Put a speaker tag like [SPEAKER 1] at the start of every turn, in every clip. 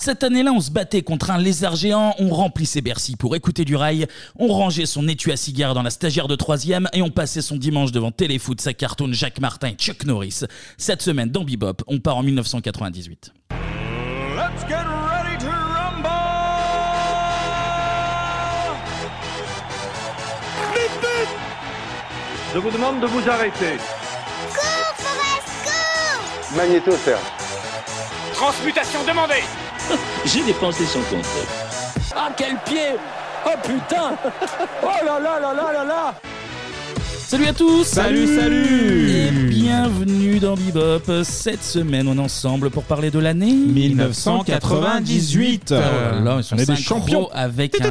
[SPEAKER 1] Cette année-là, on se battait contre un lézard géant, on remplissait Bercy pour écouter du rail, on rangeait son étui à cigare dans la stagiaire de troisième et on passait son dimanche devant Téléfoot, sa cartoon Jacques Martin et Chuck Norris. Cette semaine, dans Bebop, on part en 1998.
[SPEAKER 2] Let's get ready to rumble! Vite, vite!
[SPEAKER 3] Je vous demande de vous arrêter.
[SPEAKER 4] Cours, Forest, cours
[SPEAKER 3] Magnéto, sir.
[SPEAKER 5] Transmutation demandée
[SPEAKER 6] J'ai dépensé son compte.
[SPEAKER 7] Ah, quel pied Oh putain Oh là là là là là là
[SPEAKER 1] Salut à tous
[SPEAKER 8] Salut, salut
[SPEAKER 1] Et bienvenue dans Bebop. Cette semaine, on est ensemble pour parler de l'année
[SPEAKER 8] 1998.
[SPEAKER 1] Oh là là, ils sont
[SPEAKER 8] On est des
[SPEAKER 1] synchro
[SPEAKER 8] champions.
[SPEAKER 1] avec un...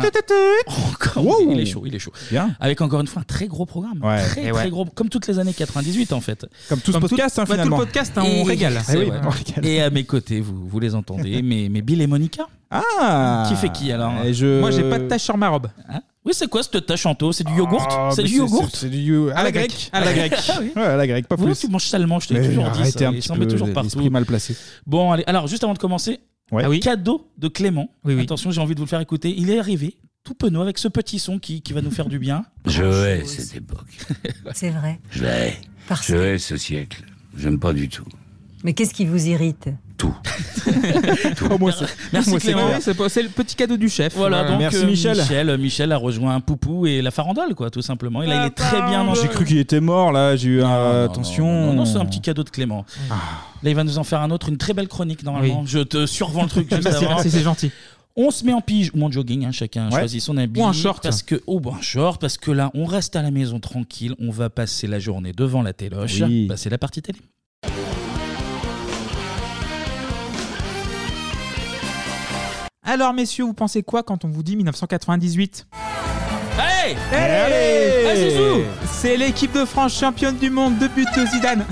[SPEAKER 1] Encore, il est chaud, il est chaud.
[SPEAKER 8] Bien.
[SPEAKER 1] Avec encore une fois un très gros programme,
[SPEAKER 8] Ouais.
[SPEAKER 1] très
[SPEAKER 8] Et
[SPEAKER 1] très
[SPEAKER 8] ouais.
[SPEAKER 1] gros, comme toutes les années 98 en fait.
[SPEAKER 8] Comme tout ce podcast, hein,
[SPEAKER 1] bah, tout le
[SPEAKER 8] finalement.
[SPEAKER 1] podcast, hein, on Et- régale.
[SPEAKER 8] Eh
[SPEAKER 1] c'est
[SPEAKER 8] oui,
[SPEAKER 1] vrai.
[SPEAKER 8] on régale.
[SPEAKER 1] Et à mes côtés, vous, vous les entendez, mais, mais Bill et Monica.
[SPEAKER 8] Ah
[SPEAKER 1] Qui fait qui alors
[SPEAKER 8] Et je- Moi, j'ai pas de
[SPEAKER 1] tache sur ma robe. Oui, c'est quoi cette tache en taux C'est du yogourt
[SPEAKER 8] Ah,
[SPEAKER 1] C'est
[SPEAKER 8] mais
[SPEAKER 1] du yogourt
[SPEAKER 8] C'est du yogourt. À la grecque. À la grecque. Ouais, à la grecque, pas
[SPEAKER 1] Vous,
[SPEAKER 8] plus.
[SPEAKER 1] tu manges salement, je te l'ai
[SPEAKER 8] Mais
[SPEAKER 1] toujours dit.
[SPEAKER 8] arrêtez
[SPEAKER 1] ça,
[SPEAKER 8] un
[SPEAKER 1] il
[SPEAKER 8] petit
[SPEAKER 1] s'en
[SPEAKER 8] peu,
[SPEAKER 1] met toujours
[SPEAKER 8] l'esprit
[SPEAKER 1] partout.
[SPEAKER 8] mal placé.
[SPEAKER 1] Bon, allez, alors juste avant de commencer,
[SPEAKER 8] Ouais. Ah oui.
[SPEAKER 1] cadeau de Clément. Attention, j'ai envie de vous le faire écouter. Il est arrivé, tout penaud, avec ce petit son qui, qui va nous faire du bien.
[SPEAKER 9] Je hais cette époque.
[SPEAKER 10] C'est vrai.
[SPEAKER 9] Je la hais. Je hais ce siècle. J'aime pas du tout.
[SPEAKER 10] Mais qu'est-ce qui vous irrite
[SPEAKER 8] moi,
[SPEAKER 1] Merci
[SPEAKER 8] moi, c'est
[SPEAKER 1] Clément.
[SPEAKER 8] clair.
[SPEAKER 1] c'est le petit cadeau du chef. Voilà,
[SPEAKER 8] Ouais.
[SPEAKER 1] donc
[SPEAKER 8] Merci,
[SPEAKER 1] euh,
[SPEAKER 8] Michel.
[SPEAKER 1] Michel. Michel a rejoint un Poupou et la farandole, quoi, tout simplement. Et là, il est très bien dans
[SPEAKER 8] Ah, J'ai cru qu'il était mort, là. J'ai eu un- attention.
[SPEAKER 1] Non, non, c'est un petit cadeau de Clément. Là, il va nous en faire un autre, une très belle chronique normalement.
[SPEAKER 8] Oui.
[SPEAKER 1] Je te survends le truc juste
[SPEAKER 8] Merci,
[SPEAKER 1] avant.
[SPEAKER 8] merci, c'est
[SPEAKER 1] gentil. On se met en pige ou en jogging, hein, chacun choisit son habit.
[SPEAKER 8] Ou en short.
[SPEAKER 1] Parce que, oh, bah, en short, parce que là, on reste à la maison tranquille, on va passer la journée devant la téloche.
[SPEAKER 8] Oui.
[SPEAKER 1] Bah, c'est la partie télé.
[SPEAKER 11] Alors messieurs, vous pensez quoi quand on vous dit 1998
[SPEAKER 1] Allez
[SPEAKER 8] Eh
[SPEAKER 11] Allez Ah,
[SPEAKER 1] Allez, Zizou
[SPEAKER 11] C'est l'équipe de France championne du monde, deux buts de Zidane.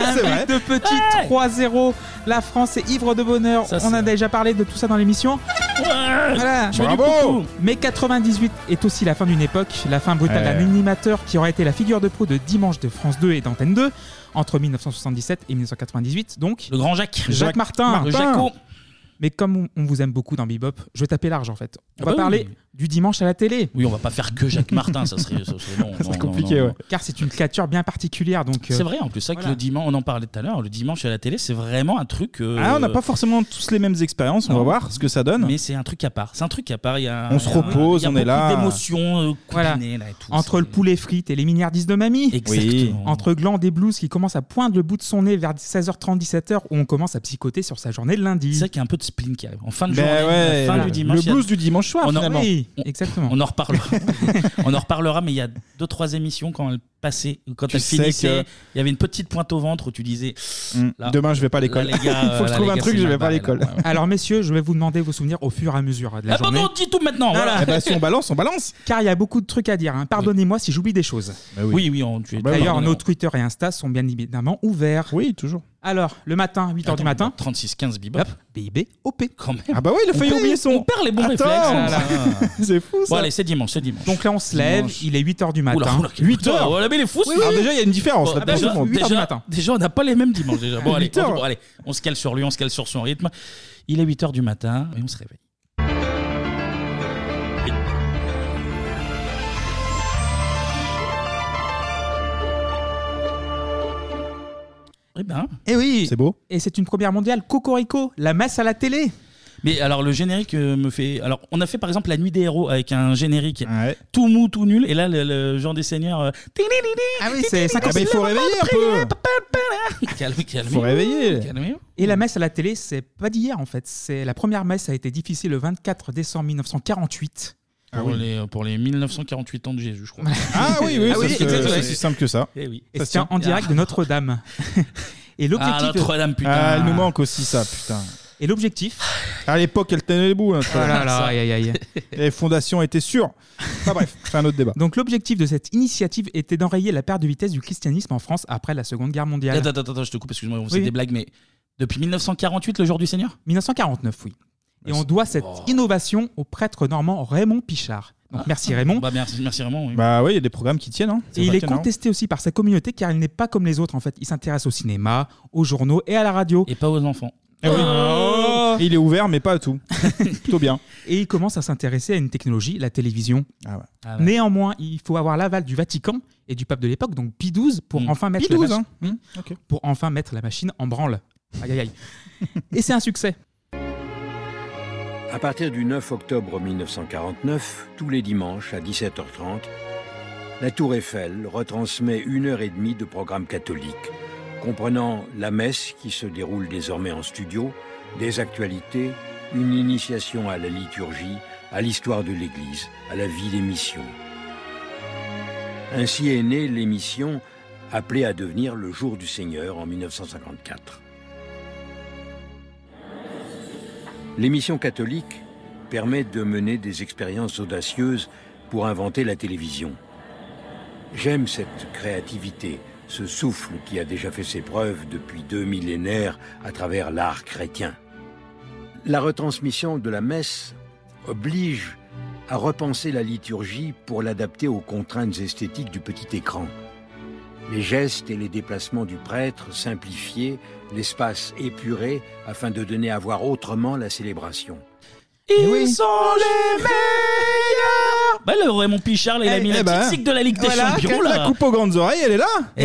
[SPEAKER 11] Un but de petit 3-0. La France est ivre de bonheur. on a déjà parlé de tout ça dans l'émission. Voilà.
[SPEAKER 8] Je fais du Bravo coucou.
[SPEAKER 11] Mais 98 est aussi la fin d'une époque, la fin brutale
[SPEAKER 8] Ouais.
[SPEAKER 11] d'un animateur qui aurait été la figure de proue de Dimanche de France 2 et d'Antenne 2 entre 1977 et 1998. Donc
[SPEAKER 1] le grand Jacques,
[SPEAKER 11] Jacques,
[SPEAKER 1] Jacques
[SPEAKER 11] Martin,
[SPEAKER 1] Martin. Le Jaco.
[SPEAKER 11] Mais comme on- on vous aime beaucoup dans Bebop, je vais taper large en fait. On
[SPEAKER 1] Ah
[SPEAKER 11] va
[SPEAKER 1] bah oui.
[SPEAKER 11] parler du dimanche à la télé.
[SPEAKER 1] Oui, on va pas faire que Jacques Martin, ça serait, ça serait long. Non, non, non, non.
[SPEAKER 11] Car c'est une créature bien particulière. donc. euh,
[SPEAKER 1] C'est vrai en plus, ça que
[SPEAKER 11] voilà.
[SPEAKER 1] le dimanche, on en parlait tout à l'heure, le dimanche à la télé, c'est vraiment un truc. euh,
[SPEAKER 8] Ah, on n'a pas forcément tous les mêmes expériences. On va voir ce que ça donne.
[SPEAKER 1] Mais c'est un truc à part. C'est un truc à part. Il y a,
[SPEAKER 8] On se
[SPEAKER 1] il y a-
[SPEAKER 8] repose,
[SPEAKER 1] il y a
[SPEAKER 8] on est
[SPEAKER 1] beaucoup
[SPEAKER 8] là.
[SPEAKER 1] d'émotions euh,
[SPEAKER 11] Voilà.
[SPEAKER 1] couplinées, là, et tout.
[SPEAKER 11] Entre le poulet frites et les milliardistes de mamie.
[SPEAKER 1] Exactement. Oui.
[SPEAKER 11] Entre Gland et Blues qui commence à poindre le bout de son nez vers 16h30, 17h où on commence à psychoter sur sa journée de lundi. C'est ça
[SPEAKER 1] qu'il y a un peu de spleen qui arrive. En fin de
[SPEAKER 11] Ben
[SPEAKER 1] journée,
[SPEAKER 11] ouais,
[SPEAKER 1] la fin
[SPEAKER 11] le-
[SPEAKER 1] du dimanche.
[SPEAKER 11] le
[SPEAKER 1] il y a-
[SPEAKER 11] blues du dimanche soir,
[SPEAKER 1] On en-
[SPEAKER 11] finalement. Oui,
[SPEAKER 1] on-
[SPEAKER 11] exactement.
[SPEAKER 1] On en reparlera. on en reparlera, mais il y a deux trois émissions quand elles passaient, quand
[SPEAKER 8] Tu
[SPEAKER 1] elles
[SPEAKER 8] sais
[SPEAKER 1] finissaient,
[SPEAKER 8] que- Hmm,
[SPEAKER 1] il y avait une petite pointe au ventre où tu disais là,
[SPEAKER 8] Demain, je vais pas à l'école.
[SPEAKER 1] là, les gars, euh,
[SPEAKER 8] Faut que je
[SPEAKER 1] là,
[SPEAKER 8] trouve
[SPEAKER 1] les
[SPEAKER 8] un
[SPEAKER 1] gars,
[SPEAKER 8] truc,
[SPEAKER 1] c'est
[SPEAKER 8] je
[SPEAKER 1] mal
[SPEAKER 8] vais pas à
[SPEAKER 1] barré,
[SPEAKER 8] l'école.
[SPEAKER 1] là, ouais.
[SPEAKER 11] Alors messieurs, je vais vous demander vos souvenirs au fur et à mesure de la
[SPEAKER 1] Ah,
[SPEAKER 11] journée.
[SPEAKER 1] pardon, dis tout maintenant. Voilà.
[SPEAKER 8] Eh ben, si on balance, on balance. Bah
[SPEAKER 11] Car il y a beaucoup de trucs à dire. hein. Pardonnez-moi si j'oublie des choses.
[SPEAKER 1] Bah oui. Oui, oui, on- tu-
[SPEAKER 11] D'ailleurs,
[SPEAKER 1] pardonnez-moi.
[SPEAKER 11] nos Twitter et Insta sont bien évidemment ouverts.
[SPEAKER 8] Oui, toujours.
[SPEAKER 11] Alors, le matin, 8h du matin.
[SPEAKER 1] 36 15 bibop.
[SPEAKER 11] BIB OP.
[SPEAKER 1] Quand même.
[SPEAKER 11] Ah bah oui, il a
[SPEAKER 1] On
[SPEAKER 11] failli
[SPEAKER 1] perd-
[SPEAKER 11] oublier son-
[SPEAKER 1] On perd les bons
[SPEAKER 11] Attends.
[SPEAKER 1] réflexes.
[SPEAKER 8] C'est fou
[SPEAKER 1] Bon allez, c'est dimanche, c'est dimanche.
[SPEAKER 11] Donc là, on se lève,
[SPEAKER 1] Dimanche.
[SPEAKER 11] il est 8h du matin. Ah,
[SPEAKER 1] Oula, oula, quel- Putain, voilà, mais il est fou.
[SPEAKER 11] Oui,
[SPEAKER 1] celui-là.
[SPEAKER 11] oui.
[SPEAKER 1] Bon,
[SPEAKER 11] Ah,
[SPEAKER 1] déjà,
[SPEAKER 11] déjà, 8h du
[SPEAKER 1] déjà-
[SPEAKER 11] matin.
[SPEAKER 1] déjà, on n'a pas les mêmes dimanches. Déjà. Bon, allez,
[SPEAKER 11] 8 heures.
[SPEAKER 1] on, bon, allez, on se cale sur lui, on se cale sur son rythme. Il est 8h du matin et on se réveille. Eh ben.
[SPEAKER 11] Eh oui.
[SPEAKER 8] C'est beau.
[SPEAKER 11] Et c'est une première mondiale. Cocorico, la masse à la télé.
[SPEAKER 1] Mais alors le générique euh, me fait. Alors on a fait par exemple la nuit des héros avec un générique tout mou, tout nul, et là le, le genre des seigneurs. euh,
[SPEAKER 11] Ah oui, c'est 50
[SPEAKER 1] Ah, mais il faut réveiller un
[SPEAKER 11] peu.
[SPEAKER 1] Calme, calme. Calmez-vous.
[SPEAKER 11] Et la messe à la télé, c'est pas d'hier en fait. C'est la première messe a été diffusée le 24 décembre 1948.
[SPEAKER 1] Pour, les, pour les 1948 ans de Jésus, je crois.
[SPEAKER 8] Ah oui, oui,
[SPEAKER 11] Ah oui,
[SPEAKER 8] c'est- c'est
[SPEAKER 11] exactement.
[SPEAKER 8] c'est aussi simple que ça.
[SPEAKER 1] Eh oui.
[SPEAKER 11] Et c'était en direct de Notre-Dame. Et l'objectif.
[SPEAKER 8] Ah,
[SPEAKER 11] de-
[SPEAKER 8] Notre-Dame, putain. Ah, elle nous manque aussi, ça, putain.
[SPEAKER 11] Et l'objectif.
[SPEAKER 8] À l'époque, elle tenait les bouts. hein, ça.
[SPEAKER 11] Ah là là, aïe, aïe, aïe.
[SPEAKER 8] Les fondations étaient sûres. Enfin bref, c'est un autre débat.
[SPEAKER 11] Donc l'objectif de cette initiative était d'enrayer la perte de vitesse du christianisme en France après la Seconde Guerre mondiale.
[SPEAKER 1] Attends, attends, attends, je te coupe, excuse-moi, on faisait
[SPEAKER 11] Oui.
[SPEAKER 1] des blagues, mais depuis 1948, le jour du Seigneur Bah,
[SPEAKER 11] 1949, oui. Et on doit cette innovation au prêtre normand Raymond Pichard. Donc merci Raymond.
[SPEAKER 1] Bah, merci, merci Raymond. oui.
[SPEAKER 8] Bah oui, il y a des programmes qui tiennent. Hein.
[SPEAKER 11] Et il est contesté aussi par sa communauté car il n'est pas comme les autres en fait. Il s'intéresse au cinéma, aux journaux et à la radio.
[SPEAKER 1] Eh Et pas aux enfants.
[SPEAKER 11] oui.
[SPEAKER 1] Oh,
[SPEAKER 11] euh,
[SPEAKER 8] Il est ouvert, mais pas à tout. Plutôt bien.
[SPEAKER 11] Et il commence à s'intéresser à une technologie, la télévision.
[SPEAKER 8] Ah ouais.
[SPEAKER 11] Néanmoins, il faut avoir l'aval du Vatican et du pape de l'époque, donc Pie XII, pour
[SPEAKER 1] Hmm.
[SPEAKER 11] enfin mettre
[SPEAKER 8] Pie
[SPEAKER 11] la
[SPEAKER 8] XII,
[SPEAKER 11] machine-
[SPEAKER 8] hein.
[SPEAKER 11] Oui, pour enfin mettre la machine en branle. Aïe aïe aïe. et c'est un succès.
[SPEAKER 12] À partir du 9 octobre 1949, tous les dimanches à 17h30, la Tour Eiffel retransmet une heure et demie de programme catholique, comprenant la messe qui se déroule désormais en studio, des actualités, une initiation à la liturgie, à l'histoire de l'Église, à la vie des missions. Ainsi est née l'émission appelée à devenir le Jour du Seigneur en 1954. L'émission catholique permet de mener des expériences audacieuses pour inventer la télévision. J'aime cette créativité, ce souffle qui a déjà fait ses preuves depuis deux millénaires à travers l'art chrétien. La retransmission de la messe oblige à repenser la liturgie pour l'adapter aux contraintes esthétiques du petit écran. Les gestes et les déplacements du prêtre simplifiés, l'espace épuré afin de donner à voir autrement la célébration.
[SPEAKER 1] Ils sont les meilleurs Bah là, Raymond Pichard, là, il a mis la petite sigle de la Ligue des
[SPEAKER 8] Eh, ben. voilà,
[SPEAKER 1] Champions,
[SPEAKER 8] qu'elle
[SPEAKER 1] là
[SPEAKER 8] La coupe aux grandes oreilles, elle est là.
[SPEAKER 1] Eh,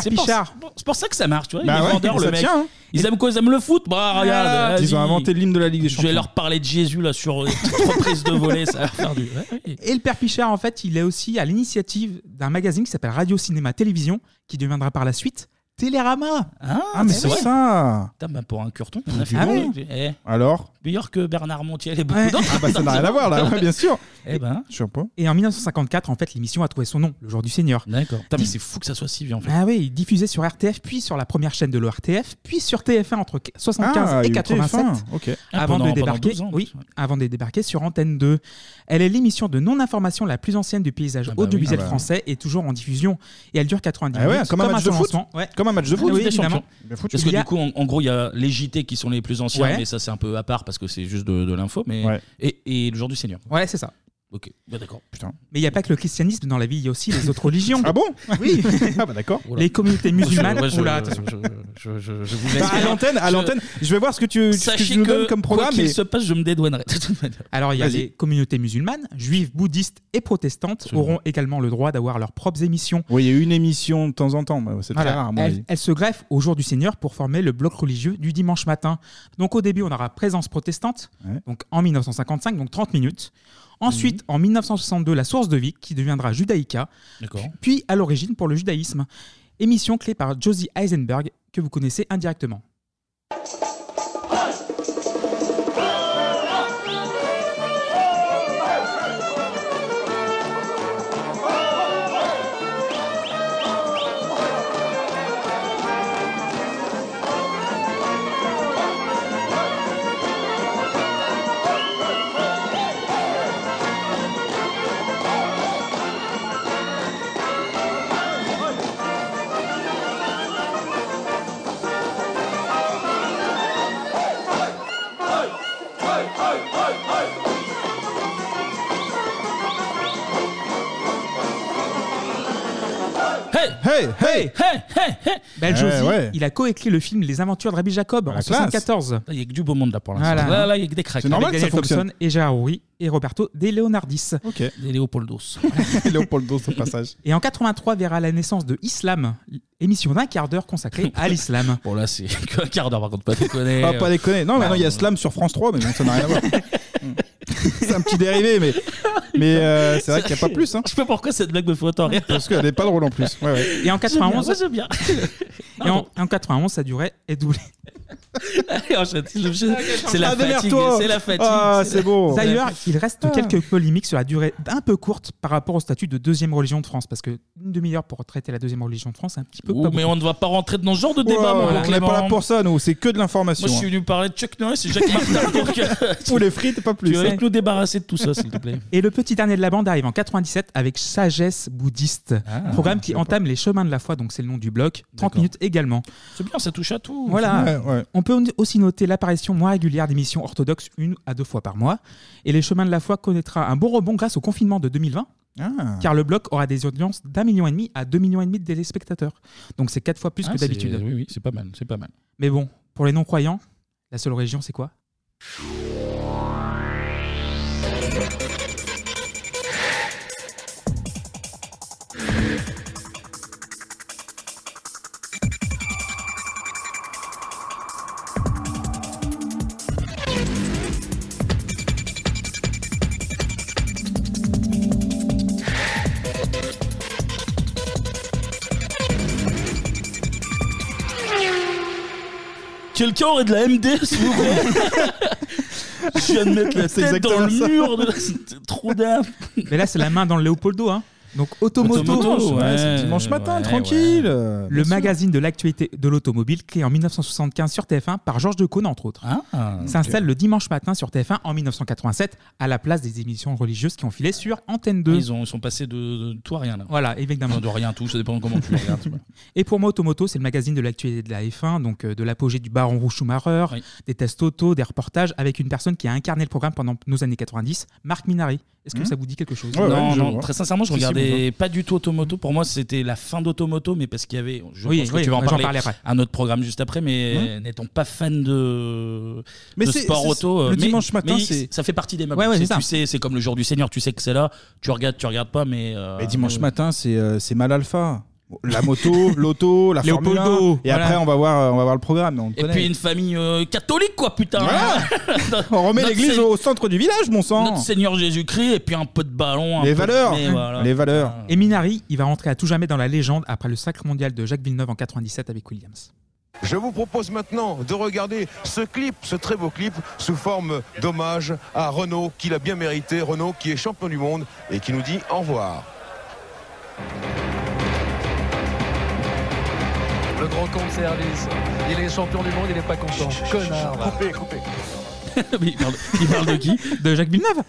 [SPEAKER 1] c'est pour- C'est pour ça que ça marche, tu vois.
[SPEAKER 8] Bah
[SPEAKER 1] il est
[SPEAKER 8] ouais,
[SPEAKER 1] vendeur,
[SPEAKER 8] ça
[SPEAKER 1] le mec.
[SPEAKER 8] tient, hein.
[SPEAKER 1] Ils aiment quoi Ils aiment le foot Bah,
[SPEAKER 8] Voilà.
[SPEAKER 1] regarde.
[SPEAKER 8] Ils ont
[SPEAKER 1] vas-y.
[SPEAKER 8] inventé l'hymne de la Ligue des
[SPEAKER 1] Je vais
[SPEAKER 8] Champions.
[SPEAKER 1] leur parler de Jésus, là, sur les petites reprises de volée. Ça va faire du. Ouais, ouais.
[SPEAKER 11] Et le père Pichard, en fait, il est aussi à l'initiative d'un magazine qui s'appelle Radio Cinéma Télévision, qui deviendra par la suite Télérama.
[SPEAKER 1] Ah, mais c'est vrai.
[SPEAKER 8] ça.
[SPEAKER 1] Putain, bah, pour un curton, on a fait
[SPEAKER 11] Ah
[SPEAKER 1] bon,
[SPEAKER 11] ouais.
[SPEAKER 1] j'ai- eh,
[SPEAKER 8] Alors
[SPEAKER 1] Meilleur que euh, Bernard Montiel et beaucoup
[SPEAKER 11] Ouais.
[SPEAKER 1] d'autres.
[SPEAKER 11] Ah bah, ça n'a rien à voir, là, ouais, bien sûr.
[SPEAKER 1] Eh ben.
[SPEAKER 8] Je sais pas.
[SPEAKER 11] Et en 1954, en fait, l'émission a trouvé son nom, le jour du Seigneur.
[SPEAKER 1] D'accord. Putain, mais c'est fou que ça soit si vieux en fait.
[SPEAKER 11] Ah oui, il diffusait sur RTF, puis sur la première chaîne de l'ORTF, puis sur TF1 entre 75
[SPEAKER 8] Ah, il y
[SPEAKER 11] et
[SPEAKER 8] a eu
[SPEAKER 11] 87.
[SPEAKER 8] TF1, ok. Ah,
[SPEAKER 11] Avant
[SPEAKER 8] pendant-
[SPEAKER 11] de débarquer,
[SPEAKER 8] pendant 12 ans,
[SPEAKER 11] oui, avant de débarquer sur Antenne 2. Elle est l'émission de non-information la plus ancienne du paysage
[SPEAKER 8] oui.
[SPEAKER 11] audiovisuel
[SPEAKER 8] Ah bah.
[SPEAKER 11] français et toujours en diffusion. Et elle dure 90
[SPEAKER 8] Ah ouais,
[SPEAKER 11] minutes,
[SPEAKER 8] comme un match de
[SPEAKER 11] seul
[SPEAKER 8] foot.
[SPEAKER 11] lancement. Ouais. Ah
[SPEAKER 8] Comme un match de foot.
[SPEAKER 11] Oui,
[SPEAKER 1] Des
[SPEAKER 11] évidemment.
[SPEAKER 1] champions. Parce que
[SPEAKER 11] Il y a-
[SPEAKER 1] du coup, en, en gros, il y a les JT qui sont les plus anciens,
[SPEAKER 11] Ouais.
[SPEAKER 1] mais ça c'est un peu à part parce que c'est juste de, de l'info. Mais et, et le jour du Seigneur.
[SPEAKER 11] Ouais, c'est ça.
[SPEAKER 1] Ok, bah, d'accord. Putain.
[SPEAKER 11] Mais il n'y a pas que le christianisme dans la vie, il y a aussi les autres religions.
[SPEAKER 8] Ah bon
[SPEAKER 11] Oui.
[SPEAKER 8] Ah bah d'accord.
[SPEAKER 11] Les communautés musulmanes.
[SPEAKER 1] Ouais, je-
[SPEAKER 11] Oula,
[SPEAKER 1] ouais,
[SPEAKER 11] attention.
[SPEAKER 1] Je, je- je- je vous
[SPEAKER 11] Bah,
[SPEAKER 1] laisse.
[SPEAKER 11] à l'antenne, à
[SPEAKER 1] Je-
[SPEAKER 11] l'antenne,
[SPEAKER 8] je vais voir ce que tu,
[SPEAKER 11] ce que
[SPEAKER 1] Sachez
[SPEAKER 11] tu nous donnes comme
[SPEAKER 1] quoi
[SPEAKER 11] programme,
[SPEAKER 1] qu'il
[SPEAKER 11] mais-
[SPEAKER 1] se passe, je me dédouanerai. de toute manière.
[SPEAKER 11] Alors il y a
[SPEAKER 1] Vas-y.
[SPEAKER 11] les communautés musulmanes, juives, bouddhistes et protestantes auront également le droit d'avoir leurs propres émissions.
[SPEAKER 8] Oui, il y a une émission de temps en temps. mais C'est très
[SPEAKER 11] Voilà.
[SPEAKER 8] rare, à mon
[SPEAKER 11] elle,
[SPEAKER 8] avis.
[SPEAKER 11] elle se greffe au jour du Seigneur pour former le bloc religieux du dimanche matin. Donc au début, on aura présence protestante, donc en 1955, donc 30 minutes. Ensuite, en 1962, la source de vie qui deviendra Judaïka.
[SPEAKER 1] D'accord.
[SPEAKER 11] Puis à l'origine pour le judaïsme. Émission clé par Josie Eisenberg que vous connaissez indirectement.
[SPEAKER 1] Hey,
[SPEAKER 8] hey, hey,
[SPEAKER 1] hey, hey,
[SPEAKER 11] Ben,
[SPEAKER 1] Eh,
[SPEAKER 11] Josie,
[SPEAKER 1] ouais.
[SPEAKER 11] il a coécrit le film Les Aventures de Rabbi Jacob en
[SPEAKER 1] classe.
[SPEAKER 11] 1974.
[SPEAKER 1] Il n'y a que du beau monde là pour l'instant.
[SPEAKER 11] Voilà.
[SPEAKER 1] Là, là, il y a que des cracks.
[SPEAKER 11] Avec Daniel Thompson et Gérard Houry et Roberto De Leonardis.
[SPEAKER 8] Ok.
[SPEAKER 1] Des Léopoldos.
[SPEAKER 8] Léopoldos au passage.
[SPEAKER 11] Et en 83 verra la naissance de Islam, émission d'un quart d'heure consacrée à l'islam.
[SPEAKER 1] Bon là, c'est qu'un quart d'heure par contre, pas déconner.
[SPEAKER 8] Ah, pas déconner. Non, maintenant, il y
[SPEAKER 1] Bah,
[SPEAKER 8] a Slam sur France 3, mais bon, ça n'a rien à voir. Hmm. c'est un petit dérivé, mais, mais euh, c'est vrai qu'il n'y a pas plus. Hein.
[SPEAKER 1] Je sais pas pourquoi cette blague me fait autant rire.
[SPEAKER 8] Parce qu'elle n'est pas drôle en plus. Ouais, ouais.
[SPEAKER 11] Et en 91,
[SPEAKER 1] J'aime bien, moi, j'aime bien.
[SPEAKER 11] Et en, en 91, ça durait et doublé.
[SPEAKER 1] Allez, enchaîne. C'est la
[SPEAKER 11] Ah, démerde-toi.
[SPEAKER 1] fatigue. C'est la fatigue.
[SPEAKER 11] Ah,
[SPEAKER 1] la-
[SPEAKER 11] D'ailleurs, il reste quelques polémiques sur la durée un peu courte par rapport au statut de deuxième religion de France, parce que une demi-heure pour traiter la deuxième religion de France, c'est un petit peu.
[SPEAKER 1] Ouh,
[SPEAKER 11] pas
[SPEAKER 1] mais
[SPEAKER 11] beaucoup.
[SPEAKER 1] on ne va pas rentrer dans ce genre de débat.
[SPEAKER 11] Ouah,
[SPEAKER 1] mon
[SPEAKER 11] on est
[SPEAKER 1] Clément.
[SPEAKER 11] pas là
[SPEAKER 8] Pour ça, nous, c'est que de l'information.
[SPEAKER 1] Moi, je suis
[SPEAKER 8] hein.
[SPEAKER 1] venu parler de Chuck Norris et Jacques Martin. donc, euh, tu-
[SPEAKER 8] Ou les frites, pas plus.
[SPEAKER 1] Tu vas
[SPEAKER 8] hein.
[SPEAKER 1] nous débarrasser de tout ça, s'il te plaît.
[SPEAKER 11] Et le petit dernier de la bande arrive en 97 avec Sagesse bouddhiste,
[SPEAKER 1] Ah,
[SPEAKER 11] programme qui entame les chemins de la foi, donc c'est le nom du bloc, 30 minutes également.
[SPEAKER 1] C'est bien, ça touche à tout.
[SPEAKER 11] Voilà. On peut aussi noter l'apparition moins régulière d'émissions orthodoxes une à deux fois par mois. Et les chemins de la foi connaîtra un bon rebond grâce au confinement de 2020.
[SPEAKER 8] Ah.
[SPEAKER 11] Car le bloc aura des audiences d'un million et demi à deux millions et demi de téléspectateurs. Donc c'est quatre fois plus
[SPEAKER 1] Ah,
[SPEAKER 11] que
[SPEAKER 1] c'est-
[SPEAKER 11] d'habitude.
[SPEAKER 1] Oui, oui, c'est pas mal, c'est pas mal.
[SPEAKER 11] Mais bon, pour les non-croyants, la seule religion c'est quoi
[SPEAKER 1] Quelqu'un aurait de la MD, s'il vous plaît Je viens de mettre la
[SPEAKER 11] C'est
[SPEAKER 1] tête dans le
[SPEAKER 11] exactement ça.
[SPEAKER 1] mur de... Ah, C'est Trop d'âme
[SPEAKER 11] Mais là, c'est la main dans le Leopoldo. Hein. Donc, Automoto,
[SPEAKER 8] Automoto, ouais, c'est dimanche matin, tranquille.
[SPEAKER 11] Euh, Le magazine de l'actualité de l'automobile, créé en 1975 sur TF1 par Georges Decaune, entre autres,
[SPEAKER 1] Ah,
[SPEAKER 11] s'installe le dimanche matin sur TF1 en 1987 à la place des émissions religieuses qui ont filé sur Antenne 2.
[SPEAKER 1] Ah, Ils, ont, ils sont passés de, de tout à rien là.
[SPEAKER 11] Voilà, évidemment.
[SPEAKER 1] Enfin, de rien à tout, ça dépend comment tu le regardes. voilà.
[SPEAKER 11] Et pour moi, Automoto, c'est le magazine de l'actualité de la F1, donc euh, de l'apogée du baron Roux Schumacher, des tests auto, des reportages avec une personne qui a incarné le programme pendant nos années 90, Marc Minari. Est-ce que
[SPEAKER 1] Mhm.
[SPEAKER 11] ça vous dit quelque chose
[SPEAKER 1] non, non, très sincèrement, je regardais pas du tout Automoto. Pour moi, c'était la fin d'Automoto, mais parce qu'il y avait. Je
[SPEAKER 11] Oui,
[SPEAKER 1] pense que
[SPEAKER 11] oui,
[SPEAKER 1] tu vas en
[SPEAKER 11] j'en
[SPEAKER 1] parler,
[SPEAKER 11] parlerai après.
[SPEAKER 1] un autre programme juste après, mais
[SPEAKER 11] Mhm.
[SPEAKER 1] n'étant pas fan de,
[SPEAKER 11] Mais
[SPEAKER 1] de
[SPEAKER 11] c'est-
[SPEAKER 1] sport
[SPEAKER 11] c'est-
[SPEAKER 1] auto. euh,
[SPEAKER 11] le
[SPEAKER 1] mais-
[SPEAKER 11] dimanche matin,
[SPEAKER 1] mais
[SPEAKER 11] c'est-
[SPEAKER 1] ça fait partie des meubles.
[SPEAKER 11] Ouais, ouais,
[SPEAKER 1] Tu sais,
[SPEAKER 11] c'est ça.
[SPEAKER 1] tu sais, c'est comme le jour du Seigneur, tu sais que c'est là. Tu regardes, tu regardes pas, mais. euh,
[SPEAKER 8] Mais dimanche
[SPEAKER 1] euh,
[SPEAKER 8] matin, c'est euh, c'est mal alpha. La moto, l'auto, la Formule
[SPEAKER 1] Léopoldo,
[SPEAKER 8] 1. Et
[SPEAKER 1] voilà.
[SPEAKER 8] après, on va voir, euh, on va voir le programme. On, le
[SPEAKER 1] Et
[SPEAKER 8] connaît.
[SPEAKER 1] puis une famille euh, catholique, quoi, putain
[SPEAKER 8] on remet
[SPEAKER 1] notre
[SPEAKER 8] l'église
[SPEAKER 1] Seigneur-
[SPEAKER 8] au centre du village, mon sang.
[SPEAKER 1] Notre Seigneur Jésus-Christ, et puis un peu de ballon. un peu de-
[SPEAKER 11] Hein.
[SPEAKER 1] mais voilà.
[SPEAKER 11] Et Minari, il va rentrer à tout jamais dans la légende après le sacre mondial de Jacques Villeneuve en 97 avec Williams.
[SPEAKER 13] Je vous propose maintenant de regarder ce clip, ce très beau clip, sous forme d'hommage à Renault, qui l'a bien mérité, Renault qui est champion du monde et qui nous dit au revoir.
[SPEAKER 14] Le grand compte service. Il est champion du monde, il est pas content. Connard. Coupé, coupé.
[SPEAKER 1] Mais il, parle, il parle de qui
[SPEAKER 11] De Jacques Villeneuve Bah,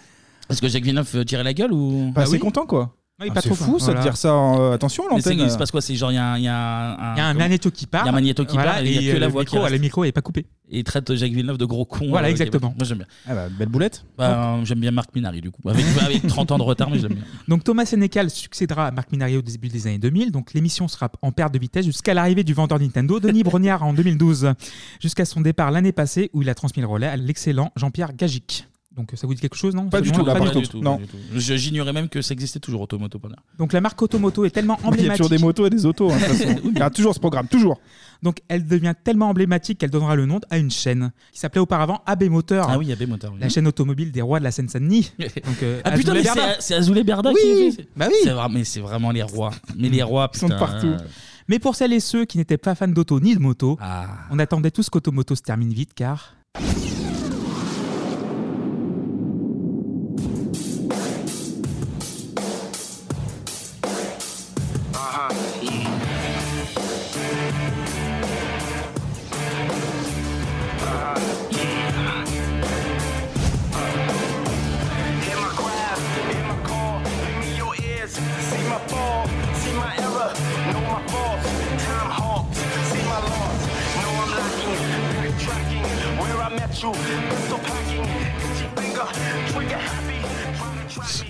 [SPEAKER 1] Est-ce que Jacques Villeneuve euh, tirait la gueule ou
[SPEAKER 8] Pas assez content, quoi.
[SPEAKER 1] Oui,
[SPEAKER 8] Ah,
[SPEAKER 1] pas
[SPEAKER 8] c'est
[SPEAKER 1] trop,
[SPEAKER 8] fou,
[SPEAKER 1] quoi.
[SPEAKER 8] ça,
[SPEAKER 1] Voilà.
[SPEAKER 8] de dire ça. en- euh, attention,
[SPEAKER 1] Mais c'est-
[SPEAKER 8] l'antenne.
[SPEAKER 1] Il se passe quoi C'est genre, il y a un. Il y a un,
[SPEAKER 11] Il y a un magnéto qui part.
[SPEAKER 1] Il y a un magnéto qui
[SPEAKER 11] Voilà,
[SPEAKER 1] part et il n'y a
[SPEAKER 11] et,
[SPEAKER 1] que la
[SPEAKER 11] euh, le
[SPEAKER 1] voix
[SPEAKER 11] micro,
[SPEAKER 1] qui
[SPEAKER 11] le micro n'est pas coupé.
[SPEAKER 1] Et il traite Jacques Villeneuve de gros con.
[SPEAKER 11] Voilà,
[SPEAKER 1] euh,
[SPEAKER 11] exactement.
[SPEAKER 1] Moi, j'aime bien.
[SPEAKER 8] belle boulette.
[SPEAKER 1] Bah, euh, j'aime bien Marc Minari, du coup. Avec, avec 30 ans de retard, mais j'aime bien.
[SPEAKER 11] Donc Thomas Sénécal succédera à Marc Minari au début des années 2000. Donc l'émission sera en perte de vitesse jusqu'à l'arrivée du vendeur Nintendo, Denis Brognard, en 2012, jusqu'à son départ l'année passée où il a transmis le relais à l'excellent Jean-Pierre Gagic. Donc ça vous dit quelque chose, non Ce nom, là,
[SPEAKER 1] Pas du tout, pas du tout. Je- J'ignorais même que ça existait toujours, Automoto Panda.
[SPEAKER 11] Donc la marque Automoto est tellement
[SPEAKER 8] Il y a
[SPEAKER 11] emblématique.
[SPEAKER 8] toujours des motos et des autos. hein, de toute façon. Il y a toujours ce programme, toujours.
[SPEAKER 11] Donc elle devient tellement emblématique qu'elle donnera le nom à une chaîne qui s'appelait auparavant AB Moteur.
[SPEAKER 1] Ah oui, AB Moteur, oui.
[SPEAKER 11] La chaîne automobile des rois de la Seine-Saint-Denis. Donc, euh,
[SPEAKER 1] Ah putain,
[SPEAKER 11] Azoulay
[SPEAKER 1] mais
[SPEAKER 11] Bernard.
[SPEAKER 1] c'est- c'est Azoulay Berda
[SPEAKER 11] Oui,
[SPEAKER 1] qui fait
[SPEAKER 11] bah oui.
[SPEAKER 1] C'est vrai, mais c'est vraiment les rois. Mais les rois, putain.
[SPEAKER 11] Mais pour celles et ceux qui n'étaient pas fans d'auto ni de moto,
[SPEAKER 1] Ah.
[SPEAKER 11] on attendait tous qu'Automoto se termine vite car.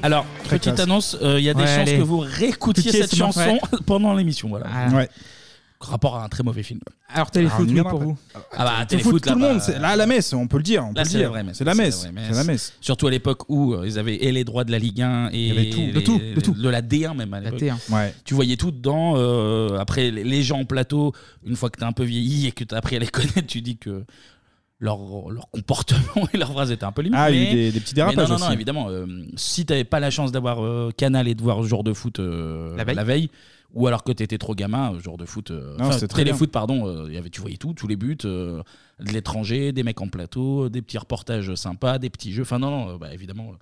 [SPEAKER 1] Alors, petite
[SPEAKER 11] classe.
[SPEAKER 1] annonce, euh, il y a des
[SPEAKER 11] Ouais,
[SPEAKER 1] chances
[SPEAKER 11] allez.
[SPEAKER 1] que vous réécoutiez
[SPEAKER 11] Écoutez
[SPEAKER 1] cette
[SPEAKER 11] ce morceau,
[SPEAKER 1] chanson
[SPEAKER 11] ouais.
[SPEAKER 1] pendant l'émission. Voilà.
[SPEAKER 11] Ouais.
[SPEAKER 1] Rapport à un très mauvais film.
[SPEAKER 11] Alors, Téléfoot,
[SPEAKER 1] Ah,
[SPEAKER 11] oui,
[SPEAKER 1] on
[SPEAKER 11] pour
[SPEAKER 1] y va
[SPEAKER 11] vous.
[SPEAKER 1] après. Ah bah,
[SPEAKER 8] Téléfoot,
[SPEAKER 1] Téléfoot,
[SPEAKER 8] tout le
[SPEAKER 1] là,
[SPEAKER 8] monde.
[SPEAKER 1] bah,
[SPEAKER 8] c'est- Là, la messe, on peut le dire. on peut
[SPEAKER 1] Là,
[SPEAKER 8] le
[SPEAKER 1] c'est
[SPEAKER 8] dire.
[SPEAKER 1] la vraie messe.
[SPEAKER 8] C'est la messe. C'est la messe.
[SPEAKER 1] Surtout à l'époque où euh, ils avaient et les droits de la Ligue 1 et
[SPEAKER 8] y avait tout, de
[SPEAKER 1] les-
[SPEAKER 8] tout, de tout.
[SPEAKER 1] de la D1 même à
[SPEAKER 8] La
[SPEAKER 1] l'époque.
[SPEAKER 8] T1. Ouais.
[SPEAKER 1] Tu voyais tout dedans. euh, après, les- les gens en plateau, une fois que t'as un peu vieilli et que t'as appris à les connaître, tu dis que leur, leur comportement et leurs phrases étaient un peu limites.
[SPEAKER 8] Ah, il y a eu
[SPEAKER 1] mais-
[SPEAKER 8] des- des petits dérapages
[SPEAKER 1] mais Non, non, non,
[SPEAKER 8] aussi.
[SPEAKER 1] évidemment. euh, si t'avais pas la chance d'avoir euh, Canal et de voir Jour de foot euh, la, veille. ou alors que t'étais trop gamin, euh, Jour de foot, euh,
[SPEAKER 8] Non,
[SPEAKER 1] enfin,
[SPEAKER 8] c'était très
[SPEAKER 1] téléfoot, pardon, euh, il y avait, tu voyais tout, tous les buts, euh, de l'étranger, des mecs en plateau, des petits reportages sympas, des petits jeux. Enfin, non, non, euh, bah, évidemment. euh,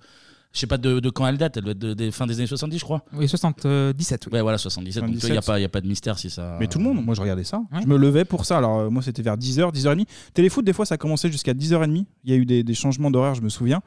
[SPEAKER 1] je sais pas de, de quand elle date, elle doit être de, des- fin des années 70, je crois.
[SPEAKER 11] Oui, 77.
[SPEAKER 1] Ouais, voilà, 77. Donc, tu vois, il
[SPEAKER 8] 77.
[SPEAKER 1] n'y a, pas de mystère si ça.
[SPEAKER 8] Mais tout le monde, moi je regardais ça. Je me levais pour ça. Alors euh, moi c'était vers 10h, 10h30. Téléfoot, des fois ça commençait jusqu'à 10h30. Il y a eu des, des changements d'horaire, je me souviens.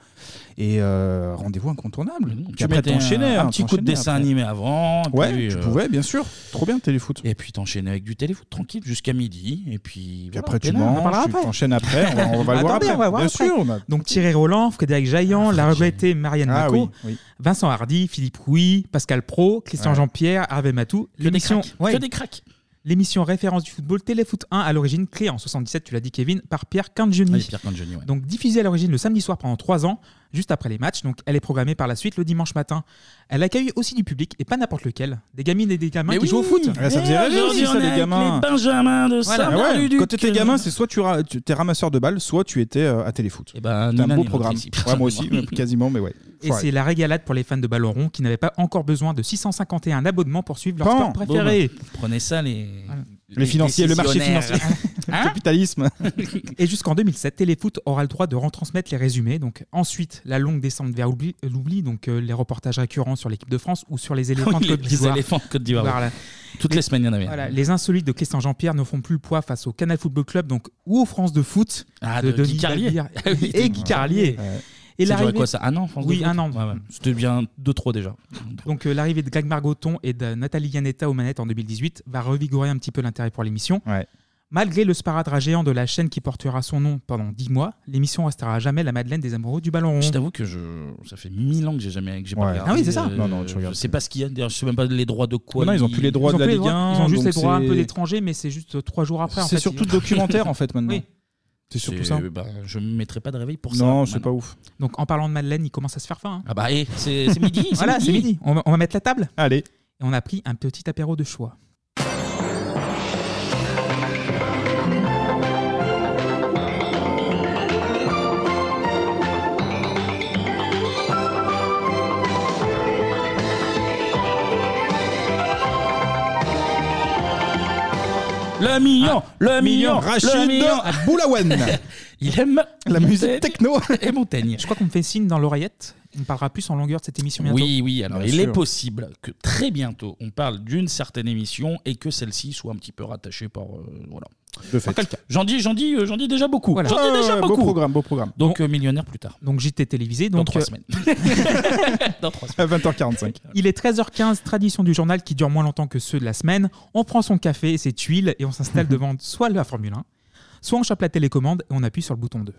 [SPEAKER 8] Et euh, rendez-vous incontournable.
[SPEAKER 1] Tu
[SPEAKER 8] Puis après
[SPEAKER 1] mettais un-
[SPEAKER 8] t'enchaînais. hein,
[SPEAKER 1] un, petit coup de
[SPEAKER 8] t'enchaînais
[SPEAKER 1] dessin
[SPEAKER 8] après.
[SPEAKER 1] animé avant. et
[SPEAKER 8] Ouais,
[SPEAKER 1] puis,
[SPEAKER 8] tu
[SPEAKER 1] euh,
[SPEAKER 8] pouvais, bien sûr. Trop bien, téléfoot.
[SPEAKER 1] Et puis t'enchaînais avec du téléfoot tranquille jusqu'à midi. Et puis,
[SPEAKER 8] Puis après, tu manges, tu t'enchaînes après. On va, on va le voir
[SPEAKER 11] Attendez,
[SPEAKER 8] après.
[SPEAKER 11] on va voir
[SPEAKER 8] bien
[SPEAKER 11] après.
[SPEAKER 8] sûr. on a-
[SPEAKER 11] Donc Thierry Roland, Frédéric Jaillant, la regrettée Marianne
[SPEAKER 8] Ah
[SPEAKER 11] Macot,
[SPEAKER 8] oui, oui.
[SPEAKER 11] Vincent Hardy, Philippe Rouy, Pascal Pro, Christian
[SPEAKER 8] Ouais.
[SPEAKER 11] Jean-Pierre, Hervé Matou. L'émission,
[SPEAKER 1] Que des cracks.
[SPEAKER 11] L'émission référence du football Téléfoot 1 à l'origine, créée en 77, tu l'as dit Kevin, par Pierre Cangioni.
[SPEAKER 1] Oui, Pierre Cangioni, ouais.
[SPEAKER 11] Donc diffusée à l'origine le samedi soir pendant 3 ans, juste après les matchs. Donc elle est programmée par la suite le dimanche matin. Elle accueille aussi du public et pas n'importe lequel. Des gamines et des gamins
[SPEAKER 1] Mais
[SPEAKER 11] qui jouent au
[SPEAKER 1] oui Eh,
[SPEAKER 11] foot.
[SPEAKER 8] Ah, ça faisait rêver aussi, ça, les gamins.
[SPEAKER 1] Benjamin de
[SPEAKER 8] Ah ouais,
[SPEAKER 1] Saint-Luc.
[SPEAKER 8] Quand t'étais gamin, c'est soit tu ra- tu- t'es ramasseur de balles, soit tu étais euh, à téléfoot. T'as
[SPEAKER 1] ben,
[SPEAKER 11] nous,
[SPEAKER 8] un
[SPEAKER 11] on
[SPEAKER 8] beau
[SPEAKER 11] est
[SPEAKER 8] programme.
[SPEAKER 11] motivés,
[SPEAKER 8] Ouais, moi aussi,
[SPEAKER 11] personnellement.
[SPEAKER 8] euh, quasiment, mais ouais.
[SPEAKER 11] Et c'est la régalade pour les fans de ballon rond qui n'avaient pas encore besoin de 651 abonnements pour suivre leur
[SPEAKER 8] Pan.
[SPEAKER 11] sport préféré.
[SPEAKER 1] Bon, ben, prenez ça, les. Hein
[SPEAKER 8] Les financiers, le marché
[SPEAKER 11] décisionnaires.
[SPEAKER 8] financier. Le capitalisme.
[SPEAKER 11] Hein Et jusqu'en 2007, Téléfoot aura le droit de retransmettre les résumés. Donc ensuite, la longue descente vers oubli- l'oubli, donc euh, les reportages récurrents sur l'équipe de France ou sur les éléphants
[SPEAKER 1] Oui,
[SPEAKER 11] de
[SPEAKER 1] les
[SPEAKER 11] Côte
[SPEAKER 1] petits
[SPEAKER 11] d'Ivoire.
[SPEAKER 1] éléphants de Côte d'Ivoire,
[SPEAKER 11] Voilà.
[SPEAKER 1] oui. Toutes les semaines, il y en avait.
[SPEAKER 11] Voilà, les insolites de Christian Jean-Pierre ne font plus le poids face au Canal Football Club, donc ou aux France de foot
[SPEAKER 1] Ah, de Guy Carlier.
[SPEAKER 11] Dallier
[SPEAKER 1] Ah oui,
[SPEAKER 11] et
[SPEAKER 1] de-
[SPEAKER 11] Guy Carlier.
[SPEAKER 1] Ouais.
[SPEAKER 11] Et
[SPEAKER 1] Ça durait
[SPEAKER 11] l'arrivée-
[SPEAKER 1] quoi, ça Un an, France de
[SPEAKER 11] Oui,
[SPEAKER 1] foot
[SPEAKER 11] un an.
[SPEAKER 1] Ouais, ouais. C'était bien 2-3 déjà.
[SPEAKER 11] Donc euh, l'arrivée de Greg Margoton et de Nathalie Yanetta aux manettes en 2018 va revigorer un petit peu l'intérêt pour l'émission. Malgré le sparadrap géant de la chaîne qui portera son nom pendant 10 mois, l'émission restera à jamais la Madeleine des amoureux du ballon rond.
[SPEAKER 1] Je t'avoue que je... ça fait mille ans que j'ai jamais que j'ai pas
[SPEAKER 11] Ouais.
[SPEAKER 1] regardé,
[SPEAKER 11] Ah oui, c'est ça.
[SPEAKER 1] euh,
[SPEAKER 11] Non, non, tu
[SPEAKER 1] je sais pas ce qu'il y a. D'ailleurs, je sais même pas les droits de quoi.
[SPEAKER 8] Non, ils ont plus les droits
[SPEAKER 11] Ils ont
[SPEAKER 8] de la
[SPEAKER 11] plus les
[SPEAKER 8] Ligue
[SPEAKER 11] droits,
[SPEAKER 8] 1.
[SPEAKER 11] Ils ont juste les
[SPEAKER 8] donc
[SPEAKER 11] droits un peu
[SPEAKER 8] c'est-
[SPEAKER 11] d'étrangers, mais c'est juste euh, trois jours après. en
[SPEAKER 8] C'est
[SPEAKER 11] fait,
[SPEAKER 8] surtout
[SPEAKER 11] ils-
[SPEAKER 8] documentaire, en fait, maintenant.
[SPEAKER 11] Oui.
[SPEAKER 8] C'est surtout ça.
[SPEAKER 1] bah, je me mettrai pas de réveil pour ça.
[SPEAKER 8] Non, c'est
[SPEAKER 1] maintenant.
[SPEAKER 8] pas ouf.
[SPEAKER 11] Donc en parlant de Madeleine, il commence à se faire faim. hein.
[SPEAKER 1] Ah bah, eh, c'est c'est midi. c'est
[SPEAKER 11] voilà, c'est midi. On va, on va mettre la table.
[SPEAKER 8] Allez. Et
[SPEAKER 11] on a pris un petit apéro de choix.
[SPEAKER 1] Le million, Ah, le million, le
[SPEAKER 8] Rachid
[SPEAKER 1] million.
[SPEAKER 8] Boulawen.
[SPEAKER 1] Il aime
[SPEAKER 8] la musique techno
[SPEAKER 1] et montagne.
[SPEAKER 11] Je crois qu'on me fait signe dans l'oreillette. On parlera plus en longueur de cette émission bientôt.
[SPEAKER 1] Oui, oui. Alors, il est possible que très bientôt, on parle d'une certaine émission et que celle-ci soit un petit peu rattachée par euh, voilà.
[SPEAKER 8] De fait.
[SPEAKER 1] J'en dis, j'en dis, euh, j'en dis déjà beaucoup.
[SPEAKER 11] Voilà.
[SPEAKER 1] J'en dis déjà beaucoup.
[SPEAKER 8] Beau programme, beau programme.
[SPEAKER 1] Donc euh, millionnaire plus tard.
[SPEAKER 11] Donc j'étais télévisé. Donc,
[SPEAKER 1] Dans trois
[SPEAKER 11] euh,
[SPEAKER 1] semaines.
[SPEAKER 8] À 20h45.
[SPEAKER 11] Il est 13h15, tradition du journal qui dure moins longtemps que ceux de la semaine. On prend son café et ses tuiles et on s'installe devant soit la Formule 1, soit on chope la télécommande et on appuie sur le bouton 2.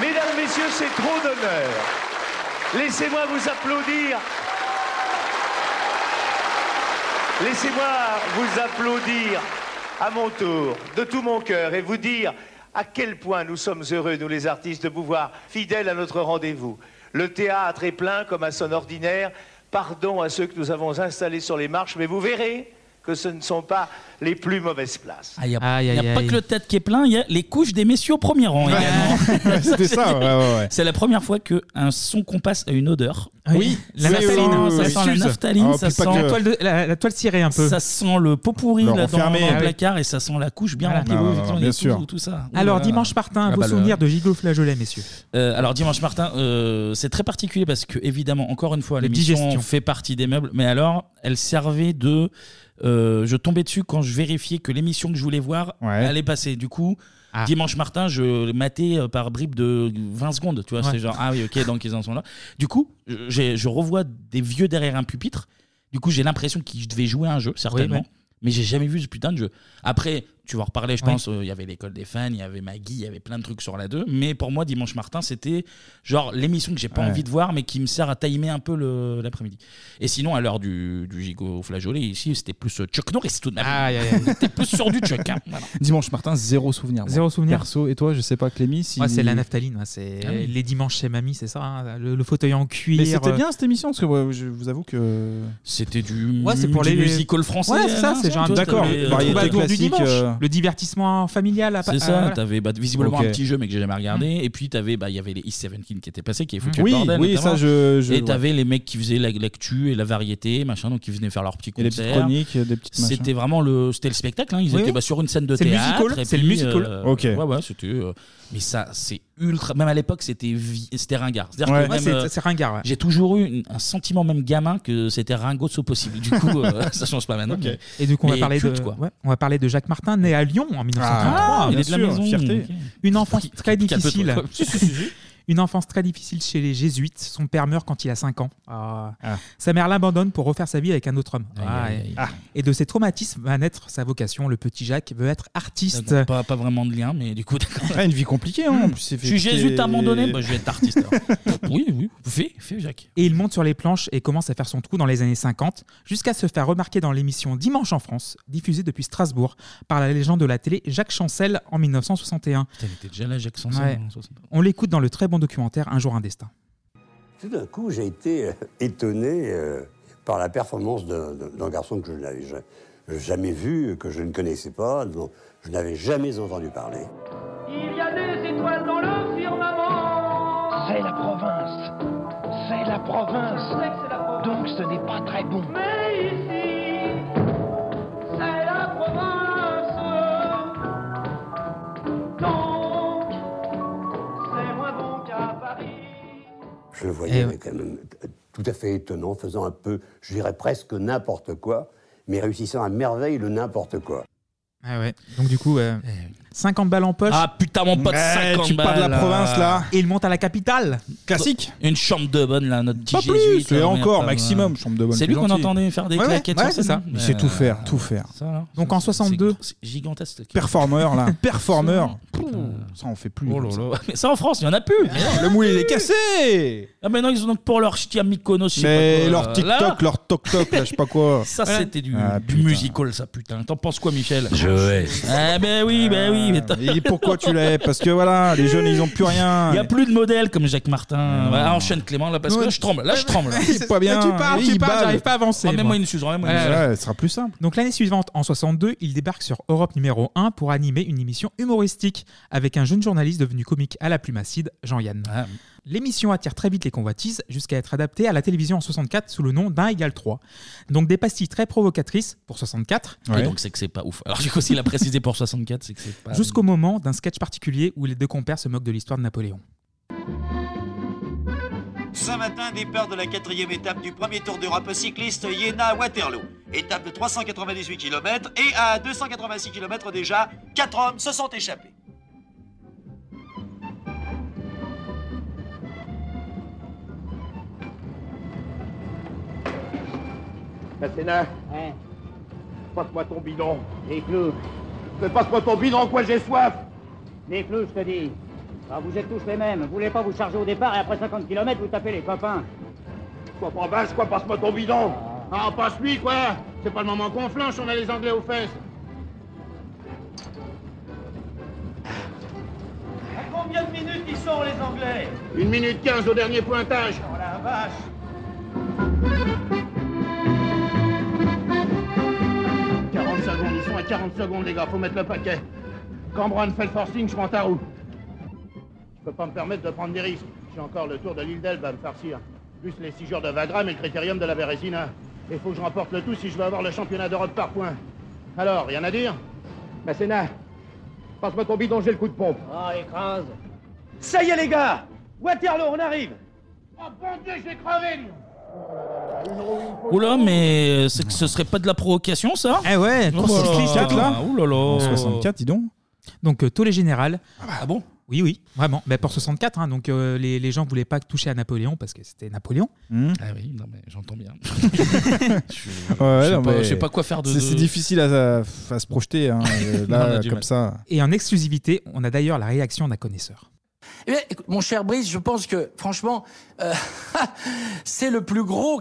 [SPEAKER 2] Mesdames, messieurs, c'est trop d'honneur. Laissez-moi vous applaudir. Laissez-moi vous applaudir à mon tour, de tout mon cœur, et vous dire à quel point nous sommes heureux, nous les artistes, de pouvoir, fidèles à notre rendez-vous. Le théâtre est plein comme à son ordinaire. Pardon à ceux que nous avons installés sur les marches, mais vous verrez que ce ne sont pas les plus mauvaises places.
[SPEAKER 1] Ah, il n'y a,
[SPEAKER 11] Aïe,
[SPEAKER 1] il y a
[SPEAKER 11] aïe,
[SPEAKER 1] pas
[SPEAKER 11] aïe.
[SPEAKER 1] que le tête qui est plein, il y a les couches des messieurs au premier rang également.
[SPEAKER 8] C'était ça, ouais, ouais, ouais.
[SPEAKER 1] C'est la première fois qu'un son qu'on passe a une odeur.
[SPEAKER 11] Oui, la naphtaline,
[SPEAKER 1] ça
[SPEAKER 11] oui,
[SPEAKER 1] sent
[SPEAKER 11] oui.
[SPEAKER 1] la naphtaline,
[SPEAKER 11] Ah,
[SPEAKER 8] Oh,
[SPEAKER 1] ça
[SPEAKER 11] Oh, puis pas
[SPEAKER 1] sent
[SPEAKER 11] que- La toile de- la- la toile cirée un peu.
[SPEAKER 1] Ça sent le pot pourri
[SPEAKER 11] Le
[SPEAKER 1] là, dans,
[SPEAKER 11] renfermé.
[SPEAKER 1] dans
[SPEAKER 11] Ah
[SPEAKER 1] le
[SPEAKER 11] oui.
[SPEAKER 1] placard et ça sent la couche bien
[SPEAKER 11] Voilà.
[SPEAKER 1] remplie.
[SPEAKER 11] Ah,
[SPEAKER 1] Oui,
[SPEAKER 11] ouais,
[SPEAKER 1] effectivement,
[SPEAKER 11] ouais,
[SPEAKER 1] il y a
[SPEAKER 11] bien
[SPEAKER 1] tout,
[SPEAKER 11] sûr.
[SPEAKER 1] tout ça.
[SPEAKER 11] Alors
[SPEAKER 1] Ouh là
[SPEAKER 11] dimanche
[SPEAKER 1] là.
[SPEAKER 11] Martin,
[SPEAKER 1] Ah
[SPEAKER 11] vos
[SPEAKER 1] bah, le-
[SPEAKER 11] souvenirs de Gigo Flageolet, messieurs.
[SPEAKER 1] Euh, alors dimanche Martin, euh, c'est très particulier parce que évidemment encore une fois
[SPEAKER 11] Les
[SPEAKER 1] l'émission
[SPEAKER 11] digestions.
[SPEAKER 1] fait partie des meubles, mais alors elle servait de, euh, je tombais dessus quand je vérifiais que l'émission que je voulais voir allait passer. Du coup
[SPEAKER 11] Ah.
[SPEAKER 1] dimanche Martin, je matais euh, par bribes de 20 secondes, tu vois,
[SPEAKER 11] Ouais.
[SPEAKER 1] c'est genre ah oui ok donc ils en sont là. Du coup je- j'ai- je revois des vieux derrière un pupitre. Du coup j'ai l'impression qu'ils devaient jouer à un jeu certainement.
[SPEAKER 11] ouais.
[SPEAKER 1] Mais j'ai jamais vu ce putain de jeu. Après, tu vas en reparler, je
[SPEAKER 11] Oui.
[SPEAKER 1] pense. euh, Il y avait l'école des fans, il y avait Maggie, il y avait plein de trucs sur la 2. Mais pour moi, Dimanche Martin, c'était genre l'émission que j'ai pas
[SPEAKER 11] Ouais.
[SPEAKER 1] envie de voir, mais qui me sert à timer un peu le- l'après-midi. Et sinon, à l'heure du, du gigot flageolet, ici, c'était plus euh, Chuck Norris tout de même. C'était plus sur du Chuck. hein. Voilà.
[SPEAKER 8] Dimanche Martin, zéro souvenir. moi.
[SPEAKER 11] Zéro souvenir.
[SPEAKER 8] Perso, et toi, je sais pas, Clémy, si.
[SPEAKER 11] Ouais, c'est la naphtaline, ouais, c'est
[SPEAKER 8] Ah oui.
[SPEAKER 11] les dimanches chez mamie, c'est ça, hein, le, le fauteuil en cuir.
[SPEAKER 8] Mais c'était
[SPEAKER 11] euh,
[SPEAKER 8] bien cette émission, parce que ouais, je vous avoue que.
[SPEAKER 1] C'était du.
[SPEAKER 11] Ouais, c'est pour
[SPEAKER 1] du
[SPEAKER 11] les
[SPEAKER 1] musical français,
[SPEAKER 11] Ouais, c'est ça,
[SPEAKER 1] hein,
[SPEAKER 11] c'est genre un
[SPEAKER 1] toi,
[SPEAKER 8] D'accord,
[SPEAKER 1] t'avais, euh,
[SPEAKER 8] variété
[SPEAKER 1] Troubadour du
[SPEAKER 8] classique.
[SPEAKER 1] dimanche.
[SPEAKER 8] euh,
[SPEAKER 11] Le divertissement familial. à-
[SPEAKER 1] C'est
[SPEAKER 11] à-
[SPEAKER 1] ça,
[SPEAKER 11] Ah, euh, voilà. Mm.
[SPEAKER 1] t'avais bah, visiblement
[SPEAKER 11] Ok.
[SPEAKER 1] un petit jeu mais que j'ai jamais regardé. Et puis t'avais, bah, il y avait les East 17 qui étaient passés, qui avaient foutu
[SPEAKER 8] Oui,
[SPEAKER 1] le bordel.
[SPEAKER 8] oui,
[SPEAKER 1] notamment.
[SPEAKER 8] ça, je- je-
[SPEAKER 1] et t'avais les mecs qui faisaient la- l'actu et la variété, machin, donc ils venaient faire leurs petits
[SPEAKER 8] Et
[SPEAKER 1] concerts.
[SPEAKER 8] des petites chroniques, des petites machins.
[SPEAKER 1] C'était vraiment le, c'était le spectacle. hein. Ils
[SPEAKER 8] Oui,
[SPEAKER 1] étaient
[SPEAKER 8] oui.
[SPEAKER 1] bah, sur une scène de
[SPEAKER 8] C'est le
[SPEAKER 1] théâtre.
[SPEAKER 8] musical,
[SPEAKER 1] et
[SPEAKER 8] c'est le
[SPEAKER 1] puis,
[SPEAKER 8] musical. Ok.
[SPEAKER 1] Ouais, ouais, c'était. euh, mais ça, c'est ultra. Même à l'époque, c'était vi- c'était ringard. C'est-à-dire
[SPEAKER 11] Ouais.
[SPEAKER 1] que
[SPEAKER 11] Ouais,
[SPEAKER 1] même,
[SPEAKER 11] c'est-
[SPEAKER 1] euh,
[SPEAKER 11] c'est ringard, ouais.
[SPEAKER 1] J'ai toujours eu une- un sentiment même gamin que c'était ringosso possible. Du coup, euh, ça change pas maintenant. mais-
[SPEAKER 11] Et donc on va
[SPEAKER 1] mais
[SPEAKER 11] parler
[SPEAKER 1] culte,
[SPEAKER 11] de
[SPEAKER 1] quoi.
[SPEAKER 11] ouais, on va parler de Jacques Martin né à Lyon en 1933.
[SPEAKER 1] Ah, il est de la maison. Fierté. Ok.
[SPEAKER 11] Une enfance très
[SPEAKER 1] pique un peu,
[SPEAKER 11] difficile.
[SPEAKER 1] toi. Si, si,
[SPEAKER 11] Une enfance très difficile chez les jésuites. Son père meurt quand il a 5 ans. Ah. Sa mère l'abandonne pour refaire sa vie avec un autre homme.
[SPEAKER 1] Aïe,
[SPEAKER 11] Ah,
[SPEAKER 1] aïe,
[SPEAKER 11] et-
[SPEAKER 1] aïe.
[SPEAKER 11] Ah. Et de ces traumatismes va naître sa vocation. Le petit Jacques veut être artiste.
[SPEAKER 1] D'accord, Ah, Pas, pas vraiment de lien, mais du coup, d'accord.
[SPEAKER 8] une vie compliquée.
[SPEAKER 1] hein, en
[SPEAKER 11] en
[SPEAKER 1] plus, c'est Je suis fait- jésuite à un moment donné, bah, je vais être artiste, oui, oui, fais, fais Jacques.
[SPEAKER 11] Et il monte sur les planches et commence à faire son trou dans les années 50, jusqu'à se faire remarquer dans l'émission Dimanche en France, diffusée depuis Strasbourg, par la légende de la télé Jacques Chancel en 1961.
[SPEAKER 1] Putain, il était déjà là, Jacques Sanson.
[SPEAKER 11] Ouais.
[SPEAKER 1] en 60.
[SPEAKER 11] On l'écoute dans le très bon documentaire Un jour un destin.
[SPEAKER 15] Tout d'un coup, j'ai été euh, étonné euh, par la performance d'un d'un- d'un garçon que je n'avais ja- jamais vu, que je ne connaissais pas, dont je n'avais jamais entendu parler.
[SPEAKER 4] Il y a des étoiles dans le firmament.
[SPEAKER 16] C'est la province. C'est la province. Donc ce n'est pas très bon.
[SPEAKER 4] Mais ici, c'est la province. Donc, c'est moins bon qu'à Paris.
[SPEAKER 15] Je le voyais quand même euh, tout à fait étonnant, faisant un peu, je dirais presque n'importe quoi, mais réussissant à merveille le n'importe quoi.
[SPEAKER 11] Ah ouais. Donc du coup, euh, 50 balles en poche.
[SPEAKER 1] Eh Ah putain, mon pote, 50 balles,
[SPEAKER 11] Et il monte à la capitale.
[SPEAKER 1] Une chambre de bonne, là, notre petit
[SPEAKER 11] Pas plus,
[SPEAKER 1] jésuite.
[SPEAKER 11] et
[SPEAKER 1] là, on est
[SPEAKER 11] encore,
[SPEAKER 1] à-
[SPEAKER 11] maximum, chambre de bonne,
[SPEAKER 1] euh, C'est lui
[SPEAKER 11] c'est
[SPEAKER 1] qu'on
[SPEAKER 11] gentil.
[SPEAKER 1] entendait faire des
[SPEAKER 11] Ouais, ouais,
[SPEAKER 1] claquettes
[SPEAKER 11] ouais,
[SPEAKER 1] sur
[SPEAKER 11] c'est
[SPEAKER 1] scène.
[SPEAKER 11] ça.
[SPEAKER 8] Il sait
[SPEAKER 1] Euh,
[SPEAKER 8] tout faire, tout faire.
[SPEAKER 1] ça, alors.
[SPEAKER 11] Donc en 62,
[SPEAKER 1] C'est gigantesque.
[SPEAKER 8] Performeur, là. Performeur.
[SPEAKER 1] Ça,
[SPEAKER 8] on fait plus.
[SPEAKER 1] Oh là là. Mais ça, en France, il n'y en a plus. le moule, il est cassé. Ah, maintenant, ils ont donc pour leur ch'ti à Mykonos. je sais pas
[SPEAKER 8] Mais
[SPEAKER 1] quoi,
[SPEAKER 8] leur
[SPEAKER 1] euh,
[SPEAKER 8] TikTok,
[SPEAKER 1] là.
[SPEAKER 8] leur toc-toc, là, je sais pas quoi.
[SPEAKER 1] Ça,
[SPEAKER 8] Voilà.
[SPEAKER 1] c'était du,
[SPEAKER 8] Ah,
[SPEAKER 1] du
[SPEAKER 8] putain.
[SPEAKER 1] musical, ça, putain. T'en penses quoi, Michel
[SPEAKER 8] Je hais.
[SPEAKER 1] Ah, ben oui, ben oui. Mais t'as-
[SPEAKER 8] Et pourquoi tu l'as Parce que voilà, les jeunes, ils ont plus rien.
[SPEAKER 1] Il n'y a plus de modèle comme Jacques Martin.
[SPEAKER 8] Non.
[SPEAKER 1] Voilà, enchaîne Clément là parce que
[SPEAKER 8] Ouais.
[SPEAKER 1] là je tremble. Là je tremble. Ah,
[SPEAKER 8] Il est pas bien. Là, tu parles, tu Il parles, bave. j'arrive pas à avancer,
[SPEAKER 1] Remets-moi
[SPEAKER 11] moi.
[SPEAKER 1] une suze. remets-moi
[SPEAKER 11] Ouais,
[SPEAKER 1] une suze.
[SPEAKER 11] ouais.
[SPEAKER 8] Ouais, ce sera plus simple.
[SPEAKER 11] Donc l'année suivante, en 62, il débarque sur Europe numéro 1 pour animer une émission humoristique avec un jeune journaliste devenu comique à la plume acide, Jean-Yann.
[SPEAKER 8] Ah.
[SPEAKER 11] L'émission attire très vite les convoitises jusqu'à être adaptée à la télévision en 64 sous le nom d'Un égale 3. Donc des pastilles très provocatrices pour 64.
[SPEAKER 1] Et donc c'est que c'est pas ouf. Alors du coup s'il a précisé pour 64 c'est que c'est pas.
[SPEAKER 11] Jusqu'au moment d'un sketch particulier où les deux compères se moquent de l'histoire de Napoléon.
[SPEAKER 17] Ce matin, départ de la quatrième étape du premier Tour d'Europe cycliste Iéna-Waterloo. Étape de 398 km et à 286 km déjà, quatre hommes se sont échappés.
[SPEAKER 18] Masséna Passe-moi ton bidon. Les clous. Mais passe-moi ton bidon, quoi, j'ai soif
[SPEAKER 19] Les clous, je te dis. Ah, vous êtes tous les mêmes. Vous voulez pas vous charger au départ et après 50 km, vous tapez les copains.
[SPEAKER 18] Quoi, pas bâche, quoi, passe-moi ton bidon Ah, passe-lui, quoi C'est pas le moment qu'on flanche, on a les Anglais aux fesses.
[SPEAKER 17] À combien de minutes ils sont, les Anglais
[SPEAKER 18] Une minute quinze au dernier pointage.
[SPEAKER 17] Oh la vache
[SPEAKER 18] Quarante 40 secondes, ils sont à 40 secondes, les gars, faut mettre le paquet. Quand Brown fait le forcing, je prends ta roue. Je peux pas me permettre de prendre des risques. J'ai encore le tour de l'île d'Elbe à me farcir. Plus les 6 jours de Vagram et le critérium de la Vérésina. Il faut que je remporte le tout si je veux avoir le championnat d'Europe par points. Alors, rien à dire Masséna, passe-moi ton bidon, j'ai le coup de pompe.
[SPEAKER 17] Ah, écrase Ça y est, les gars Waterloo, on arrive
[SPEAKER 18] Oh bon Dieu, je vais crever, lui
[SPEAKER 1] Oula mais c'est que ce serait pas de la provocation ça Oh
[SPEAKER 11] Eh ouais.
[SPEAKER 1] Oula. Ah, Oula
[SPEAKER 11] En
[SPEAKER 1] là.
[SPEAKER 11] 64,
[SPEAKER 8] dis donc.
[SPEAKER 11] Oh. Donc, euh, tollé général. Ah,
[SPEAKER 1] bon
[SPEAKER 11] Oui, oui, vraiment. Mais pour 64, hein, donc euh, les, les gens voulaient pas toucher à Napoléon parce que c'était Napoléon.
[SPEAKER 8] Hmm.
[SPEAKER 1] Ah oui non mais j'entends bien.
[SPEAKER 8] Ouais,
[SPEAKER 1] je, sais
[SPEAKER 8] non,
[SPEAKER 1] pas,
[SPEAKER 8] mais
[SPEAKER 1] je sais pas quoi faire de.
[SPEAKER 8] C'est c'est
[SPEAKER 1] de-
[SPEAKER 8] difficile à, à se projeter, hein, euh,
[SPEAKER 11] On
[SPEAKER 8] là,
[SPEAKER 11] a du
[SPEAKER 8] comme
[SPEAKER 11] mal.
[SPEAKER 8] ça.
[SPEAKER 11] Et en exclusivité, on a d'ailleurs la réaction d'un connaisseur.
[SPEAKER 20] Eh bien, écoute, mon cher Brice, je pense que, franchement, euh, c'est le plus gros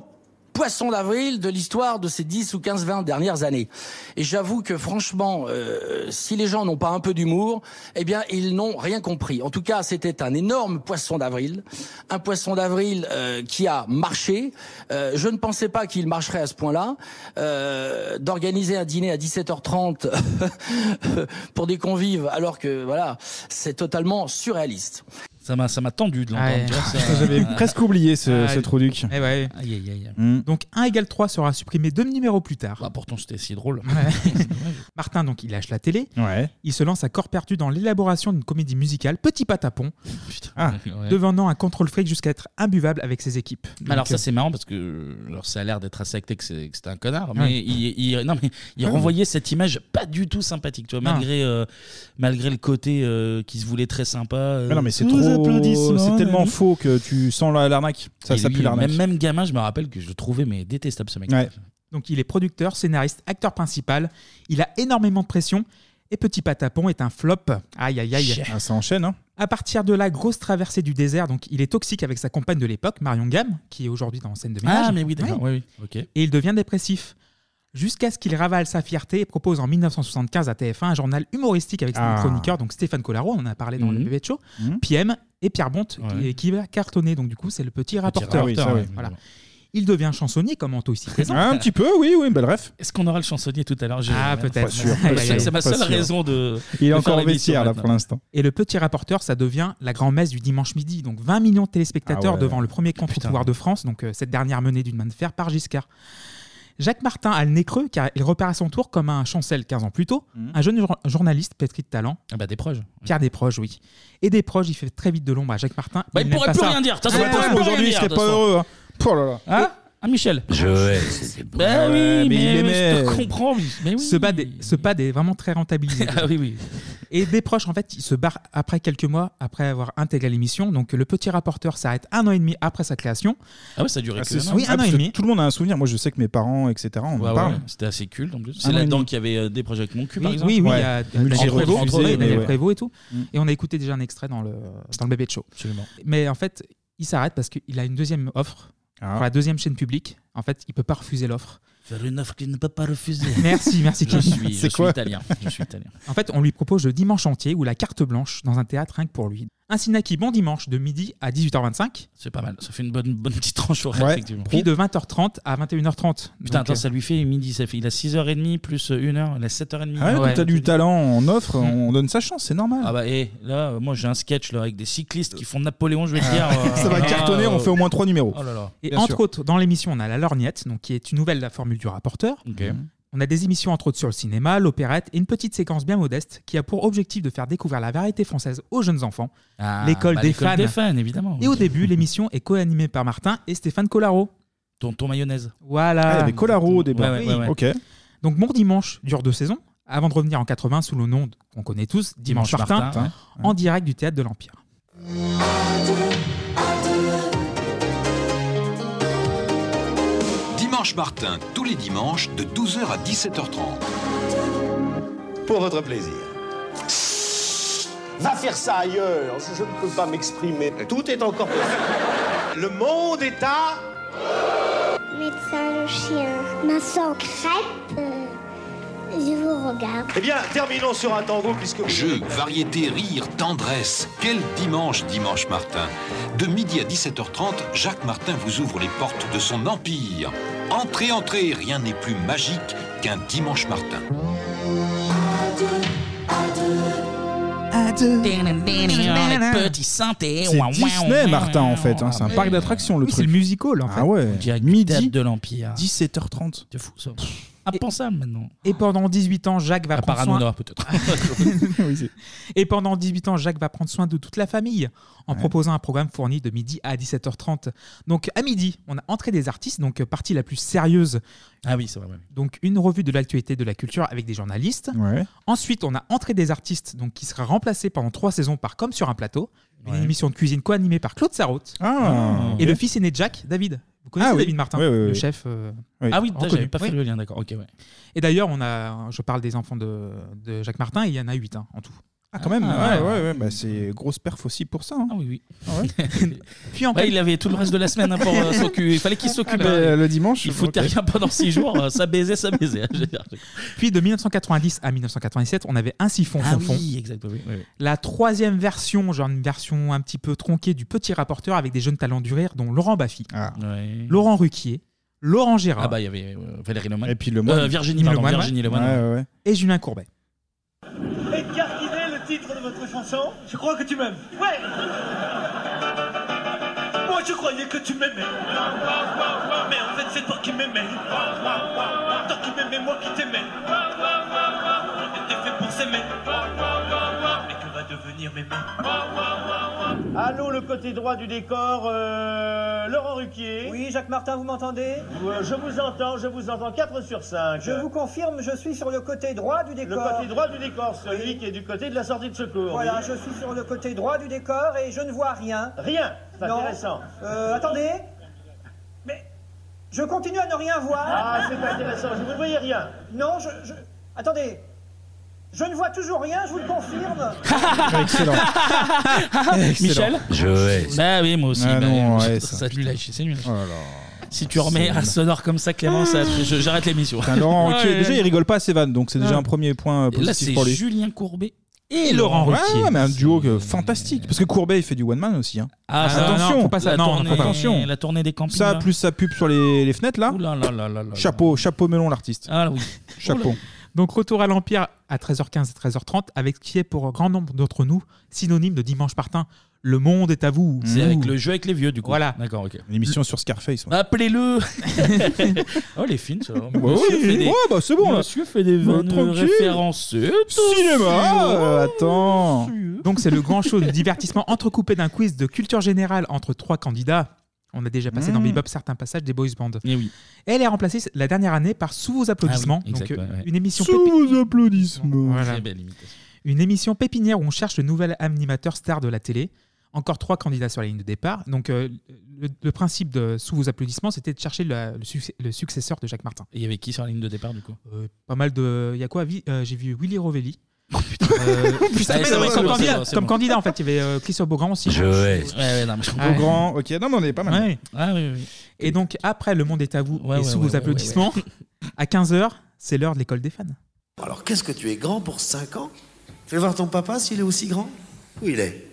[SPEAKER 20] poisson d'avril de l'histoire de ces 10 ou 15, 20 dernières années. Et j'avoue que franchement, euh, si les gens n'ont pas un peu d'humour, eh bien, ils n'ont rien compris. En tout cas, c'était un énorme poisson d'avril. Un poisson d'avril euh, qui a marché. Euh, je ne pensais pas qu'il marcherait à ce point-là. Euh, D'organiser un dîner à 17h30 pour des convives, alors que, voilà, c'est totalement surréaliste.
[SPEAKER 1] Ça m'a, ça m'a tendu de l'entendre.
[SPEAKER 20] Ouais.
[SPEAKER 1] tu vois, ça-
[SPEAKER 8] J'avais
[SPEAKER 1] Ah.
[SPEAKER 8] presque oublié ce,
[SPEAKER 11] Ah,
[SPEAKER 8] ce Hmm. trou duc.
[SPEAKER 11] Eh ouais. Mm. Donc 1 égale 3 sera supprimé deux numéros plus tard.
[SPEAKER 1] Bah, pourtant c'était si drôle.
[SPEAKER 11] Martin donc il lâche la télé. Il se lance à corps perdu dans l'élaboration d'une comédie musicale Petit Patapon. Ah,
[SPEAKER 1] Ouais.
[SPEAKER 11] Devenant un contrôle fric jusqu'à être imbuvable avec ses équipes. Donc,
[SPEAKER 1] alors ça
[SPEAKER 11] euh,
[SPEAKER 1] c'est marrant parce que alors ça a l'air d'être assez acté que c'est- que c'était un connard mais
[SPEAKER 11] Ouais.
[SPEAKER 1] il, il- non mais il
[SPEAKER 8] Ah
[SPEAKER 11] Ouais.
[SPEAKER 1] renvoyait cette image pas du tout sympathique tu vois
[SPEAKER 11] Ah.
[SPEAKER 1] malgré euh, malgré le côté euh, qui se voulait très sympa euh,
[SPEAKER 8] Ah non mais c'est
[SPEAKER 1] tous
[SPEAKER 8] trop,
[SPEAKER 1] applaudissements,
[SPEAKER 8] c'est tellement
[SPEAKER 1] nanani.
[SPEAKER 8] faux que tu sens la- l'arnaque. Ça,
[SPEAKER 1] Et
[SPEAKER 8] ça
[SPEAKER 1] lui,
[SPEAKER 8] pue l'arnaque.
[SPEAKER 1] même même gamin je me rappelle que je le trouvais mais détestable ce mec
[SPEAKER 11] Donc il est producteur, scénariste, acteur principal. Il a énormément de pression. Et Petit Patapon est un flop. Aïe, aïe, aïe.
[SPEAKER 8] Ah, ça enchaîne. Hein.
[SPEAKER 11] À partir de là, grosse traversée du désert. Donc il est toxique avec sa compagne de l'époque, Marion Gamme, qui est aujourd'hui dans scène de ménage.
[SPEAKER 1] ah mais oui d'accord
[SPEAKER 11] Ouais.
[SPEAKER 1] oui, oui. ok
[SPEAKER 11] Et il devient dépressif. Jusqu'à ce qu'il ravale sa fierté et propose en 1975 à TF1 un journal humoristique avec ses
[SPEAKER 1] Ah.
[SPEAKER 11] chroniqueurs, donc Stéphane Collaro, on en a parlé dans le bébé de show,
[SPEAKER 1] Mhm.
[SPEAKER 11] PM et Pierre Bonte,
[SPEAKER 1] Ouais.
[SPEAKER 11] qui, qui va cartonner. Donc du coup, c'est le petit rapporteur.
[SPEAKER 1] rapporteur, Ah oui, ça, oui.
[SPEAKER 11] Voilà. Il devient chansonnier, comme Anto ici présent.
[SPEAKER 1] Un petit
[SPEAKER 8] peu, oui, oui, bref.
[SPEAKER 1] Est-ce qu'on aura le chansonnier tout à l'heure J'ai- euh,
[SPEAKER 11] Ah, peut-être.
[SPEAKER 1] Pas sûr, pas sûr, C'est ma
[SPEAKER 11] pas
[SPEAKER 1] seule
[SPEAKER 11] sûr.
[SPEAKER 1] raison de.
[SPEAKER 11] Il est
[SPEAKER 1] de
[SPEAKER 11] encore
[SPEAKER 1] faire
[SPEAKER 11] au
[SPEAKER 1] l'émission
[SPEAKER 11] vestiaire, là,
[SPEAKER 1] maintenant.
[SPEAKER 11] pour l'instant. Et le petit rapporteur, ça devient la grand-messe du dimanche midi. Donc 20 millions de téléspectateurs
[SPEAKER 1] Ah ouais.
[SPEAKER 11] devant le premier contre-pouvoir de France, donc euh, cette dernière menée d'une main de fer par Giscard. Jacques Martin a le nez creux car il repart à son tour comme un chancel 15 ans plus tôt, un jeune jour- journaliste pétri de talent.
[SPEAKER 1] Mmh. Ah bah, des proches.
[SPEAKER 11] Pierre Desproges, oui. Et Desproges, il fait très vite de l'ombre à Jacques Martin.
[SPEAKER 1] Bah, il
[SPEAKER 11] n'aime
[SPEAKER 1] pourrait
[SPEAKER 11] pas
[SPEAKER 1] plus
[SPEAKER 11] ça. Ah
[SPEAKER 1] rien dire. De toute façon,
[SPEAKER 11] Ouais,
[SPEAKER 1] il pourrait plus rien
[SPEAKER 11] aujourd'hui,
[SPEAKER 1] dire,
[SPEAKER 11] serait
[SPEAKER 1] de toute façon.
[SPEAKER 8] hein. Oh là là.
[SPEAKER 1] Hein Ah, Michel
[SPEAKER 9] Je hais cette époque.
[SPEAKER 1] Bah
[SPEAKER 11] Ouais,
[SPEAKER 1] oui, mais,
[SPEAKER 11] il aimait.
[SPEAKER 1] je te comprends. mais- Mais oui.
[SPEAKER 11] Ce pad est, ce pad est vraiment très rentabilisé.
[SPEAKER 1] Ah oui, oui.
[SPEAKER 11] Et des proches, en fait, ils se barrent après quelques mois, après avoir intégré l'émission. Donc, le petit rapporteur s'arrête un an et demi après sa création.
[SPEAKER 1] Ah ouais, ça a duré
[SPEAKER 11] Ah,
[SPEAKER 1] que
[SPEAKER 11] c'est-
[SPEAKER 1] un an.
[SPEAKER 11] Oui,
[SPEAKER 1] Ah,
[SPEAKER 11] un an
[SPEAKER 1] parce
[SPEAKER 11] et
[SPEAKER 1] que
[SPEAKER 11] demi.
[SPEAKER 8] Tout le monde a un souvenir. Moi, je sais que mes parents, etc. On
[SPEAKER 1] Ouais,
[SPEAKER 8] en
[SPEAKER 1] ouais,
[SPEAKER 8] parle.
[SPEAKER 1] ouais, C'était assez culte en plus.
[SPEAKER 8] Ah,
[SPEAKER 1] C'est
[SPEAKER 8] oui,
[SPEAKER 1] là-dedans
[SPEAKER 8] oui.
[SPEAKER 1] qu'il y avait euh, des projets avec mon cul, par
[SPEAKER 11] Oui,
[SPEAKER 1] exemple.
[SPEAKER 11] oui, oui,
[SPEAKER 1] Ouais.
[SPEAKER 11] il y a
[SPEAKER 1] Entre
[SPEAKER 11] Daniel
[SPEAKER 1] autres,
[SPEAKER 11] Prévost,
[SPEAKER 1] entre autres,
[SPEAKER 11] Daniel
[SPEAKER 1] ouais.
[SPEAKER 11] Prévost et tout.
[SPEAKER 8] Mm.
[SPEAKER 11] Et on a écouté déjà un extrait dans le, dans le bébé de show.
[SPEAKER 1] Absolument.
[SPEAKER 11] Mais en fait, il s'arrête parce qu'il a une deuxième offre
[SPEAKER 8] Ah.
[SPEAKER 11] pour la deuxième chaîne publique. En fait, il peut pas refuser l'offre.
[SPEAKER 1] Faire une offre qu'il ne peut pas refuser.
[SPEAKER 11] Merci, merci.
[SPEAKER 1] Je
[SPEAKER 11] Kim.
[SPEAKER 1] suis, je suis italien. Je suis italien.
[SPEAKER 11] En fait, on lui propose le dimanche entier ou la carte blanche dans un théâtre rien que pour lui. Un Sinaki bon dimanche de midi à 18h25.
[SPEAKER 1] C'est pas mal. Ça fait une bonne, bonne petite tranche horaire, effectivement.
[SPEAKER 11] Puis de 20h30 à 21h30.
[SPEAKER 1] Putain,
[SPEAKER 11] Donc,
[SPEAKER 1] attends,
[SPEAKER 11] euh,
[SPEAKER 1] ça lui fait midi. Ça fait, il a 6h30 plus 1h. Il a 7h30.
[SPEAKER 8] Ah ouais,
[SPEAKER 1] Ouais.
[SPEAKER 8] Quand t'as du talent, on offre, on donne sa chance, c'est normal.
[SPEAKER 1] Ah bah et là, euh, moi j'ai un sketch là, avec des cyclistes qui font Napoléon, je vais te dire. euh,
[SPEAKER 8] Ça va
[SPEAKER 1] ah,
[SPEAKER 8] cartonner,
[SPEAKER 1] euh,
[SPEAKER 8] on fait au moins trois numéros.
[SPEAKER 1] Oh là là.
[SPEAKER 11] Et
[SPEAKER 8] Bien
[SPEAKER 11] entre
[SPEAKER 8] sûr.
[SPEAKER 11] autres, dans l'émission, on a la lorgnette, donc qui est une nouvelle de la formule du rapporteur.
[SPEAKER 8] Mhm.
[SPEAKER 11] On a des émissions entre autres sur le cinéma, l'opérette et une petite séquence bien modeste qui a pour objectif de faire découvrir la variété française aux jeunes enfants,
[SPEAKER 1] Ah,
[SPEAKER 11] l'école
[SPEAKER 1] bah,
[SPEAKER 11] des
[SPEAKER 1] l'école
[SPEAKER 11] fans.
[SPEAKER 1] des fans, évidemment.
[SPEAKER 11] Et au début, l'émission est co-animée par Martin et Stéphane Collaro.
[SPEAKER 1] Tonton mayonnaise.
[SPEAKER 11] Voilà.
[SPEAKER 1] Ah, il y avait Collaro au départ. Ouais, ouais, ouais, ouais. Ok.
[SPEAKER 11] Donc Mon Dimanche dure deux saisons, avant de revenir en 80 sous le nom de- qu'on connaît tous, Dimanche,
[SPEAKER 1] Dimanche
[SPEAKER 11] Martin,
[SPEAKER 1] Martin, ouais.
[SPEAKER 11] en direct du théâtre de l'Empire.
[SPEAKER 21] Dimanche Martin, tous les dimanches de 12h à 17h30.
[SPEAKER 2] Pour votre plaisir.
[SPEAKER 22] Va faire ça ailleurs, je ne peux pas m'exprimer. Tout est encore possible.
[SPEAKER 2] Le monde est à...
[SPEAKER 23] Médecin le chien. Vincent crêpe. euh, je vous regarde.
[SPEAKER 2] Eh bien, terminons sur un tango puisque...
[SPEAKER 21] Jeux, variétés, rire, tendresse. Quel dimanche, dimanche Martin. De midi à 17h30, Jacques Martin vous ouvre les portes de son empire. Entrez, entrez, rien n'est plus magique qu'un dimanche Martin.
[SPEAKER 1] Petit synthé.
[SPEAKER 8] C'est
[SPEAKER 1] ouah, ouah,
[SPEAKER 8] Disney,
[SPEAKER 1] ouah,
[SPEAKER 8] Martin, en fait. hein. C'est un
[SPEAKER 1] ouais.
[SPEAKER 8] parc d'attractions, le
[SPEAKER 1] Oui,
[SPEAKER 8] truc.
[SPEAKER 1] c'est le
[SPEAKER 11] musical, en
[SPEAKER 8] Ah ouais.
[SPEAKER 1] Midi de l'Empire.
[SPEAKER 8] 17h30.
[SPEAKER 1] C'est fou Ah, ça. Impensable maintenant.
[SPEAKER 11] Et pendant 18 ans, Jacques va
[SPEAKER 1] À part
[SPEAKER 11] prendre soin...
[SPEAKER 1] Hanouna, peut-être.
[SPEAKER 11] et pendant 18 ans, Jacques va prendre soin de toute la famille en proposant un programme fourni de midi à 17h30. Donc à midi, on a entrée des artistes, donc euh, partie la plus sérieuse.
[SPEAKER 1] Ah oui, c'est vrai. ouais.
[SPEAKER 11] Donc une revue de l'actualité de la culture avec des journalistes.
[SPEAKER 1] Ouais.
[SPEAKER 11] Ensuite, on a entrée des artistes, donc qui sera remplacée pendant trois saisons par Comme sur un plateau, une
[SPEAKER 1] Ouais.
[SPEAKER 11] émission de cuisine co-animée par Claude Sarraute
[SPEAKER 1] Ah,
[SPEAKER 11] et
[SPEAKER 1] ok.
[SPEAKER 11] le fils aîné de Jacques, David. Vous connaissez
[SPEAKER 1] Ah oui.
[SPEAKER 11] David Martin,
[SPEAKER 1] Oui, oui, oui.
[SPEAKER 11] le chef. euh,
[SPEAKER 1] Oui. Ah oui,
[SPEAKER 11] reconnu.
[SPEAKER 1] j'avais pas fait
[SPEAKER 11] Oui.
[SPEAKER 1] le lien, d'accord, ok, ouais.
[SPEAKER 11] Et d'ailleurs, on a, je parle des enfants de, de Jacques Martin, il y hein, en a 8 en tout.
[SPEAKER 8] Ah, quand même,
[SPEAKER 11] Ah,
[SPEAKER 8] ouais,
[SPEAKER 11] ouais.
[SPEAKER 8] ouais, ouais, bah, c'est grosse perf aussi pour ça. Ah
[SPEAKER 11] oui, oui.
[SPEAKER 1] Puis il avait tout le reste de la semaine hein, pour euh, s'occuper. Il fallait qu'il s'occupe.
[SPEAKER 8] Ah, bah,
[SPEAKER 1] euh,
[SPEAKER 8] le dimanche,
[SPEAKER 1] Il foutait
[SPEAKER 11] ok.
[SPEAKER 1] rien pendant 6 jours. euh, Ça baisait, ça baisait. hein, je veux dire.
[SPEAKER 11] Puis de 1990 à 1997, on avait un siphon
[SPEAKER 1] Ah
[SPEAKER 11] fond fond.
[SPEAKER 1] oui, exactement. oui,
[SPEAKER 8] Ah.
[SPEAKER 1] oui.
[SPEAKER 11] La troisième version, genre une version un petit peu tronquée du petit rapporteur avec des jeunes talents du rire, dont Laurent Baffy, Laurent Ruquier, Laurent Gérard.
[SPEAKER 1] Ah bah, il y avait euh, Valérie Lemoine.
[SPEAKER 11] Et puis
[SPEAKER 1] le Euh, Virginie, pardon, Virginie Lemoine.
[SPEAKER 11] Et Julien Courbet.
[SPEAKER 3] Écarquiner le titre de votre chanson Je crois que tu m'aimes. Ouais Moi je croyais que tu m'aimais. Mais en fait c'est toi qui m'aimais. Toi qui m'aimais, moi qui t'aimais. On était fait pour s'aimer. Mais que va devenir mes mains
[SPEAKER 2] Allô, le côté droit du décor, euh, Laurent Ruquier. Oui, Jacques Martin, vous m'entendez Je vous entends, je vous entends 4 sur 5.
[SPEAKER 3] Je vous confirme, je suis sur le côté droit du
[SPEAKER 2] Le
[SPEAKER 3] décor.
[SPEAKER 2] côté droit du décor, celui qui est du côté de la sortie de secours.
[SPEAKER 3] Voilà,
[SPEAKER 2] oui.
[SPEAKER 3] je suis sur le côté droit du décor et je ne vois rien.
[SPEAKER 2] Rien, c'est
[SPEAKER 3] Non.
[SPEAKER 2] intéressant.
[SPEAKER 3] Euh, attendez. Mais je continue à ne rien voir.
[SPEAKER 2] Ah, c'est pas intéressant, je ne voyais rien.
[SPEAKER 3] Non, je, je- Attendez. Je ne vois toujours rien, je vous le confirme.
[SPEAKER 8] Excellent.
[SPEAKER 1] Michel
[SPEAKER 9] Joël.
[SPEAKER 1] Bah oui, moi aussi.
[SPEAKER 8] Ah
[SPEAKER 1] bah,
[SPEAKER 8] non,
[SPEAKER 1] je-
[SPEAKER 8] ouais,
[SPEAKER 1] ça,
[SPEAKER 8] ça,
[SPEAKER 1] c'est nul à chier, c'est nul. Si tu
[SPEAKER 8] C'est
[SPEAKER 1] remets
[SPEAKER 8] nul. Ah.
[SPEAKER 1] un sonore comme ça, Clément, ça- je- j'arrête l'émission.
[SPEAKER 8] Putain, euh, Laurent Ruquier,
[SPEAKER 1] Ouais.
[SPEAKER 8] déjà il rigole pas à ses vannes, donc c'est déjà
[SPEAKER 1] Ouais.
[SPEAKER 8] un premier point euh,
[SPEAKER 1] Et Là,
[SPEAKER 8] positif
[SPEAKER 1] c'est
[SPEAKER 8] pour lui.
[SPEAKER 1] Julien Courbet et Laurent Ruquier.
[SPEAKER 8] Ouais, mais un duo que- fantastique. Parce que Courbet, il fait du one man aussi. hein.
[SPEAKER 1] Ah, ça,
[SPEAKER 8] attention,
[SPEAKER 1] non, faut pas ça.
[SPEAKER 8] la
[SPEAKER 1] Non,
[SPEAKER 8] tournée-
[SPEAKER 1] non,
[SPEAKER 8] attention.
[SPEAKER 1] la tournée des campings,
[SPEAKER 8] Ça
[SPEAKER 1] là.
[SPEAKER 8] plus sa pub sur les, les fenêtres là. chapeau, chapeau melon l'artiste.
[SPEAKER 1] Ah oui.
[SPEAKER 8] Chapeau.
[SPEAKER 11] Donc retour à l'Empire à 13h15 et 13h30 avec qui est pour un grand nombre d'entre nous synonyme de dimanche partin. Le monde est à vous.
[SPEAKER 1] C'est
[SPEAKER 8] Mmh.
[SPEAKER 11] Ouh.
[SPEAKER 1] avec le jeu avec les vieux, du coup.
[SPEAKER 11] Voilà.
[SPEAKER 1] D'accord, ok.
[SPEAKER 8] Une émission sur Scarface. ouais.
[SPEAKER 1] Appelez-le Oh, les films, ça va.
[SPEAKER 8] Bah oui, ouais, bah c'est bon là.
[SPEAKER 1] Monsieur fait des
[SPEAKER 8] Bah,
[SPEAKER 1] vannes
[SPEAKER 8] tranquille.
[SPEAKER 1] référencées.
[SPEAKER 8] Cinéma euh, Attends
[SPEAKER 11] Donc c'est le grand show de divertissement entrecoupé d'un quiz de culture générale entre trois candidats. On a déjà passé dans
[SPEAKER 8] Mmh.
[SPEAKER 11] Bebop certains passages des boys band.
[SPEAKER 1] Et Eh oui.
[SPEAKER 11] elle est remplacée la dernière année par Sous vos applaudissements,
[SPEAKER 1] Ah oui, exact,
[SPEAKER 11] donc euh,
[SPEAKER 1] ouais, ouais.
[SPEAKER 11] une émission
[SPEAKER 8] Sous vos applaudissements.
[SPEAKER 11] Voilà.
[SPEAKER 1] Très belle imitation.
[SPEAKER 11] Une émission pépinière où on cherche le nouvel animateur star de la télé. Encore trois candidats sur la ligne de départ. Donc, euh, le, le principe de sous vos applaudissements, c'était de chercher la- le, succès- le successeur de Jacques Martin. Euh,
[SPEAKER 1] Et il y avait qui sur la ligne de départ, du coup
[SPEAKER 11] Pas mal de. Il y a quoi Vi- euh, J'ai vu Willy Rovelli.
[SPEAKER 1] Oh, Putain,
[SPEAKER 11] mais
[SPEAKER 1] c'est
[SPEAKER 11] non,
[SPEAKER 1] bon,
[SPEAKER 11] mais
[SPEAKER 1] c'est
[SPEAKER 11] comme
[SPEAKER 1] bon, c'est
[SPEAKER 11] candidat,
[SPEAKER 1] bon, c'est
[SPEAKER 11] comme
[SPEAKER 1] bon.
[SPEAKER 11] candidat, en fait, il y avait euh, Christophe Beaugrand aussi.
[SPEAKER 1] Joël. Ouais, ouais, non, mais je comprends.
[SPEAKER 8] Beaugrand, ok, non, mais on est pas mal.
[SPEAKER 11] Ouais.
[SPEAKER 1] Ah
[SPEAKER 11] Et donc, après Le Monde est à vous
[SPEAKER 8] Ouais,
[SPEAKER 11] et
[SPEAKER 8] ouais,
[SPEAKER 11] sous
[SPEAKER 8] ouais,
[SPEAKER 11] vos
[SPEAKER 8] ouais,
[SPEAKER 11] applaudissements,
[SPEAKER 8] ouais,
[SPEAKER 11] à 15h, c'est l'heure de l'école des fans.
[SPEAKER 5] Alors qu'est-ce que tu es grand pour 5 ans Fais voir ton papa s'il est aussi grand. Où il est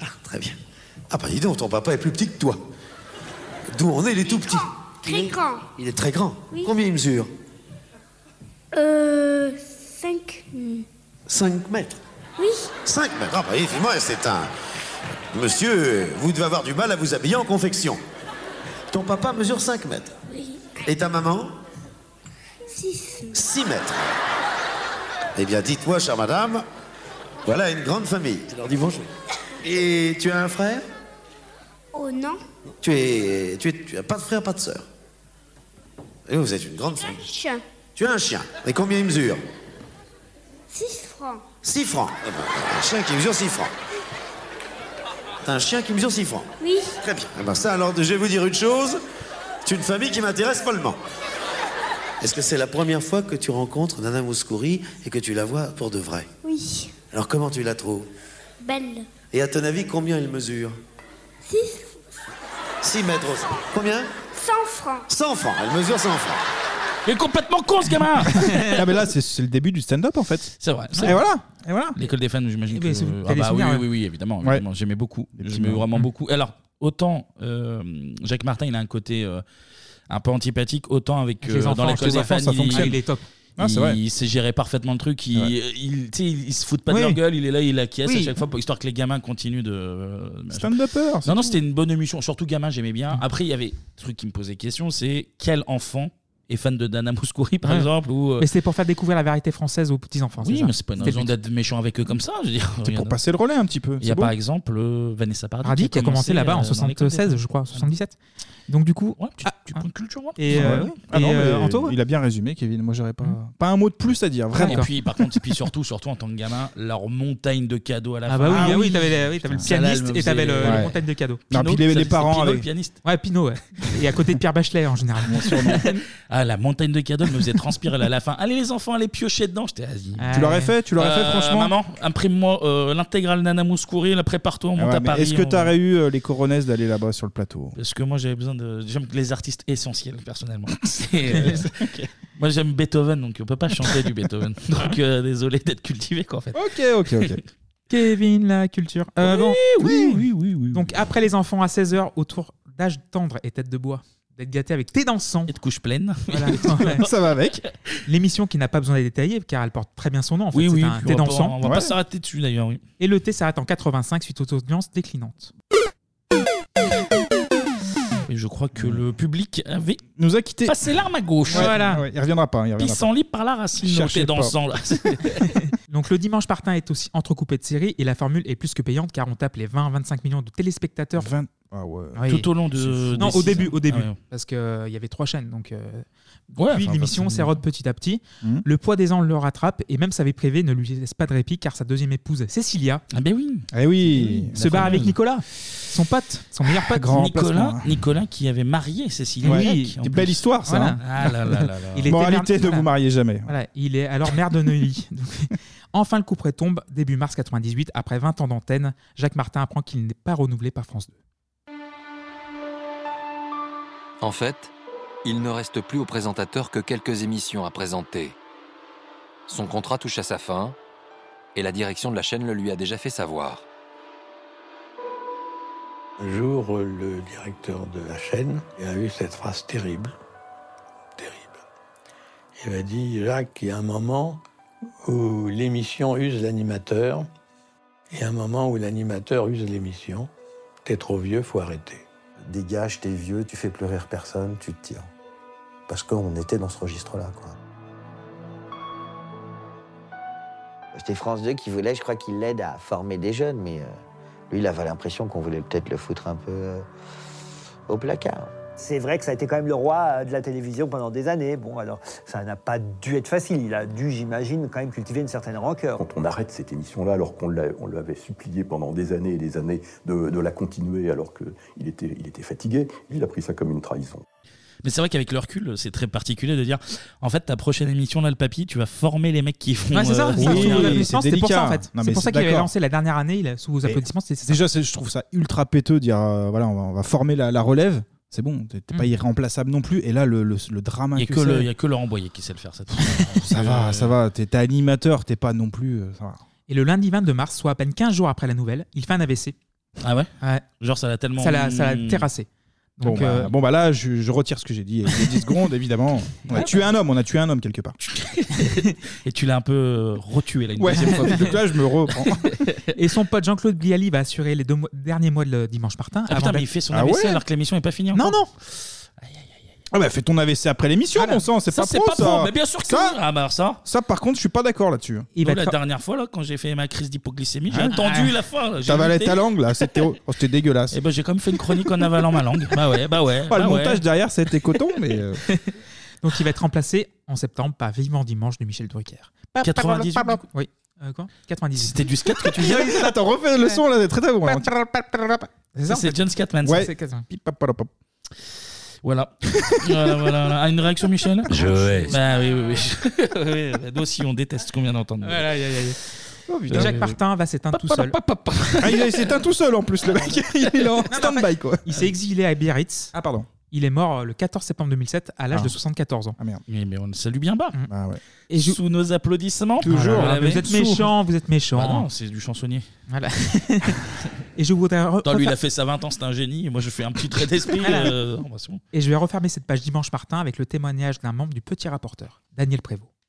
[SPEAKER 5] Ah, très bien. Ah bah dis donc, ton papa est plus petit que toi. D'où on est, il est tout petit.
[SPEAKER 23] Très grand.
[SPEAKER 5] Il est très grand. Combien il mesure
[SPEAKER 23] Euh. 5.
[SPEAKER 5] 5 mètres.
[SPEAKER 23] Oui.
[SPEAKER 5] 5 mètres Ah bah effectivement, c'est un... Monsieur, vous devez avoir du mal à vous habiller en confection. Ton papa mesure 5 mètres.
[SPEAKER 23] Oui.
[SPEAKER 5] Et ta maman
[SPEAKER 23] 6.
[SPEAKER 5] 6 mètres. Eh bien, dites-moi, chère madame, voilà une grande famille. Je leur dis bonjour. Et tu as un frère
[SPEAKER 23] Oh non.
[SPEAKER 5] Tu es, tu es, tu as pas de frère, pas de sœur. Et vous êtes une grande famille.
[SPEAKER 23] Chien.
[SPEAKER 5] Tu as un chien. Et combien il mesure
[SPEAKER 23] 6 francs.
[SPEAKER 5] 6 francs. Eh ben, un chien qui mesure 6 francs. T'as un chien qui mesure 6 francs.
[SPEAKER 23] Oui.
[SPEAKER 5] Très bien. Eh ben ça, alors, je vais vous dire une chose. C'est une famille qui m'intéresse follement. Est-ce que c'est la première fois que tu rencontres Nana Mouskouri et que tu la vois pour de vrai
[SPEAKER 23] Oui.
[SPEAKER 5] Alors, comment tu la trouves
[SPEAKER 23] Belle.
[SPEAKER 5] Et à ton avis, combien elle mesure
[SPEAKER 23] 6.
[SPEAKER 5] 6 mètres aussi. Combien
[SPEAKER 23] 100 francs.
[SPEAKER 5] 100 francs. Elle mesure 100 francs.
[SPEAKER 1] Il est complètement con, ce gamin
[SPEAKER 8] Ah, mais là, c'est- c'est le début du stand-up en fait.
[SPEAKER 1] C'est vrai.
[SPEAKER 8] Et voilà
[SPEAKER 11] Et voilà.
[SPEAKER 1] L'école des fans, j'imagine
[SPEAKER 11] Eh
[SPEAKER 1] que.
[SPEAKER 11] ben, c'est-
[SPEAKER 1] Ah
[SPEAKER 11] t'as des
[SPEAKER 1] bah oui,
[SPEAKER 11] souvenirs,
[SPEAKER 1] oui,
[SPEAKER 11] ouais.
[SPEAKER 1] oui, oui, évidemment.
[SPEAKER 11] Ouais.
[SPEAKER 1] évidemment. J'aimais beaucoup. J'aimais
[SPEAKER 11] moments.
[SPEAKER 8] Hum.
[SPEAKER 1] vraiment beaucoup. Alors, autant euh, Jacques Martin, il a un côté euh, un peu antipathique, autant avec. euh,
[SPEAKER 11] Avec les enfants,
[SPEAKER 1] dans l'école
[SPEAKER 11] les
[SPEAKER 1] des
[SPEAKER 11] enfants,
[SPEAKER 1] fans,
[SPEAKER 11] ça fonctionne.
[SPEAKER 1] il,
[SPEAKER 11] Il est top.
[SPEAKER 1] Il,
[SPEAKER 11] Ah, c'est vrai.
[SPEAKER 1] il sait gérer parfaitement le truc. Il, il, tu sais, il- il se fout pas
[SPEAKER 11] Oui.
[SPEAKER 1] de leur gueule. Il est là, il acquiesce
[SPEAKER 11] Oui.
[SPEAKER 1] à chaque fois, pour, histoire que les gamins continuent de.
[SPEAKER 8] Stand-upper.
[SPEAKER 1] Non, non, c'était une bonne émission. Surtout gamin, j'aimais
[SPEAKER 11] Mm.
[SPEAKER 1] bien. Après, il y avait un truc qui me posait question c'est quel enfant est fan de Dana Mouskouri, par
[SPEAKER 11] Ouais.
[SPEAKER 1] exemple ou, euh,
[SPEAKER 11] Mais c'était pour faire découvrir la vérité française aux petits-enfants.
[SPEAKER 1] Oui,
[SPEAKER 11] ça
[SPEAKER 1] mais c'est pas une
[SPEAKER 11] C'était
[SPEAKER 1] raison
[SPEAKER 11] le but.
[SPEAKER 1] d'être méchant avec eux comme ça. Je veux dire,
[SPEAKER 11] C'est pour
[SPEAKER 8] passer le relais un petit peu.
[SPEAKER 1] Il y
[SPEAKER 11] c'est
[SPEAKER 1] a
[SPEAKER 11] beau.
[SPEAKER 1] par exemple euh, Vanessa Paradis,
[SPEAKER 11] Hardy qui a commencé là-bas
[SPEAKER 1] euh,
[SPEAKER 11] en
[SPEAKER 1] dans l'école des
[SPEAKER 11] 76,
[SPEAKER 1] femmes.
[SPEAKER 11] je crois, 77. Donc du coup, ah,
[SPEAKER 1] du point de culture. moi.
[SPEAKER 11] Et, euh,
[SPEAKER 8] Ah non,
[SPEAKER 11] et, euh,
[SPEAKER 8] mais
[SPEAKER 11] Anto
[SPEAKER 8] Il a bien résumé, Kevin. Moi, j'aurais pas. Pas un mot de plus à dire,
[SPEAKER 1] Hmm. Ah, Et
[SPEAKER 8] vraiment.
[SPEAKER 1] puis, par contre, et puis surtout, surtout en tant que gamin, leur montagne de cadeaux à la
[SPEAKER 11] Ah
[SPEAKER 1] fin.
[SPEAKER 11] bah oui, ah oui, t'avais le- oui, t'avais
[SPEAKER 1] Putain,
[SPEAKER 11] le
[SPEAKER 1] ça, là,
[SPEAKER 11] pianiste
[SPEAKER 1] elle me
[SPEAKER 11] et t'avais le,
[SPEAKER 1] faisait- euh,
[SPEAKER 11] le
[SPEAKER 1] Ouais.
[SPEAKER 11] montagne de cadeaux.
[SPEAKER 1] Pino, ça, c'est Pino, le pianiste.
[SPEAKER 11] Ouais, Pino, ouais. Et à côté de Pierre Bachelet en général.
[SPEAKER 1] Ah, Ah, la montagne de cadeaux elle me faisait transpirer là, à la fin. Allez, les enfants, allez piocher dedans. J'étais, vas-y. Euh,
[SPEAKER 8] Tu l'aurais fait, tu l'aurais fait, franchement
[SPEAKER 1] Maman, imprime-moi euh, l'intégrale Nana Mouskouri, la prépare-toi, on
[SPEAKER 8] Ah
[SPEAKER 1] monte
[SPEAKER 8] ouais,
[SPEAKER 1] à
[SPEAKER 8] mais
[SPEAKER 1] Paris.
[SPEAKER 8] Est-ce que
[SPEAKER 1] on-
[SPEAKER 8] tu aurais eu euh, les coronaises d'aller là-bas sur le plateau
[SPEAKER 1] Parce que moi, j'avais besoin de. J'aime que les artistes essentiels, personnellement. C'est, euh, Moi, j'aime Beethoven, donc on peut pas chanter du Beethoven. Donc, euh, désolé d'être cultivé, quoi, en fait.
[SPEAKER 8] Ok, ok, ok.
[SPEAKER 11] Kevin, la culture. Euh,
[SPEAKER 1] Oui,
[SPEAKER 11] bon.
[SPEAKER 1] oui,
[SPEAKER 11] Donc, après les enfants à 16h, autour d'âge tendre et tête de bois, d'être gâté avec tes dansants. Et
[SPEAKER 1] de couches pleines.
[SPEAKER 11] Ça va avec. L'émission qui n'a pas besoin d'être détaillée, car elle porte très bien son nom. En fait.
[SPEAKER 1] Oui,
[SPEAKER 11] C'est
[SPEAKER 1] oui,
[SPEAKER 11] un
[SPEAKER 1] puis
[SPEAKER 11] Thé
[SPEAKER 1] on va pas-
[SPEAKER 11] dansant.
[SPEAKER 1] on va pas s'arrêter dessus, d'ailleurs. Oui.
[SPEAKER 11] Et le thé s'arrête en 85 suite aux audiences déclinantes.
[SPEAKER 1] Et je crois que le public avait
[SPEAKER 8] nous a quitté.
[SPEAKER 1] Passé l'arme à gauche.
[SPEAKER 11] Ouais,
[SPEAKER 1] voilà.
[SPEAKER 8] Il reviendra pas. Il reviendra
[SPEAKER 1] Pissenlit par la racine.
[SPEAKER 11] Cherchez
[SPEAKER 1] Cherchez
[SPEAKER 11] pas.
[SPEAKER 1] dansant là.
[SPEAKER 11] Donc le dimanche partant est aussi entrecoupé de séries et la formule est plus que payante car on tape les 20-25 millions de téléspectateurs.
[SPEAKER 8] Ah ouais.
[SPEAKER 11] Oui.
[SPEAKER 1] Tout au long de-
[SPEAKER 11] C'est fou. Non,
[SPEAKER 1] des
[SPEAKER 11] au
[SPEAKER 1] saisons.
[SPEAKER 11] début, au début.
[SPEAKER 1] Ah ouais.
[SPEAKER 11] Parce qu'il y avait trois chaînes. Donc, euh,
[SPEAKER 1] Ouais,
[SPEAKER 11] puis
[SPEAKER 1] enfin, Hmm.
[SPEAKER 11] l'émission
[SPEAKER 1] parce que-
[SPEAKER 11] s'érode petit à petit. Le poids des ans le rattrape et même sa vie privée ne lui laisse pas de répit car sa deuxième épouse, Cécilia,
[SPEAKER 1] Ah ben oui.
[SPEAKER 8] Eh oui.
[SPEAKER 11] se barre avec Nicolas, son pote, son meilleur pote.
[SPEAKER 1] Nicolas, Nicolas qui avait marié Cécile.
[SPEAKER 11] Ouais.
[SPEAKER 1] Grecque, en
[SPEAKER 11] Des
[SPEAKER 1] plus.
[SPEAKER 11] belles histoires, ça, hein.
[SPEAKER 1] Ah là là là là.
[SPEAKER 11] Il était
[SPEAKER 8] Moralité,
[SPEAKER 11] merde-
[SPEAKER 8] ne vous mariez jamais.
[SPEAKER 11] Voilà, il est alors maire de Neuilly. Donc, enfin, le coup près tombe. Début mars 98, après 20 ans d'antenne, Jacques Martin apprend qu'il n'est pas renouvelé par France 2.
[SPEAKER 6] En fait, il ne reste plus au présentateur que quelques émissions à présenter. Son contrat touche à sa fin et la direction de la chaîne le lui a déjà fait savoir.
[SPEAKER 7] Un jour, euh, le directeur de la chaîne a eu cette phrase terrible. Terrible. Il m'a dit Jacques, il y a un moment où l'émission use l'animateur et un moment où l'animateur use l'émission. T'es trop vieux, faut arrêter.
[SPEAKER 10] Dégage, t'es vieux, tu fais plus rire personne, tu te tires. Parce qu'on était dans ce registre-là, quoi.
[SPEAKER 24] C'était France 2 qui voulait, je crois qu'il l'aide à former des jeunes, mais euh, lui, il avait l'impression qu'on voulait peut-être le foutre un peu euh, au placard.
[SPEAKER 25] C'est vrai que ça a été quand même le roi euh, de la télévision pendant des années. Bon, alors, ça n'a pas dû être facile. Il a dû, j'imagine, quand même cultiver une certaine rancœur.
[SPEAKER 26] Quand on arrête cette émission-là, alors qu'on l'a- on l'avait supplié pendant des années et des années de, de la continuer, alors qu'il était, il était fatigué, il a pris ça comme une trahison.
[SPEAKER 1] Mais c'est vrai qu'avec le recul, c'est très particulier de dire en fait, ta prochaine émission, là, le papy, tu vas former les mecs qui font.
[SPEAKER 11] Ouais, c'est ça,
[SPEAKER 1] euh,
[SPEAKER 11] c'est ça, sous vos applaudissements,
[SPEAKER 1] c'est
[SPEAKER 11] c'était pour ça en
[SPEAKER 1] délicat.
[SPEAKER 11] fait.
[SPEAKER 1] Non,
[SPEAKER 11] C'est
[SPEAKER 1] mais
[SPEAKER 11] pour ça
[SPEAKER 1] c'est
[SPEAKER 11] qu'il avait
[SPEAKER 1] d'accord.
[SPEAKER 11] lancé la dernière année, il a- sous vos
[SPEAKER 8] Mais
[SPEAKER 11] applaudissements, c'est c'est ça.
[SPEAKER 8] Déjà, c'est- je trouve ça ultra péteux de dire euh, voilà, on va, on va former la, la relève. C'est bon, t'es t'es pas
[SPEAKER 1] Mm.
[SPEAKER 8] irremplaçable non plus. Et là, le, le, le drame
[SPEAKER 1] Il n'y a,
[SPEAKER 8] que
[SPEAKER 1] que
[SPEAKER 8] c'est-
[SPEAKER 1] le- il y a que Laurent Boyer qui sait le faire, cette
[SPEAKER 8] Ça va, ça va. T'es t'es animateur, t'es pas non plus. euh, Ça va.
[SPEAKER 11] Et le lundi 22 mars, soit à peine 15 jours après la nouvelle, il fait un AVC.
[SPEAKER 1] Ah ouais,
[SPEAKER 11] Genre,
[SPEAKER 1] ça l'a tellement. Hmm.
[SPEAKER 11] Ça l'a ça l'a terrassé. Donc,
[SPEAKER 8] bon, bah,
[SPEAKER 11] euh,
[SPEAKER 8] bon, bah là, je, je retire ce que j'ai dit. Il y a 10 secondes, évidemment. On a
[SPEAKER 11] Ouais,
[SPEAKER 8] tué un homme, on a tué un homme quelque part.
[SPEAKER 1] bah. Et tu l'as un peu euh, retué, là, une
[SPEAKER 8] Ouais,
[SPEAKER 1] deuxième fois.
[SPEAKER 8] donc là, je me reprends.
[SPEAKER 11] Et son pote Jean-Claude Gliali va assurer les deux mois- derniers mois de le dimanche Martin.
[SPEAKER 1] Ah
[SPEAKER 11] avant
[SPEAKER 1] putain, mais
[SPEAKER 11] d'être-
[SPEAKER 1] il fait son AVC alors que l'émission n'est pas finie
[SPEAKER 11] Non, non
[SPEAKER 8] Ah bah fais ton AVC après l'émission, bon sang, c'est
[SPEAKER 1] Ah Ça,
[SPEAKER 8] pas
[SPEAKER 1] c'est
[SPEAKER 8] pro
[SPEAKER 1] pas
[SPEAKER 8] ça.
[SPEAKER 1] pro, mais bien sûr que oui. Ah bah alors ça.
[SPEAKER 8] Ça par contre, je suis pas d'accord là-dessus.
[SPEAKER 1] Nous, la dernière fois, là, quand j'ai fait ma crise d'hypoglycémie, j'ai
[SPEAKER 8] Hein
[SPEAKER 1] attendu
[SPEAKER 8] Ah.
[SPEAKER 1] la fin. là, j'ai
[SPEAKER 8] T'avalais
[SPEAKER 1] lutté.
[SPEAKER 8] ta langue là, c'était oh, c'était dégueulasse.
[SPEAKER 1] Et ben j'ai quand même fait une chronique en avalant ma langue. Bah ouais, bah ouais.
[SPEAKER 8] Pas le
[SPEAKER 1] bah ouais.
[SPEAKER 8] montage derrière, c'était coton, mais euh,
[SPEAKER 11] Donc il va être remplacé en septembre par Vivement Dimanche de Michel Drucker.
[SPEAKER 1] 98, du
[SPEAKER 11] Oui. Euh, quoi 98.
[SPEAKER 1] C'était du skate que tu faisais
[SPEAKER 8] Oui, Attends, refais le son là, c'est très très bon. hein.
[SPEAKER 1] C'est ça, c'est John Scatman. ça.
[SPEAKER 8] Ouais. Pip, pap, pap, pap.
[SPEAKER 1] Voilà. voilà, voilà, voilà. Ah, Une réaction, Michel
[SPEAKER 9] Je hais.
[SPEAKER 1] Bah oui, oui, oui. Oui, bah, Nous aussi, on déteste ce qu'on vient d'entendre.
[SPEAKER 11] Voilà, aïe, aïe, aïe.
[SPEAKER 1] Oh, putain.
[SPEAKER 11] Jacques Martin va s'éteindre tout seul.
[SPEAKER 8] Ah, il s'éteint tout seul en plus, le mec. Il est en stand-by quoi.
[SPEAKER 11] Il s'est exilé à Biarritz.
[SPEAKER 8] Ah, pardon.
[SPEAKER 11] Il est mort euh, le 14 septembre 2007 à l'âge
[SPEAKER 1] Ah.
[SPEAKER 11] de 74 ans.
[SPEAKER 8] Ah merde. Ah,
[SPEAKER 1] Mais on le salue bien bas.
[SPEAKER 11] Et je-
[SPEAKER 1] Sous nos applaudissements.
[SPEAKER 11] Toujours. hein,
[SPEAKER 1] Vous l'avez.
[SPEAKER 11] Vous êtes méchant, vous êtes méchant.
[SPEAKER 1] Bah non, c'est du chansonnier.
[SPEAKER 11] Voilà. Et je voudrais. re-
[SPEAKER 1] Attends, lui, il a
[SPEAKER 11] refaire-
[SPEAKER 1] fait ça 20 ans, c'est un génie. Et moi, je fais un petit trait d'esprit.
[SPEAKER 11] Voilà.
[SPEAKER 1] euh, non, bah, c'est bon.
[SPEAKER 11] Et je vais refermer cette page dimanche Martin avec le témoignage d'un membre du petit rapporteur, Daniel Prévost.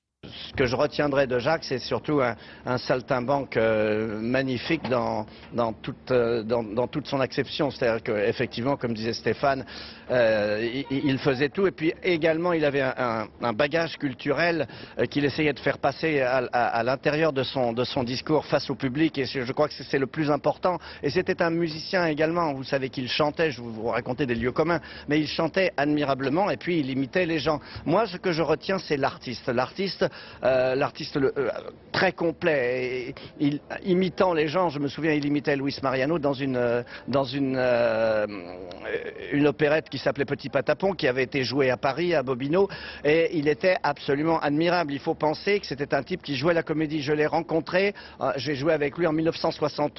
[SPEAKER 24] Ce que je retiendrai de Jacques, c'est surtout un, un saltimbanque euh, magnifique dans, dans, toute, euh, dans, dans toute son acception. C'est-à-dire qu'effectivement, comme disait Stéphane, euh, il, il faisait tout. Et puis également, il avait un, un- un bagage culturel euh, qu'il essayait de faire passer à, à- à l'intérieur de son, de son discours face au public. Et je je crois que c'est le plus important. Et c'était un musicien également. Vous savez qu'il chantait, je vous, vous racontais des lieux communs, mais il chantait admirablement et puis il imitait les gens. Moi, ce que je retiens, c'est l'artiste. L'artiste euh, l'artiste le- euh, très complet. Et il, imitant les gens, je me souviens, il imitait Luis Mariano dans une, euh, dans une, euh, une opérette qui s'appelait Petit Patapon, qui avait été jouée à Paris, à Bobino, et il était absolument admirable. Il faut penser que c'était un type qui jouait la comédie. Je l'ai rencontré, euh, j'ai joué avec lui en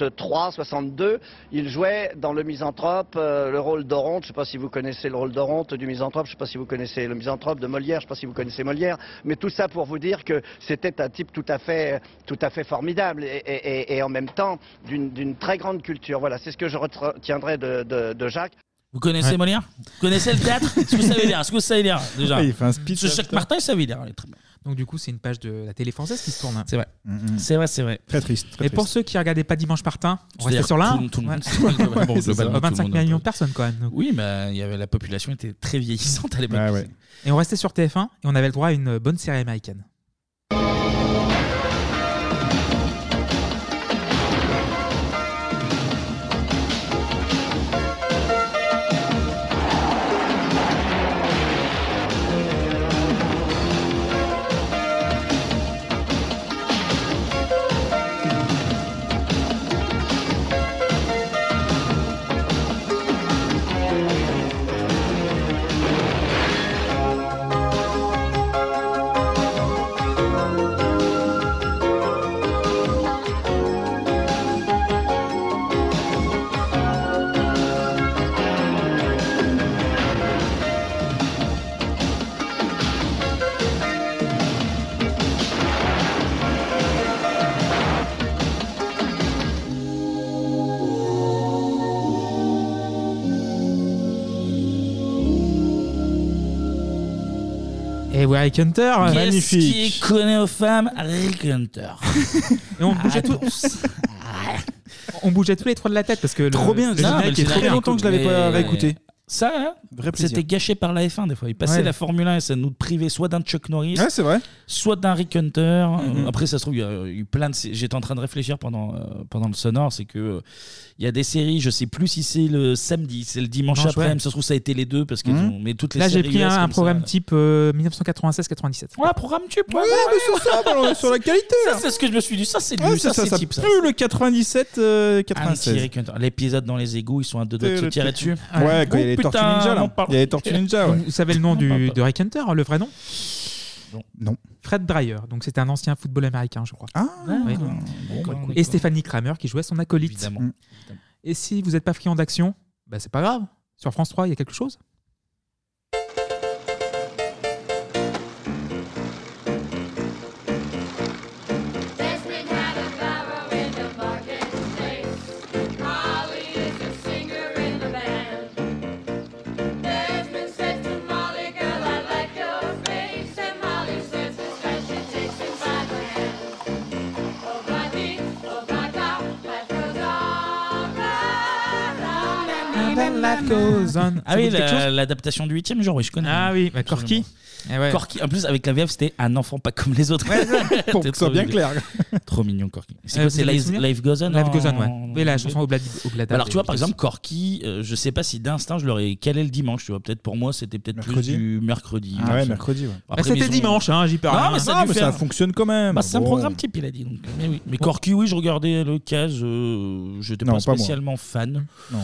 [SPEAKER 24] 1963-62. Il jouait dans Le Misanthrope, euh, le rôle d'Oronte. Je ne sais pas si vous connaissez le rôle d'Oronte du Misanthrope, je ne sais pas si vous connaissez le Misanthrope de Molière, je ne sais pas si vous connaissez Molière, mais tout ça pour vous dire que c'était un type tout à fait, tout à fait formidable et, et- et- et en même temps d'une d'une très grande culture. Voilà, c'est ce que je retiendrai de- de- de Jacques.
[SPEAKER 1] Vous connaissez
[SPEAKER 24] Ouais.
[SPEAKER 1] Molière Vous connaissez le théâtre Est-ce que vous savez lire Est-ce que vous savez lire déjà
[SPEAKER 8] Ah, Il fait un speech,
[SPEAKER 1] Parce que Jacques
[SPEAKER 8] putain.
[SPEAKER 1] Martin, il savait lire. Il est très bien.
[SPEAKER 11] Donc du coup, c'est une page de la télé française qui se tourne. C'est vrai.
[SPEAKER 8] Mm,
[SPEAKER 1] C'est vrai, c'est vrai.
[SPEAKER 8] Très triste.
[SPEAKER 11] Et pour ceux qui regardaient pas Dimanche Martin, on restait
[SPEAKER 1] C'est-à-dire
[SPEAKER 11] sur là.
[SPEAKER 1] tout le- tout le monde-
[SPEAKER 11] Ouais.
[SPEAKER 1] tout le monde-
[SPEAKER 11] Ouais,
[SPEAKER 1] bon,
[SPEAKER 11] c'est ça.
[SPEAKER 1] globalement, tout le
[SPEAKER 11] 25
[SPEAKER 1] monde un
[SPEAKER 11] millions de
[SPEAKER 1] peu.
[SPEAKER 11] personnes quand même. donc.
[SPEAKER 1] Oui, mais il y avait, la population était très vieillissante à l'époque.
[SPEAKER 11] Et on restait sur TF1 et on avait le droit à une bonne série américaine. Et ouais, Rick Hunter,
[SPEAKER 1] Qu'est-ce qui connaît aux femmes Rick Hunter.
[SPEAKER 11] Et on bougeait tous. on bougeait tous les trois de la tête parce que
[SPEAKER 1] Trop
[SPEAKER 11] le,
[SPEAKER 1] bien,
[SPEAKER 11] le générique est trop bien. euh,
[SPEAKER 1] Mais-
[SPEAKER 11] réécouté.
[SPEAKER 1] Ça, hein,
[SPEAKER 11] Vrai plaisir.
[SPEAKER 1] c'était gâché par la F1 des fois. Ils passaient
[SPEAKER 11] Ouais.
[SPEAKER 1] la Formule 1 et ça nous privait soit d'un Chuck Norris,
[SPEAKER 8] Ouais, c'est vrai. Mhm.
[SPEAKER 1] soit d'un Rick Hunter. Euh, Après, ça se trouve, il y a eu plein de. sé- J'étais en train de réfléchir pendant, euh, pendant le sonore, c'est que euh, il y a des séries, je sais plus si c'est le samedi, c'est le dimanche
[SPEAKER 11] Dimanche,
[SPEAKER 1] après-midi,
[SPEAKER 11] ouais.
[SPEAKER 1] ça se trouve, ça a été les deux parce qu'ils
[SPEAKER 11] Mhm.
[SPEAKER 1] ont. Mais toutes les
[SPEAKER 11] Là, j'ai
[SPEAKER 1] séries
[SPEAKER 11] pris un,
[SPEAKER 1] US
[SPEAKER 11] un
[SPEAKER 1] comme ça.
[SPEAKER 11] programme type euh, 1996-97.
[SPEAKER 1] Ouais, programme type. Ouais,
[SPEAKER 8] mais sur ça, on est sur la qualité.
[SPEAKER 1] Ça, c'est ce que je me suis dit. Ça, c'est
[SPEAKER 8] Ouais,
[SPEAKER 1] du
[SPEAKER 8] ça,
[SPEAKER 1] ça,
[SPEAKER 8] ça,
[SPEAKER 1] c'est
[SPEAKER 8] ça
[SPEAKER 1] type, ça.
[SPEAKER 8] pue le 97 euh,
[SPEAKER 1] Un petit
[SPEAKER 8] 96.
[SPEAKER 1] Rick Hunter. L'épisode dans les égouts, ils sont à deux doigts de se tirer dessus.
[SPEAKER 11] Ah,
[SPEAKER 8] Ouais, quand il y a les
[SPEAKER 1] Oh,
[SPEAKER 8] Tortues
[SPEAKER 1] putain,
[SPEAKER 8] Ninja
[SPEAKER 1] on
[SPEAKER 8] là.
[SPEAKER 1] parle.
[SPEAKER 8] Il y a les Tortues Ninja, ouais.
[SPEAKER 11] Vous savez le
[SPEAKER 1] Ah,
[SPEAKER 11] nom du, de Rick Hunter, le vrai nom
[SPEAKER 8] Non.
[SPEAKER 11] Fred Dreyer, donc c'était un ancien football américain, je crois. Ah,
[SPEAKER 8] bah,
[SPEAKER 11] Et Stéphanie Kramer qui jouait son acolyte. Mm. Et si vous n'êtes pas friand d'action, bah c'est pas grave. Sur France 3, il y a quelque chose
[SPEAKER 7] Oh,
[SPEAKER 1] Ah oui,
[SPEAKER 11] Ça vous dit quelque
[SPEAKER 1] la-
[SPEAKER 11] chose
[SPEAKER 1] l'adaptation du 8 genre, oui, je connais. Ah
[SPEAKER 11] oui, bah, Eh Corky.
[SPEAKER 1] Corky. En plus, avec la VF, c'était un enfant pas comme les autres.
[SPEAKER 8] Pour que ce
[SPEAKER 1] C'était
[SPEAKER 8] soit
[SPEAKER 1] trop
[SPEAKER 8] bien
[SPEAKER 1] mignon.
[SPEAKER 8] clair.
[SPEAKER 1] Trop mignon, Corky. C'est
[SPEAKER 11] Euh,
[SPEAKER 1] quoi,
[SPEAKER 11] vous
[SPEAKER 1] c'est
[SPEAKER 11] avez le
[SPEAKER 1] Life,
[SPEAKER 11] souvenir
[SPEAKER 1] Life Goes On
[SPEAKER 11] Life
[SPEAKER 1] en-
[SPEAKER 11] Goes On, ouais.
[SPEAKER 1] en
[SPEAKER 11] Oui, la
[SPEAKER 1] anglais.
[SPEAKER 11] chanson Obladi- Oblada
[SPEAKER 1] Alors,
[SPEAKER 11] des
[SPEAKER 1] tu vois, par
[SPEAKER 11] Beatles.
[SPEAKER 1] exemple, Corky, euh, je sais pas si d'instinct, je l'aurais calé le dimanche. Tu vois, peut-être pour moi, c'était peut-être plus
[SPEAKER 8] Mercredi.
[SPEAKER 1] du mercredi.
[SPEAKER 8] Ah ouais,
[SPEAKER 1] Enfin,
[SPEAKER 8] mercredi, ouais.
[SPEAKER 1] après,
[SPEAKER 11] Bah, c'était
[SPEAKER 1] mais ils ont-
[SPEAKER 11] dimanche, hein, j'y parle
[SPEAKER 1] Non,
[SPEAKER 11] rien.
[SPEAKER 1] mais ça, a
[SPEAKER 11] Ah,
[SPEAKER 1] dû
[SPEAKER 11] mais ça
[SPEAKER 1] faire-
[SPEAKER 8] fonctionne quand même.
[SPEAKER 1] Bah, c'est un
[SPEAKER 8] Bon.
[SPEAKER 1] programme type, il a dit. Donc, euh, mais oui. Mais Corky, oui, je regardais le case. euh, J'étais
[SPEAKER 8] Non,
[SPEAKER 1] pas
[SPEAKER 8] pas moi.
[SPEAKER 1] spécialement fan.
[SPEAKER 8] Non.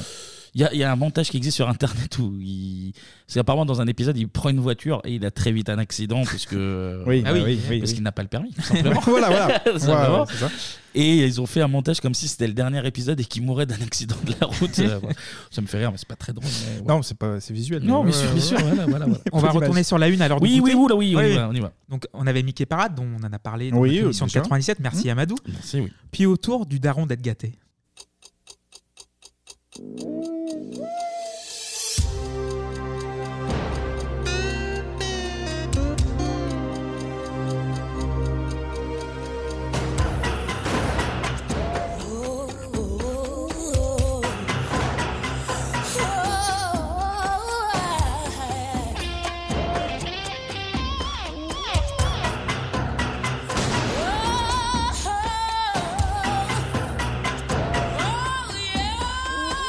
[SPEAKER 1] Il y, a, il y a un montage qui existe sur internet où il. C'est apparemment dans un épisode, il prend une voiture et il a très vite un accident parce que. euh,
[SPEAKER 8] Oui, Ah bah oui, oui, oui,
[SPEAKER 1] parce
[SPEAKER 8] oui.
[SPEAKER 1] qu'il n'a pas le permis. tout simplement.
[SPEAKER 8] Voilà, voilà.
[SPEAKER 1] Tout simplement.
[SPEAKER 8] Ouais, ouais, c'est ça.
[SPEAKER 1] Et ils ont fait un montage comme si c'était le dernier épisode et qu'il mourait d'un accident de la route. Euh, voilà. Ça me fait rire, mais c'est pas très drôle. mais ouais.
[SPEAKER 8] Non, c'est pas c'est visuel.
[SPEAKER 1] Non, mais
[SPEAKER 8] ouais,
[SPEAKER 1] sur-
[SPEAKER 8] ouais,
[SPEAKER 1] bien sûr,
[SPEAKER 8] ouais.
[SPEAKER 1] voilà, voilà, voilà.
[SPEAKER 11] On va retourner sur la une alors.
[SPEAKER 1] Oui, oui, oui, oui, on y va, on y va.
[SPEAKER 11] Donc on avait Mickey Parade dont on en a parlé dans
[SPEAKER 1] Oui,
[SPEAKER 11] notre
[SPEAKER 1] oui,
[SPEAKER 11] émission de
[SPEAKER 1] bien sûr.
[SPEAKER 11] 97. Merci
[SPEAKER 1] Mmh.
[SPEAKER 11] Amadou.
[SPEAKER 1] Merci, oui.
[SPEAKER 11] Puis autour du daron d'être gâté.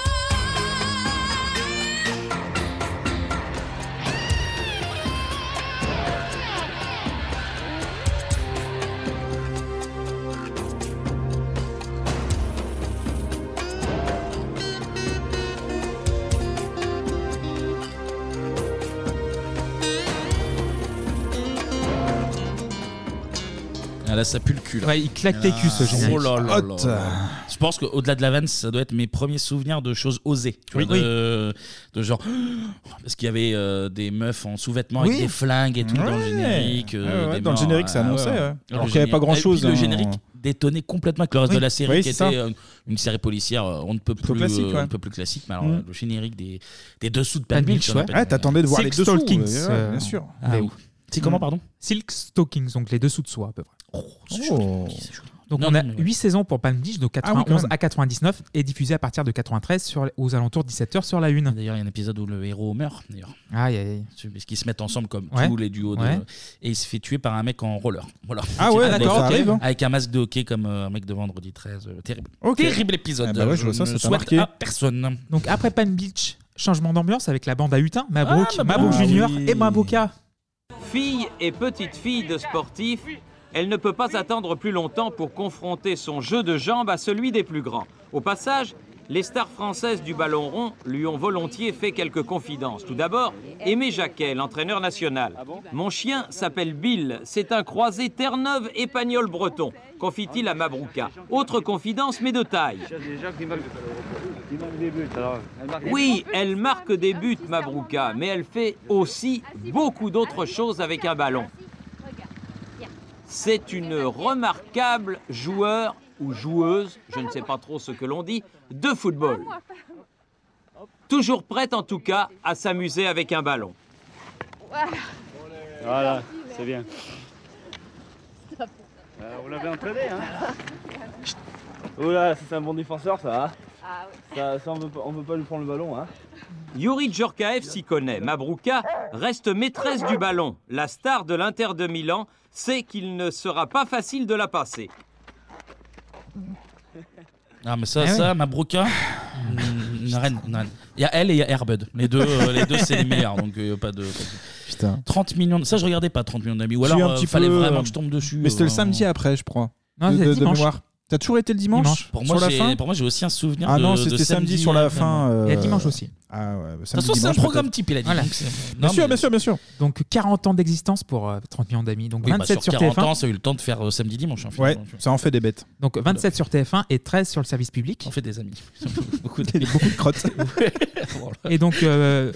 [SPEAKER 3] Oh, yeah.
[SPEAKER 1] Ah, là, ça pue le cul. là.
[SPEAKER 11] Ouais, il claque tes culs, ce
[SPEAKER 1] Ah,
[SPEAKER 11] générique.
[SPEAKER 1] Oh là là là
[SPEAKER 11] Hot.
[SPEAKER 1] là. Je pense qu'au-delà de la vanne, ça doit être mes premiers souvenirs de choses osées. tu vois,
[SPEAKER 11] Oui.
[SPEAKER 1] De, de genre. Parce qu'il y avait euh, des meufs en sous-vêtements
[SPEAKER 8] Oui.
[SPEAKER 1] avec des flingues et tout dans le
[SPEAKER 8] Ouais.
[SPEAKER 1] générique. euh,
[SPEAKER 8] Ouais, ouais,
[SPEAKER 1] des
[SPEAKER 8] dans le
[SPEAKER 1] morts,
[SPEAKER 8] générique,
[SPEAKER 1] ouais,
[SPEAKER 8] ça annonçait,
[SPEAKER 1] ouais.
[SPEAKER 8] ouais.
[SPEAKER 1] Dans le
[SPEAKER 8] Alors qu'il y avait pas
[SPEAKER 1] générique. Et
[SPEAKER 8] grand-chose,
[SPEAKER 1] puis Le
[SPEAKER 8] hein.
[SPEAKER 1] générique détonnait complètement avec le reste
[SPEAKER 8] Oui.
[SPEAKER 1] de la série
[SPEAKER 8] Oui,
[SPEAKER 1] qui
[SPEAKER 8] c'est ça.
[SPEAKER 1] était euh, une série policière. euh, On ne peut plus,
[SPEAKER 8] classique,
[SPEAKER 1] euh,
[SPEAKER 8] ouais.
[SPEAKER 1] on ne peut plus classique. Mais alors,
[SPEAKER 8] Mm.
[SPEAKER 1] euh, le générique des, des dessous de Palm Beach. on appelle.
[SPEAKER 8] Ouais, Ah, t'attendais de voir les dessous.
[SPEAKER 11] Stalkings.
[SPEAKER 8] euh, ouais, bien sûr.
[SPEAKER 11] Ah oui.
[SPEAKER 1] C'est comment, pardon
[SPEAKER 11] Silk Stockings, donc les dessous de soie à peu près.
[SPEAKER 8] Oh.
[SPEAKER 11] Donc
[SPEAKER 8] Non,
[SPEAKER 11] on a
[SPEAKER 8] non, mais
[SPEAKER 11] 8 saisons pour Palm Beach
[SPEAKER 8] Ah
[SPEAKER 11] de
[SPEAKER 8] oui, quand
[SPEAKER 11] 91
[SPEAKER 8] même.
[SPEAKER 11] à 99 et diffusé à partir de 93 sur, aux alentours de 17h sur la 1.
[SPEAKER 1] D'ailleurs, il y a un épisode où le héros meurt. D'ailleurs.
[SPEAKER 11] Aïe, aïe, aïe.
[SPEAKER 1] Parce qu'ils se mettent ensemble comme
[SPEAKER 11] Ouais.
[SPEAKER 1] tous les duos. de-
[SPEAKER 11] Ouais.
[SPEAKER 1] Et il se fait tuer par un mec en roller. Voilà.
[SPEAKER 11] Ah ouais, Ah, d'accord,
[SPEAKER 1] Avec-
[SPEAKER 11] ça arrive, hein.
[SPEAKER 1] Avec un masque de hockey comme euh, un mec de vendredi 13. euh, terrible.
[SPEAKER 11] Ok.
[SPEAKER 1] Terrible épisode.
[SPEAKER 11] Ah bah ouais, je vois ça,
[SPEAKER 1] ne
[SPEAKER 11] ça t'a
[SPEAKER 1] souhaite
[SPEAKER 11] marqué.
[SPEAKER 1] à personne.
[SPEAKER 11] Donc après Palm Beach, changement d'ambiance avec la bande à Hutin, Mabrouk,
[SPEAKER 1] Ah, Mabrouk.
[SPEAKER 11] Mabrouk
[SPEAKER 1] Ah
[SPEAKER 11] Junior
[SPEAKER 1] oui.
[SPEAKER 11] et Mabouka.
[SPEAKER 4] Fille et petite fille de sportif, elle ne peut pas attendre plus longtemps pour confronter son jeu de jambes à celui des plus grands. Au passage, les stars françaises du ballon rond lui ont volontiers fait quelques confidences. Tout d'abord, Aimé Jacquet, l'entraîneur national. Mon chien s'appelle Bill, c'est un croisé Terre-Neuve et Pagnol breton, confie-t-il à Mabrouka. Autre confidence, mais de taille. Oui, elle marque des buts, Mabrouka, mais elle fait aussi beaucoup d'autres choses avec un ballon. C'est une remarquable joueur ou joueuse, je ne sais pas trop ce que l'on dit, de football. Toujours prête en tout cas à s'amuser avec un ballon.
[SPEAKER 18] Voilà, c'est bien.
[SPEAKER 23] Euh,
[SPEAKER 18] on l'avait entraîné, hein Oh là, c'est un bon défenseur, ça. ça, on veut pas, lui prendre le ballon, hein
[SPEAKER 4] Yuri Djorkaev s'y connaît. Mabrouka reste maîtresse du ballon. La star de l'Inter de Milan sait qu'il ne sera pas facile de la passer.
[SPEAKER 1] Ah, mais ça,
[SPEAKER 4] Eh
[SPEAKER 1] ça,
[SPEAKER 4] ouais.
[SPEAKER 1] Mabroca. une reine, une reine. Il y a elle et il y a Airbud. Les deux, euh, les deux c'est les meilleurs. Donc, euh, pas de. pas de-
[SPEAKER 8] Putain.
[SPEAKER 1] 30 millions. de- Ça, je regardais pas 30 millions d'amis. Ou
[SPEAKER 8] J'ai
[SPEAKER 1] alors,
[SPEAKER 8] eu un
[SPEAKER 1] euh,
[SPEAKER 8] petit
[SPEAKER 1] fallait
[SPEAKER 8] peu,
[SPEAKER 1] vraiment
[SPEAKER 8] euh,
[SPEAKER 1] que je tombe dessus.
[SPEAKER 8] Mais c'était le
[SPEAKER 1] euh,
[SPEAKER 8] samedi après, je crois.
[SPEAKER 1] Non,
[SPEAKER 8] de,
[SPEAKER 1] c'était
[SPEAKER 8] de- de
[SPEAKER 1] dimanche.
[SPEAKER 8] mémoire. T'as toujours été le dimanche,
[SPEAKER 1] Pour moi,
[SPEAKER 8] sur la
[SPEAKER 1] j'ai-
[SPEAKER 8] fin
[SPEAKER 1] pour moi, j'ai aussi un souvenir
[SPEAKER 8] Ah
[SPEAKER 1] de-
[SPEAKER 8] non,
[SPEAKER 1] de
[SPEAKER 8] c'était samedi sur la
[SPEAKER 1] après,
[SPEAKER 8] fin.
[SPEAKER 1] moi.
[SPEAKER 8] euh,
[SPEAKER 1] Et à dimanche aussi.
[SPEAKER 8] Ah ouais, bah, samedi,
[SPEAKER 1] toute façon, c'est un
[SPEAKER 8] dimanche,
[SPEAKER 1] programme
[SPEAKER 8] peut-être.
[SPEAKER 1] type, il a dit,
[SPEAKER 11] Voilà.
[SPEAKER 1] donc c'est-
[SPEAKER 8] Bien
[SPEAKER 1] Non,
[SPEAKER 8] sûr,
[SPEAKER 1] mais-
[SPEAKER 8] bien sûr, bien sûr.
[SPEAKER 11] Donc 40 ans d'existence pour euh, 30 millions d'amis. Donc
[SPEAKER 1] Oui, bah,
[SPEAKER 11] 27
[SPEAKER 1] sur
[SPEAKER 11] sur,
[SPEAKER 1] 40
[SPEAKER 11] TF1.
[SPEAKER 1] ans, ça a eu le temps de faire euh, samedi, dimanche. hein,
[SPEAKER 11] Ouais,
[SPEAKER 1] finalement.
[SPEAKER 8] ça en fait des bêtes.
[SPEAKER 11] Donc 27 sur TF1 et 13 sur le service public.
[SPEAKER 1] On fait des amis.
[SPEAKER 11] beaucoup,
[SPEAKER 1] de...
[SPEAKER 8] crottes.
[SPEAKER 11] et donc euh,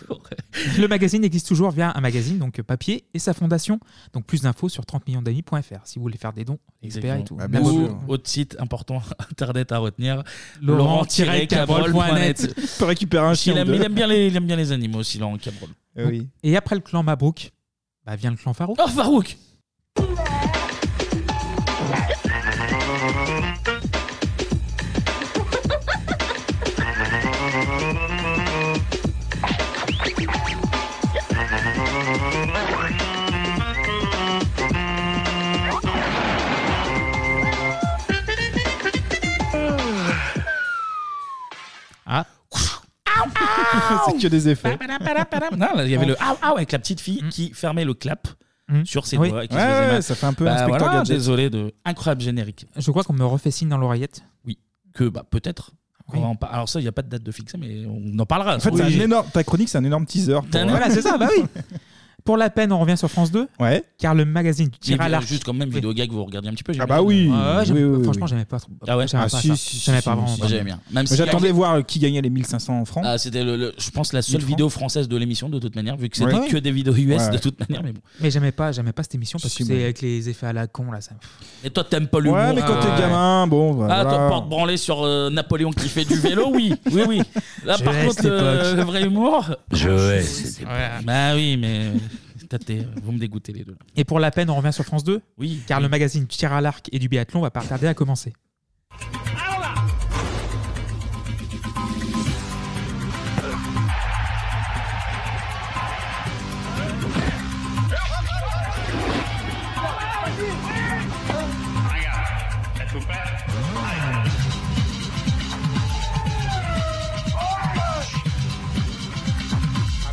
[SPEAKER 11] le magazine existe toujours via un magazine donc papier et sa fondation. Donc plus d'infos sur 30 millions d'amis.fr si vous voulez faire des dons, experts et tout.
[SPEAKER 8] Ah,
[SPEAKER 1] Exactement.
[SPEAKER 11] Merci.
[SPEAKER 1] Ou, autre site important, internet à retenir,
[SPEAKER 11] Laurent-Cabrol.net.
[SPEAKER 1] laurent-cabrol.net.
[SPEAKER 8] Il peut récupérer un chien
[SPEAKER 1] Il
[SPEAKER 8] ou
[SPEAKER 1] aime,
[SPEAKER 8] deux. Eh
[SPEAKER 1] il aime bien les, il aime bien les animaux aussi, Laurent Cabrol.
[SPEAKER 11] Donc, Et après le clan Mabrouk, bah vient le clan Farouk.
[SPEAKER 1] Oh Farouk
[SPEAKER 11] Ah.
[SPEAKER 8] C'est que des effets. Oh.
[SPEAKER 1] Non, là, il y avait le ah avec la petite fille qui fermait le clap sur ses
[SPEAKER 11] Mm. Oui.
[SPEAKER 1] doigts. et qui
[SPEAKER 11] Ouais,
[SPEAKER 1] se faisait
[SPEAKER 11] ouais,
[SPEAKER 1] mal.
[SPEAKER 11] ça fait un peu
[SPEAKER 1] Bah,
[SPEAKER 11] Inspecteur
[SPEAKER 1] voilà,
[SPEAKER 11] Gadget.
[SPEAKER 1] Désolé de incroyable générique.
[SPEAKER 11] Je crois qu'on me refait signe dans l'oreillette.
[SPEAKER 1] Oui. Que bah peut-être. On va en par- Alors ça, il n'y a pas de date de fixée, mais on en parlera.
[SPEAKER 8] En fait,
[SPEAKER 1] Oui.
[SPEAKER 8] c'est un énorme- ta chronique, c'est un énorme teaser. euh,
[SPEAKER 1] T'as un-
[SPEAKER 11] Voilà, c'est ça, bah oui. Pour la peine, on revient sur France 2.
[SPEAKER 8] Ouais.
[SPEAKER 11] Car le magazine du tir
[SPEAKER 1] Mais
[SPEAKER 11] à l'arc.
[SPEAKER 1] juste quand même vidéo gag vous regardiez un petit peu
[SPEAKER 8] Ah bah oui.
[SPEAKER 11] Ouais, j'aime-
[SPEAKER 8] Oui, oui, oui,
[SPEAKER 11] franchement,
[SPEAKER 8] oui.
[SPEAKER 11] j'aimais pas trop.
[SPEAKER 1] Ah ouais
[SPEAKER 11] J'aimais
[SPEAKER 8] Ah
[SPEAKER 11] pas
[SPEAKER 8] si,
[SPEAKER 11] ça.
[SPEAKER 8] si,
[SPEAKER 11] J'aimais
[SPEAKER 8] si,
[SPEAKER 11] pas
[SPEAKER 8] si,
[SPEAKER 11] vraiment.
[SPEAKER 8] si.
[SPEAKER 1] Moi, j'aimais bien. Même si-
[SPEAKER 8] J'attendais voir euh, qui gagnait les 1500 francs.
[SPEAKER 1] Ah, c'était le, le- je pense la seule
[SPEAKER 8] Franck.
[SPEAKER 1] vidéo française de l'émission de toute manière vu que c'était
[SPEAKER 11] Ouais.
[SPEAKER 1] que des vidéos US
[SPEAKER 11] Ouais.
[SPEAKER 1] de toute manière mais bon.
[SPEAKER 11] Mais j'aimais pas, j'aimais pas cette émission parce
[SPEAKER 1] Si,
[SPEAKER 11] que
[SPEAKER 1] si,
[SPEAKER 11] c'est
[SPEAKER 1] moi.
[SPEAKER 11] avec les effets à la con là. Ça...
[SPEAKER 1] Et toi t'aimes pas l'humour
[SPEAKER 11] Ouais, mais quand
[SPEAKER 1] hein.
[SPEAKER 11] t'es
[SPEAKER 1] Ah,
[SPEAKER 11] gamin,
[SPEAKER 1] ouais.
[SPEAKER 11] bon,
[SPEAKER 8] bah,
[SPEAKER 11] voilà.
[SPEAKER 1] Ah toi porte branlé sur euh, Napoléon qui fait du vélo oui oui oui. Là
[SPEAKER 11] Je
[SPEAKER 1] par
[SPEAKER 11] hais
[SPEAKER 1] contre
[SPEAKER 11] cette
[SPEAKER 1] euh,
[SPEAKER 11] époque.
[SPEAKER 1] le vrai humour.
[SPEAKER 9] Je hais
[SPEAKER 1] sais Bah oui mais t'as tes- vous me dégoûtez les deux.
[SPEAKER 11] Et pour la peine, on revient sur France 2.
[SPEAKER 1] Oui.
[SPEAKER 11] Car le magazine du tir à l'arc et du biathlon va pas tarder à commencer.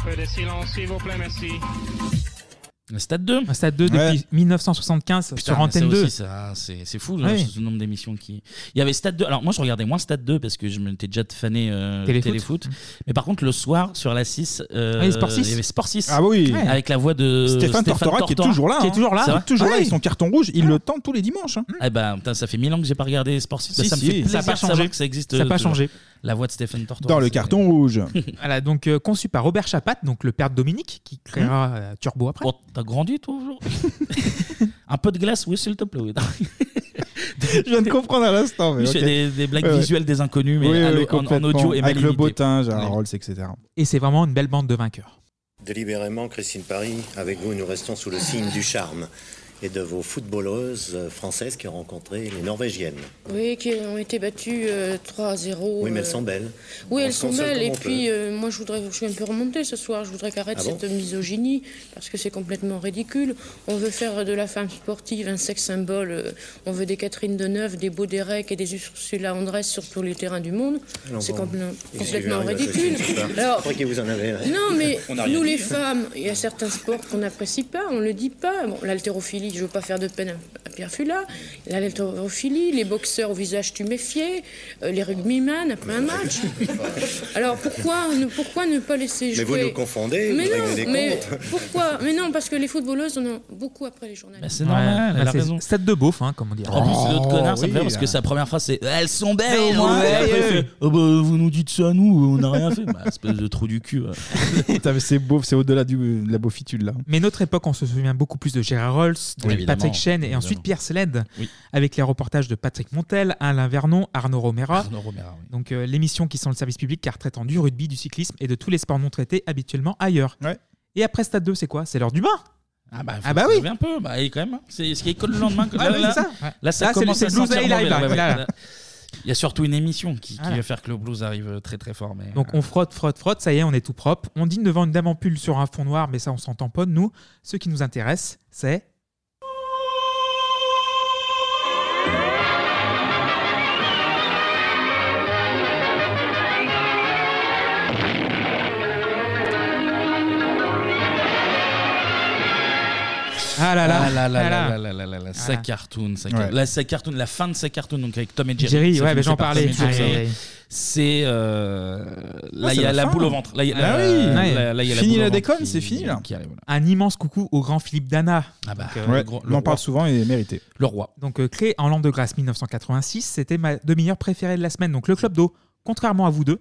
[SPEAKER 18] Un peu de silence, s'il vous plaît, merci.
[SPEAKER 1] Stade 2
[SPEAKER 11] Stade 2 depuis
[SPEAKER 1] Ouais.
[SPEAKER 11] 1975
[SPEAKER 1] Putain,
[SPEAKER 11] sur
[SPEAKER 1] mais
[SPEAKER 11] Antenne
[SPEAKER 1] ça
[SPEAKER 11] 2.
[SPEAKER 1] aussi, ça, c'est c'est fou
[SPEAKER 11] Oui.
[SPEAKER 1] le- ce nombre d'émissions qui. Il y avait Stade 2. Alors moi je regardais moins Stade 2 parce que je m'étais déjà fané euh,
[SPEAKER 11] Téléfoot.
[SPEAKER 1] téléfoot. Mais par contre le soir sur la 6, euh,
[SPEAKER 11] Ah, et Sport 6.
[SPEAKER 1] il y avait Sport 6.
[SPEAKER 11] Ah oui. Ouais.
[SPEAKER 1] Avec la voix de
[SPEAKER 8] Stéphane, Tortora, qui est toujours là.
[SPEAKER 1] Qui est
[SPEAKER 8] hein.
[SPEAKER 1] toujours là.
[SPEAKER 8] Qui est toujours là,
[SPEAKER 1] Ouais.
[SPEAKER 8] avec son carton rouge, il le tend tous les dimanches. hein.
[SPEAKER 1] Eh ben, putain, ça fait mille ans que j'ai pas regardé Sport 6. Bah,
[SPEAKER 8] Si,
[SPEAKER 1] ça me
[SPEAKER 8] si.
[SPEAKER 1] fait plaisir
[SPEAKER 8] Ça a pas
[SPEAKER 1] de savoir
[SPEAKER 8] changé.
[SPEAKER 1] que ça existe.
[SPEAKER 8] Ça a pas
[SPEAKER 1] toujours.
[SPEAKER 8] changé.
[SPEAKER 1] La voix de Stéphane Tortora.
[SPEAKER 8] Dans le carton rouge.
[SPEAKER 11] voilà, donc euh, conçu par Robert Chapat, donc le père de Dominique, qui créera euh, Turbo après.
[SPEAKER 1] Hein Oh, T'as grandi toi aujourd'hui Un peu de glace, oui, s'il te plaît. oui.
[SPEAKER 8] Je viens de comprendre à l'instant. mais
[SPEAKER 1] Je fais
[SPEAKER 8] ok.
[SPEAKER 1] des- des blagues visuelles des inconnus, mais
[SPEAKER 8] Oui, oui,
[SPEAKER 1] à le- en- en
[SPEAKER 8] complètement.
[SPEAKER 1] audio et mal
[SPEAKER 8] Avec le
[SPEAKER 1] imitées.
[SPEAKER 8] botin, Gérard Rolls, etc.
[SPEAKER 11] Et c'est vraiment une belle bande de vainqueurs.
[SPEAKER 12] Délibérément, Christine Paris, avec vous, nous restons sous le signe du charme et de vos footballeuses françaises qui ont rencontré les Norvégiennes.
[SPEAKER 13] Oui, qui ont été battues euh, 3-0.
[SPEAKER 12] oui, mais
[SPEAKER 13] euh,
[SPEAKER 12] elles sont belles.
[SPEAKER 13] Oui,
[SPEAKER 12] On
[SPEAKER 13] elles
[SPEAKER 12] se
[SPEAKER 13] sont
[SPEAKER 12] console
[SPEAKER 13] belles.
[SPEAKER 12] comme
[SPEAKER 13] Et
[SPEAKER 12] on
[SPEAKER 13] puis,
[SPEAKER 12] peut.
[SPEAKER 13] euh, moi, je voudrais, je suis un peu remontée ce soir. Je voudrais qu'arrête
[SPEAKER 12] Ah bon
[SPEAKER 13] cette misogynie parce que c'est complètement ridicule. On veut faire de la femme sportive un sexe symbole. euh, On veut des Catherine Deneuve, des Bauderec et des Ursula Andrés sur tous les terrains du monde.
[SPEAKER 12] Alors
[SPEAKER 13] euh, C'est
[SPEAKER 12] bon,
[SPEAKER 13] complè-
[SPEAKER 12] il
[SPEAKER 13] complètement
[SPEAKER 12] suffit, arrive à
[SPEAKER 13] ridicule.
[SPEAKER 12] Christine, c'est pas-
[SPEAKER 13] Alors,
[SPEAKER 12] Après que vous en avez.
[SPEAKER 13] non, mais
[SPEAKER 12] On n'a rien
[SPEAKER 13] nous,
[SPEAKER 12] dit.
[SPEAKER 13] les femmes, il y a certains sports qu'on n'apprécie pas, on ne le dit pas. Bon, l'haltérophilie, je ne veux pas faire de peine à- à Pierre Fula. L'haltérophilie, les boxeurs au visage tuméfié, euh, les rugbyman après un match. Alors, pourquoi ne, pourquoi ne pas laisser
[SPEAKER 12] Mais
[SPEAKER 13] jouer
[SPEAKER 12] vous nous confondez,
[SPEAKER 13] Mais
[SPEAKER 12] vous
[SPEAKER 13] non,
[SPEAKER 12] réglez des
[SPEAKER 13] mais
[SPEAKER 12] comptes.
[SPEAKER 13] pourquoi Mais non, parce que les footballeuses en ont beaucoup après les journalistes.
[SPEAKER 1] c'est normal, elle a
[SPEAKER 11] bah, c'est
[SPEAKER 1] raison.
[SPEAKER 11] Stade de beauf, hein, comme on dit.
[SPEAKER 1] En plus,
[SPEAKER 8] Oh,
[SPEAKER 1] l'autre connard, ça me
[SPEAKER 11] oui,
[SPEAKER 1] fait rire parce
[SPEAKER 11] là.
[SPEAKER 1] que sa première phrase c'est Elles sont belles au
[SPEAKER 11] Elles
[SPEAKER 1] moins.
[SPEAKER 11] sont
[SPEAKER 1] Et après, il
[SPEAKER 11] belles.
[SPEAKER 1] fait, Oh, bah, Vous nous dites ça, nous, on n'a rien fait. Bah, espèce de trou du cul. ouais.
[SPEAKER 8] Putain, mais c'est beau, c'est au-delà du- de la beaufitude là.
[SPEAKER 11] Mais notre époque, on se souvient beaucoup plus de Gérard Rolls, de
[SPEAKER 8] Oui, évidemment,
[SPEAKER 11] Patrick Chen et
[SPEAKER 8] évidemment.
[SPEAKER 11] ensuite Pierre Sled, avec les reportages de Patrick Montel, Alain Vernon, Arnaud Romera.
[SPEAKER 1] Arnaud Romera,
[SPEAKER 11] Donc euh, l'émission qui sent le service public car traitant du rugby, du cyclisme et de tous les sports non traités habituellement ailleurs. Et après Stade 2, c'est quoi C'est l'heure du bain
[SPEAKER 1] Ah bah,
[SPEAKER 11] Ah bah
[SPEAKER 1] Ça
[SPEAKER 11] oui
[SPEAKER 1] revient un peu, bah, et quand même. C'est ce qui colle le lendemain.
[SPEAKER 11] Ah
[SPEAKER 1] là,
[SPEAKER 11] oui,
[SPEAKER 1] là,
[SPEAKER 11] c'est ça.
[SPEAKER 1] là, ça
[SPEAKER 11] Là, c'est le-
[SPEAKER 1] commence
[SPEAKER 11] c'est
[SPEAKER 1] à
[SPEAKER 11] le blues
[SPEAKER 1] sentir
[SPEAKER 11] Highlight,
[SPEAKER 1] mauvais,
[SPEAKER 11] là,
[SPEAKER 1] ouais, ouais,
[SPEAKER 11] là.
[SPEAKER 1] là. Il y a surtout une émission qui, qui
[SPEAKER 11] Voilà.
[SPEAKER 1] va faire que le blues arrive euh, très très fort. Mais...
[SPEAKER 11] Donc on frotte, frotte, frotte, ça y est, on est tout propre. On dîne devant une dame en pull sur un fond noir, mais ça on s'en tamponne, nous. Ce qui nous intéresse, c'est... Ah là là,
[SPEAKER 1] Ah là là là
[SPEAKER 11] ah là.
[SPEAKER 1] là là là là là, sa
[SPEAKER 11] Ah là.
[SPEAKER 1] cartoon, sa
[SPEAKER 11] Ouais.
[SPEAKER 1] car- la, sa cartoon, la fin de sa cartoon donc avec Tom et Jerry.
[SPEAKER 11] Jerry,
[SPEAKER 1] Ça
[SPEAKER 11] ouais,
[SPEAKER 1] finit
[SPEAKER 11] mais j'en
[SPEAKER 1] par
[SPEAKER 11] parlais.
[SPEAKER 1] Tom et Jerry.
[SPEAKER 11] Aïe, aïe, aïe.
[SPEAKER 1] C'est euh, là
[SPEAKER 11] Ah,
[SPEAKER 1] il
[SPEAKER 11] c'est
[SPEAKER 1] y a
[SPEAKER 11] la
[SPEAKER 1] la
[SPEAKER 11] fin.
[SPEAKER 1] boule au ventre. Là il y a la-
[SPEAKER 11] Ah oui.
[SPEAKER 1] là,
[SPEAKER 11] Ouais.
[SPEAKER 1] là, il y a
[SPEAKER 11] Fini
[SPEAKER 1] boule
[SPEAKER 11] la
[SPEAKER 1] au ventre
[SPEAKER 11] déconne,
[SPEAKER 1] qui-
[SPEAKER 11] c'est fini, là.
[SPEAKER 1] qui arrive, voilà. Ah bah.
[SPEAKER 11] Un immense coucou au grand Philippe Dana. Donc, euh,
[SPEAKER 8] Ouais,
[SPEAKER 11] le gros-
[SPEAKER 8] on
[SPEAKER 11] le
[SPEAKER 8] en parle
[SPEAKER 11] roi.
[SPEAKER 8] souvent et mérité.
[SPEAKER 1] Le roi.
[SPEAKER 11] Donc euh, créé en l'an de grâce 1986, c'était ma demi-heure préférée de la semaine. Donc le club d'eau, contrairement à vous deux,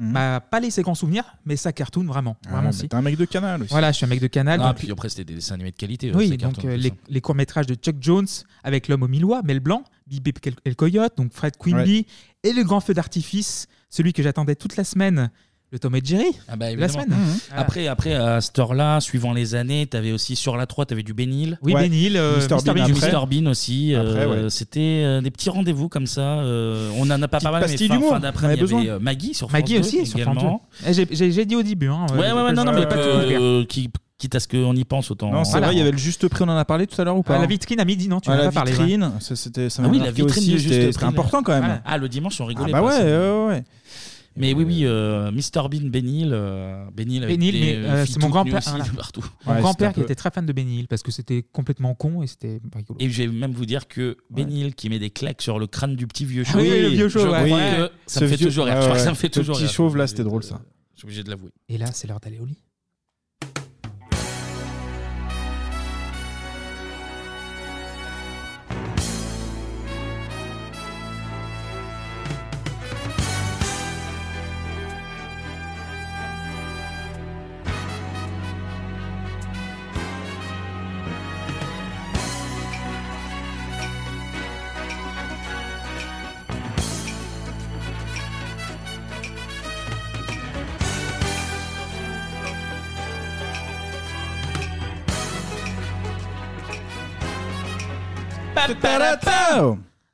[SPEAKER 11] m'a pas laissé grand souvenir, mais ça cartoon vraiment.
[SPEAKER 1] Mhm. Ah,
[SPEAKER 11] vraiment
[SPEAKER 1] mais
[SPEAKER 11] si.
[SPEAKER 1] t'es un mec de Canal aussi.
[SPEAKER 11] Voilà, je suis un mec de Canal.
[SPEAKER 1] Ah,
[SPEAKER 11] donc-
[SPEAKER 1] puis après c'était des dessins animés de qualité. euh,
[SPEAKER 11] oui,
[SPEAKER 1] sa
[SPEAKER 11] donc
[SPEAKER 1] cartoon,
[SPEAKER 11] euh,
[SPEAKER 1] tout
[SPEAKER 11] les,
[SPEAKER 1] ça.
[SPEAKER 11] les courts-métrages de Chuck Jones avec l'homme au Millois, Mel Blanc, Bibi El Coyote, donc Fred Quimby, et le grand feu d'artifice, celui que j'attendais toute la semaine, le Tom et Jerry
[SPEAKER 1] Ah bah,
[SPEAKER 11] de la
[SPEAKER 1] évidemment.
[SPEAKER 11] semaine. Voilà.
[SPEAKER 1] Après, après, à cette heure-là, suivant les années, t'avais aussi sur la 3, t'avais du Bénil.
[SPEAKER 11] Oui, Ouais. Benny Hill, euh, Mr. Bean
[SPEAKER 1] Bean,
[SPEAKER 11] après.
[SPEAKER 1] Mr. Bean aussi.
[SPEAKER 11] Après,
[SPEAKER 1] euh,
[SPEAKER 11] ouais.
[SPEAKER 1] C'était euh, des petits rendez-vous comme ça. euh, on en a pas
[SPEAKER 11] Petite
[SPEAKER 1] parlé, mais
[SPEAKER 11] pastille
[SPEAKER 1] fin,
[SPEAKER 11] d'humour,
[SPEAKER 1] fin
[SPEAKER 11] on avait
[SPEAKER 1] d'après, il y avait
[SPEAKER 11] besoin.
[SPEAKER 1] euh, Maggie sur France
[SPEAKER 11] Maggie
[SPEAKER 1] 2
[SPEAKER 11] aussi sur France
[SPEAKER 1] également.
[SPEAKER 11] 2. Eh, j'ai- J'ai j'ai dit au début. Hein,
[SPEAKER 1] Ouais, ouais,
[SPEAKER 11] euh,
[SPEAKER 1] ouais, non, non,
[SPEAKER 11] je-
[SPEAKER 1] mais
[SPEAKER 11] je-
[SPEAKER 1] que-
[SPEAKER 11] je- je-
[SPEAKER 1] euh, qui- quitte à ce qu'on y pense autant.
[SPEAKER 8] Non, c'est vrai, il y avait le juste prix, on en a parlé tout à l'heure ou pas
[SPEAKER 11] Ah, la vitrine à midi, non, tu
[SPEAKER 8] Ah,
[SPEAKER 11] n'en as
[SPEAKER 8] la
[SPEAKER 11] pas parlé,
[SPEAKER 8] vitrine,
[SPEAKER 11] ouais.
[SPEAKER 8] ça, c'était, ça
[SPEAKER 1] Ah
[SPEAKER 8] m'a
[SPEAKER 1] oui, la
[SPEAKER 8] marqué
[SPEAKER 1] vitrine
[SPEAKER 8] aussi,
[SPEAKER 1] de
[SPEAKER 8] c'était-
[SPEAKER 1] juste
[SPEAKER 8] c'était important quand même.
[SPEAKER 1] Ah, le dimanche, on rigolait.
[SPEAKER 8] Ah bah
[SPEAKER 1] pas,
[SPEAKER 8] ouais,
[SPEAKER 1] ça.
[SPEAKER 8] ouais, ouais.
[SPEAKER 1] Mais oui, oui, euh, Mr. Bean, Benil. Euh, Benil, avec
[SPEAKER 11] Benny Hill,
[SPEAKER 1] des,
[SPEAKER 11] mais
[SPEAKER 1] euh,
[SPEAKER 11] euh,
[SPEAKER 1] filles
[SPEAKER 11] c'est
[SPEAKER 1] toutes
[SPEAKER 11] mon
[SPEAKER 1] nues
[SPEAKER 11] grand-père.
[SPEAKER 1] aussi
[SPEAKER 11] voilà.
[SPEAKER 1] de partout.
[SPEAKER 11] Mon grand-père qui était très fan de Benny Hill parce que c'était complètement con et c'était bah, pas rigolo.
[SPEAKER 1] Et je vais même vous dire que Benil qui met des claques sur le crâne du petit vieux
[SPEAKER 11] Ah
[SPEAKER 1] chauve.
[SPEAKER 11] oui, le vieux chauve,
[SPEAKER 1] je crois
[SPEAKER 11] ouais.
[SPEAKER 1] que ça
[SPEAKER 8] Ce
[SPEAKER 1] me fait
[SPEAKER 8] vieux-
[SPEAKER 1] toujours rire.
[SPEAKER 8] ouais,
[SPEAKER 1] Je crois que
[SPEAKER 8] ouais,
[SPEAKER 1] ça me fait
[SPEAKER 8] ce
[SPEAKER 1] toujours
[SPEAKER 8] petit
[SPEAKER 1] rire.
[SPEAKER 8] chauve là, c'était drôle ça.
[SPEAKER 1] Je suis obligé de l'avouer.
[SPEAKER 11] Et là, c'est l'heure d'aller au lit.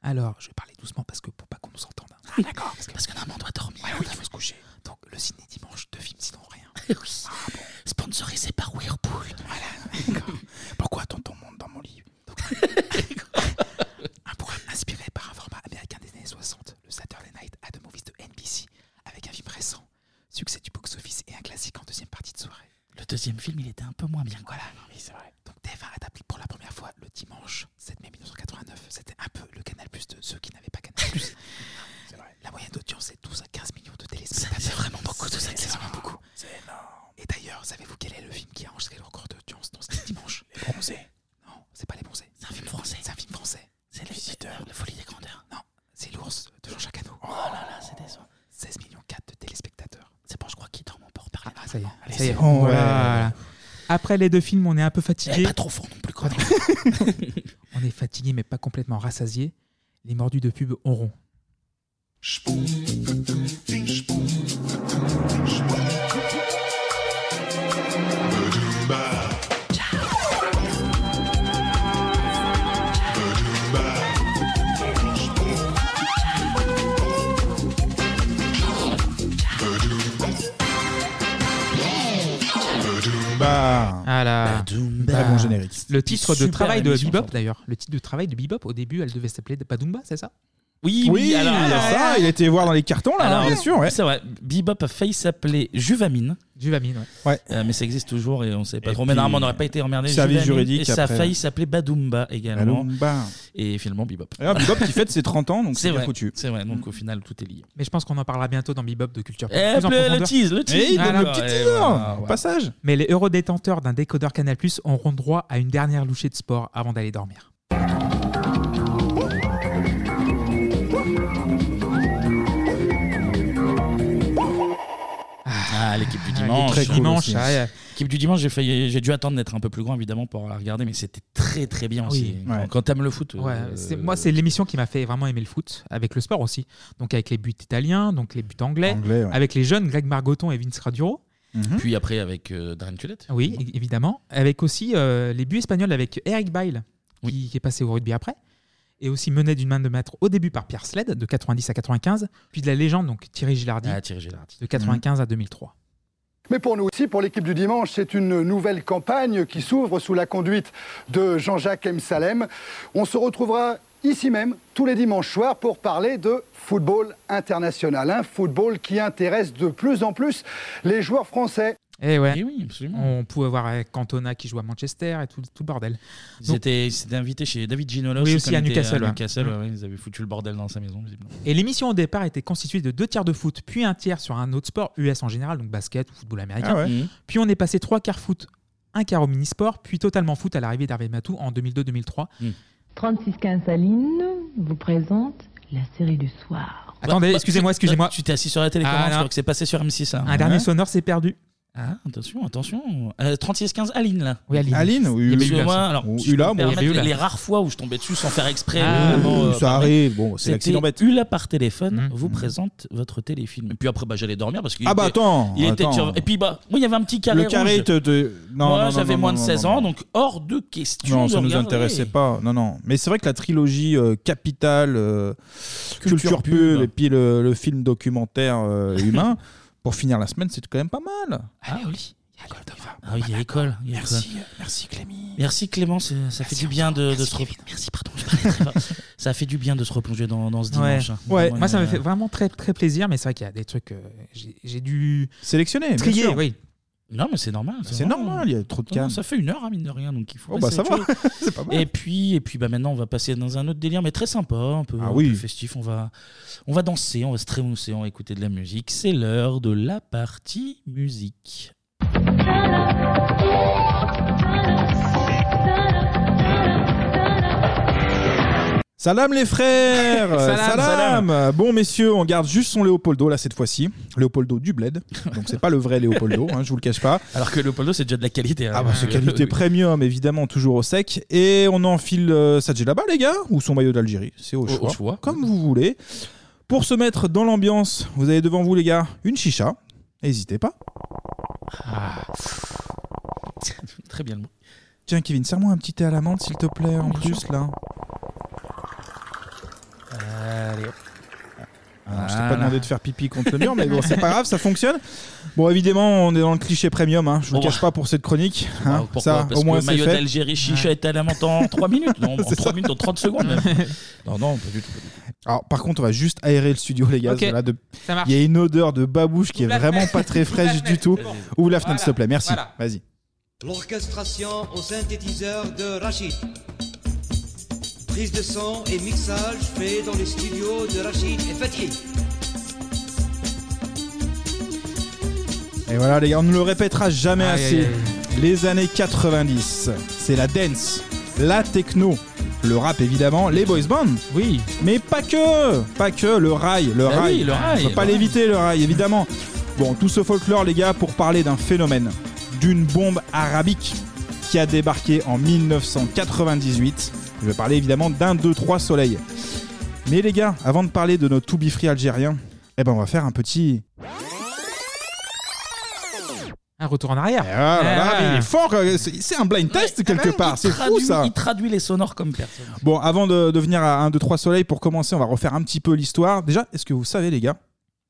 [SPEAKER 11] Alors, je vais parler doucement parce que pour pas qu'on nous entende. Ah, d'accord. Parce que, maman doit dormir. il faut se coucher. Donc, le ciné dimanche, deux films sinon rien. Ah, Sponsorisé par Whirlpool. Voilà. D'accord. Pourquoi tonton monte dans mon lit Un programme inspiré par un format américain des années 60, le Saturday Night at the Movies de NBC, avec un film récent, succès du box-office et un classique en deuxième partie de soirée.
[SPEAKER 1] Le deuxième film, il était un peu moins bien. Voilà,
[SPEAKER 11] oui, c'est vrai. Donc,
[SPEAKER 1] français.
[SPEAKER 11] C'est un film français.
[SPEAKER 1] C'est le visiteur. La folie des grandeurs.
[SPEAKER 11] Non, c'est l'ours de Jean-Jacques Hano.
[SPEAKER 1] Oh là là, c'est décevant.
[SPEAKER 11] 16 millions 4 de téléspectateurs.
[SPEAKER 1] C'est bon, je crois qu'il dorment encore.
[SPEAKER 11] Ah, ça y est.
[SPEAKER 1] Allez,
[SPEAKER 11] ça y est.
[SPEAKER 1] c'est
[SPEAKER 11] on-
[SPEAKER 1] bon, ouais.
[SPEAKER 11] voilà. Après les deux films, on est un peu fatigué.
[SPEAKER 1] Eh, pas trop fort non plus, quoi.
[SPEAKER 11] on est fatigué, mais pas complètement rassasié. Les mordus de pub ont rond.
[SPEAKER 8] Bah.
[SPEAKER 11] Ah là.
[SPEAKER 8] Très
[SPEAKER 1] bah.
[SPEAKER 8] bon générique.
[SPEAKER 11] Le titre de
[SPEAKER 8] Super
[SPEAKER 11] travail de
[SPEAKER 8] émission,
[SPEAKER 11] Bebop, d'ailleurs. Le titre de travail de Bebop, au début, elle devait s'appeler Badumba, c'est ça
[SPEAKER 1] Oui, oui, alors, alors,
[SPEAKER 8] ça, il était voir dans les cartons, là, hein, bien sûr. Ouais.
[SPEAKER 1] C'est vrai. Bebop a failli s'appeler Juvamine.
[SPEAKER 11] Juvamine,
[SPEAKER 1] ouais. mais ça existe toujours et on ne sait pas
[SPEAKER 8] Et
[SPEAKER 1] trop. Mais normalement, on
[SPEAKER 8] puis,
[SPEAKER 1] n'aurait pas été emmerdé.
[SPEAKER 8] service
[SPEAKER 1] Juvamine.
[SPEAKER 8] juridique
[SPEAKER 1] Et ça a
[SPEAKER 8] après.
[SPEAKER 1] failli s'appeler Badumba également.
[SPEAKER 8] Badumba.
[SPEAKER 1] Et finalement, Bebop.
[SPEAKER 8] Alors, Ah, Bebop qui fête ses 30 ans, donc
[SPEAKER 1] C'est
[SPEAKER 8] c'est bien
[SPEAKER 1] vrai.
[SPEAKER 8] foutu.
[SPEAKER 1] C'est vrai, donc au final, tout est lié.
[SPEAKER 11] Mais je pense qu'on en parlera bientôt dans Bebop de Culture
[SPEAKER 1] Eh,
[SPEAKER 11] Pop. Plus en
[SPEAKER 1] le- le
[SPEAKER 11] profondeur.
[SPEAKER 1] tease, le tease.
[SPEAKER 11] Eh, il donne
[SPEAKER 1] Voilà. Et voilà, voilà.
[SPEAKER 8] Passage.
[SPEAKER 11] Mais les eurodétenteurs d'un décodeur Canal Plus auront droit à une dernière louchée de sport avant d'aller dormir.
[SPEAKER 1] Ah, l'équipe du
[SPEAKER 11] Ah,
[SPEAKER 1] dimanche.
[SPEAKER 11] l'équipe Très cool dimanche, aussi. ah, ouais.
[SPEAKER 1] L'équipe du dimanche, j'ai failli- j'ai dû attendre d'être un peu plus grand, évidemment, pour la regarder, mais c'était très, très bien aussi.
[SPEAKER 11] Oui.
[SPEAKER 1] Quand- Quand t'aimes le foot.
[SPEAKER 11] Ouais,
[SPEAKER 1] euh,
[SPEAKER 11] c'est- moi, c'est l'émission qui m'a fait vraiment aimer le foot, avec le sport aussi. Donc, avec les buts italiens, donc les buts anglais,
[SPEAKER 1] Anglais, ouais.
[SPEAKER 11] avec les jeunes, Greg Margoton et Vince Raduro.
[SPEAKER 1] Puis après, avec euh, Darren Tulette.
[SPEAKER 11] Oui, é- évidemment. Avec aussi euh, les buts espagnols avec Eric Bile, qui, qui est passé au rugby après. Et aussi mené d'une main de maître au début par Pierre Sled, de 90 à 95. Puis de la légende, donc Thierry Gilardi,
[SPEAKER 1] Ah, Thierry Gilardi.
[SPEAKER 11] de 95 à 2003.
[SPEAKER 14] Mais pour nous aussi, pour l'équipe du dimanche, c'est une nouvelle campagne qui s'ouvre sous la conduite de Jean-Jacques M. Salem. On se retrouvera ici même tous les dimanches soirs pour parler de football international. Un football qui intéresse de plus en plus les joueurs français.
[SPEAKER 11] Et Eh ouais.
[SPEAKER 1] Eh oui, absolument.
[SPEAKER 11] On pouvait voir euh, Cantona qui joue à Manchester et tout, tout le bordel.
[SPEAKER 1] Ils
[SPEAKER 11] Donc-
[SPEAKER 1] étaient, ils étaient invités chez David Ginolo.
[SPEAKER 11] Oui,
[SPEAKER 1] je sais
[SPEAKER 11] aussi
[SPEAKER 1] qu'on
[SPEAKER 11] à
[SPEAKER 1] était
[SPEAKER 11] Newcastle, ouais. Mm.
[SPEAKER 1] ouais, ouais, ils avaient foutu le bordel dans sa maison, visiblement.
[SPEAKER 11] Et l'émission au départ était constituée de deux tiers de foot, puis un tiers sur un autre sport, US en général, donc basket ou football américain.
[SPEAKER 1] Ah ouais. Mhm.
[SPEAKER 11] Puis on est passé trois quarts foot, un quart au minisport, puis totalement foot à l'arrivée d'Hervé Matou en 2002-2003.
[SPEAKER 1] Mmh.
[SPEAKER 15] 3615 Aline vous présente la série du soir.
[SPEAKER 11] Attendez, excusez-moi, excusez-moi.
[SPEAKER 1] Bah, Tu t'es assis sur la télécommande,
[SPEAKER 11] Ah,
[SPEAKER 1] je
[SPEAKER 11] non.
[SPEAKER 1] crois que c'est passé sur M6. hein.
[SPEAKER 11] Un dernier sonore, c'est perdu.
[SPEAKER 1] Ah, attention, attention. Euh, 3615 Aline, là.
[SPEAKER 11] Oui, Aline.
[SPEAKER 8] Aline, oui,
[SPEAKER 1] Il y avait
[SPEAKER 8] Hula,
[SPEAKER 1] eu moi,
[SPEAKER 8] ça.
[SPEAKER 1] alors,
[SPEAKER 8] Ou
[SPEAKER 1] si je
[SPEAKER 8] Hula,
[SPEAKER 1] peux me
[SPEAKER 8] moi.
[SPEAKER 1] permettre,
[SPEAKER 8] Il y avait Hula.
[SPEAKER 1] les, les rares fois où je tombais dessus sans faire exprès.
[SPEAKER 8] Ah,
[SPEAKER 1] vraiment,
[SPEAKER 8] oui,
[SPEAKER 1] euh,
[SPEAKER 8] ça
[SPEAKER 1] par mail.
[SPEAKER 8] arrive, bon, Oh, c'est
[SPEAKER 1] C'était
[SPEAKER 8] l'accident bête. Mmh,
[SPEAKER 1] Hula par téléphone vous présente votre téléfilm. Et puis après, bah, j'allais dormir parce qu'il
[SPEAKER 8] Ah bah,
[SPEAKER 1] était-
[SPEAKER 8] attends,
[SPEAKER 1] Il était
[SPEAKER 8] attends.
[SPEAKER 1] sur- Et puis bah, moi, il y avait un petit carré.
[SPEAKER 8] Le carré
[SPEAKER 1] rouge.
[SPEAKER 8] te- te- non, non,
[SPEAKER 1] moi,
[SPEAKER 8] non,
[SPEAKER 1] j'avais
[SPEAKER 8] non,
[SPEAKER 1] moins
[SPEAKER 8] non,
[SPEAKER 1] de
[SPEAKER 8] non,
[SPEAKER 1] 16
[SPEAKER 8] non,
[SPEAKER 1] ans,
[SPEAKER 8] non.
[SPEAKER 1] donc hors de question.
[SPEAKER 8] Non,
[SPEAKER 1] de
[SPEAKER 8] ça nous
[SPEAKER 1] regarder.
[SPEAKER 8] intéressait pas. Non, non. Mais c'est vrai que la trilogie euh, Capital, euh, Culture, Pub, et puis le, le film documentaire euh, humain, pour finir la semaine, c'est quand même pas mal.
[SPEAKER 1] Ah oui. Ah oui, il y a école. il y a
[SPEAKER 8] Merci,
[SPEAKER 1] école.
[SPEAKER 8] euh, merci, Clémy.
[SPEAKER 1] Merci Clément, c'est- ça fait du bien de, de se replonger. Merci, pardon, je parlais très fort. ça fait du bien de se replonger dans, dans ce dimanche. hein.
[SPEAKER 11] Ouais. Moi, ça me
[SPEAKER 1] euh,
[SPEAKER 11] fait vraiment très, très plaisir, mais c'est vrai qu'il y a des trucs. euh, j'ai- J'ai dû.
[SPEAKER 8] Sélectionner, bien
[SPEAKER 11] Trier,
[SPEAKER 8] sûr.
[SPEAKER 11] oui.
[SPEAKER 1] Non, mais Ah, c'est normal.
[SPEAKER 8] C'est normal, il y a trop de
[SPEAKER 1] Non, non,
[SPEAKER 8] cannes.
[SPEAKER 1] Ça fait une heure, hein, mine de rien, donc il faut.
[SPEAKER 8] Oh, bah,
[SPEAKER 1] passer à
[SPEAKER 8] ça
[SPEAKER 1] autre
[SPEAKER 8] va.
[SPEAKER 1] chose. Et puis, et puis, bah maintenant, on va passer dans un autre délire, mais très sympa, un peu,
[SPEAKER 8] Ah
[SPEAKER 1] un
[SPEAKER 8] oui.
[SPEAKER 1] peu festif. On va, on va danser, on va se trémousser, on va écouter de la musique. C'est l'heure de la partie musique.
[SPEAKER 8] Salam les frères
[SPEAKER 11] Salam,
[SPEAKER 8] Bon messieurs, on garde juste son Léopoldo là cette fois-ci. Léopoldo du bled. Donc c'est pas le vrai Léopoldo, hein, je vous le cache pas.
[SPEAKER 1] Alors que Leopoldo, c'est déjà de la qualité. hein.
[SPEAKER 8] Ah bah c'est qualité premium évidemment, toujours au sec. Et on enfile euh, sa djellaba les gars, ou son maillot d'Algérie, c'est au,
[SPEAKER 1] Au-
[SPEAKER 8] choix,
[SPEAKER 1] au choix.
[SPEAKER 8] comme vous voulez. Pour se mettre dans l'ambiance, vous avez devant vous les gars une chicha, n'hésitez pas. Ah.
[SPEAKER 1] Très bien le mot.
[SPEAKER 8] Tiens Kevin, serre-moi un petit thé à la menthe s'il te plaît en plus là.
[SPEAKER 1] Allez. hop.
[SPEAKER 8] Alors, Ah, je t'ai
[SPEAKER 1] Voilà.
[SPEAKER 8] pas demandé de faire pipi contre le mur, mais bon, c'est pas grave, ça fonctionne. Bon, évidemment, on est dans le cliché premium, hein. je vous
[SPEAKER 1] Bon,
[SPEAKER 8] le cache pas pour cette chronique. hein.
[SPEAKER 1] Ah, Pourquoi
[SPEAKER 8] ça,
[SPEAKER 1] Parce
[SPEAKER 8] au moins,
[SPEAKER 1] que
[SPEAKER 8] c'est
[SPEAKER 1] maillot
[SPEAKER 8] fait.
[SPEAKER 1] d'Algérie, chicha est à la menthe en 3 minutes. Non, en 3 minutes, en 30 secondes même. Non, non, pas du tout.
[SPEAKER 8] Alors, par contre, on va juste aérer le studio, les gars.
[SPEAKER 1] Ok,
[SPEAKER 8] voilà, de-
[SPEAKER 1] ça marche.
[SPEAKER 8] Il y a une odeur de babouche qui est
[SPEAKER 1] Ouvre la
[SPEAKER 8] vraiment
[SPEAKER 1] fenêtre.
[SPEAKER 8] pas très
[SPEAKER 1] Ouvre la
[SPEAKER 8] fraîche du
[SPEAKER 1] fenêtre.
[SPEAKER 8] tout.
[SPEAKER 1] Vas-y.
[SPEAKER 8] Ouvre la fenêtre,
[SPEAKER 1] Voilà.
[SPEAKER 8] s'il te plaît, merci.
[SPEAKER 1] Voilà.
[SPEAKER 8] Vas-y.
[SPEAKER 16] L'orchestration au synthétiseur de Rachid. Prise de son et mixage fait dans les studios de Rachid et Fatih.
[SPEAKER 8] Et voilà, les gars, on ne le répétera jamais
[SPEAKER 16] Aïe,
[SPEAKER 8] assez.
[SPEAKER 16] aïe,
[SPEAKER 8] Les années 90, c'est la dance, la techno, le rap évidemment, les boys band. Oui. Mais pas que, pas que le rail, le
[SPEAKER 1] Bah
[SPEAKER 8] rail.
[SPEAKER 1] oui, le rail,
[SPEAKER 8] On peut pas
[SPEAKER 1] le
[SPEAKER 8] l'éviter le rail évidemment. Bon, tout ce folklore les gars pour parler d'un phénomène, d'une bombe arabique qui a débarqué en 1998. Je vais parler évidemment d'un 2 3 soleil. Mais les gars, avant de parler de nos to be free algériens, eh ben on va faire un petit
[SPEAKER 11] Un retour en arrière.
[SPEAKER 8] ah là là,
[SPEAKER 11] Ah.
[SPEAKER 8] mais il est fort, euh, c'est c'est un blind test quelque part, c'est fou
[SPEAKER 1] traduit-
[SPEAKER 8] ça.
[SPEAKER 1] Il traduit les sonores comme personne.
[SPEAKER 8] Bon, avant de, de venir à 1, 2, 3 soleil, pour commencer, on va refaire un petit peu l'histoire. Déjà, est-ce que vous savez, les gars,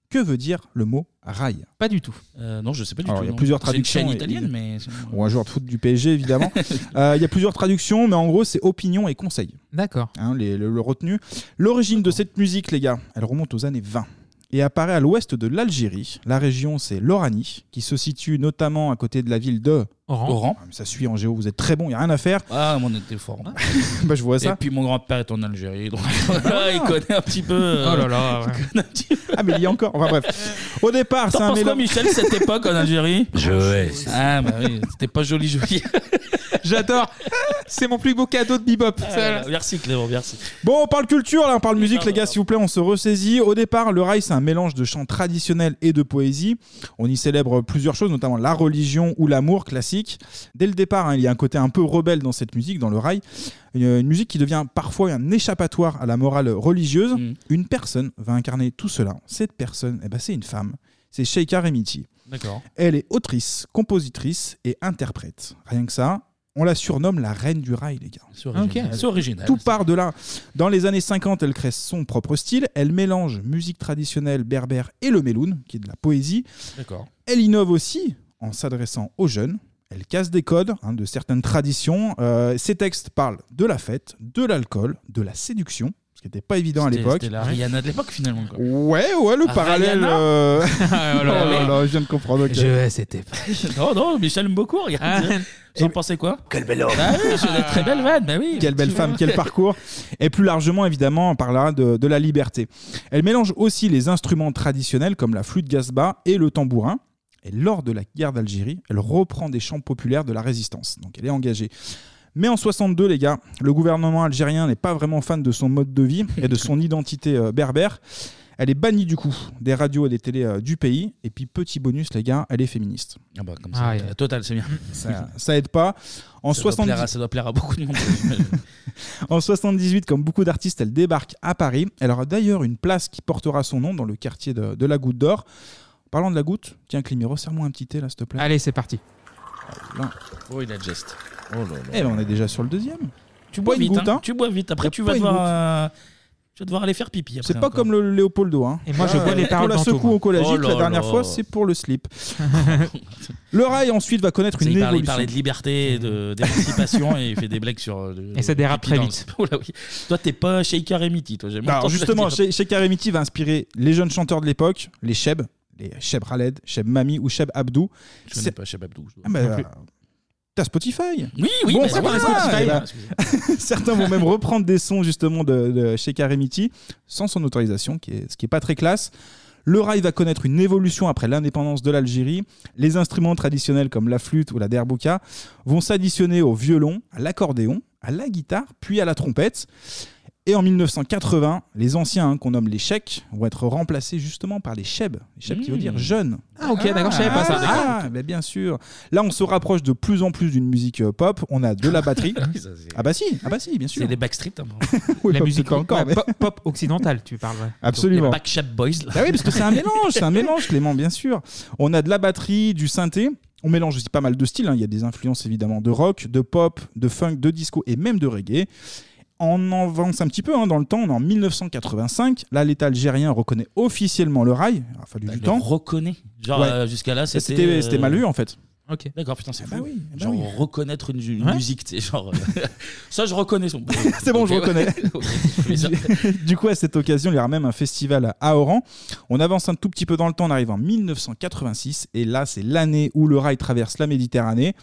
[SPEAKER 8] que veut dire le mot rail
[SPEAKER 11] Pas du tout.
[SPEAKER 1] Euh, non, je sais pas du
[SPEAKER 8] Alors,
[SPEAKER 1] tout.
[SPEAKER 8] il y a
[SPEAKER 1] non.
[SPEAKER 8] plusieurs
[SPEAKER 1] C'est une
[SPEAKER 8] traductions.
[SPEAKER 1] chaîne
[SPEAKER 8] et-
[SPEAKER 1] italienne, mais.
[SPEAKER 8] Ou un joueur de foot du PSG, évidemment. Euh, il y a plusieurs traductions, mais en gros, c'est opinion et conseil. Hein,
[SPEAKER 11] D'accord.
[SPEAKER 8] le, le retenu. L'origine de cette musique, les gars, elle remonte aux années 20 et apparaît à l'ouest de l'Algérie. La région, c'est l'Oranie, qui se situe notamment à côté de la ville de Ah,
[SPEAKER 1] Oran.
[SPEAKER 8] Ça suit en géo, vous êtes très bon, il n'y a rien à faire.
[SPEAKER 1] Ah, mais on était fort.
[SPEAKER 8] bah, je vois ça.
[SPEAKER 1] Et puis mon grand-père est en Algérie, donc voilà, il connaît un petit peu. euh,
[SPEAKER 8] Oh là là,
[SPEAKER 1] il
[SPEAKER 8] ouais.
[SPEAKER 1] connaît un petit-
[SPEAKER 8] Ah, mais il y a encore. Enfin bref. Au départ, Ah, c'est
[SPEAKER 1] T'en
[SPEAKER 8] un
[SPEAKER 1] penses quoi,
[SPEAKER 8] mélange.
[SPEAKER 1] Michel, cette époque en Algérie
[SPEAKER 9] Je vais.
[SPEAKER 1] Ah, bah oui, c'était pas joli, joli.
[SPEAKER 11] J'adore. C'est mon plus beau cadeau de bebop.
[SPEAKER 1] Ah, merci, Clément, merci.
[SPEAKER 8] Bon, on parle culture, là, on parle musique, les gars, s'il vous plaît, on se ressaisit. Au départ, le rail, c'est un mélange de chants traditionnels et de poésie. On y célèbre plusieurs choses, notamment la religion ou l'amour classique. Dès le départ, hein, il y a un côté un peu rebelle dans cette musique, dans le rail. Une, une musique qui devient parfois un échappatoire à la morale religieuse. Une personne va incarner tout cela. Cette personne, eh ben, c'est une femme. C'est Sheikha Remiti.
[SPEAKER 1] D'accord.
[SPEAKER 8] Elle est autrice, compositrice et interprète. Rien que ça, on la surnomme la reine du rail, les gars.
[SPEAKER 1] C'est original. Ok. C'est original.
[SPEAKER 8] Tout part de là. Dans les années 50, elle crée son propre style. Elle mélange musique traditionnelle berbère et le meloun, qui est de la poésie.
[SPEAKER 1] D'accord.
[SPEAKER 8] Elle innove aussi en s'adressant aux jeunes. Elle casse des codes hein, de certaines traditions. Euh, ses textes parlent de la fête, de l'alcool, de la séduction, ce qui n'était pas évident à
[SPEAKER 1] C'était-
[SPEAKER 8] l'époque.
[SPEAKER 1] C'était la Rihanna de l'époque, finalement. Quoi.
[SPEAKER 8] Ouais, ouais, le
[SPEAKER 1] Ah,
[SPEAKER 8] parallèle.
[SPEAKER 1] Rihanna
[SPEAKER 8] euh,
[SPEAKER 1] Ah,
[SPEAKER 8] oh
[SPEAKER 1] là, là.
[SPEAKER 8] là là, je viens de comprendre. ok.
[SPEAKER 1] Je vais, c'était pas. non, non, Michel aime beaucoup, regarde.
[SPEAKER 8] Ah.
[SPEAKER 1] Vous en pensez quoi Quelle belle homme Ah oui, j'ai des très belles vannes, bah oui.
[SPEAKER 8] Quelle belle femme, quel parcours. Et plus largement, évidemment, on parlera de, de la liberté. Elle mélange aussi les instruments traditionnels comme la flûte gasba et le tambourin. Et lors de la guerre d'Algérie, elle reprend des chants populaires de la résistance. Donc elle est engagée. Mais en 62, les gars, le gouvernement algérien n'est pas vraiment fan de son mode de vie et de son identité euh, berbère. Elle est bannie du coup des radios et des télés euh, du pays. Et puis, petit bonus, les gars, elle est féministe.
[SPEAKER 1] Ah bah, comme ça, euh, total, c'est bien.
[SPEAKER 8] Ça, ça aide pas. En
[SPEAKER 1] ça,
[SPEAKER 8] 70
[SPEAKER 1] doit plaire à, ça doit plaire à beaucoup de monde.
[SPEAKER 8] en 78, comme beaucoup d'artistes, elle débarque à Paris. Elle aura d'ailleurs une place qui portera son nom dans le quartier de, de la Goutte d'Or. Parlant de la Goutte, tiens Climiro, serre-moi un petit thé là, s'il te plaît.
[SPEAKER 11] Allez, c'est parti.
[SPEAKER 1] oh, il a geste. Oh là là.
[SPEAKER 8] Eh ben, on est déjà sur le deuxième.
[SPEAKER 1] Tu bois
[SPEAKER 8] Pas une
[SPEAKER 1] vite,
[SPEAKER 8] goutte,
[SPEAKER 1] hein.
[SPEAKER 8] hein.
[SPEAKER 1] Tu bois vite. Après,
[SPEAKER 8] Y'a
[SPEAKER 1] tu
[SPEAKER 8] pas
[SPEAKER 1] vas,
[SPEAKER 8] une
[SPEAKER 1] devoir,
[SPEAKER 8] goutte.
[SPEAKER 1] euh, tu vas devoir aller faire pipi. hein.
[SPEAKER 8] C'est pas comme le Léopoldo. Hein.
[SPEAKER 11] Et moi, je
[SPEAKER 8] Ah,
[SPEAKER 11] bois les
[SPEAKER 8] euh,
[SPEAKER 11] paroles
[SPEAKER 8] On la
[SPEAKER 11] d'Anto,
[SPEAKER 8] secoue
[SPEAKER 11] moi.
[SPEAKER 8] au
[SPEAKER 1] Oh
[SPEAKER 8] collagique
[SPEAKER 1] là
[SPEAKER 8] la dernière
[SPEAKER 1] là.
[SPEAKER 8] fois, c'est pour le slip. le rail ensuite va connaître une
[SPEAKER 1] Il parlait, il
[SPEAKER 8] évolution.
[SPEAKER 1] parlait de liberté, de- d'émancipation et il fait des blagues sur. euh, le-
[SPEAKER 8] Et ça dérape
[SPEAKER 1] pipi
[SPEAKER 8] très
[SPEAKER 1] dans
[SPEAKER 8] vite.
[SPEAKER 1] le- Oh là oui. Toi, t'es pas Sheikha Remiti, toi. j'aime
[SPEAKER 8] Bah,
[SPEAKER 1] autant
[SPEAKER 8] alors
[SPEAKER 1] te le
[SPEAKER 8] justement,
[SPEAKER 1] dire.
[SPEAKER 8] chez, chez Karimiti va inspirer les jeunes chanteurs de l'époque, les Cheb, les Cheb Khaled, Cheb Mami ou Cheb Abdou.
[SPEAKER 1] Je connais pas Cheb Abdou.
[SPEAKER 8] Ah bah, T'as Spotify
[SPEAKER 1] Oui, oui,
[SPEAKER 8] Bon,
[SPEAKER 1] bah,
[SPEAKER 8] ça
[SPEAKER 1] voilà,
[SPEAKER 8] va,
[SPEAKER 1] Spotify.
[SPEAKER 8] eh ben, Certains vont même reprendre des sons justement de, de chez Karimiti sans son autorisation, qui est- ce qui est pas très classe. Le rail va connaître une évolution après l'indépendance de l'Algérie. Les instruments traditionnels comme la flûte ou la derbouka vont s'additionner au violon, à l'accordéon, à la guitare, puis à la trompette. Et en 1980, les anciens hein, qu'on nomme les chèques vont être remplacés justement par les cheb. Les cheb qui veut dire jeune.
[SPEAKER 11] Ah, ok, d'accord, je savais pas ça.
[SPEAKER 8] Ah, bah, bien sûr. Là, on se rapproche de plus en plus d'une musique euh, pop. On a de la batterie. ah bah si, ah bah si, bien sûr.
[SPEAKER 1] C'est les Backstreet. hein,
[SPEAKER 8] Oui,
[SPEAKER 11] la
[SPEAKER 8] pop,
[SPEAKER 11] musique
[SPEAKER 8] c'est pas encore,
[SPEAKER 11] ouais,
[SPEAKER 8] mais-
[SPEAKER 11] pop, pop occidentale, tu parles. ouais.
[SPEAKER 8] Absolument.
[SPEAKER 1] Les Back Shop Boys. Là.
[SPEAKER 8] Ah oui, parce que c'est un mélange, c'est un mélange, Clément, bien sûr. On a de la batterie, du synthé. On mélange aussi pas mal de styles. hein. Il y a des influences évidemment de rock, de pop, de funk, de disco et même de reggae. On avance un petit peu hein, dans le temps. On est en 1985. Là, l'État algérien reconnaît officiellement le rail. Il a fallu du temps.
[SPEAKER 1] Bah, reconnaît. Genre,
[SPEAKER 8] Ouais. Bah,
[SPEAKER 1] euh, jusqu'à là, c'était.
[SPEAKER 8] C'était
[SPEAKER 1] euh,
[SPEAKER 8] c'était mal vu en fait.
[SPEAKER 11] Ok.
[SPEAKER 1] D'accord, putain, c'est fou.
[SPEAKER 8] Eh ben oui,
[SPEAKER 1] genre, reconnaître une, une
[SPEAKER 8] Ouais.
[SPEAKER 1] musique, tu sais, genre. euh, ça, je reconnais son.
[SPEAKER 8] C'est bon, je
[SPEAKER 1] Ok, ouais.
[SPEAKER 8] reconnais.
[SPEAKER 1] Ok, je fais ça.
[SPEAKER 8] du coup, à cette occasion, il y aura même un festival à Oran. On avance un tout petit peu dans le temps, on arrive en 1986, et là, c'est l'année où le rail traverse la Méditerranée.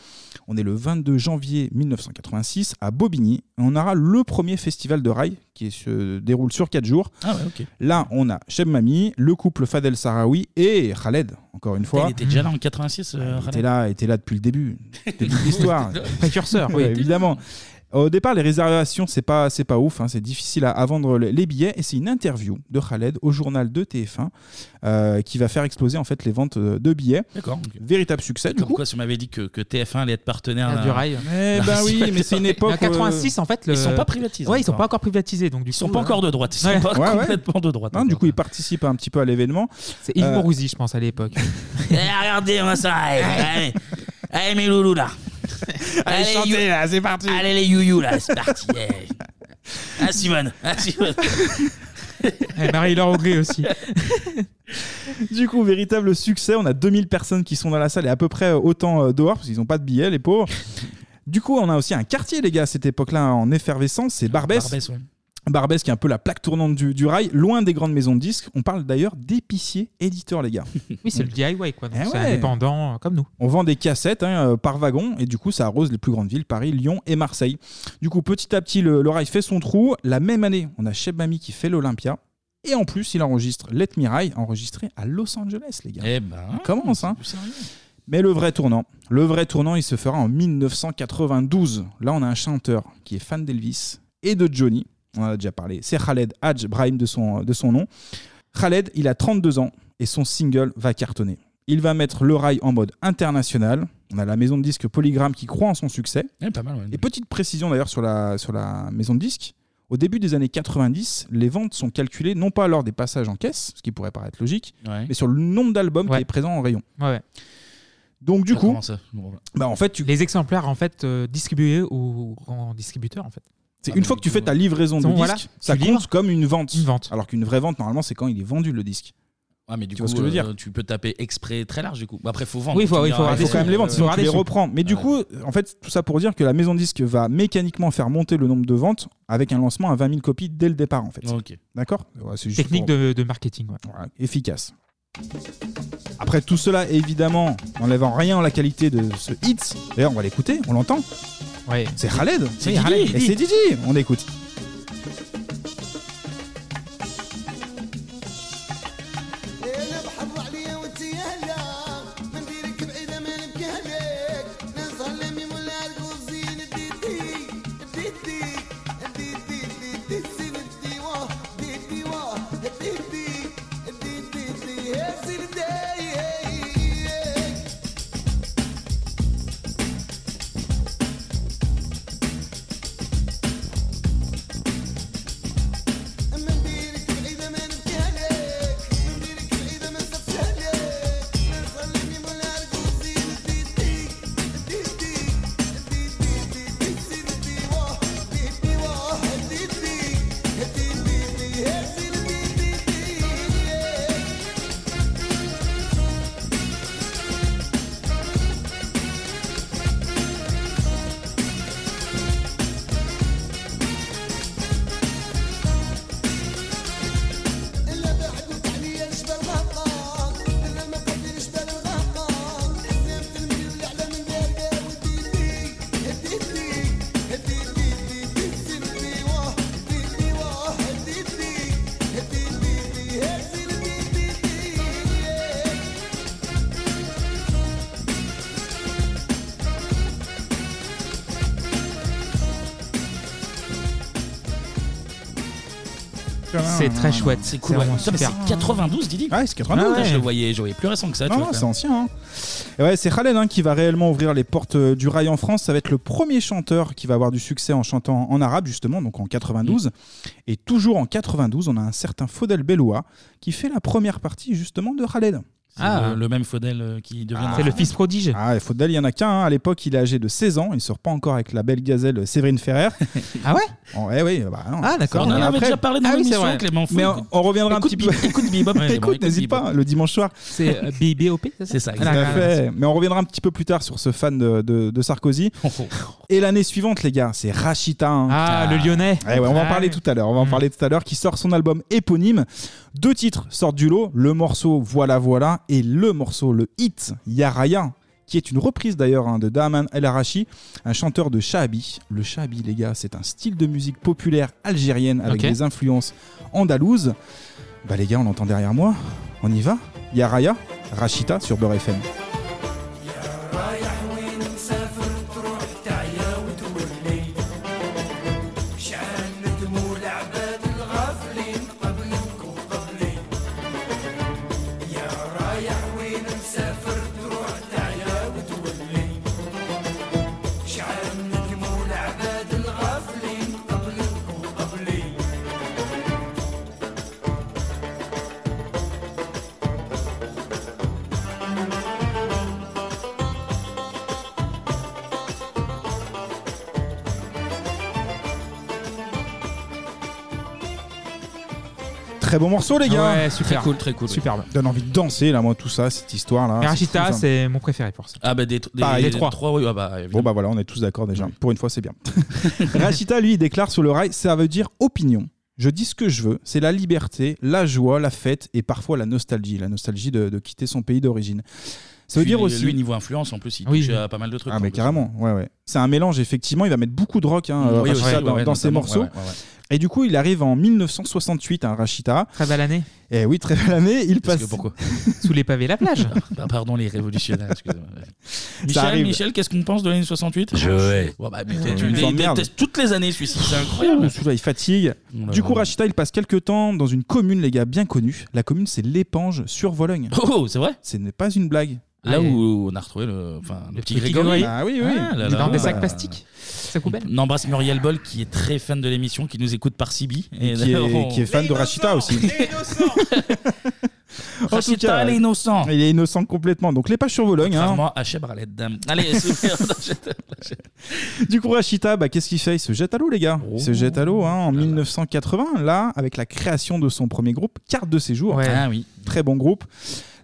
[SPEAKER 8] On est le 22 janvier 1986 à Bobigny, et on aura le premier festival de rail qui se déroule sur 4 jours.
[SPEAKER 1] Ah ouais, ok.
[SPEAKER 8] Là, on a Cheb Mami, le couple Fadel Sarawi et Khaled, encore une fois.
[SPEAKER 1] Il était déjà là en 86, euh,
[SPEAKER 8] Il
[SPEAKER 1] Khaled.
[SPEAKER 8] était là, il était là depuis le début, depuis l'histoire.
[SPEAKER 1] Précurseur.
[SPEAKER 8] oui, évidemment. Au départ, les réservations, c'est pas, c'est pas ouf, hein, c'est difficile à, à vendre les les billets. Et c'est une interview de Khaled au journal de TF1 euh, qui va faire exploser en fait les ventes euh, de billets.
[SPEAKER 1] D'accord.
[SPEAKER 8] Véritable succès.
[SPEAKER 1] Comme quoi, si on m'avait dit que, que TF1 allait être partenaire
[SPEAKER 11] Ah, du rail.
[SPEAKER 8] Eh ben oui, mais c'est une époque. euh,
[SPEAKER 11] En 86, en fait, le-
[SPEAKER 1] Ils sont pas privatisés.
[SPEAKER 11] Ouais, ils sont pas encore privatisés, donc du
[SPEAKER 1] sont pas encore de droite, ils sont pas complètement de droite.
[SPEAKER 8] Non, du coup, il participe un petit peu à l'événement. Euh,
[SPEAKER 11] C'est Yves Mourouzi, je pense, à l'époque.
[SPEAKER 1] Eh, regardez, moi ça. eh, Allez, allez, allez, eh, mes loulous là. Allez, chantez là, c'est parti. Allez les youyou là, c'est parti. eh. Ah Simone, ah Simone.
[SPEAKER 8] Eh,
[SPEAKER 11] Et Marie-Laure Augry aussi.
[SPEAKER 8] Du coup, véritable succès. On a 2000 personnes qui sont dans la salle et à peu près autant euh, dehors parce qu'ils n'ont pas de billets, les pauvres. Du coup, on a aussi un quartier, les gars, à cette époque-là, en effervescence, c'est Barbès.
[SPEAKER 1] Barbès, ouais.
[SPEAKER 8] Barbès, qui est un peu la plaque tournante du, du rail, loin des grandes maisons de disques. On parle d'ailleurs d'épicier éditeur, les gars.
[SPEAKER 11] Oui, c'est le DIY, quoi. donc
[SPEAKER 8] Eh
[SPEAKER 11] C'est
[SPEAKER 8] ouais.
[SPEAKER 11] indépendant, euh, comme nous.
[SPEAKER 8] On vend des cassettes hein, euh, par wagon et du coup ça arrose les plus grandes villes, Paris, Lyon et Marseille. Du coup petit à petit le, le rail fait son trou. La même année on a Cheb Mami qui fait l'Olympia et en plus il enregistre Let Me Ride enregistré à Los Angeles les gars.
[SPEAKER 1] Eh ben,
[SPEAKER 8] on commence hein. Mais le vrai tournant, le vrai tournant il se fera en 1992. Là on a un chanteur qui est fan d'Elvis et de Johnny. On en a déjà parlé. C'est Khaled Hadj Brahim de son, de son nom. Khaled, il a 32 ans et son single va cartonner. Il va mettre le rail en mode international. On a la maison de disques Polygram qui croit en son succès.
[SPEAKER 1] pas mal,
[SPEAKER 8] Et petite précision d'ailleurs sur la, sur la maison de disques. Au début des années 90, les ventes sont calculées non pas lors des passages en caisse, ce qui pourrait paraître logique,
[SPEAKER 1] Ouais.
[SPEAKER 8] mais sur le nombre d'albums qui est présent en rayon. Donc
[SPEAKER 1] Ah,
[SPEAKER 8] du coup,
[SPEAKER 1] euh,
[SPEAKER 8] bah en fait, tu...
[SPEAKER 11] les exemplaires en fait euh, distribués aux grands distributeurs en fait.
[SPEAKER 1] Ah,
[SPEAKER 11] Ah,
[SPEAKER 8] C'est une fois que tu fais ta livraison de
[SPEAKER 11] Bon,
[SPEAKER 8] disque,
[SPEAKER 11] voilà,
[SPEAKER 8] ça
[SPEAKER 11] tu
[SPEAKER 8] compte
[SPEAKER 11] livres.
[SPEAKER 8] comme une vente. Alors qu'une vraie vente, normalement, c'est quand il est vendu le disque.
[SPEAKER 1] Ah, mais du
[SPEAKER 8] Tu
[SPEAKER 1] coup,
[SPEAKER 8] vois ce que je veux
[SPEAKER 1] euh,
[SPEAKER 8] dire
[SPEAKER 1] tu peux taper exprès très large du coup. Bah, après, faut vendre.
[SPEAKER 8] Oui,
[SPEAKER 1] Tu
[SPEAKER 8] il
[SPEAKER 1] me
[SPEAKER 8] faut,
[SPEAKER 1] diras,
[SPEAKER 8] quand même les vendre,
[SPEAKER 1] euh,
[SPEAKER 8] sinon tu les
[SPEAKER 1] sous.
[SPEAKER 8] reprends. Mais du
[SPEAKER 1] Ouais.
[SPEAKER 8] coup, en fait, tout ça pour dire que la maison de disque va mécaniquement faire monter le nombre de ventes avec un lancement à 20 000 copies dès le départ, en fait.
[SPEAKER 1] Ok.
[SPEAKER 8] D'accord Ouais, c'est juste
[SPEAKER 11] Technique
[SPEAKER 8] pour-
[SPEAKER 11] de, de marketing. Ouais.
[SPEAKER 8] Voilà, efficace. Après tout cela, évidemment, n'enlèvant rien à la qualité de ce hit. D'ailleurs, on va l'écouter, on l'entend. C'est Khaled.
[SPEAKER 11] C'est
[SPEAKER 8] Oui,
[SPEAKER 11] Didi.
[SPEAKER 8] Khaled. Et c'est Didi. On écoute.
[SPEAKER 3] ليلة بحظ عليا وانتي اهلا من ديرك بعيدة ما نبكي عليك نزهر لمي ولا القوف زين الديدي الديدي الديدي الديدي زين الدي واه ديدي واه الديدي الديدي الدي هي زين الدي من ديرك بعيدة ما نبكي عليك إلا بعدك عليا جبل غرقان إلا ما قدر جبل غرقان حسبت المدير الأعلى من بارقة وديتي هديتي هديتي هديتي سلبي واه هديتي واه هديتي هديتي هديتي هي سلبي هديتي
[SPEAKER 11] C'est très chouette.
[SPEAKER 1] Ah, C'est cool.
[SPEAKER 11] C'est
[SPEAKER 1] ouais.
[SPEAKER 11] vraiment
[SPEAKER 1] Ça, mais
[SPEAKER 11] super.
[SPEAKER 1] c'est 92, Didi.
[SPEAKER 8] Ah,
[SPEAKER 1] Ah,
[SPEAKER 8] Ouais, c'est 92.
[SPEAKER 1] Je le voyais, je le voyais plus récent que ça. tu
[SPEAKER 8] Non,
[SPEAKER 1] vois,
[SPEAKER 8] non,
[SPEAKER 1] quand
[SPEAKER 8] c'est
[SPEAKER 1] même.
[SPEAKER 8] ancien. hein. Et ouais, c'est Khaled hein, qui va réellement ouvrir les portes euh, du rail en France. Ça va être le premier chanteur qui va avoir du succès en chantant en arabe, justement, donc en 92. Et toujours en 92, on a un certain Faudel Belloua qui fait la première partie, justement, de Khaled.
[SPEAKER 1] C'est
[SPEAKER 11] Ah.
[SPEAKER 1] le, le même Faudel euh, qui devient.
[SPEAKER 8] Ah.
[SPEAKER 1] un-
[SPEAKER 11] prodige.
[SPEAKER 8] Ah, il faut d'elle, il y en a qu'un. hein. À l'époque, il est âgé de 16 ans. Il sort pas encore avec la belle gazelle Séverine Ferrer.
[SPEAKER 11] ah ouais
[SPEAKER 8] Ouais, oui. bah non.
[SPEAKER 11] Ah, d'accord.
[SPEAKER 8] Ça,
[SPEAKER 11] On en avait
[SPEAKER 8] après.
[SPEAKER 11] déjà parlé dans Ah oui, l'émission, c'est vrai. Clément Fouque.
[SPEAKER 8] Mais on, on reviendra un petit peu.
[SPEAKER 1] Écoute Bebop. Ouais, bon,
[SPEAKER 8] Écoute,
[SPEAKER 1] écoute
[SPEAKER 8] n'hésite pas, le dimanche soir.
[SPEAKER 11] C'est euh, BIBOP, c'est ça
[SPEAKER 1] C'est ça,
[SPEAKER 8] Tout à fait. Mais on reviendra un petit peu plus tard sur ce fan de, de- de Sarkozy. Et l'année suivante, les gars, c'est Rachita. hein.
[SPEAKER 11] Oh, Ah, le Lyonnais.
[SPEAKER 8] Eh ouais, on va en
[SPEAKER 11] Ah,
[SPEAKER 8] parler
[SPEAKER 11] oui.
[SPEAKER 8] tout à l'heure. On va en parler tout à l'heure. Qui sort son album éponyme. Deux titres sortent du lot. Le morceau Voilà Voilà et le morceau le hit Yaraya, qui est une reprise d'ailleurs hein, de Daman El Arachi, un chanteur de Shahabi. Le Shahabi, les gars, c'est un style de musique populaire algérienne avec
[SPEAKER 11] Ok.
[SPEAKER 8] des influences andalouses. Bah les gars, on l'entend derrière moi. On y va. Yaraya, Rachita sur Beurre FM.
[SPEAKER 3] رايح وين مسافر تروح تعيا وتولي
[SPEAKER 8] très beau morceau, les gars.
[SPEAKER 11] Ouais, super. Très cool,
[SPEAKER 1] très cool.
[SPEAKER 11] Superbe.
[SPEAKER 8] Donne envie de danser, là, moi, tout ça, cette histoire-là.
[SPEAKER 11] Mais
[SPEAKER 8] très
[SPEAKER 11] Rachita,
[SPEAKER 8] sympa.
[SPEAKER 11] c'est mon préféré pour ça.
[SPEAKER 1] Ah, bah, des, des-
[SPEAKER 8] Pareil.
[SPEAKER 1] des trois. oui, ah bah,
[SPEAKER 8] Bon, bah voilà, on est tous d'accord déjà. Pour une fois, c'est bien. Rachita, lui, il déclare sur le rail ça veut dire opinion. Je dis ce que je veux, c'est la liberté, la joie, la fête et parfois la nostalgie. La nostalgie de, de quitter son pays d'origine. Ça veut
[SPEAKER 1] Puis,
[SPEAKER 8] dire aussi.
[SPEAKER 1] Lui, niveau influence, en plus, il
[SPEAKER 8] Oui,
[SPEAKER 1] touche
[SPEAKER 8] oui.
[SPEAKER 1] à pas mal de trucs.
[SPEAKER 8] Ah,
[SPEAKER 1] en
[SPEAKER 8] mais
[SPEAKER 1] plus.
[SPEAKER 8] carrément, ouais, ouais. C'est un mélange, effectivement. Il va mettre beaucoup de rock hein,
[SPEAKER 1] Oui,
[SPEAKER 8] euh,
[SPEAKER 1] oui,
[SPEAKER 8] Rachita,
[SPEAKER 1] oui,
[SPEAKER 8] dans,
[SPEAKER 1] ouais,
[SPEAKER 8] dans ses
[SPEAKER 1] notamment,
[SPEAKER 8] morceaux.
[SPEAKER 1] ouais, ouais, ouais.
[SPEAKER 8] Et du coup, il arrive en 1968 à hein, Rachita.
[SPEAKER 11] Très belle année.
[SPEAKER 8] Et oui, très belle année. Il
[SPEAKER 1] Parce
[SPEAKER 8] passe.
[SPEAKER 1] que pourquoi
[SPEAKER 11] Sous les pavés, la plage.
[SPEAKER 1] Ah, Pardon, les révolutionnaires, excusez-moi. Michel,
[SPEAKER 8] arrive.
[SPEAKER 1] Michel qu'est-ce qu'on pense de l'année 68
[SPEAKER 8] Je hais.
[SPEAKER 1] Ouais, bah,
[SPEAKER 8] Ouais,
[SPEAKER 1] putain,
[SPEAKER 8] il Ah,
[SPEAKER 1] tu
[SPEAKER 8] nous
[SPEAKER 1] les
[SPEAKER 8] emmerde.
[SPEAKER 1] détestes toutes les années, celui-ci. C'est incroyable.
[SPEAKER 8] Incroyable. Celui-là, il fatigue. du coup, Rachita, il passe quelques temps dans une commune, les gars, bien connue. La commune, c'est l'Épange sur Vologne.
[SPEAKER 1] Oh, c'est vrai
[SPEAKER 8] Ce n'est pas une blague.
[SPEAKER 11] Ah,
[SPEAKER 1] Là où on a retrouvé le, enfin, le, petit Grégory.
[SPEAKER 8] Ah oui, oui.
[SPEAKER 1] Ah, là, là.
[SPEAKER 11] Dans des
[SPEAKER 1] Bah,
[SPEAKER 11] sacs plastiques. Sa poubelle.
[SPEAKER 1] On embrasse Muriel Boll qui est très fan de l'émission, qui nous écoute par Sibi. Et
[SPEAKER 8] qui,
[SPEAKER 1] d'ailleurs,
[SPEAKER 8] est,
[SPEAKER 1] on-
[SPEAKER 8] qui est fan de Rachita aussi. En tout
[SPEAKER 1] Rachita,
[SPEAKER 8] cas,
[SPEAKER 1] elle est innocente.
[SPEAKER 8] Il est innocent complètement. Donc, l'Épange sur Vologne. hein.
[SPEAKER 1] Contrairement à Cheb Arlette, dame. Allez, c'est
[SPEAKER 8] Du coup, Rachita, bah, qu'est-ce qu'il fait Il se jette à l'eau, les gars.
[SPEAKER 1] Oh.
[SPEAKER 8] Il se jette à l'eau hein, en 1980, là, avec la création de son premier groupe, Carte de Séjour.
[SPEAKER 1] Ouais. Ah oui.
[SPEAKER 8] Très bon groupe.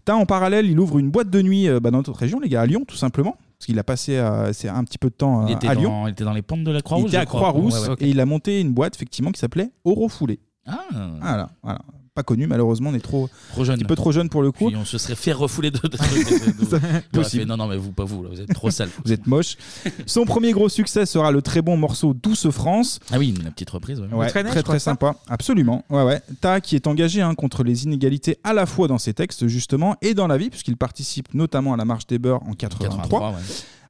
[SPEAKER 8] T'as en parallèle, il ouvre une boîte de nuit euh, bah, dans notre région, les gars, à Lyon, tout simplement. Parce qu'il a passé euh, c'est un petit peu de temps euh,
[SPEAKER 1] il était,
[SPEAKER 8] à
[SPEAKER 1] dans,
[SPEAKER 8] Lyon.
[SPEAKER 1] il était dans les pentes de la
[SPEAKER 8] Il
[SPEAKER 1] Croix-Rouge.
[SPEAKER 8] était à
[SPEAKER 1] je crois.
[SPEAKER 8] Croix-Rousse
[SPEAKER 1] Ouais, ouais.
[SPEAKER 8] et il a monté une boîte, effectivement, qui s'appelait Orofoulé.
[SPEAKER 1] Ah.
[SPEAKER 8] Voilà, voilà. Pas connu, malheureusement, on est trop,
[SPEAKER 1] Trop jeune.
[SPEAKER 8] un petit peu trop jeune pour le coup.
[SPEAKER 1] Puis on se serait fait refouler de, de trucs. de- de- de- Il aurait
[SPEAKER 8] Possible.
[SPEAKER 1] fait, non, non, mais vous, pas vous, là, vous êtes trop sale.
[SPEAKER 8] Vous êtes moche. Son premier gros succès sera le très bon morceau Douce France.
[SPEAKER 1] Ah oui, une petite reprise. ouais.
[SPEAKER 8] Ouais, très très sympa, absolument. Ouais, ouais. Ta qui est engagé hein, contre les inégalités à la fois dans ses textes justement et dans la vie puisqu'il participe notamment à la marche des beurs en 83.
[SPEAKER 1] 83, ouais.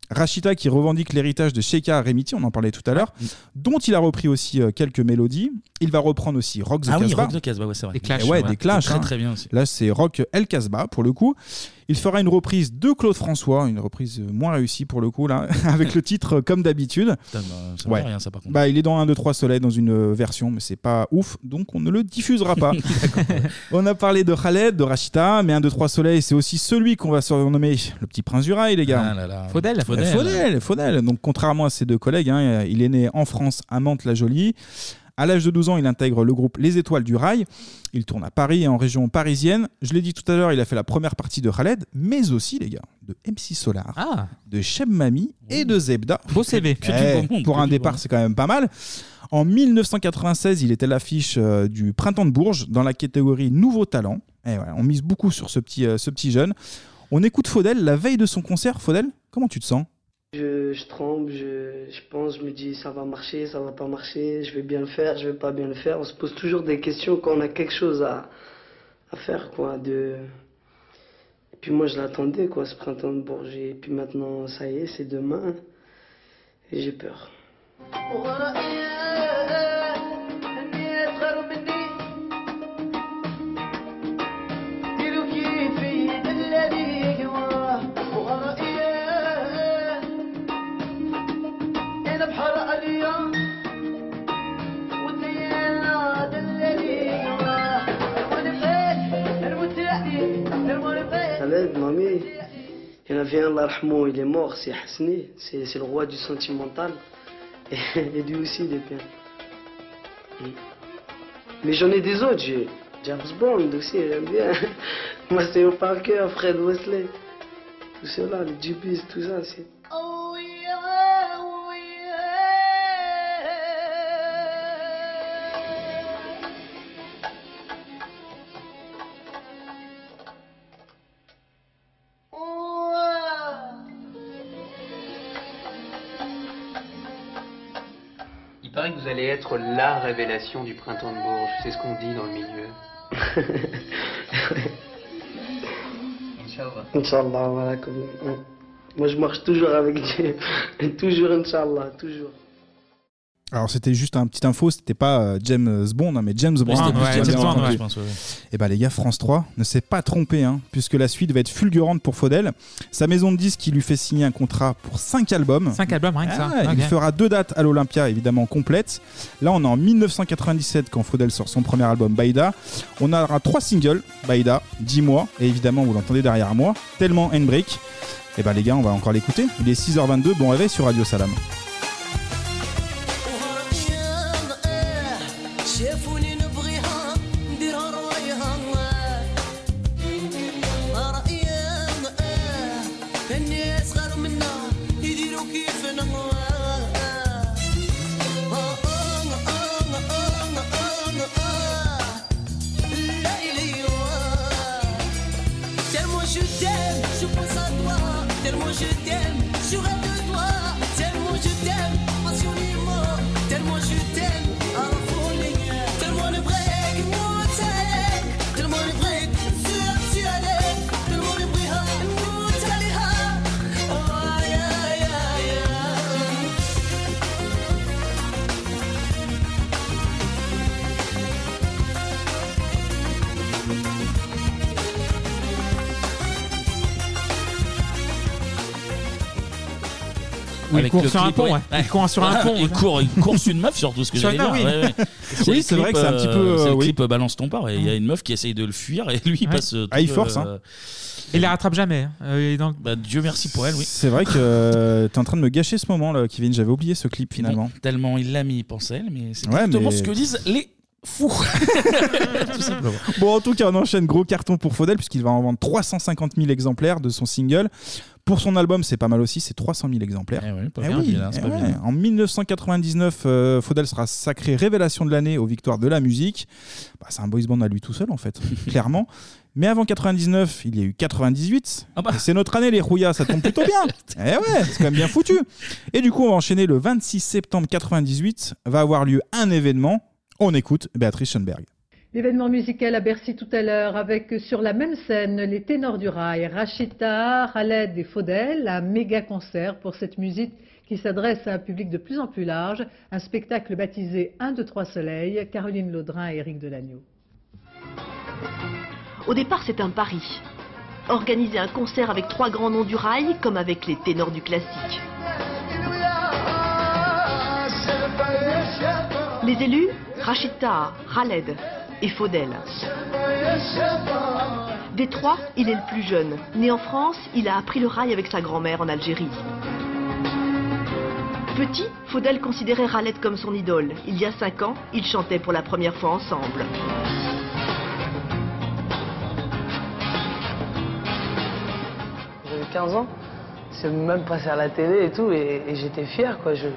[SPEAKER 8] Rachita qui revendique l'héritage de Sheikha Remiti, on en parlait tout à l'heure,
[SPEAKER 1] Ah.
[SPEAKER 8] dont il a repris aussi euh, quelques mélodies. Il va reprendre aussi Rock the
[SPEAKER 1] Ah oui,
[SPEAKER 8] Casbah.
[SPEAKER 1] Rock the Casbah, ouais, c'est vrai. Des Clash,
[SPEAKER 8] Et ouais,
[SPEAKER 1] ouais.
[SPEAKER 8] des Clash.
[SPEAKER 1] Très,
[SPEAKER 8] hein.
[SPEAKER 1] très bien aussi.
[SPEAKER 8] Là, c'est Rock El Casbah pour le coup. Il fera une reprise de Claude François, une reprise euh, moins réussie pour le coup, là, avec le titre euh, Comme d'habitude.
[SPEAKER 1] Putain, bah, ça me fait rien, ça, par contre.
[SPEAKER 8] Bah, il est dans 1, 2, 3 Soleil dans une euh, version, mais c'est pas ouf, donc on ne le diffusera pas. on a parlé de Khaled, de Rachita, mais 1, 2, 3 Soleil, c'est aussi celui qu'on va surnommer le petit prince du rail, les gars.
[SPEAKER 1] Ah là là.
[SPEAKER 11] Faudel.
[SPEAKER 8] Euh, Faudel. Faudel, Donc, contrairement à ses deux collègues, hein, il est né en France à Mantes-la-Jolie. À l'âge de 12 ans, il intègre le groupe Les Étoiles du Rail. Il tourne à Paris et en région parisienne. Je l'ai dit tout à l'heure, il a fait la première partie de Khaled, mais aussi, les gars, de MC Solar, de Cheb Mami et de Zebda.
[SPEAKER 11] Ah. Beau CV. Que du beau monde,
[SPEAKER 8] Eh, pour
[SPEAKER 11] que
[SPEAKER 8] un
[SPEAKER 11] du
[SPEAKER 8] départ, c'est quand même pas mal. En 1996, il était à l'affiche euh, du Printemps de Bourges dans la catégorie Nouveau Talent. Et voilà, on mise beaucoup sur ce petit, euh, ce petit jeune. On écoute Faudel la veille de son concert. Faudel, comment tu te sens
[SPEAKER 2] Je, je tremble, je, je pense, je me dis ça va marcher, ça va pas marcher, je vais bien le faire, je vais pas bien le faire. On se pose toujours des questions quand on a quelque chose à, à faire, quoi. De... Et puis moi, je l'attendais, quoi, ce printemps de Bourges. Et puis maintenant, ça y est, c'est demain. Et j'ai peur. Khaled, mamie, il y en avait un, l'arhmo, il est mort, c'est Hasni, c'est c'est le roi du sentimental. Et, lui aussi, il est bien. Mm. Mais j'en ai des autres, j'ai James Bond aussi, j'aime bien. Matteo Parker, Fred Wesley, tout cela, les Dubis, tout ça, c'est.
[SPEAKER 17] Il paraît que vous allez être la révélation du printemps de Bourges. C'est ce qu'on dit dans le milieu. Inch'Allah.
[SPEAKER 2] Inch'Allah, voilà, comme. on- Moi, je marche toujours avec Dieu. toujours, Inch'Allah, toujours.
[SPEAKER 8] Alors c'était juste un petit info, c'était pas euh, James Bond, hein, mais James Brown.
[SPEAKER 1] c'était plus
[SPEAKER 8] hein,
[SPEAKER 1] James
[SPEAKER 8] bien
[SPEAKER 1] Brown,
[SPEAKER 8] entendu.
[SPEAKER 1] ouais, je pense, ouais, ouais.
[SPEAKER 8] Eh ben les gars, France 3 ne s'est pas trompé, hein, puisque la suite va être fulgurante pour Faudel. Sa maison de disques qui lui fait signer un contrat pour 5 albums.
[SPEAKER 11] 5 albums, rien que ça.
[SPEAKER 8] Ah,
[SPEAKER 11] Ok.
[SPEAKER 8] Il fera deux dates à l'Olympia, évidemment complètes. Là, on est en 1997 quand Faudel sort son premier album, Baïda. On aura trois singles, Baïda, 10 mois, et évidemment, vous l'entendez derrière moi, tellement Handbrake. Eh ben les gars, on va encore l'écouter. Il est 6h22, bon réveil sur Radio Salam.
[SPEAKER 19] شافوني نبغيها نديرها روحي آه. آه. آه، آه.
[SPEAKER 7] ah,
[SPEAKER 11] Oui,
[SPEAKER 1] Avec
[SPEAKER 11] il court
[SPEAKER 1] le
[SPEAKER 11] sur un
[SPEAKER 1] clip,
[SPEAKER 11] pont,
[SPEAKER 1] oui.
[SPEAKER 11] ouais. Il court sur un pont. hein.
[SPEAKER 1] Il court, il court sur une meuf, surtout ce que
[SPEAKER 11] Sur
[SPEAKER 1] j'allais
[SPEAKER 11] une
[SPEAKER 1] dire.
[SPEAKER 11] meuf,
[SPEAKER 1] ouais,
[SPEAKER 11] oui.
[SPEAKER 1] ouais.
[SPEAKER 8] Oui,
[SPEAKER 1] le
[SPEAKER 8] c'est vrai que
[SPEAKER 1] clip,
[SPEAKER 8] c'est un petit peu,
[SPEAKER 1] C'est le
[SPEAKER 8] euh, oui.
[SPEAKER 1] clip euh, Balance ton part. Et il y a une meuf qui essaye de le fuir et lui, il
[SPEAKER 11] Mmh. Ouais.
[SPEAKER 1] passe. euh,
[SPEAKER 8] Ah, il
[SPEAKER 1] tout,
[SPEAKER 8] force, hein.
[SPEAKER 1] euh,
[SPEAKER 11] Il la rattrape jamais. hein. Euh, il est dans le-
[SPEAKER 1] bah, Dieu merci pour elle, oui.
[SPEAKER 8] C'est vrai que euh, t'es en train de me gâcher ce moment là, Kevin. J'avais oublié ce clip finalement.
[SPEAKER 1] Tellement il l'a mis, il pensait elle, mais c'est
[SPEAKER 8] Ouais,
[SPEAKER 1] exactement
[SPEAKER 8] mais-
[SPEAKER 1] ce que disent les fous. Tout simplement.
[SPEAKER 8] Bon, en tout cas, on enchaîne gros carton pour Faudel, puisqu'il va en vendre 350 000 exemplaires de son single. Pour son album, c'est pas mal aussi, c'est 300 000 exemplaires.
[SPEAKER 1] pas
[SPEAKER 8] Eh
[SPEAKER 1] bien,
[SPEAKER 8] oui,
[SPEAKER 1] Bill, hein, c'est
[SPEAKER 8] eh
[SPEAKER 1] pas
[SPEAKER 8] ouais.
[SPEAKER 1] bien.
[SPEAKER 8] En 1999, euh, Faudel sera sacré révélation de l'année aux victoires de la musique. Bah, c'est un boys band à lui tout seul, en fait, clairement. Mais avant 99, il y a eu 98.
[SPEAKER 1] Ah bah.
[SPEAKER 8] Et C'est notre année, les rouillas, ça tombe plutôt bien. eh ouais, c'est quand même bien foutu. Et du coup, on va enchaîner le 26 septembre 98. Va avoir lieu un événement. On écoute Béatrice Schoenberg.
[SPEAKER 5] L'événement musical à Bercy tout à l'heure avec sur la même scène les ténors du rail, Rachita, Khaled et Faudel, un méga concert pour cette musique qui s'adresse à un public de plus en plus large, un spectacle baptisé 1, 2, 3 soleils, Caroline Laudrin et Éric Delagneau.
[SPEAKER 19] Au départ, c'est un pari. Organiser un concert avec trois grands noms du rail, comme avec les ténors du classique. Les élus Rachita, Khaled et Faudel. Des trois, il est le plus jeune. Né en France, il a appris le rail avec sa grand-mère en Algérie. Petit, Faudel considérait Khaled comme son idole. Il y a cinq ans, ils chantaient pour la première fois ensemble.
[SPEAKER 20] J'avais 15 ans. C'est même passé à la télé et tout, et, et j'étais fier, quoi. Je,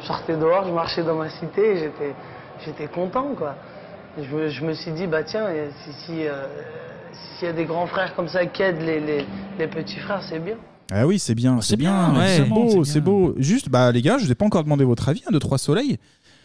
[SPEAKER 20] je sortais dehors, je marchais dans ma cité, et j'étais, j'étais content, quoi. Je, me- je me suis dit, bah tiens, et si, si, euh, s'il y a des grands frères comme ça qui aident les, les- les petits frères, c'est bien.
[SPEAKER 8] Ah oui, c'est bien, c'est bien,
[SPEAKER 11] bien, ouais.
[SPEAKER 8] c'est beau, c'est beau. Juste, bah les gars, je vous ai pas encore demandé votre avis, hein, de Trois Soleils.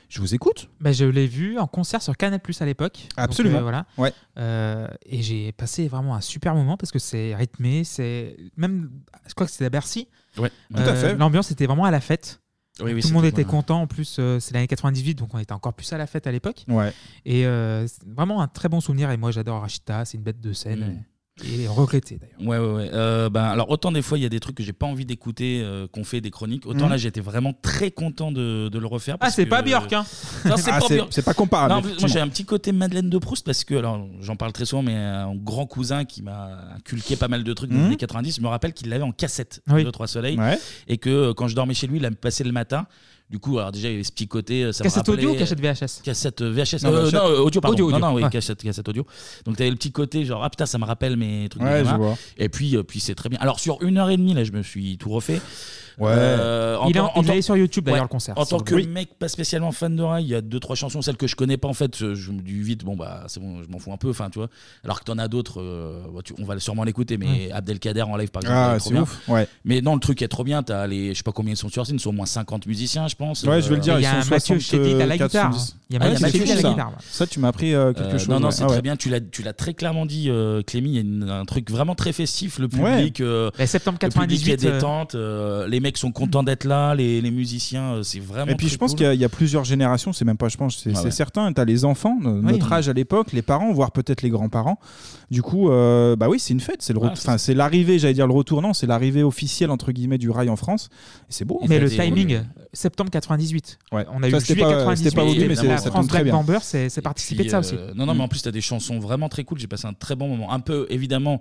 [SPEAKER 8] Je vous écoute.
[SPEAKER 11] Bah, je l'ai vu en concert sur Canal Plus à l'époque. Donc,
[SPEAKER 8] Absolument.
[SPEAKER 11] euh, voilà.
[SPEAKER 8] Ouais.
[SPEAKER 11] Euh, et j'ai passé vraiment un super moment parce que c'est rythmé, c'est même je crois que c'était à Bercy. Euh,
[SPEAKER 1] Ouais.
[SPEAKER 8] Tout à fait.
[SPEAKER 11] L'ambiance était vraiment à la fête.
[SPEAKER 1] Oui, oui,
[SPEAKER 11] Tout le monde
[SPEAKER 1] c'était-
[SPEAKER 11] était content. En plus, euh, c'est l'année 98, donc on était encore plus à la fête à l'époque.
[SPEAKER 8] Ouais.
[SPEAKER 11] Et euh, c'est vraiment un très bon souvenir. Et moi, j'adore Rachita. C'est une bête de
[SPEAKER 1] Mm.
[SPEAKER 11] scène. Et elle est regrettée d'ailleurs.
[SPEAKER 1] Ouais, ouais, ouais. Euh, ben, alors, autant des fois, il y a des trucs que j'ai pas envie d'écouter, euh, qu'on fait des chroniques. Autant
[SPEAKER 11] Mhm.
[SPEAKER 1] là, j'étais vraiment très content de, de le refaire.
[SPEAKER 11] Ah,
[SPEAKER 1] parce
[SPEAKER 11] c'est
[SPEAKER 1] que-
[SPEAKER 11] pas Björk, hein.
[SPEAKER 1] Non, c'est
[SPEAKER 11] Ah,
[SPEAKER 1] pas
[SPEAKER 11] c'est-
[SPEAKER 1] Björk.
[SPEAKER 11] c'est pas comparable,
[SPEAKER 1] Non, en plus, moi,
[SPEAKER 11] effectivement.
[SPEAKER 1] j'ai un petit côté Madeleine de Proust parce que, alors, j'en parle très souvent, mais euh, un grand cousin qui m'a inculqué pas mal de trucs dans
[SPEAKER 8] Mhm.
[SPEAKER 1] les années 90, je me rappelle qu'il l'avait en cassette,
[SPEAKER 8] Oui.
[SPEAKER 1] de Trois Soleils.
[SPEAKER 8] Ouais.
[SPEAKER 1] Et que euh, quand je dormais chez lui, il la me passait le matin. Du coup, alors déjà, il y avait ce petit côté. euh, Ça me
[SPEAKER 11] Cassette audio ou
[SPEAKER 1] rappelait-
[SPEAKER 11] cassette VHS
[SPEAKER 1] Cassette euh, VHS.
[SPEAKER 11] Non,
[SPEAKER 1] Euh,
[SPEAKER 11] VHS.
[SPEAKER 1] non, euh, audio, pardon.
[SPEAKER 11] Audio,
[SPEAKER 1] Non,
[SPEAKER 11] audio.
[SPEAKER 1] non, oui,
[SPEAKER 8] Ah.
[SPEAKER 11] Ouais.
[SPEAKER 1] cassette, cassette audio. Donc, t'avais le petit côté genre, ah putain, ça me rappelle mes trucs. de
[SPEAKER 8] Ouais, je
[SPEAKER 1] gamin.
[SPEAKER 8] vois.
[SPEAKER 1] Et puis, euh, puis c'est très bien. Alors, sur une heure et demie, là, je me suis tout refait. Euh,
[SPEAKER 8] Ouais.
[SPEAKER 1] en
[SPEAKER 11] Il est
[SPEAKER 1] tant-
[SPEAKER 11] en-
[SPEAKER 1] en
[SPEAKER 11] il est
[SPEAKER 1] tant-
[SPEAKER 11] allé sur YouTube, d'ailleurs,
[SPEAKER 1] Ouais.
[SPEAKER 11] le concert,
[SPEAKER 1] En
[SPEAKER 11] sur
[SPEAKER 1] tant
[SPEAKER 11] le-
[SPEAKER 1] que
[SPEAKER 11] Oui.
[SPEAKER 1] mec pas spécialement fan de rail, il y a deux, trois chansons, celles que je connais pas, en fait, je je me dis vite, bon, bah, c'est bon, je m'en fous un peu, enfin, tu vois. Alors que t'en as d'autres, euh, bah, tu- on va sûrement l'écouter, mais Abdelkader en live, par exemple,
[SPEAKER 8] Ah,
[SPEAKER 1] est trop
[SPEAKER 8] c'est
[SPEAKER 1] bien.
[SPEAKER 8] ouf, ouais.
[SPEAKER 1] Mais non, le truc est trop bien, t'as les, je sais pas combien ils sont sur scène, ils sont au moins 50 musiciens, je pense.
[SPEAKER 8] Ouais, je vais le dire.
[SPEAKER 1] Euh,
[SPEAKER 8] ils sont 64, 70. Ah ouais, c'est fou, ça. Ça, tu m'as appris euh, quelque
[SPEAKER 1] euh,
[SPEAKER 8] chose.
[SPEAKER 1] Non, non,
[SPEAKER 8] ouais.
[SPEAKER 1] c'est
[SPEAKER 8] Ah ouais.
[SPEAKER 1] très bien. Tu l'as, tu l'as très clairement dit, euh, Clémy. Il y a une- un truc vraiment très festif. Le public.
[SPEAKER 11] Ouais.
[SPEAKER 1] euh,
[SPEAKER 11] Bah, septembre
[SPEAKER 1] Le
[SPEAKER 11] 98,
[SPEAKER 1] public est
[SPEAKER 11] euh,
[SPEAKER 1] détente. euh, les mecs sont contents d'être là. Les, les musiciens, euh, c'est vraiment.
[SPEAKER 8] Et puis
[SPEAKER 1] très
[SPEAKER 8] je pense
[SPEAKER 1] cool.
[SPEAKER 8] qu'il y a- il y, a plusieurs générations, c'est même pas, je pense, c'est
[SPEAKER 1] Ah
[SPEAKER 8] c'est
[SPEAKER 1] ouais.
[SPEAKER 8] certain. T'as les enfants, no- notre
[SPEAKER 1] oui.
[SPEAKER 8] âge à l'époque, les parents, voire peut-être les grands-parents. Du coup, euh, bah oui, c'est une fête. C'est le, re-
[SPEAKER 1] Ah, c'est
[SPEAKER 8] enfin, c'est l'arrivée, j'allais dire le retour, non, c'est l'arrivée officielle entre guillemets du rail en France. Et c'est beau. en
[SPEAKER 11] Mais
[SPEAKER 8] fait.
[SPEAKER 11] le
[SPEAKER 8] C'est-
[SPEAKER 11] timing,
[SPEAKER 1] euh,
[SPEAKER 11] septembre 98.
[SPEAKER 8] Ouais.
[SPEAKER 11] On a
[SPEAKER 8] Ça,
[SPEAKER 11] eu
[SPEAKER 8] c'était
[SPEAKER 11] juillet
[SPEAKER 8] pas- euh,
[SPEAKER 11] 98.
[SPEAKER 8] c'était pas voulu, mais c'est-
[SPEAKER 11] la
[SPEAKER 8] ça tombe
[SPEAKER 11] France
[SPEAKER 8] très
[SPEAKER 11] Black
[SPEAKER 8] bien.
[SPEAKER 11] Bamber, c'est c'est
[SPEAKER 1] Et
[SPEAKER 11] participé
[SPEAKER 1] puis,
[SPEAKER 11] de ça
[SPEAKER 1] euh,
[SPEAKER 11] aussi. Mm.
[SPEAKER 1] Non, non, mais en plus, tu as des chansons vraiment très cool. J'ai passé un très bon moment. Un peu, évidemment,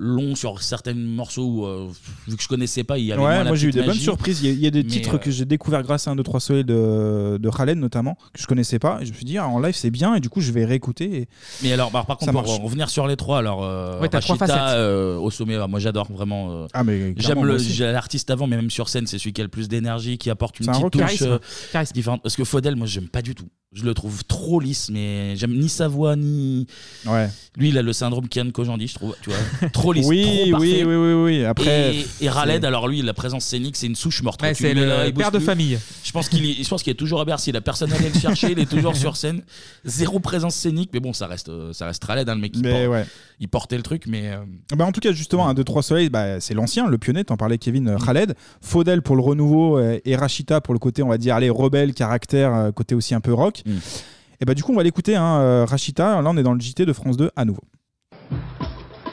[SPEAKER 1] long sur certains morceaux où, euh, vu que je connaissais pas, il y avait. moins
[SPEAKER 8] Ouais,
[SPEAKER 1] la
[SPEAKER 8] moi j'ai eu
[SPEAKER 1] petite
[SPEAKER 8] des bonnes
[SPEAKER 1] magie.
[SPEAKER 8] surprises. Il y a, il y a des
[SPEAKER 1] Mais,
[SPEAKER 8] titres
[SPEAKER 1] euh,
[SPEAKER 8] que j'ai découverts grâce à un 2-3 soleils de, de Khaled notamment, que je connaissais pas. Et je me suis dit, ah, en live c'est bien, et du coup je vais réécouter. et-
[SPEAKER 1] Mais alors, bah, par
[SPEAKER 8] Ça
[SPEAKER 1] contre, pour
[SPEAKER 8] marche.
[SPEAKER 1] revenir sur les trois, alors euh,
[SPEAKER 8] Ouais, t'as trois
[SPEAKER 1] Rachita,
[SPEAKER 8] facettes.
[SPEAKER 1] euh, au sommet, bah, moi j'adore vraiment. euh,
[SPEAKER 8] Ah, mais clairement,
[SPEAKER 1] j'aime
[SPEAKER 8] moi
[SPEAKER 1] le-
[SPEAKER 8] aussi.
[SPEAKER 1] j'ai l'artiste avant, mais même sur scène, c'est celui qui a le plus d'énergie, qui apporte une
[SPEAKER 8] C'est un
[SPEAKER 1] petite
[SPEAKER 8] rock.
[SPEAKER 1] touche
[SPEAKER 8] Charisme.
[SPEAKER 1] euh, différente. Parce que Faudel, moi j'aime pas du tout. Je le trouve trop lisse, mais j'aime ni sa voix ni.
[SPEAKER 8] Ouais.
[SPEAKER 1] Lui, il a le syndrome Kian Kojandi, je trouve. Tu vois, trop lisse.
[SPEAKER 8] Oui,
[SPEAKER 1] trop
[SPEAKER 8] oui,
[SPEAKER 1] parfait.
[SPEAKER 8] oui, oui, oui. Après,
[SPEAKER 1] et,
[SPEAKER 8] c'est-
[SPEAKER 1] et Raled, alors lui, la présence scénique, c'est une souche morte.
[SPEAKER 11] Ouais,
[SPEAKER 1] Quand tu
[SPEAKER 11] c'est
[SPEAKER 1] mets
[SPEAKER 11] le
[SPEAKER 1] là, il bouge
[SPEAKER 11] père de
[SPEAKER 1] plus.
[SPEAKER 11] famille.
[SPEAKER 1] Je pense qu'il est, je pense qu'il est toujours à Bercy. La personne allait le chercher, il est toujours sur scène. Zéro présence scénique, mais bon, ça reste, euh, ça reste Raled, hein, le mec. Il,
[SPEAKER 8] Mais
[SPEAKER 1] porte-
[SPEAKER 8] ouais.
[SPEAKER 1] il portait le truc, mais. euh,
[SPEAKER 8] Bah, en tout cas, justement, un 2-3 soleils, bah, c'est l'ancien, le pionnier, t'en parlais Kevin
[SPEAKER 1] Mm.
[SPEAKER 8] euh, Khaled, Faudel pour le renouveau euh, et Rachita pour le côté, on va dire, allez, rebelle, caractère, euh, côté aussi un peu rock.
[SPEAKER 1] Mm.
[SPEAKER 8] Eh ben, Et bah du coup, on va l'écouter, hein, euh, Rachita, là on est dans le JT de France 2 à nouveau.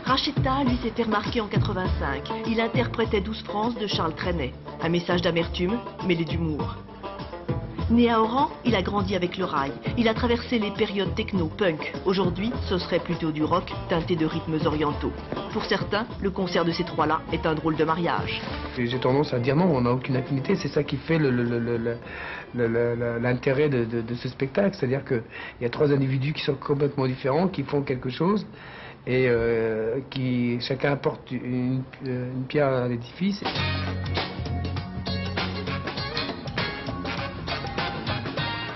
[SPEAKER 19] Rachita, Rachita, lui, s'est fait remarquer en 85. Il interprétait 12 France de Charles Trenet. Un message d'amertume, mêlé d'humour. Né à Oran, il a grandi avec le rail. Il a traversé les périodes techno-punk. Aujourd'hui, ce serait plutôt du rock teinté de rythmes orientaux. Pour certains, le concert de ces trois-là est un drôle de mariage.
[SPEAKER 6] Et J'ai tendance à dire non, on n'a aucune affinité. C'est ça qui fait le- le- le- le- le- le- le- le- l'intérêt de, de- de ce spectacle. C'est-à-dire qu'il y a trois individus qui sont complètement différents, qui font quelque chose et euh, qui chacun apporte une, euh, une pierre à l'édifice.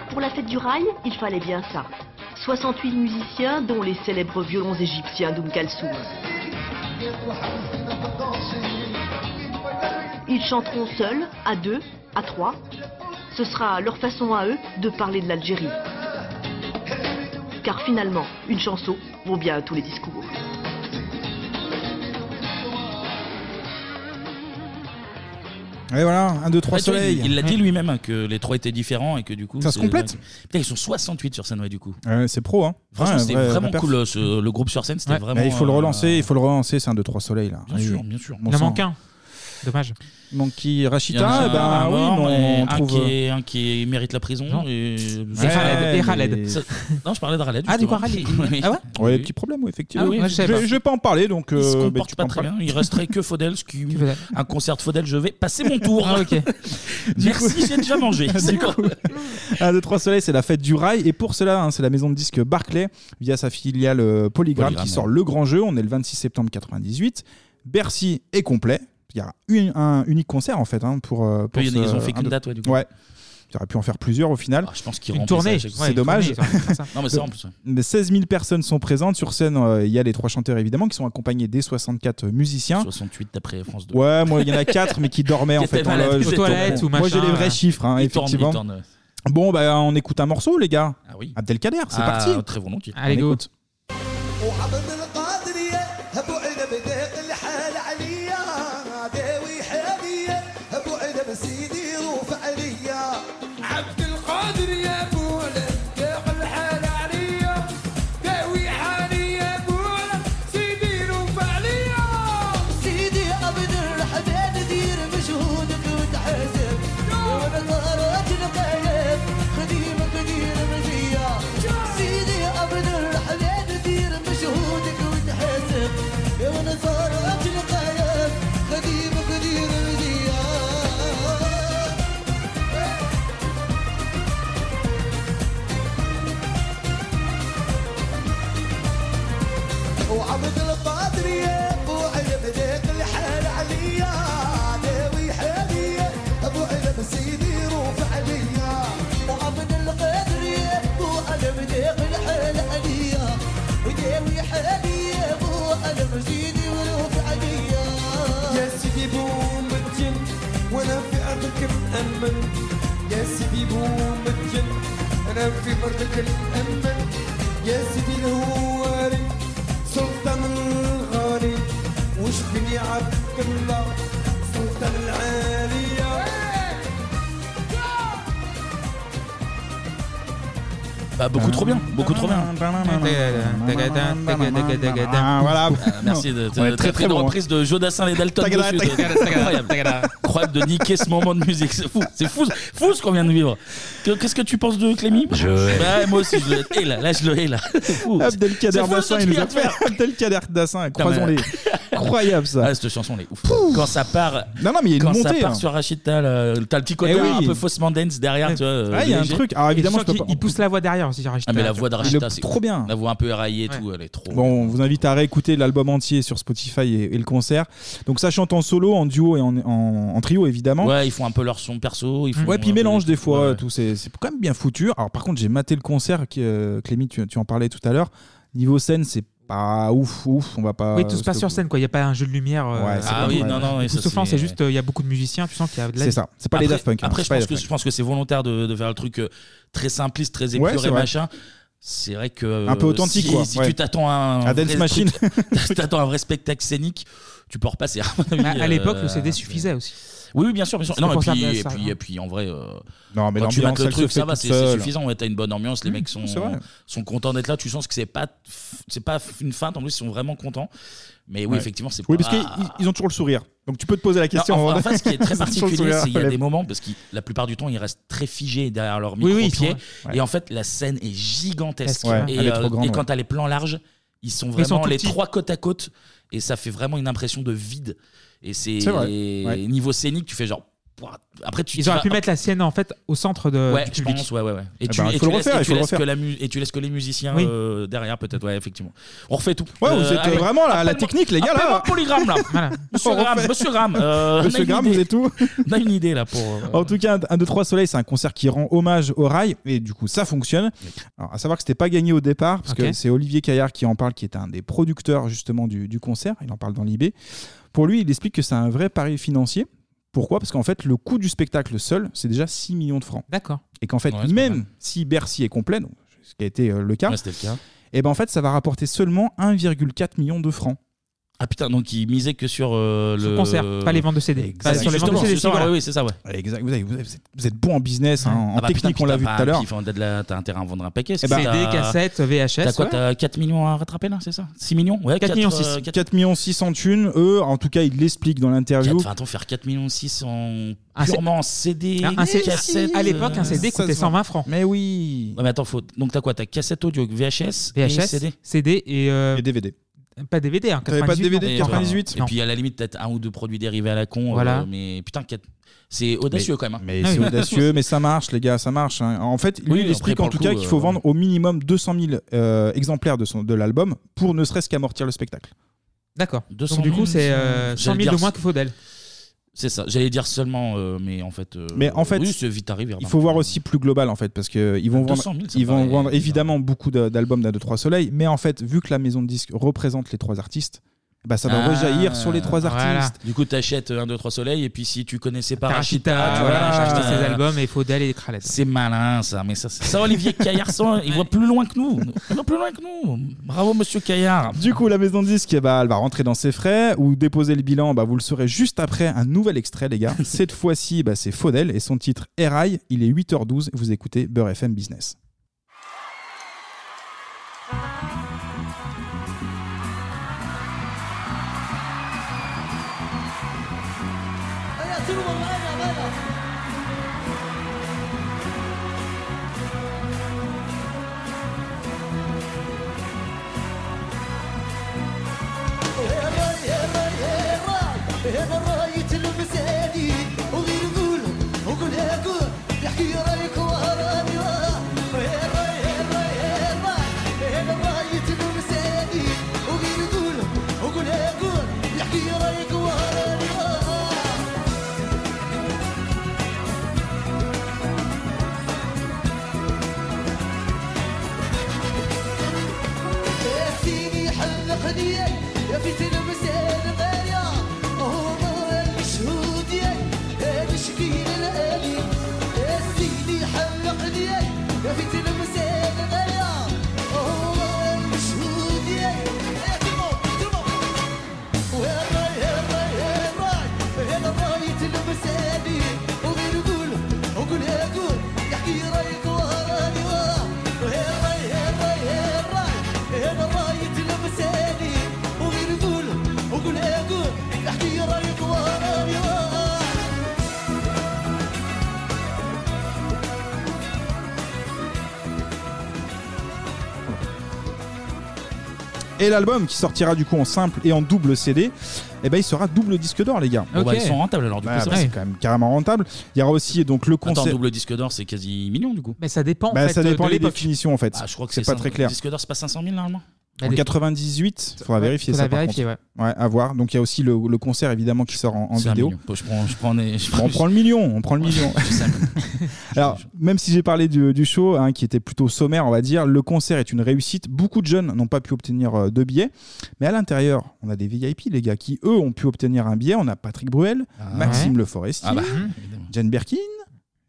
[SPEAKER 19] Pour la fête du rail, il fallait bien ça. 68 musiciens, dont les célèbres violons égyptiens d'Oum Kalsoum. Ils chanteront seuls, à deux, à trois. Ce sera leur façon à eux de parler de l'Algérie. Car finalement, une chanson vaut bien à tous les discours.
[SPEAKER 8] Et voilà, 1, 2, 3
[SPEAKER 1] Ouais, tu vois, il-
[SPEAKER 8] soleil.
[SPEAKER 1] Il l'a dit lui-même hein, que les trois étaient différents et que du coup.
[SPEAKER 8] Ça se
[SPEAKER 1] c'est- euh,
[SPEAKER 8] complète.
[SPEAKER 1] Putain, ils sont 68 sur scène, ouais, du coup.
[SPEAKER 8] Ouais, c'est pro, hein.
[SPEAKER 1] Franchement,
[SPEAKER 8] Ouais,
[SPEAKER 1] c'était
[SPEAKER 8] vrai-
[SPEAKER 1] vraiment
[SPEAKER 8] vrai perf.
[SPEAKER 1] cool. euh, ce- le groupe sur scène, c'était
[SPEAKER 8] Ouais.
[SPEAKER 1] vraiment.
[SPEAKER 8] Mais il faut le
[SPEAKER 1] euh,
[SPEAKER 8] relancer, il faut le relancer, c'est un 2, 3 soleil là.
[SPEAKER 1] Bien
[SPEAKER 8] Oui,
[SPEAKER 1] sûr,
[SPEAKER 8] oui.
[SPEAKER 1] bien sûr.
[SPEAKER 8] Bon
[SPEAKER 11] Il en
[SPEAKER 8] sang.
[SPEAKER 11] manque un. Dommage.
[SPEAKER 8] Donc qui
[SPEAKER 1] Il y en a
[SPEAKER 8] Rachita, eh ben
[SPEAKER 1] un
[SPEAKER 8] oui,
[SPEAKER 1] mort,
[SPEAKER 8] non,
[SPEAKER 1] et
[SPEAKER 8] on
[SPEAKER 1] un,
[SPEAKER 8] trouve.
[SPEAKER 1] qui est- un qui mérite la prison. Et... euh,
[SPEAKER 8] C'est Raled, et Raled.
[SPEAKER 1] mais- Ça- Non, je parlais de Raled.
[SPEAKER 8] Ah, du
[SPEAKER 1] justement.
[SPEAKER 8] coup, Raled.
[SPEAKER 1] Oui.
[SPEAKER 8] Ah ouais Ouais, des petits problèmes, ouais, effectivement.
[SPEAKER 1] Ah oui,
[SPEAKER 8] Ouais,
[SPEAKER 1] je
[SPEAKER 8] je
[SPEAKER 1] sais
[SPEAKER 8] vais- je vais pas en parler, donc,
[SPEAKER 1] Il
[SPEAKER 8] euh,
[SPEAKER 1] se
[SPEAKER 8] bah,
[SPEAKER 1] comporte
[SPEAKER 8] tu
[SPEAKER 1] pas
[SPEAKER 8] peux en
[SPEAKER 1] très
[SPEAKER 8] parler.
[SPEAKER 1] bien. Il resterait que Faudel, ce qui. Un concert de Faudel, je vais passer mon tour.
[SPEAKER 8] Ah,
[SPEAKER 1] Merci, j'ai déjà mangé. C'est quoi
[SPEAKER 8] 1, 2, 3 soleil, c'est la fête du rail. Et pour cela, hein, c'est la maison de disques Barclay, via sa filiale euh, Polygram,
[SPEAKER 1] Polygram,
[SPEAKER 8] qui sort
[SPEAKER 1] ouais.
[SPEAKER 8] le grand jeu. On est le 26 septembre 98. Bercy est complet. Il y aura une- un unique concert, en fait, hein, pour, euh, pour
[SPEAKER 1] Oui, il y en a-
[SPEAKER 8] ce-
[SPEAKER 1] ils ont fait
[SPEAKER 8] un,
[SPEAKER 1] qu'une
[SPEAKER 8] deux-
[SPEAKER 1] date, ouais, du coup. Ah,
[SPEAKER 8] Ouais. Ils auraient pu en faire plusieurs au final.
[SPEAKER 1] je pense qu'ils
[SPEAKER 8] Une
[SPEAKER 1] remplissaient
[SPEAKER 8] tournée,
[SPEAKER 1] à chaque fois.
[SPEAKER 8] c'est
[SPEAKER 1] Ouais, une tournée,
[SPEAKER 8] dommage.
[SPEAKER 1] ils auraient pu faire ça. Non, mais ça, en plus, ouais.
[SPEAKER 8] Mais 16 000 personnes sont présentes. Sur scène, euh, il y a les trois chanteurs évidemment qui sont accompagnés des 64 musiciens.
[SPEAKER 1] 68 d'après France 2.
[SPEAKER 8] Ouais, moi il y en a 4 mais qui dormaient en
[SPEAKER 1] Qui
[SPEAKER 8] fait
[SPEAKER 1] étaient
[SPEAKER 8] en
[SPEAKER 1] malades,
[SPEAKER 8] loge.
[SPEAKER 1] ils étaient Aux toilettes malades. ou
[SPEAKER 8] Moi j'ai
[SPEAKER 1] machin,
[SPEAKER 8] les
[SPEAKER 1] ouais.
[SPEAKER 8] vrais chiffres, hein,
[SPEAKER 1] Ils tournent, ils
[SPEAKER 8] effectivement.
[SPEAKER 1] tournent,
[SPEAKER 8] Bon, bah on écoute un morceau les gars. Abdelkader, c'est
[SPEAKER 1] Ah,
[SPEAKER 8] parti.
[SPEAKER 1] très volontiers.
[SPEAKER 8] On
[SPEAKER 1] Allez, go.
[SPEAKER 8] écoute.
[SPEAKER 7] وحبب القادرية ابو عنب ذاق الحال عليا داوي حالية ابو عنب سيدي روف عليا عبد القادر يا بولا ذاق الحال عليا داوي حالي يا بولا سيدي روف عليا سيدي عبد الرحمن دير مجهودك وتحاسب وانا طارت القلب خديمك دير مزية سيدي عبد الرحمن دير مجهودك وتحاسب وانا طارت القلب خديمك دير مزية وعبد القادر يا ابو علم ذاك الحال عليا داوي حاليا ابو علم سيدي روف عليا وعبد القادر يا ابو علم ذاك الحال عليا وداوي حاليا ابو علم سيدي روف عليا يا سيدي بو متين وانا في ارضك مأمن يا سيدي بو متين انا في ارضك مأمن يا سيدي الهواري سلطان الغالي وشفني عبد الله سلطان العالية
[SPEAKER 1] Bah, beaucoup trop bien, beaucoup trop bien.
[SPEAKER 8] Ah, voilà.
[SPEAKER 1] Ah, Merci
[SPEAKER 8] Ouais,
[SPEAKER 1] de de-
[SPEAKER 8] très,
[SPEAKER 1] très hein.
[SPEAKER 8] très
[SPEAKER 1] très
[SPEAKER 8] bon, hein.
[SPEAKER 1] reprise de Jodassin et Dalton.
[SPEAKER 8] Tagada,
[SPEAKER 1] dessus, de-
[SPEAKER 8] tagada,
[SPEAKER 1] Incroyable, incroyable de niquer ce moment de musique, c'est fou, c'est fou, fou ce qu'on vient de vivre. Que- Qu'est-ce que tu penses de Clémy Bah, moi aussi je le hais là, là je le hais là. C'est fou. C'est
[SPEAKER 8] Abdelkader
[SPEAKER 1] fou, ce
[SPEAKER 8] Dassin,
[SPEAKER 1] que
[SPEAKER 8] il
[SPEAKER 1] tu
[SPEAKER 8] nous
[SPEAKER 1] viens
[SPEAKER 8] a
[SPEAKER 1] de
[SPEAKER 8] fait.
[SPEAKER 1] faire.
[SPEAKER 8] Abdelkader Dassin, croisons-les. Incroyable ça.
[SPEAKER 1] Ah, cette chanson, elle est ouf. Quand ça part.
[SPEAKER 8] Non, non, mais il y a une
[SPEAKER 1] quand
[SPEAKER 8] montée,
[SPEAKER 1] ça part
[SPEAKER 8] hein.
[SPEAKER 1] sur Rachid, t'as le- t'as le petit côté
[SPEAKER 8] Eh oui.
[SPEAKER 1] un peu faussement dance derrière, tu vois. euh,
[SPEAKER 8] Ah, il y a un
[SPEAKER 1] léger.
[SPEAKER 8] truc. Alors évidemment, je peux pas-
[SPEAKER 11] Il pousse la voix derrière aussi, Rachita.
[SPEAKER 1] Ah, mais la voix de Rachida,
[SPEAKER 8] Il
[SPEAKER 1] c'est
[SPEAKER 8] est trop bien.
[SPEAKER 1] La voix un peu éraillée et tout, elle est trop.
[SPEAKER 8] Bon, on vous invite à réécouter l'album entier sur Spotify et, et le concert. Donc ça chante en solo, en duo et en, en- en trio évidemment.
[SPEAKER 1] Ouais, ils font un peu leur son perso.
[SPEAKER 11] Mmh.
[SPEAKER 1] Ils font
[SPEAKER 8] Ouais, puis
[SPEAKER 1] un
[SPEAKER 8] ils
[SPEAKER 1] peu-
[SPEAKER 8] mélangent des fois tout. C'est c'est quand même bien foutu. Alors par contre, j'ai maté le concert. Qui, euh, Clémy, tu, tu en parlais tout à l'heure. Niveau scène, c'est pas ouf, ouf. On va Bah, pas.
[SPEAKER 11] Oui, tout se passe sur scène, quoi. Il n'y a pas un jeu de lumière. euh,
[SPEAKER 8] Ouais, c'est Ah pas oui, vrai. non, non,
[SPEAKER 11] Le
[SPEAKER 8] oui,
[SPEAKER 11] coup
[SPEAKER 8] ça,
[SPEAKER 11] soufflant,
[SPEAKER 8] c'est-
[SPEAKER 11] c'est juste, euh, il y a beaucoup de musiciens, tu sens qu'il y a de la vie.
[SPEAKER 1] Après-
[SPEAKER 11] Après,
[SPEAKER 8] hein.
[SPEAKER 1] Après, je pense, que, je pense que hein. c'est volontaire de, de faire le truc euh, très simpliste, très
[SPEAKER 8] Ouais,
[SPEAKER 1] épuré,
[SPEAKER 8] c'est vrai.
[SPEAKER 1] machin. C'est vrai que. euh,
[SPEAKER 8] Un peu authentique,
[SPEAKER 1] si,
[SPEAKER 8] quoi.
[SPEAKER 1] Si
[SPEAKER 8] Ouais.
[SPEAKER 1] tu t'attends à un.
[SPEAKER 8] À Dance
[SPEAKER 1] vrai
[SPEAKER 8] Machine.
[SPEAKER 1] truc- t'attends à un vrai spectacle scénique, tu peux repasser. mon avis,
[SPEAKER 11] À, à l'époque,
[SPEAKER 1] euh,
[SPEAKER 11] le CD suffisait aussi.
[SPEAKER 1] Oui, oui, bien sûr, bien sûr.
[SPEAKER 11] C'est
[SPEAKER 1] Non, et
[SPEAKER 11] pour
[SPEAKER 1] puis,
[SPEAKER 11] ça,
[SPEAKER 1] et,
[SPEAKER 11] ça,
[SPEAKER 1] puis,
[SPEAKER 11] hein.
[SPEAKER 1] et puis, en vrai, euh,
[SPEAKER 8] Non, mais
[SPEAKER 1] quand tu
[SPEAKER 8] l'ambiance,
[SPEAKER 1] mates le
[SPEAKER 8] elle se
[SPEAKER 1] truc,
[SPEAKER 8] fait
[SPEAKER 1] ça va,
[SPEAKER 8] toute
[SPEAKER 1] c'est c'est
[SPEAKER 8] seule. Mm.
[SPEAKER 1] suffisant. Ouais, t'as une bonne ambiance, les mecs sont,
[SPEAKER 8] c'est vrai.
[SPEAKER 1] sont contents d'être là. Tu sens que c'est pas, c'est pas une feinte, en plus, ils sont vraiment contents. Mais oui,
[SPEAKER 8] Ouais.
[SPEAKER 1] effectivement, c'est
[SPEAKER 8] Oui,
[SPEAKER 1] pas-
[SPEAKER 8] parce qu'ils ils ont toujours le sourire. Donc tu peux te poser la question.
[SPEAKER 1] Non, en,
[SPEAKER 8] avant
[SPEAKER 1] en fait, ce qui est très
[SPEAKER 8] Ils ont toujours le
[SPEAKER 1] particulier,
[SPEAKER 8] sourire
[SPEAKER 1] c'est qu'il y a
[SPEAKER 8] aux
[SPEAKER 1] des
[SPEAKER 8] lèvres.
[SPEAKER 1] moments, parce que la plupart du temps, ils restent très figés derrière leur
[SPEAKER 8] Oui,
[SPEAKER 1] micro
[SPEAKER 8] oui, ils
[SPEAKER 1] pied.
[SPEAKER 8] sont- ouais.
[SPEAKER 1] Et en fait, la scène est gigantesque.
[SPEAKER 8] Ouais,
[SPEAKER 1] et, euh,
[SPEAKER 8] elle est trop grande,
[SPEAKER 1] et quand
[SPEAKER 8] ouais.
[SPEAKER 1] t'as les plans larges, ils sont
[SPEAKER 8] Ils
[SPEAKER 1] vraiment
[SPEAKER 8] sont tout
[SPEAKER 1] les
[SPEAKER 8] petits.
[SPEAKER 1] trois côte à côte. Et ça fait vraiment une impression de vide. Et c'est
[SPEAKER 11] C'est vrai,
[SPEAKER 1] et
[SPEAKER 11] ouais.
[SPEAKER 1] niveau scénique, tu fais genre. Pouah. Après, tu
[SPEAKER 11] Ils
[SPEAKER 1] tu
[SPEAKER 11] auraient
[SPEAKER 1] vas-
[SPEAKER 11] pu mettre la sienne en fait au centre de,
[SPEAKER 1] Ouais,
[SPEAKER 11] du
[SPEAKER 1] je
[SPEAKER 11] public.
[SPEAKER 1] pense, ouais, ouais, ouais. Et
[SPEAKER 11] Eh
[SPEAKER 1] tu,
[SPEAKER 11] ben,
[SPEAKER 1] et
[SPEAKER 11] il
[SPEAKER 1] tu
[SPEAKER 11] faut le
[SPEAKER 1] laisses,
[SPEAKER 11] refaire,
[SPEAKER 1] et
[SPEAKER 11] il
[SPEAKER 1] tu
[SPEAKER 11] faut le
[SPEAKER 1] laisses que
[SPEAKER 11] refaire.
[SPEAKER 1] la mu- et tu laisses que les musiciens
[SPEAKER 11] Oui.
[SPEAKER 1] euh, derrière, peut-être, ouais, effectivement. On refait tout.
[SPEAKER 8] Ouais, vous êtes, euh, vraiment, là, à la technique, les gars, là.
[SPEAKER 1] Appelez-moi Polygramme, là.
[SPEAKER 8] Voilà.
[SPEAKER 1] Monsieur
[SPEAKER 8] On refait.
[SPEAKER 1] Gramme, monsieur Gramme. euh, on a
[SPEAKER 8] Monsieur
[SPEAKER 1] une
[SPEAKER 8] Gramme,
[SPEAKER 1] idée.
[SPEAKER 8] vous êtes où
[SPEAKER 1] On a une idée, là, pour. euh,
[SPEAKER 8] En tout cas, 1, 2, 3 Soleil, c'est un concert qui rend hommage au rail, et du coup, ça fonctionne. Alors, à savoir que c'était pas gagné au départ, parce
[SPEAKER 11] Ok.
[SPEAKER 8] que c'est Olivier Caillard qui en parle, qui est un des producteurs justement du, du concert. Il en parle dans l'IB. Pour lui, il explique que c'est un vrai pari financier. Pourquoi Parce qu'en fait, le coût du spectacle seul, c'est déjà 6 millions de francs.
[SPEAKER 11] D'accord.
[SPEAKER 8] Et qu'en fait, même si Bercy est complet, donc, ce qui a été euh, le cas,
[SPEAKER 1] Ouais, c'était le cas.
[SPEAKER 8] Et ben en fait, ça va rapporter seulement 1,4 million de francs.
[SPEAKER 1] Ah putain, donc ils misaient que sur euh, le.
[SPEAKER 8] concert, pas les ventes de CD.
[SPEAKER 1] Exact.
[SPEAKER 8] Pas sur les ventes de
[SPEAKER 1] Justement,
[SPEAKER 8] CD,
[SPEAKER 1] justement,
[SPEAKER 8] voilà.
[SPEAKER 1] Oui, oui, c'est ça, ouais.
[SPEAKER 8] Exact. Vous, avez- vous avez- vous êtes, vous êtes bon en business, hein, en
[SPEAKER 1] Ah bah putain,
[SPEAKER 8] technique,
[SPEAKER 1] puis
[SPEAKER 8] on l'a
[SPEAKER 1] t'as
[SPEAKER 8] vu tout
[SPEAKER 1] pas-
[SPEAKER 8] à l'heure.
[SPEAKER 1] puis enfin, T'as de la- t'as intérêt à en vendre un paquet.
[SPEAKER 8] Eh ben,
[SPEAKER 1] t'as-
[SPEAKER 8] CD, cassettes, VHS,
[SPEAKER 1] T'as quoi
[SPEAKER 8] ouais.
[SPEAKER 1] T'as 4 millions à rattraper là, c'est ça 6 millions hein. Ouais,
[SPEAKER 8] 4
[SPEAKER 1] quatre,
[SPEAKER 8] millions
[SPEAKER 1] euh,
[SPEAKER 8] 6.
[SPEAKER 1] quatre-
[SPEAKER 8] 4 millions 6 en thunes, eux, en tout cas, ils l'expliquent dans l'interview. Ah,
[SPEAKER 1] Enfin, attends, faire 4 millions 6 en
[SPEAKER 8] Un C-
[SPEAKER 1] purement en CD,
[SPEAKER 8] Un- un C-
[SPEAKER 1] cassette. euh,
[SPEAKER 8] à l'époque, un CD coûtait 120
[SPEAKER 11] francs.
[SPEAKER 8] Mais oui.
[SPEAKER 1] mais attends, faut... donc t'as quoi T'as cassette audio, VHS, et
[SPEAKER 11] VHS,
[SPEAKER 1] CD.
[SPEAKER 11] CD et, euh,
[SPEAKER 8] et DVD.
[SPEAKER 11] Pas DVD, hein,
[SPEAKER 1] T'avais
[SPEAKER 11] 98. non.
[SPEAKER 1] Et puis à la limite, peut-être un ou deux produits dérivés à la con.
[SPEAKER 11] Voilà.
[SPEAKER 1] euh, mais putain, quatre- c'est audacieux quand même. hein.
[SPEAKER 8] Mais c'est audacieux, mais ça marche, les gars, ça marche. hein. En fait, lui,
[SPEAKER 1] Oui,
[SPEAKER 8] il
[SPEAKER 1] après,
[SPEAKER 8] explique
[SPEAKER 1] pour
[SPEAKER 8] en
[SPEAKER 1] le
[SPEAKER 8] tout
[SPEAKER 1] coup,
[SPEAKER 8] cas qu'il faut
[SPEAKER 1] euh,
[SPEAKER 8] vendre au minimum 200 000 euh, exemplaires de, son- de l'album pour ne serait-ce qu'amortir le spectacle.
[SPEAKER 11] D'accord.
[SPEAKER 1] 200
[SPEAKER 11] Donc du
[SPEAKER 1] 000,
[SPEAKER 11] coup, c'est
[SPEAKER 1] j'allais
[SPEAKER 11] euh, 100 000
[SPEAKER 1] dire-
[SPEAKER 11] de moins que Faudel.
[SPEAKER 1] C'est ça. J'allais dire seulement, euh, mais en fait. euh,
[SPEAKER 8] Mais en fait,
[SPEAKER 1] oui, c'est vite arrivé. hein.
[SPEAKER 8] il faut voir aussi plus global en fait, parce que ils vont
[SPEAKER 1] 200
[SPEAKER 8] vendre,
[SPEAKER 1] 000, ça
[SPEAKER 8] ils vont
[SPEAKER 1] paraît
[SPEAKER 8] vendre
[SPEAKER 1] bizarre.
[SPEAKER 8] évidemment beaucoup de- d'albums d'un, deux, trois soleils, mais en fait, vu que la maison de disques représente les trois artistes, bah ça va
[SPEAKER 1] Ah,
[SPEAKER 8] rejaillir sur les trois artistes.
[SPEAKER 1] Du coup, t'achètes euh, un, deux, trois soleils, et puis si tu connaissais pas
[SPEAKER 11] Rachita,
[SPEAKER 1] Rachita,
[SPEAKER 11] tu
[SPEAKER 1] tu
[SPEAKER 11] vois,
[SPEAKER 1] vois,
[SPEAKER 11] j'ai acheté ses
[SPEAKER 1] euh,
[SPEAKER 11] albums et Faudel et Kralet.
[SPEAKER 1] C'est malin ça, mais ça, ça Olivier Caillard, ça, il voit plus loin que nous. Il voit plus loin que nous. Bravo, monsieur Caillard.
[SPEAKER 8] Du coup, la maison de disques, eh bah, elle va rentrer dans ses frais ou déposer le bilan. Bah, vous le saurez juste après un nouvel extrait, les gars. Cette fois-ci, bah, c'est Faudel et son titre Erail. Il est 8h12. Vous écoutez Beurre FM Business.
[SPEAKER 7] راي تلمس عيني وغير قول وقول يا قول يحكي رايك وراني وراه يا راي يا راي يا راي انا راي تلمس عيني وغير قول وقول يا قول يحكي رايك وراني وراه تأتيني حلقني يا في تلمس الماريا هما مشهود يا مشكين الالي تأتيني حلقني يا في تلمس الماريا هما مشهود يا إيه، تلمو تلمو وين راي وين راي وين راي وين راي تلمس الي وغير قول وقول يا قول يحكي رايك وراني وراه وين راي وين راي وين راي انا راي تلمس عيني وغير قول وقول يا قول احكي رايك وراني وراه
[SPEAKER 8] Et l'album qui sortira du coup en simple et en double CD, eh ben, il sera double disque d'or, les gars.
[SPEAKER 1] Bon, bah, ils sont rentables alors du
[SPEAKER 8] Bah,
[SPEAKER 1] coup. ça
[SPEAKER 8] bah,
[SPEAKER 1] va.
[SPEAKER 8] c'est quand même carrément rentable. Il y aura aussi donc le
[SPEAKER 1] Attends,
[SPEAKER 8] concert.
[SPEAKER 1] double disque d'or, c'est quasi million du coup.
[SPEAKER 11] Mais ça dépend.
[SPEAKER 8] Bah, ça dépend des définitions en fait.
[SPEAKER 1] Ah, je crois que
[SPEAKER 8] c'est pas
[SPEAKER 1] cin-
[SPEAKER 8] très clair.
[SPEAKER 1] Disque d'or, c'est pas 500 000 normalement
[SPEAKER 11] Bah,
[SPEAKER 8] En 98, il faudra
[SPEAKER 11] Ouais,
[SPEAKER 8] vérifier
[SPEAKER 11] faudra
[SPEAKER 8] ça. par
[SPEAKER 11] vérifier,
[SPEAKER 8] contre. ouais. à voir. Donc il y a aussi le, le concert évidemment qui sort en, en
[SPEAKER 1] C'est un
[SPEAKER 8] vidéo.
[SPEAKER 1] million. Je prends, je prends, les- je
[SPEAKER 8] Bon, on prend le million, on prend le million. Alors, même si j'ai parlé du, du show, hein, qui était plutôt sommaire, on va dire, le concert est une réussite. Beaucoup de jeunes n'ont pas pu obtenir euh, de billets. Mais à l'intérieur, on a des VIP, les gars, qui, eux, ont pu obtenir un billet. On a Patrick Bruel, Maxime
[SPEAKER 11] Ah Ouais.
[SPEAKER 8] Le Forestier,
[SPEAKER 11] Ah bah,
[SPEAKER 8] Jane Birkin,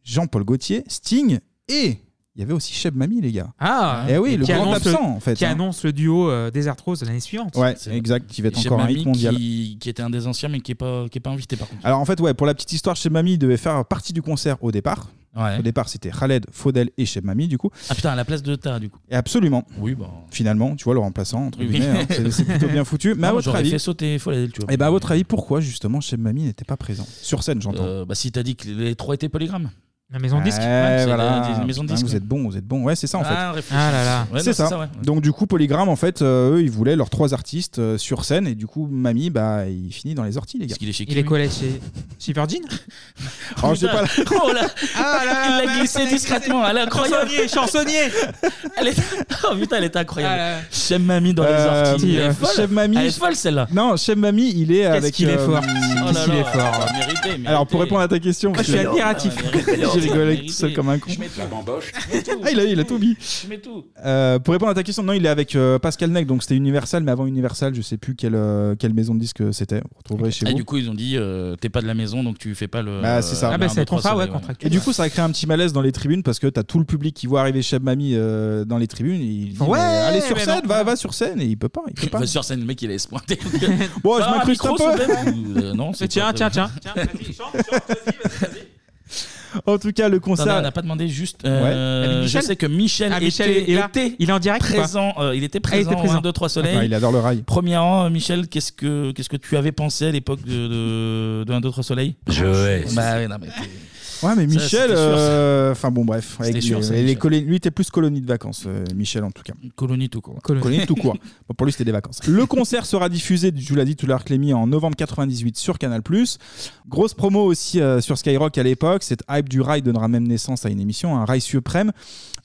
[SPEAKER 8] Jean-Paul Gaultier, Sting et il y avait aussi Cheb Mami, les gars.
[SPEAKER 11] Ah,
[SPEAKER 8] Et Eh oui, le
[SPEAKER 11] qui
[SPEAKER 8] grand
[SPEAKER 11] annonce le-
[SPEAKER 8] absent, en fait.
[SPEAKER 11] Qui
[SPEAKER 8] hein.
[SPEAKER 11] annonce le duo euh, Desert Rose l'année suivante.
[SPEAKER 8] Ouais, exact, qui va être
[SPEAKER 11] Chez
[SPEAKER 8] encore un
[SPEAKER 11] Mamie
[SPEAKER 8] hit mondial.
[SPEAKER 1] Qui, qui était un des anciens, mais qui n'est pas, qui est pas invité par contre.
[SPEAKER 8] Alors en fait, ouais, pour la petite histoire, Cheb Mami devait faire partie du concert au départ. Au départ, c'était Khaled, Faudel et Cheb Mami, du coup.
[SPEAKER 1] Ah putain, à la place de Tara, du coup.
[SPEAKER 8] Et absolument.
[SPEAKER 1] Oui, bah.
[SPEAKER 8] Finalement, tu vois, le remplaçant, entre
[SPEAKER 1] Oui, oui.
[SPEAKER 8] guillemets, hein, c'est- c'est plutôt bien foutu. Mais
[SPEAKER 1] Non,
[SPEAKER 8] à
[SPEAKER 1] moi,
[SPEAKER 8] votre
[SPEAKER 1] j'aurais
[SPEAKER 8] avis.
[SPEAKER 1] fait sauter Faudel, tu vois.
[SPEAKER 8] Et bah, à votre avis, pourquoi justement Cheb Mami n'était pas présent Sur scène, j'entends.
[SPEAKER 1] Euh, bah, si t'as dit que les trois étaient polygrammes.
[SPEAKER 11] La
[SPEAKER 8] maison de disque. Ouais, voilà.
[SPEAKER 1] La maison de
[SPEAKER 8] Putain,
[SPEAKER 1] disque.
[SPEAKER 8] vous êtes bon, vous êtes bon. Ouais, c'est ça en fait.
[SPEAKER 1] Ah, réfléchis. Ah là là. Ouais, non,
[SPEAKER 8] c'est
[SPEAKER 1] c'est
[SPEAKER 8] ça.
[SPEAKER 1] ça, ouais.
[SPEAKER 8] Donc du coup, Polygram en fait, euh, eux, ils voulaient leurs trois artistes euh, sur scène et du coup, Mamie, bah, il finit dans les orties, les gars.
[SPEAKER 1] qu'il est chez
[SPEAKER 11] Il est collé chez Silver Jean
[SPEAKER 8] Alors, je sais pas. là-
[SPEAKER 1] Oh là Il l'a glissé discrètement, elle est incroyable
[SPEAKER 11] Chansonnier, chansonnier
[SPEAKER 1] elle est... Oh putain, elle est incroyable Chef Mamie dans les
[SPEAKER 8] Euh,
[SPEAKER 1] orties, elle est folle
[SPEAKER 8] Chef Mamie.
[SPEAKER 1] Elle est folle celle-là
[SPEAKER 8] Non, Chef Mamie, il est avec.
[SPEAKER 11] qu'il est
[SPEAKER 8] euh,
[SPEAKER 1] Oh
[SPEAKER 11] fort.
[SPEAKER 1] là
[SPEAKER 8] Qu'est-ce qu'il
[SPEAKER 1] là,
[SPEAKER 8] est fort.
[SPEAKER 1] mérité, mérité.
[SPEAKER 8] Alors pour répondre à ta question,
[SPEAKER 1] Moi,
[SPEAKER 8] parce
[SPEAKER 1] je suis
[SPEAKER 8] que-
[SPEAKER 1] admiratif.
[SPEAKER 8] Ah, mérité. J'ai rigolé tout seul comme un con.
[SPEAKER 1] La bamboche.
[SPEAKER 8] Ah, il a, il a tout mis.
[SPEAKER 1] Je mets tout.
[SPEAKER 8] Euh, pour répondre à ta question, non, il est avec euh, Pascal Neck, donc c'était Universal, mais avant Universal, je sais plus quelle, euh, quelle maison de disque c'était. Vous retrouverez chez
[SPEAKER 1] Et
[SPEAKER 8] vous.
[SPEAKER 1] Ah, du coup, euh, ils ont dit euh, t'es pas de la maison, donc tu fais pas le.
[SPEAKER 8] Bah, c'est ça.
[SPEAKER 1] le 1, 2, 3 soleil,
[SPEAKER 8] Et du coup, ça a créé un petit malaise dans les tribunes parce que t'as tout le public qui voit arriver Cheb Mami euh, dans les tribunes. Il dit,
[SPEAKER 1] Ouais,
[SPEAKER 8] mais allez sur
[SPEAKER 1] mais
[SPEAKER 8] scène,
[SPEAKER 1] non.
[SPEAKER 8] va, va sur scène. Et il peut pas. Il peut pas.
[SPEAKER 1] Enfin, sur scène, le mec, il allait se pointer.
[SPEAKER 8] Bon,
[SPEAKER 1] Ah,
[SPEAKER 8] je m'incruste un
[SPEAKER 1] micro, s'il te plaît.
[SPEAKER 8] peu.
[SPEAKER 1] Euh, non, c'est
[SPEAKER 11] Tiens,
[SPEAKER 1] pas-
[SPEAKER 11] tiens, tiens.
[SPEAKER 8] En tout cas, le
[SPEAKER 1] Attendez,
[SPEAKER 8] concert.
[SPEAKER 1] on n'a pas demandé juste.
[SPEAKER 8] Ouais.
[SPEAKER 1] Euh,
[SPEAKER 8] Avec
[SPEAKER 1] je
[SPEAKER 8] Ah, Michel
[SPEAKER 1] sais que Michel,
[SPEAKER 11] Ah, Michel
[SPEAKER 1] était,
[SPEAKER 11] est là.
[SPEAKER 1] était
[SPEAKER 11] Il est en direct ou pas
[SPEAKER 1] présent. euh, il était
[SPEAKER 11] Ah, il était
[SPEAKER 1] présent.
[SPEAKER 11] présent.
[SPEAKER 1] 1, 2, 3 soleil.
[SPEAKER 8] Ah, il adore le rail.
[SPEAKER 1] Premier rang, euh, Michel, qu'est-ce que qu'est-ce que tu avais pensé à l'époque de, de, de 1, 2, 3 soleil
[SPEAKER 9] Je hais.
[SPEAKER 1] Bah, ouais, non, mais t'es-
[SPEAKER 8] Ouais, mais
[SPEAKER 1] Ça, c'était
[SPEAKER 8] Michel.
[SPEAKER 1] sûr, ça.
[SPEAKER 8] euh, Enfin bon, bref.
[SPEAKER 1] C'était
[SPEAKER 8] avec
[SPEAKER 1] sûr,
[SPEAKER 8] les-
[SPEAKER 1] ça,
[SPEAKER 8] les
[SPEAKER 1] Michel.
[SPEAKER 8] colonies- lui, était plus colonie de vacances, euh, Michel en tout cas.
[SPEAKER 1] Colonie tout court.
[SPEAKER 8] Colonie, tout court. Bon, pour lui, c'était des vacances. Le concert sera diffusé, je vous l'ai dit tout à l'heure, Clémy, en novembre 98 sur Canal. Grosse promo aussi euh, sur Skyrock à l'époque. Cette hype du rail donnera même naissance à une émission, un rail suprême.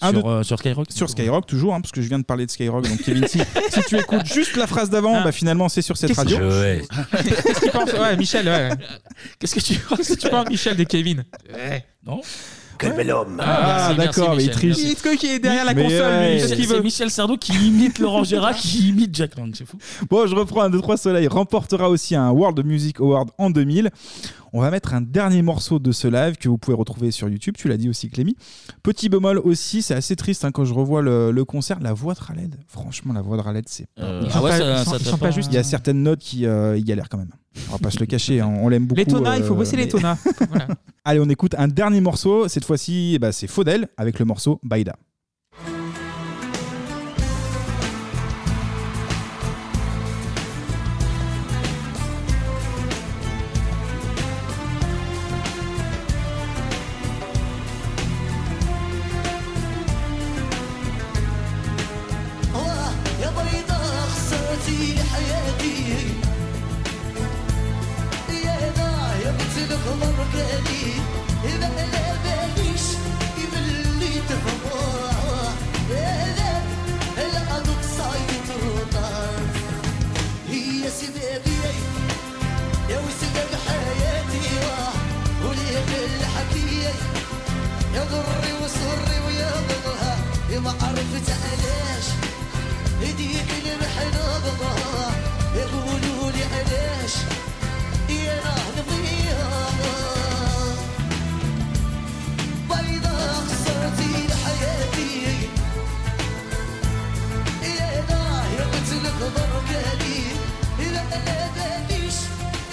[SPEAKER 1] Sur, euh, sur Skyrock
[SPEAKER 8] Sur Skyrock, toujours, hein, parce que je viens de parler de Skyrock. Donc, Kevin, si, si tu écoutes juste la phrase d'avant, bah, finalement, c'est sur cette
[SPEAKER 11] Ah.
[SPEAKER 8] radio.
[SPEAKER 11] Qu'est-ce que- Je hais. Qu'est-ce qu'il pense Ouais, Michel, ouais.
[SPEAKER 1] Qu'est-ce que tu
[SPEAKER 11] Qu'est-ce que tu penses, Michel, de Kevin
[SPEAKER 1] Non
[SPEAKER 11] Quel bel homme
[SPEAKER 8] Ah, d'accord, mais il triche.
[SPEAKER 11] Il est quoi qui est derrière la
[SPEAKER 8] Mais
[SPEAKER 11] console,
[SPEAKER 8] ouais.
[SPEAKER 11] lui, il fait ce
[SPEAKER 1] C'est
[SPEAKER 11] qu'il veut.
[SPEAKER 1] c'est Michel Sardou qui imite Laurent Gérard, qui imite Jack Lang, c'est fou.
[SPEAKER 8] Bon, je reprends un 2-3 Soleil. Remportera aussi un World Music Award en 2000. On va mettre un dernier morceau de ce live que vous pouvez retrouver sur YouTube. Tu l'as dit aussi, Clémy. Petit bémol aussi, c'est assez triste hein, quand je revois le, le concert. La voix de Raled, franchement, la voix de Raled, c'est. pas
[SPEAKER 1] Euh,
[SPEAKER 8] bon.
[SPEAKER 1] Ils ah sont ouais, pas- ça- ils sont- ça ils t'a sont pas pas- juste.
[SPEAKER 8] Il y a certaines notes qui euh, y galèrent quand même. On va pas se le cacher, hein, on l'aime beaucoup.
[SPEAKER 11] Les tonas, il faut bosser les
[SPEAKER 8] mais-
[SPEAKER 11] tonas.
[SPEAKER 8] Allez, on écoute un dernier morceau. Cette fois-ci, bah, c'est Faudel avec le morceau Baïda.
[SPEAKER 7] واه يا بيضة خسرتي حياتي يا دا يا بنت الخضر قالي إذا لا باليش يبلي تفواه يا لا لا أدوك صايت وطار هي سبابي يا وسباب حياتي واه ولي بالحكي يا ضري وسري ويا ضرها يا ما عرفت علاش هديك المحنة بضاها يقولوا لي علاش يا نهض فيها بيضا خسرتي لحياتي يا ناه يا مثلك بركالي إذا أنا باليش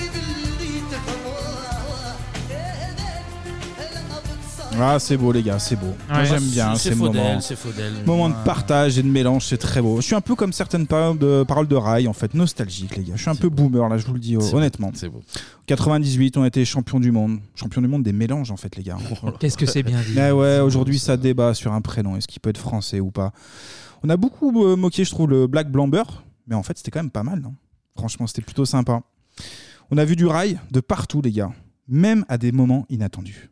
[SPEAKER 7] يبلي تفواه يا ذاك هلا بتصير
[SPEAKER 8] Ah, c'est beau, les gars, c'est beau. Moi,
[SPEAKER 1] Ouais.
[SPEAKER 8] J'aime bien
[SPEAKER 1] C'est
[SPEAKER 8] ces
[SPEAKER 1] Faudel,
[SPEAKER 8] moments.
[SPEAKER 1] c'est Faudel.
[SPEAKER 8] Moment de
[SPEAKER 1] Ouais.
[SPEAKER 8] partage et de mélange, c'est très beau. Je suis un peu comme certaines paroles de, paroles de rail, en fait, nostalgique, les gars. Je suis un peu boomer, là, je vous le dis euh, honnêtement.
[SPEAKER 1] C'est beau.
[SPEAKER 8] 98, on était champion du monde. Champion du monde des mélanges, en fait, les gars.
[SPEAKER 1] Oh.
[SPEAKER 11] Qu'est-ce que c'est bien dit.
[SPEAKER 8] Mais ouais, aujourd'hui, ça débat sur un prénom. Est-ce qu'il peut être français ou pas On a beaucoup euh, moqué, je trouve, le Black Blamber, mais en fait, c'était quand même pas mal, non Franchement, c'était plutôt sympa. On a vu du rail de partout, les gars, même à des moments inattendus.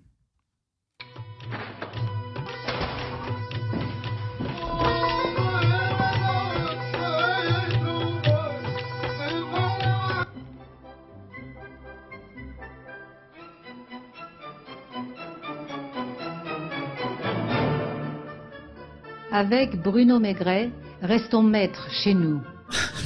[SPEAKER 10] Avec Bruno Maigret, restons maîtres chez nous.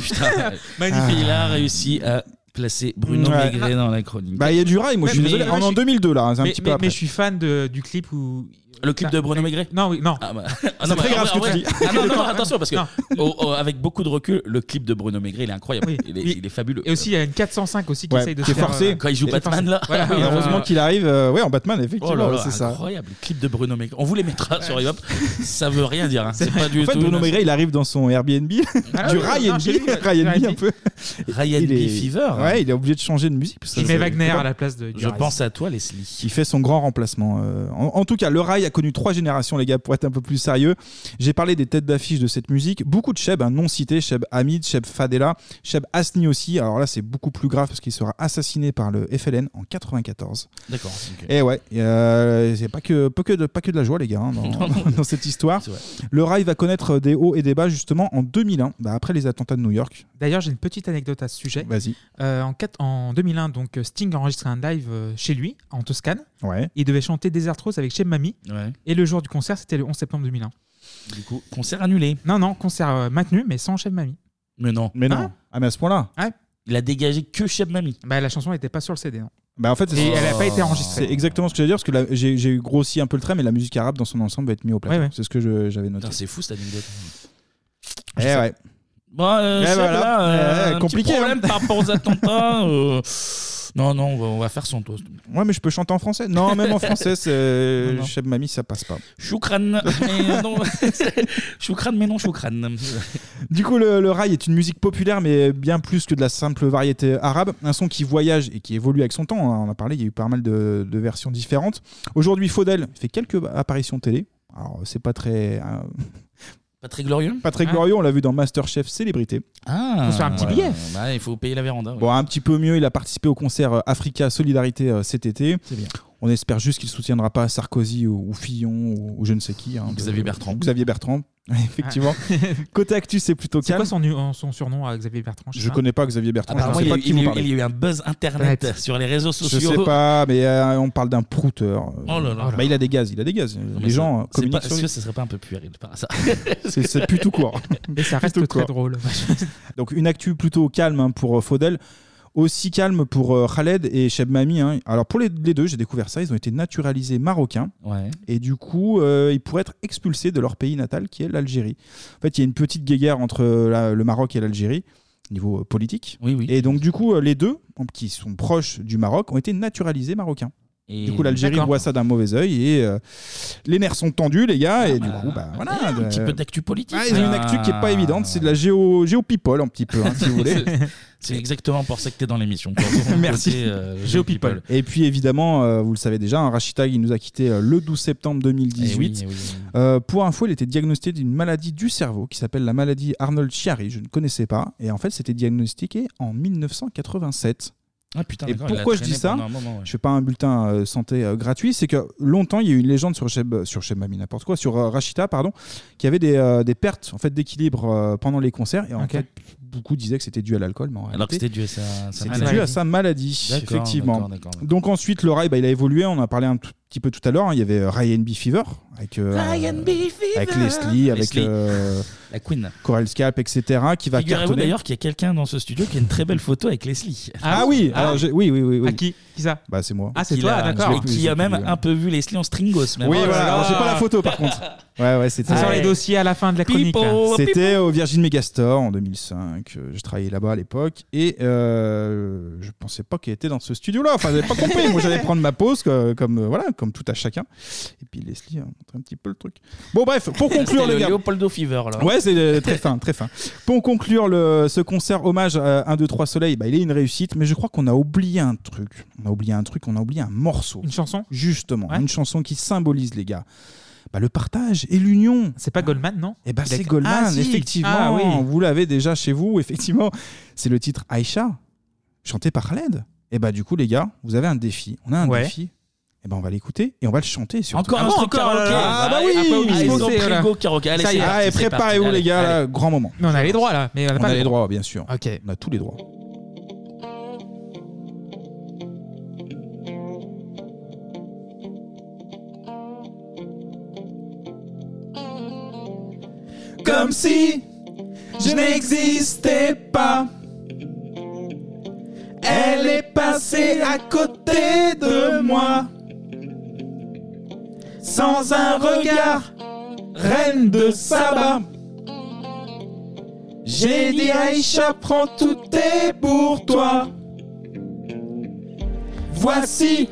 [SPEAKER 1] Putain,
[SPEAKER 8] Magnifique.
[SPEAKER 1] Il a réussi à placer Bruno
[SPEAKER 8] Ouais.
[SPEAKER 1] Maigret dans la chronique.
[SPEAKER 8] Bah, il y a du rail, moi, je suis
[SPEAKER 11] Mais-
[SPEAKER 8] désolé.
[SPEAKER 11] mais-
[SPEAKER 8] On est en 2002, là, hein, c'est un
[SPEAKER 11] mais-
[SPEAKER 8] petit
[SPEAKER 11] mais-
[SPEAKER 8] peu après.
[SPEAKER 11] Mais je suis fan de- du clip où
[SPEAKER 1] Le clip de Bruno Maigret
[SPEAKER 11] Non, oui, non.
[SPEAKER 1] Ah, bah.
[SPEAKER 11] C'est très grave ce que tu dis.
[SPEAKER 1] Ah, non, non, attention, parce que au- au- avec beaucoup de recul, le clip de Bruno Maigret, il est incroyable. Il, est, il est fabuleux.
[SPEAKER 11] Et aussi, il y a une 405 aussi qui
[SPEAKER 1] Ouais,
[SPEAKER 11] essaye de
[SPEAKER 1] qui est
[SPEAKER 11] faire,
[SPEAKER 1] forcé.
[SPEAKER 11] euh,
[SPEAKER 1] Quand il joue
[SPEAKER 11] qui est
[SPEAKER 1] Batman,
[SPEAKER 11] forcé.
[SPEAKER 1] là.
[SPEAKER 11] Voilà,
[SPEAKER 8] Et
[SPEAKER 11] voilà.
[SPEAKER 8] heureusement qu'il arrive euh, ouais, en Batman, effectivement.
[SPEAKER 1] Oh là là,
[SPEAKER 8] c'est ça.
[SPEAKER 1] incroyable, le clip de Bruno Maigret. On vous les mettra sur Hip Hop. Ça veut rien dire. hein. C'est pas du
[SPEAKER 8] en fait,
[SPEAKER 1] tout.
[SPEAKER 8] Bruno Maigret, il arrive dans son Airbnb,
[SPEAKER 11] Ah
[SPEAKER 8] du
[SPEAKER 11] oui,
[SPEAKER 8] Ryan
[SPEAKER 11] non,
[SPEAKER 8] B,
[SPEAKER 11] chez lui, ouais,
[SPEAKER 8] Ryan B un peu.
[SPEAKER 1] Ryan
[SPEAKER 8] Il
[SPEAKER 1] B
[SPEAKER 8] est-
[SPEAKER 1] Fever. hein,
[SPEAKER 8] Ouais, il est obligé de changer de musique. parce que
[SPEAKER 11] Il
[SPEAKER 8] ça,
[SPEAKER 11] met
[SPEAKER 8] c'est-
[SPEAKER 11] Wagner
[SPEAKER 8] c'est pas-
[SPEAKER 11] à la place de. du
[SPEAKER 1] Je
[SPEAKER 11] Rise.
[SPEAKER 1] pense à toi, Leslie.
[SPEAKER 8] qui fait son grand remplacement. euh, en, en tout cas, le rail a connu trois générations, les gars, pour être un peu plus sérieux. J'ai parlé des têtes d'affiche de cette musique. Beaucoup de Cheb, hein, non cités, Cheb Hamid, Cheb Fadela, Cheb Asni aussi. Alors là, c'est beaucoup plus grave parce qu'il sera assassiné par le FLN en 94.
[SPEAKER 1] D'accord.
[SPEAKER 8] Et ouais, euh, c'est pas que, pas, que de, pas que de la joie, les gars, hein,
[SPEAKER 1] Non,
[SPEAKER 8] dans,
[SPEAKER 1] non.
[SPEAKER 8] dans cette
[SPEAKER 11] Ah.
[SPEAKER 8] histoire.
[SPEAKER 1] C'est vrai.
[SPEAKER 8] Le rail va connaître des hauts et des bas justement en 2001, bah, après les attentats de New York.
[SPEAKER 11] D'ailleurs, j'ai une petite anecdote à ce sujet.
[SPEAKER 8] Vas-y.
[SPEAKER 11] Euh, en, quat- en 2001, donc euh, Sting a enregistré un live euh, chez lui, en Toscane.
[SPEAKER 8] Ouais.
[SPEAKER 11] Il devait chanter Desert Rose avec Chez Mamie.
[SPEAKER 1] Ouais.
[SPEAKER 11] Et le jour du concert, c'était le 11 septembre 2001.
[SPEAKER 1] Du coup, concert annulé.
[SPEAKER 11] Non, non, concert euh, maintenu, mais sans Chez Mamie.
[SPEAKER 1] Mais non.
[SPEAKER 8] Mais non. ah, mais à ce point-là.
[SPEAKER 1] Il a dégagé que Cheb Mami.
[SPEAKER 11] Bah, la chanson n'était pas sur le hein. CD, non.
[SPEAKER 8] Bah en fait,
[SPEAKER 11] Et
[SPEAKER 8] c'est-
[SPEAKER 11] elle n'a pas été enregistrée.
[SPEAKER 8] C'est exactement ce que j'allais dire, parce que la- j'ai j'ai grossi un peu le trait, mais la musique arabe dans son ensemble va être mise au plateau.
[SPEAKER 11] Ouais, ouais.
[SPEAKER 8] C'est ce que je- j'avais noté.
[SPEAKER 1] Putain, C'est fou cette anecdote.
[SPEAKER 8] Eh ouais.
[SPEAKER 1] Bon, euh,
[SPEAKER 8] Eh
[SPEAKER 1] Cheb,
[SPEAKER 8] voilà.
[SPEAKER 1] là, euh,
[SPEAKER 8] Eh,
[SPEAKER 1] un petit
[SPEAKER 8] compliqué, hein.
[SPEAKER 1] problème par rapport aux attentats. euh, Non, non, on va, on va faire son toast.
[SPEAKER 8] Ouais, mais je peux chanter en français. Non, même en français, c'est- Cheb Mami, ça passe pas.
[SPEAKER 1] Choukran. mais non, choukran, mais non, choukran.
[SPEAKER 8] Du coup, le, le rail est une musique populaire, mais bien plus que de la simple variété arabe. Un son qui voyage et qui évolue avec son temps. hein. On en a parlé, il y a eu pas mal de, de versions différentes. Aujourd'hui, Faudel fait quelques apparitions télé. Alors, c'est pas très. euh,
[SPEAKER 1] Pas très glorieux
[SPEAKER 8] Pas très glorieux, on l'a vu dans Masterchef Célébrité.
[SPEAKER 1] Ah,
[SPEAKER 8] Faut se faire un petit billet.
[SPEAKER 1] Bah, il faut payer la véranda. ouais.
[SPEAKER 8] Bon, hein, un petit peu mieux, il a participé au concert euh, Africa Solidarité euh, cet été.
[SPEAKER 1] C'est bien.
[SPEAKER 8] On espère juste qu'il soutiendra pas Sarkozy ou, ou Fillon ou, ou je ne sais qui. hein, de-
[SPEAKER 1] Xavier Bertrand.
[SPEAKER 8] Xavier Bertrand, effectivement. Côté actu, c'est plutôt
[SPEAKER 11] C'est quoi
[SPEAKER 8] calme.
[SPEAKER 11] son, nu- euh, son surnom à Xavier Bertrand
[SPEAKER 8] Je connais pas Xavier Bertrand.
[SPEAKER 1] Apparemment,
[SPEAKER 8] je
[SPEAKER 1] il,
[SPEAKER 8] sais
[SPEAKER 1] y a
[SPEAKER 8] pas
[SPEAKER 1] eu-
[SPEAKER 8] de qui
[SPEAKER 1] il y a
[SPEAKER 8] vous
[SPEAKER 1] eu-
[SPEAKER 8] parlez.
[SPEAKER 1] il y a eu un buzz internet sur les réseaux sociaux.
[SPEAKER 8] Je sais pas, mais euh, on parle d'un prouteur.
[SPEAKER 1] Oh là là.
[SPEAKER 8] Bah, il a des gaz, il a des gaz.
[SPEAKER 1] mais
[SPEAKER 8] Les
[SPEAKER 1] ça-
[SPEAKER 8] gens euh,
[SPEAKER 1] c'est pas-
[SPEAKER 8] communiquent sur
[SPEAKER 1] Est-ce
[SPEAKER 8] lui.
[SPEAKER 1] que ce serait pas un peu puéril par hasard
[SPEAKER 8] C'est- C'est plutôt court.
[SPEAKER 11] Mais ça reste
[SPEAKER 8] Plutôt
[SPEAKER 11] très
[SPEAKER 8] court.
[SPEAKER 11] drôle.
[SPEAKER 8] Donc une actu plutôt calme hein, pour euh, Faudel. Aussi calme pour euh, Khaled et Cheb Mami. hein. Alors pour les, les deux, j'ai découvert ça, ils ont été naturalisés marocains.
[SPEAKER 1] Ouais.
[SPEAKER 8] Et du coup, euh, ils pourraient être expulsés de leur pays natal qui est l'Algérie. En fait, il y a une petite guéguerre entre euh, la- le Maroc et l'Algérie niveau euh, politique. Et donc du coup, euh, les deux, en- qui sont proches du Maroc, ont été naturalisés marocains.
[SPEAKER 1] Et-
[SPEAKER 8] Du coup, l'Algérie
[SPEAKER 1] D'accord.
[SPEAKER 8] voit ça d'un mauvais œil et euh, les nerfs sont tendus, les gars. et
[SPEAKER 1] Ah,
[SPEAKER 8] du coup, bah, voilà.
[SPEAKER 1] Eh, Un petit
[SPEAKER 8] euh,
[SPEAKER 1] peu d'actu politique. hein.
[SPEAKER 8] ah, ils ont une actu qui est pas évidente, c'est de la géo, people un petit peu, hein, si vous voulez.
[SPEAKER 1] C'est- C'est exactement pour euh, ça que t'es dans l'émission.
[SPEAKER 8] Merci.
[SPEAKER 1] Géopeople.
[SPEAKER 8] euh, Et puis évidemment, euh, vous le savez déjà, hein, Rachita il nous a quitté euh, le 12 septembre 2018.
[SPEAKER 1] Eh oui, eh oui.
[SPEAKER 8] Euh, pour info, il était diagnostiqué d'une maladie du cerveau qui s'appelle la maladie Arnold Chiari. Je ne connaissais pas. Et en fait, c'était diagnostiqué en 1987.
[SPEAKER 1] Ah putain,
[SPEAKER 8] Et
[SPEAKER 1] d'accord, il a
[SPEAKER 8] pourquoi je
[SPEAKER 1] traîné
[SPEAKER 8] dis ça
[SPEAKER 1] pendant un moment, ouais.
[SPEAKER 8] Je fais pas un bulletin euh, santé euh, gratuit, c'est que longtemps il y a eu une légende sur Cheb, sur Cheb Mami, n'importe quoi, sur euh, Rachita pardon, qui avait des, euh, des pertes en fait d'équilibre euh, pendant les concerts et en
[SPEAKER 1] Ok.
[SPEAKER 8] fait beaucoup disaient que c'était dû à l'alcool, mais en
[SPEAKER 1] Alors que
[SPEAKER 8] réalité,
[SPEAKER 1] c'était dû à sa, sa
[SPEAKER 8] c'était
[SPEAKER 1] maladie.
[SPEAKER 8] dû à sa maladie,
[SPEAKER 1] D'accord,
[SPEAKER 8] effectivement.
[SPEAKER 1] d'accord, d'accord, d'accord.
[SPEAKER 8] Donc ensuite le rail, bah, il a évolué, on en a parlé un tout petit peu tout à l'heure, hein, il y avait euh, Ryan B Fever avec euh,
[SPEAKER 1] Ryan B. Fever.
[SPEAKER 8] avec Leslie, avec
[SPEAKER 1] Leslie.
[SPEAKER 8] euh,
[SPEAKER 1] La Queen.
[SPEAKER 8] Coral Scalp, etc. qui va
[SPEAKER 1] Figurez-vous
[SPEAKER 8] cartonner.
[SPEAKER 1] d'ailleurs qu'il y a quelqu'un dans ce studio qui a une très belle photo avec Leslie.
[SPEAKER 8] Ah, oui, alors j'ai- oui, oui, oui, oui.
[SPEAKER 1] À
[SPEAKER 11] qui Qui ça
[SPEAKER 8] Bah c'est moi.
[SPEAKER 11] Ah, c'est
[SPEAKER 1] Qui
[SPEAKER 11] toi,
[SPEAKER 1] l'a-
[SPEAKER 11] d'accord.
[SPEAKER 1] Et qui a même un peu vu Leslie en stringos. même.
[SPEAKER 8] Oui,
[SPEAKER 1] Oh là
[SPEAKER 8] voilà.
[SPEAKER 1] là.
[SPEAKER 8] Alors, j'ai pas la photo par contre. Ouais, ouais, c'était
[SPEAKER 1] Ah,
[SPEAKER 11] C'est sur les dossiers à la fin de la chronique. hein. là.
[SPEAKER 8] C'était au Virgin Megastore en 2005. Euh, Je travaillais là-bas à l'époque et euh, je pensais pas qu'elle était dans ce studio-là. Enfin, j'avais pas compris. Moi, j'allais prendre ma pause que- comme euh, voilà, comme tout à chacun. Et puis Leslie a montré un petit peu le truc. Bon, bref, pour conclure
[SPEAKER 1] C'était
[SPEAKER 8] les
[SPEAKER 1] le
[SPEAKER 8] gars.
[SPEAKER 1] Leopoldo Fever là.
[SPEAKER 8] Ouais, c'est euh, très fin, très fin. Pour conclure le, ce concert hommage à 1, 2, 3 Soleil, bah, il est une réussite, mais je crois qu'on a oublié un truc. On a oublié un truc, on a oublié un morceau. Une
[SPEAKER 11] chanson
[SPEAKER 8] Justement, une chanson qui symbolise, les gars, bah, le partage et l'union.
[SPEAKER 11] C'est pas Goldman, non
[SPEAKER 8] Eh ben,
[SPEAKER 11] Il a
[SPEAKER 8] c'est
[SPEAKER 11] été-
[SPEAKER 8] Goldman,
[SPEAKER 11] Ah, si.
[SPEAKER 8] effectivement.
[SPEAKER 11] Ah, oui.
[SPEAKER 8] Vous l'avez déjà chez vous, effectivement. C'est le titre Aïcha, chanté par Khaled. Et bah, du coup, les gars, vous avez un défi. On a un
[SPEAKER 11] Ouais.
[SPEAKER 8] défi. Et ben, on va l'écouter et on va le chanter. surtout.
[SPEAKER 1] Encore un
[SPEAKER 8] bon,
[SPEAKER 1] truc karaoké.
[SPEAKER 8] Ah, bah
[SPEAKER 1] Bah,
[SPEAKER 8] oui
[SPEAKER 1] un peu obligé.
[SPEAKER 8] il faut
[SPEAKER 1] Ils ont
[SPEAKER 8] c'est,
[SPEAKER 1] pris
[SPEAKER 8] voilà.
[SPEAKER 1] go karaoké. Allez,
[SPEAKER 8] Ça y
[SPEAKER 1] c'est
[SPEAKER 8] est.
[SPEAKER 1] parti,
[SPEAKER 8] Allez,
[SPEAKER 1] c'est parti.
[SPEAKER 8] préparez-vous, les gars. là,
[SPEAKER 1] Allez.
[SPEAKER 8] grand moment.
[SPEAKER 11] Mais on a les droits là. Mais
[SPEAKER 8] On
[SPEAKER 11] pas
[SPEAKER 8] a
[SPEAKER 11] le
[SPEAKER 8] les
[SPEAKER 11] droit.
[SPEAKER 8] droits, bien sûr. On a tous les droits.
[SPEAKER 7] Comme si je n'existais pas. Elle est passée à côté de moi. sans un regard, reine de Saba. J'ai dit Aïcha, prends tout est pour toi. Voici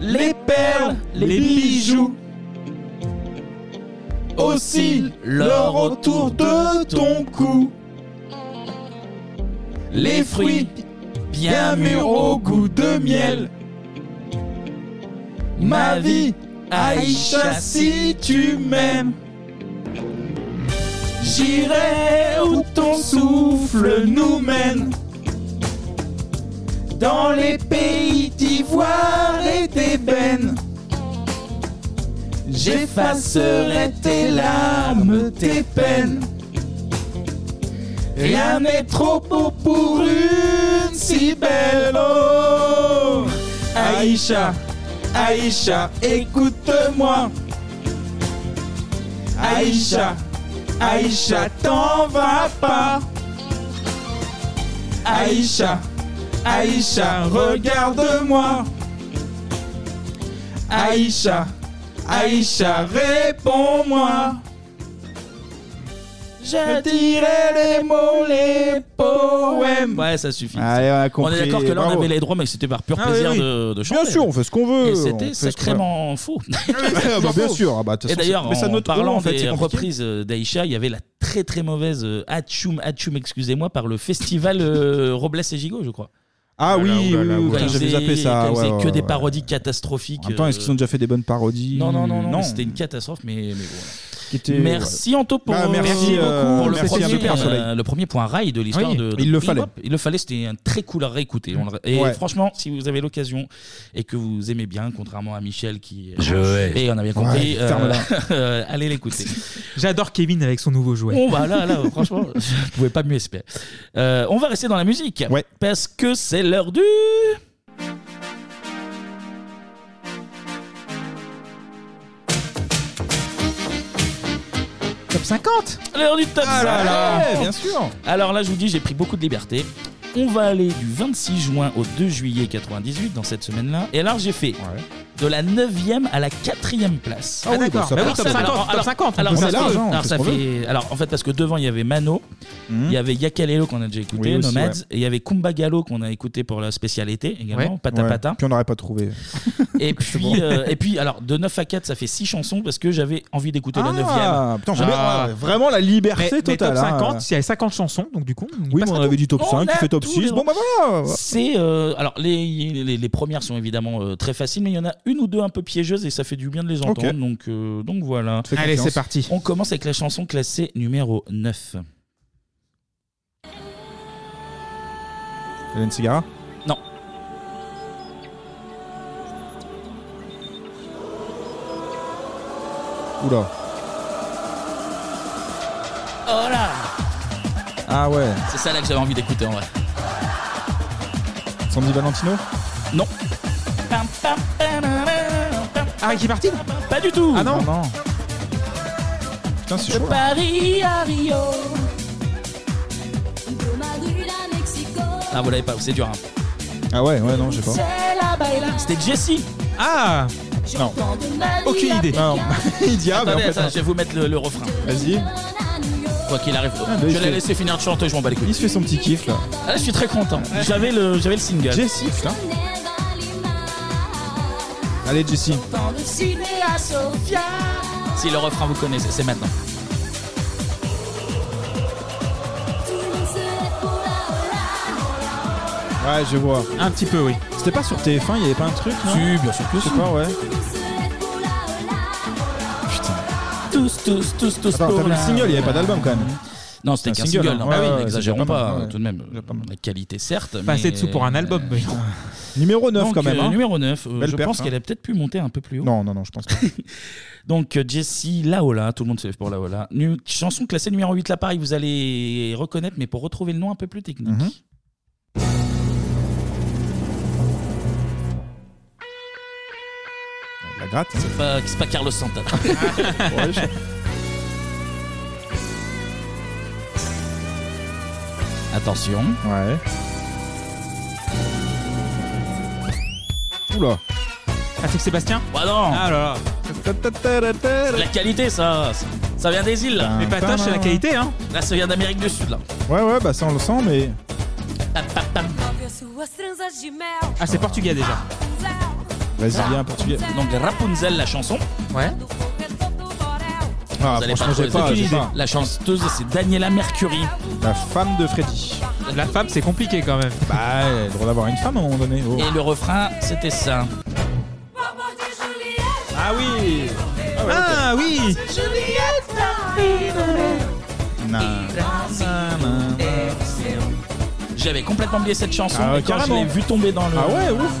[SPEAKER 7] les perles, les bijoux. Aussi l'or autour de ton cou. Les fruits bien mûrs au goût de miel. Ma vie, Aïcha, si tu m'aimes. J'irai où ton souffle nous mène. Dans les pays d'ivoire et d'ébène. J'effacerai tes larmes, tes peines. Rien n'est trop beau pour une si belle. Oh, Aïcha, Aïcha, écoute-moi. Aïcha, Aïcha, t'en vas pas. Aïcha, Aïcha, regarde-moi. Aïcha, Aïcha, réponds-moi. Je dirai les mots, les poèmes.
[SPEAKER 1] Ouais, ça suffit.
[SPEAKER 8] Allez, Ah, on a compris.
[SPEAKER 1] est d'accord que là, on
[SPEAKER 8] Bravo.
[SPEAKER 1] avait les droits, mais que c'était par pur
[SPEAKER 8] Ah,
[SPEAKER 1] plaisir
[SPEAKER 8] oui, oui.
[SPEAKER 1] de, de chanter.
[SPEAKER 8] Bien sûr, on fait ce qu'on veut.
[SPEAKER 1] Et
[SPEAKER 8] on
[SPEAKER 1] c'était
[SPEAKER 8] fait ce qu'on
[SPEAKER 1] sacrément faux.
[SPEAKER 8] Ah, bah, bien sûr. Ah, bah, de toute
[SPEAKER 1] Et
[SPEAKER 8] façon,
[SPEAKER 1] d'ailleurs,
[SPEAKER 8] c'est- mais ça
[SPEAKER 1] en
[SPEAKER 8] note
[SPEAKER 1] parlant
[SPEAKER 8] haut, en fait,
[SPEAKER 1] des
[SPEAKER 8] c'est compliqué.
[SPEAKER 1] reprises euh, d'Aïcha, il y avait la très très mauvaise euh, Atchoum, Atchoum, excusez-moi, par le festival euh, Robles et Gigot, je crois.
[SPEAKER 8] Ah oui, oui, oui,
[SPEAKER 1] Quand
[SPEAKER 8] putain,
[SPEAKER 1] ils
[SPEAKER 8] j'avais
[SPEAKER 1] faisaient-
[SPEAKER 8] zappé ça,
[SPEAKER 1] quand Ils
[SPEAKER 8] ouais,
[SPEAKER 1] faisaient que
[SPEAKER 8] ouais,
[SPEAKER 1] des
[SPEAKER 8] ouais.
[SPEAKER 1] parodies catastrophiques.
[SPEAKER 8] En même temps, est-ce
[SPEAKER 1] euh,
[SPEAKER 8] qu'ils ont déjà fait des bonnes parodies
[SPEAKER 1] Non, non, non, non, mais
[SPEAKER 8] non.
[SPEAKER 1] c'était une catastrophe, mais, mais bon.
[SPEAKER 8] Qui était-
[SPEAKER 1] Merci Anto pour,
[SPEAKER 8] Bah, merci, euh,
[SPEAKER 1] pour le,
[SPEAKER 8] merci
[SPEAKER 1] premier,
[SPEAKER 8] un peu, Pierre
[SPEAKER 1] euh,
[SPEAKER 8] Soleil.
[SPEAKER 1] le premier point rail de l'histoire
[SPEAKER 8] Oui,
[SPEAKER 1] de, de
[SPEAKER 8] il le
[SPEAKER 1] Bebop.
[SPEAKER 8] fallait.
[SPEAKER 1] Il le fallait, c'était un très cool à réécouter. on le- Et
[SPEAKER 8] Ouais.
[SPEAKER 1] franchement, si vous avez l'occasion et que vous aimez bien, contrairement à Michel qui. euh,
[SPEAKER 11] Je hais.
[SPEAKER 1] Et on a bien compris.
[SPEAKER 7] Ouais,
[SPEAKER 1] euh,
[SPEAKER 7] ferme-la.
[SPEAKER 1] euh, allez l'écouter.
[SPEAKER 7] J'adore Kevin avec son nouveau jouet.
[SPEAKER 1] Bon, bah là, là, franchement, je pouvais pas mieux espérer. Euh, on va rester dans la musique. Parce que c'est l'heure du.
[SPEAKER 7] Top 50
[SPEAKER 1] L'heure du top
[SPEAKER 7] Ah là
[SPEAKER 1] 50.
[SPEAKER 7] là, bien sûr.
[SPEAKER 1] Alors là, je vous dis, j'ai pris beaucoup de liberté. On va aller du 26 juin au 2 juillet 98 dans cette semaine-là. Et alors, j'ai fait de la 9e à la 4e place.
[SPEAKER 7] Ah oui, Ah, d'accord. bah, ça
[SPEAKER 1] Alors,
[SPEAKER 7] passe. Top 50,
[SPEAKER 1] alors,
[SPEAKER 7] top
[SPEAKER 1] alors,
[SPEAKER 7] 50, on
[SPEAKER 1] alors,
[SPEAKER 7] peut
[SPEAKER 1] ça
[SPEAKER 7] faire
[SPEAKER 1] fait-
[SPEAKER 7] ça, hein,
[SPEAKER 1] alors,
[SPEAKER 7] c'est
[SPEAKER 1] ça
[SPEAKER 7] trop
[SPEAKER 1] fait- alors, en fait, parce que devant, il y avait Mano, il y avait Yakalelo qu'on a déjà écouté,
[SPEAKER 8] Mhm. Oui, aussi,
[SPEAKER 1] Nomades,
[SPEAKER 8] ouais.
[SPEAKER 1] et il y avait Kumbagalo qu'on a écouté pour la spécialité également,
[SPEAKER 8] Ouais.
[SPEAKER 1] Pata
[SPEAKER 8] Ouais.
[SPEAKER 1] Pata.
[SPEAKER 8] Puis on n'aurait pas trouvé.
[SPEAKER 1] Et puis,
[SPEAKER 8] bon.
[SPEAKER 1] euh, et puis, alors, de 9 à 4, ça fait 6 chansons parce que j'avais envie d'écouter
[SPEAKER 8] Ah,
[SPEAKER 1] la Ah. 9ème.
[SPEAKER 8] putain, j'aimais- ouais, vraiment la liberté
[SPEAKER 7] Ah. Mais- mais
[SPEAKER 8] totale,
[SPEAKER 7] top
[SPEAKER 8] hein.
[SPEAKER 7] 50, il y avait 50 chansons, donc du coup, on y
[SPEAKER 8] Oui,
[SPEAKER 7] passe
[SPEAKER 8] mais on
[SPEAKER 7] pas
[SPEAKER 8] avait
[SPEAKER 7] tout.
[SPEAKER 8] dit top 5, qui fait top 6. Bon, bah voilà.
[SPEAKER 1] C'est euh, alors les, les, les premières sont évidemment euh, très faciles, mais il y en a une ou deux un peu piégeuses et ça fait du bien de les entendre.
[SPEAKER 7] Ok.
[SPEAKER 1] Donc euh, donc voilà.
[SPEAKER 7] fais Allez, confiance. c'est parti.
[SPEAKER 1] On commence avec la chanson classée numéro 9.
[SPEAKER 8] Hélène Cigara
[SPEAKER 1] Non.
[SPEAKER 8] Oula.
[SPEAKER 1] Oh là
[SPEAKER 8] Ah ouais.
[SPEAKER 1] C'est ça là que j'avais envie d'écouter en vrai.
[SPEAKER 8] Sandy Valentino
[SPEAKER 1] Non.
[SPEAKER 7] Ah, Ricky Martin
[SPEAKER 1] Pas du tout
[SPEAKER 7] Ah non,
[SPEAKER 8] Putain, c'est hein.
[SPEAKER 7] chaud.
[SPEAKER 27] De
[SPEAKER 7] là.
[SPEAKER 27] Paris à Rio.
[SPEAKER 28] De Madrid à Mexico.
[SPEAKER 1] Ah vous l'avez pas, c'est dur. hein.
[SPEAKER 8] Ah ouais, ouais, non, je sais pas.
[SPEAKER 28] C'est la baila.
[SPEAKER 1] C'était Jessie.
[SPEAKER 7] Ah
[SPEAKER 8] Non.
[SPEAKER 1] Aucune idée.
[SPEAKER 8] Non. Il dit ah, mais en
[SPEAKER 1] Attendez,
[SPEAKER 8] fait,
[SPEAKER 1] attends, je vais vous mettre le, le refrain.
[SPEAKER 8] Vas-y.
[SPEAKER 1] Quoi qu'il arrive,
[SPEAKER 8] bah, il
[SPEAKER 1] je
[SPEAKER 8] fait-
[SPEAKER 1] l'ai laissé finir de chanter, je m'en bats les couilles.
[SPEAKER 8] Il se fait son petit kiff là.
[SPEAKER 1] Ah, je suis très content. J'avais le, j'avais le single.
[SPEAKER 8] Jessie, putain. Allez, Jessie.
[SPEAKER 28] Dans le ciné à Sofia.
[SPEAKER 1] Si le refrain vous connaissez, c'est maintenant.
[SPEAKER 28] Tout le monde se lève pour la
[SPEAKER 8] Ouais, je vois.
[SPEAKER 7] Un petit peu, oui.
[SPEAKER 8] C'était pas sur TF1, il y avait pas un truc non
[SPEAKER 1] Si, bien sûr que
[SPEAKER 8] Je sais pas, ouais.
[SPEAKER 1] Tous, tous, tous, tous.
[SPEAKER 8] Attends, t'avais
[SPEAKER 1] pour
[SPEAKER 8] le
[SPEAKER 1] la-
[SPEAKER 8] single, il y avait pas d'album quand même.
[SPEAKER 1] Non, c'était
[SPEAKER 8] C'est
[SPEAKER 1] qu'un
[SPEAKER 8] un
[SPEAKER 1] single.
[SPEAKER 8] single,
[SPEAKER 1] non,
[SPEAKER 8] hein.
[SPEAKER 1] bah
[SPEAKER 8] Ouais,
[SPEAKER 1] oui,
[SPEAKER 8] ouais,
[SPEAKER 1] n'exagérons
[SPEAKER 8] c'est pas
[SPEAKER 1] pas, hein,
[SPEAKER 8] mal, ouais.
[SPEAKER 1] tout de même. La qualité, certes.
[SPEAKER 7] Pas assez de sous pour un album, mais-
[SPEAKER 8] Numéro 9
[SPEAKER 1] Donc,
[SPEAKER 8] quand même.
[SPEAKER 1] euh,
[SPEAKER 8] hein.
[SPEAKER 1] numéro 9, euh,
[SPEAKER 8] Belle
[SPEAKER 1] je
[SPEAKER 8] perf,
[SPEAKER 1] pense
[SPEAKER 8] hein.
[SPEAKER 1] qu'elle a peut-être pu monter un peu plus haut.
[SPEAKER 8] Non, non, non, je pense pas.
[SPEAKER 1] Donc euh, Jessie Laola, tout le monde se lève pour Laola. Nu- chanson classée numéro 8 là pareil, vous allez reconnaître mais pour retrouver le nom un peu plus technique.
[SPEAKER 8] Mhm. La gratte.
[SPEAKER 1] C'est pas, c'est pas Carlos Santana.
[SPEAKER 8] Ouais, je-
[SPEAKER 1] Attention.
[SPEAKER 8] Ouais. Oula.
[SPEAKER 11] Ah, c'est Sébastien
[SPEAKER 1] Bah non
[SPEAKER 11] Ah là
[SPEAKER 1] là C'est de la qualité ça Ça vient des îles là
[SPEAKER 8] Mais Patoche, c'est la qualité,
[SPEAKER 1] hein Là ça vient d'Amérique du Sud là
[SPEAKER 8] Ouais, ouais, bah ça on le sent, mais.
[SPEAKER 11] Ah, c'est portugais déjà.
[SPEAKER 1] Ah.
[SPEAKER 8] Brésilien, portugais.
[SPEAKER 1] Donc Rapunzel la chanson
[SPEAKER 11] Ouais
[SPEAKER 8] Ah,
[SPEAKER 1] Vous allez
[SPEAKER 8] franchement,
[SPEAKER 1] pas
[SPEAKER 8] j'ai pas,
[SPEAKER 1] trouver.
[SPEAKER 8] j'ai pas.
[SPEAKER 1] La chanteuse c'est Daniela Mercury
[SPEAKER 8] La femme de Freddy.
[SPEAKER 11] La femme, c'est compliqué quand même.
[SPEAKER 8] Bah, elle a le droit d'avoir une femme à un moment donné. oh.
[SPEAKER 1] Et le refrain c'était ça
[SPEAKER 8] Ah oui
[SPEAKER 11] Ah oui
[SPEAKER 1] J'avais complètement oublié cette chanson
[SPEAKER 8] Ah ouais,
[SPEAKER 1] et quand je
[SPEAKER 8] carrément.
[SPEAKER 1] l'ai vu tomber dans le...
[SPEAKER 8] Ah ouais, ouf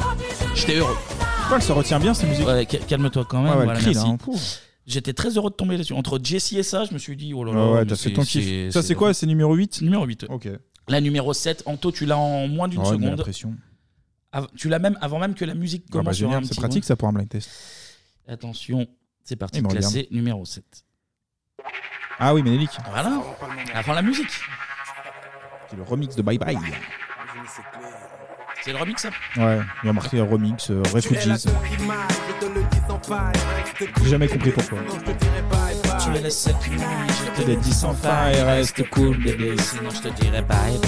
[SPEAKER 1] J'étais heureux
[SPEAKER 8] Pourquoi elle se retient bien ces musiques
[SPEAKER 1] Ouais, cal- calme-toi quand même.
[SPEAKER 8] Ouais, ouais,
[SPEAKER 1] voilà,
[SPEAKER 8] le cri, là,
[SPEAKER 1] merci.
[SPEAKER 8] hein, pouf.
[SPEAKER 1] J'étais très heureux de tomber là-dessus. Entre Jessie et ça, je me suis dit, oh là là.
[SPEAKER 8] Ouais, ouais,
[SPEAKER 1] mais
[SPEAKER 8] t'as fait
[SPEAKER 1] c'est-
[SPEAKER 8] ton kiff. Ça, c'est quoi C'est numéro 8
[SPEAKER 1] Numéro 8.
[SPEAKER 8] Ok.
[SPEAKER 1] La numéro 7, Anto, tu l'as en moins d'une
[SPEAKER 8] Ouais, mais la
[SPEAKER 1] seconde.
[SPEAKER 8] pression.
[SPEAKER 1] Av- tu l'as même avant même que la musique
[SPEAKER 8] Ah
[SPEAKER 1] commence.
[SPEAKER 8] bah,
[SPEAKER 1] sur un
[SPEAKER 8] génial, c'est
[SPEAKER 1] petit
[SPEAKER 8] pratique ça pour un blind test.
[SPEAKER 1] bout. Attention, c'est parti,
[SPEAKER 8] Il me regarde.
[SPEAKER 1] classé numéro 7.
[SPEAKER 8] Ah oui, Ménélique.
[SPEAKER 1] Voilà, avant la musique.
[SPEAKER 8] C'est le remix de Bye Bye.
[SPEAKER 1] C'est le remix, ça
[SPEAKER 8] Ouais, il y a marqué remix, euh, Refugees. J'ai jamais compris pourquoi.
[SPEAKER 1] Tu me laisses cette nuit, je te
[SPEAKER 8] le dis sans faille,
[SPEAKER 1] reste cool, bébé, sinon je te dirai bye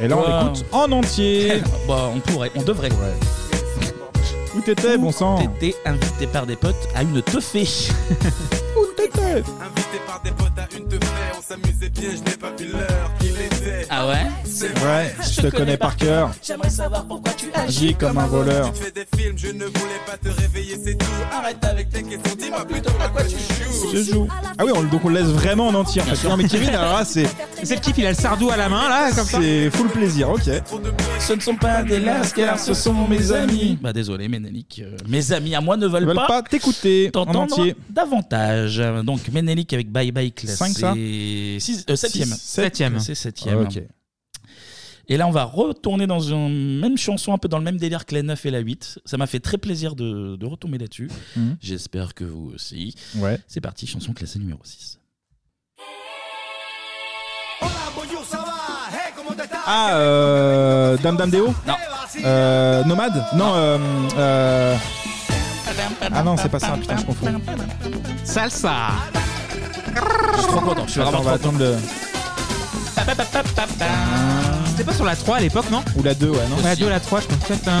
[SPEAKER 8] Et là, on
[SPEAKER 1] Wow.
[SPEAKER 8] l'écoute en entier.
[SPEAKER 1] bah, on pourrait, on devrait.
[SPEAKER 8] Où t'étais, bon sang
[SPEAKER 1] T'étais invité par des potes à une teufée.
[SPEAKER 8] Où t'étais
[SPEAKER 1] Ah ouais
[SPEAKER 8] Ouais, je te connais par cœur.
[SPEAKER 1] J'aimerais savoir pourquoi tu
[SPEAKER 8] Agis comme un voleur. Je joue. Ah oui, on, donc on le laisse vraiment en entier. En fait. Non mais Kevin, alors là, c'est
[SPEAKER 11] C'est le kiff, il a le sardou à la main là, comme ça.
[SPEAKER 8] c'est full plaisir, ok.
[SPEAKER 1] Ce ne sont pas des lascars, ce sont mes amis. Bah désolé, Ménélique. euh, mes amis à moi ne veulent,
[SPEAKER 8] Ils veulent pas, t'écouter en
[SPEAKER 1] t'entendre
[SPEAKER 8] entier.
[SPEAKER 1] davantage. Donc Ménélique avec Bye Bye classé.
[SPEAKER 8] Cinq, ça
[SPEAKER 1] Six- euh, septième.
[SPEAKER 8] Six, sept. Septième.
[SPEAKER 1] C'est septième.
[SPEAKER 8] Ok.
[SPEAKER 1] Et là, on va retourner dans une même chanson, un peu dans le même délire que la 9 et la 8. Ça m'a fait très plaisir de, de retomber là-dessus.
[SPEAKER 8] Mhm.
[SPEAKER 1] J'espère que vous aussi.
[SPEAKER 8] Ouais.
[SPEAKER 1] C'est parti, chanson classée numéro 6.
[SPEAKER 8] Ah, euh, Dame Dame Déo
[SPEAKER 1] Non.
[SPEAKER 8] Euh, nomade Non, euh, euh, Ah non, c'est pas ça, putain, je confonds.
[SPEAKER 11] Salsa.
[SPEAKER 8] Ah.
[SPEAKER 1] Je suis trop content, je suis
[SPEAKER 8] Attends,
[SPEAKER 1] vraiment
[SPEAKER 8] on va
[SPEAKER 1] trop
[SPEAKER 8] attendre le...
[SPEAKER 11] C'était pas sur la 3 à l'époque, non
[SPEAKER 8] Ou la 2, ouais, non
[SPEAKER 11] Ouais, La 2, la 3, je pense. Tintin.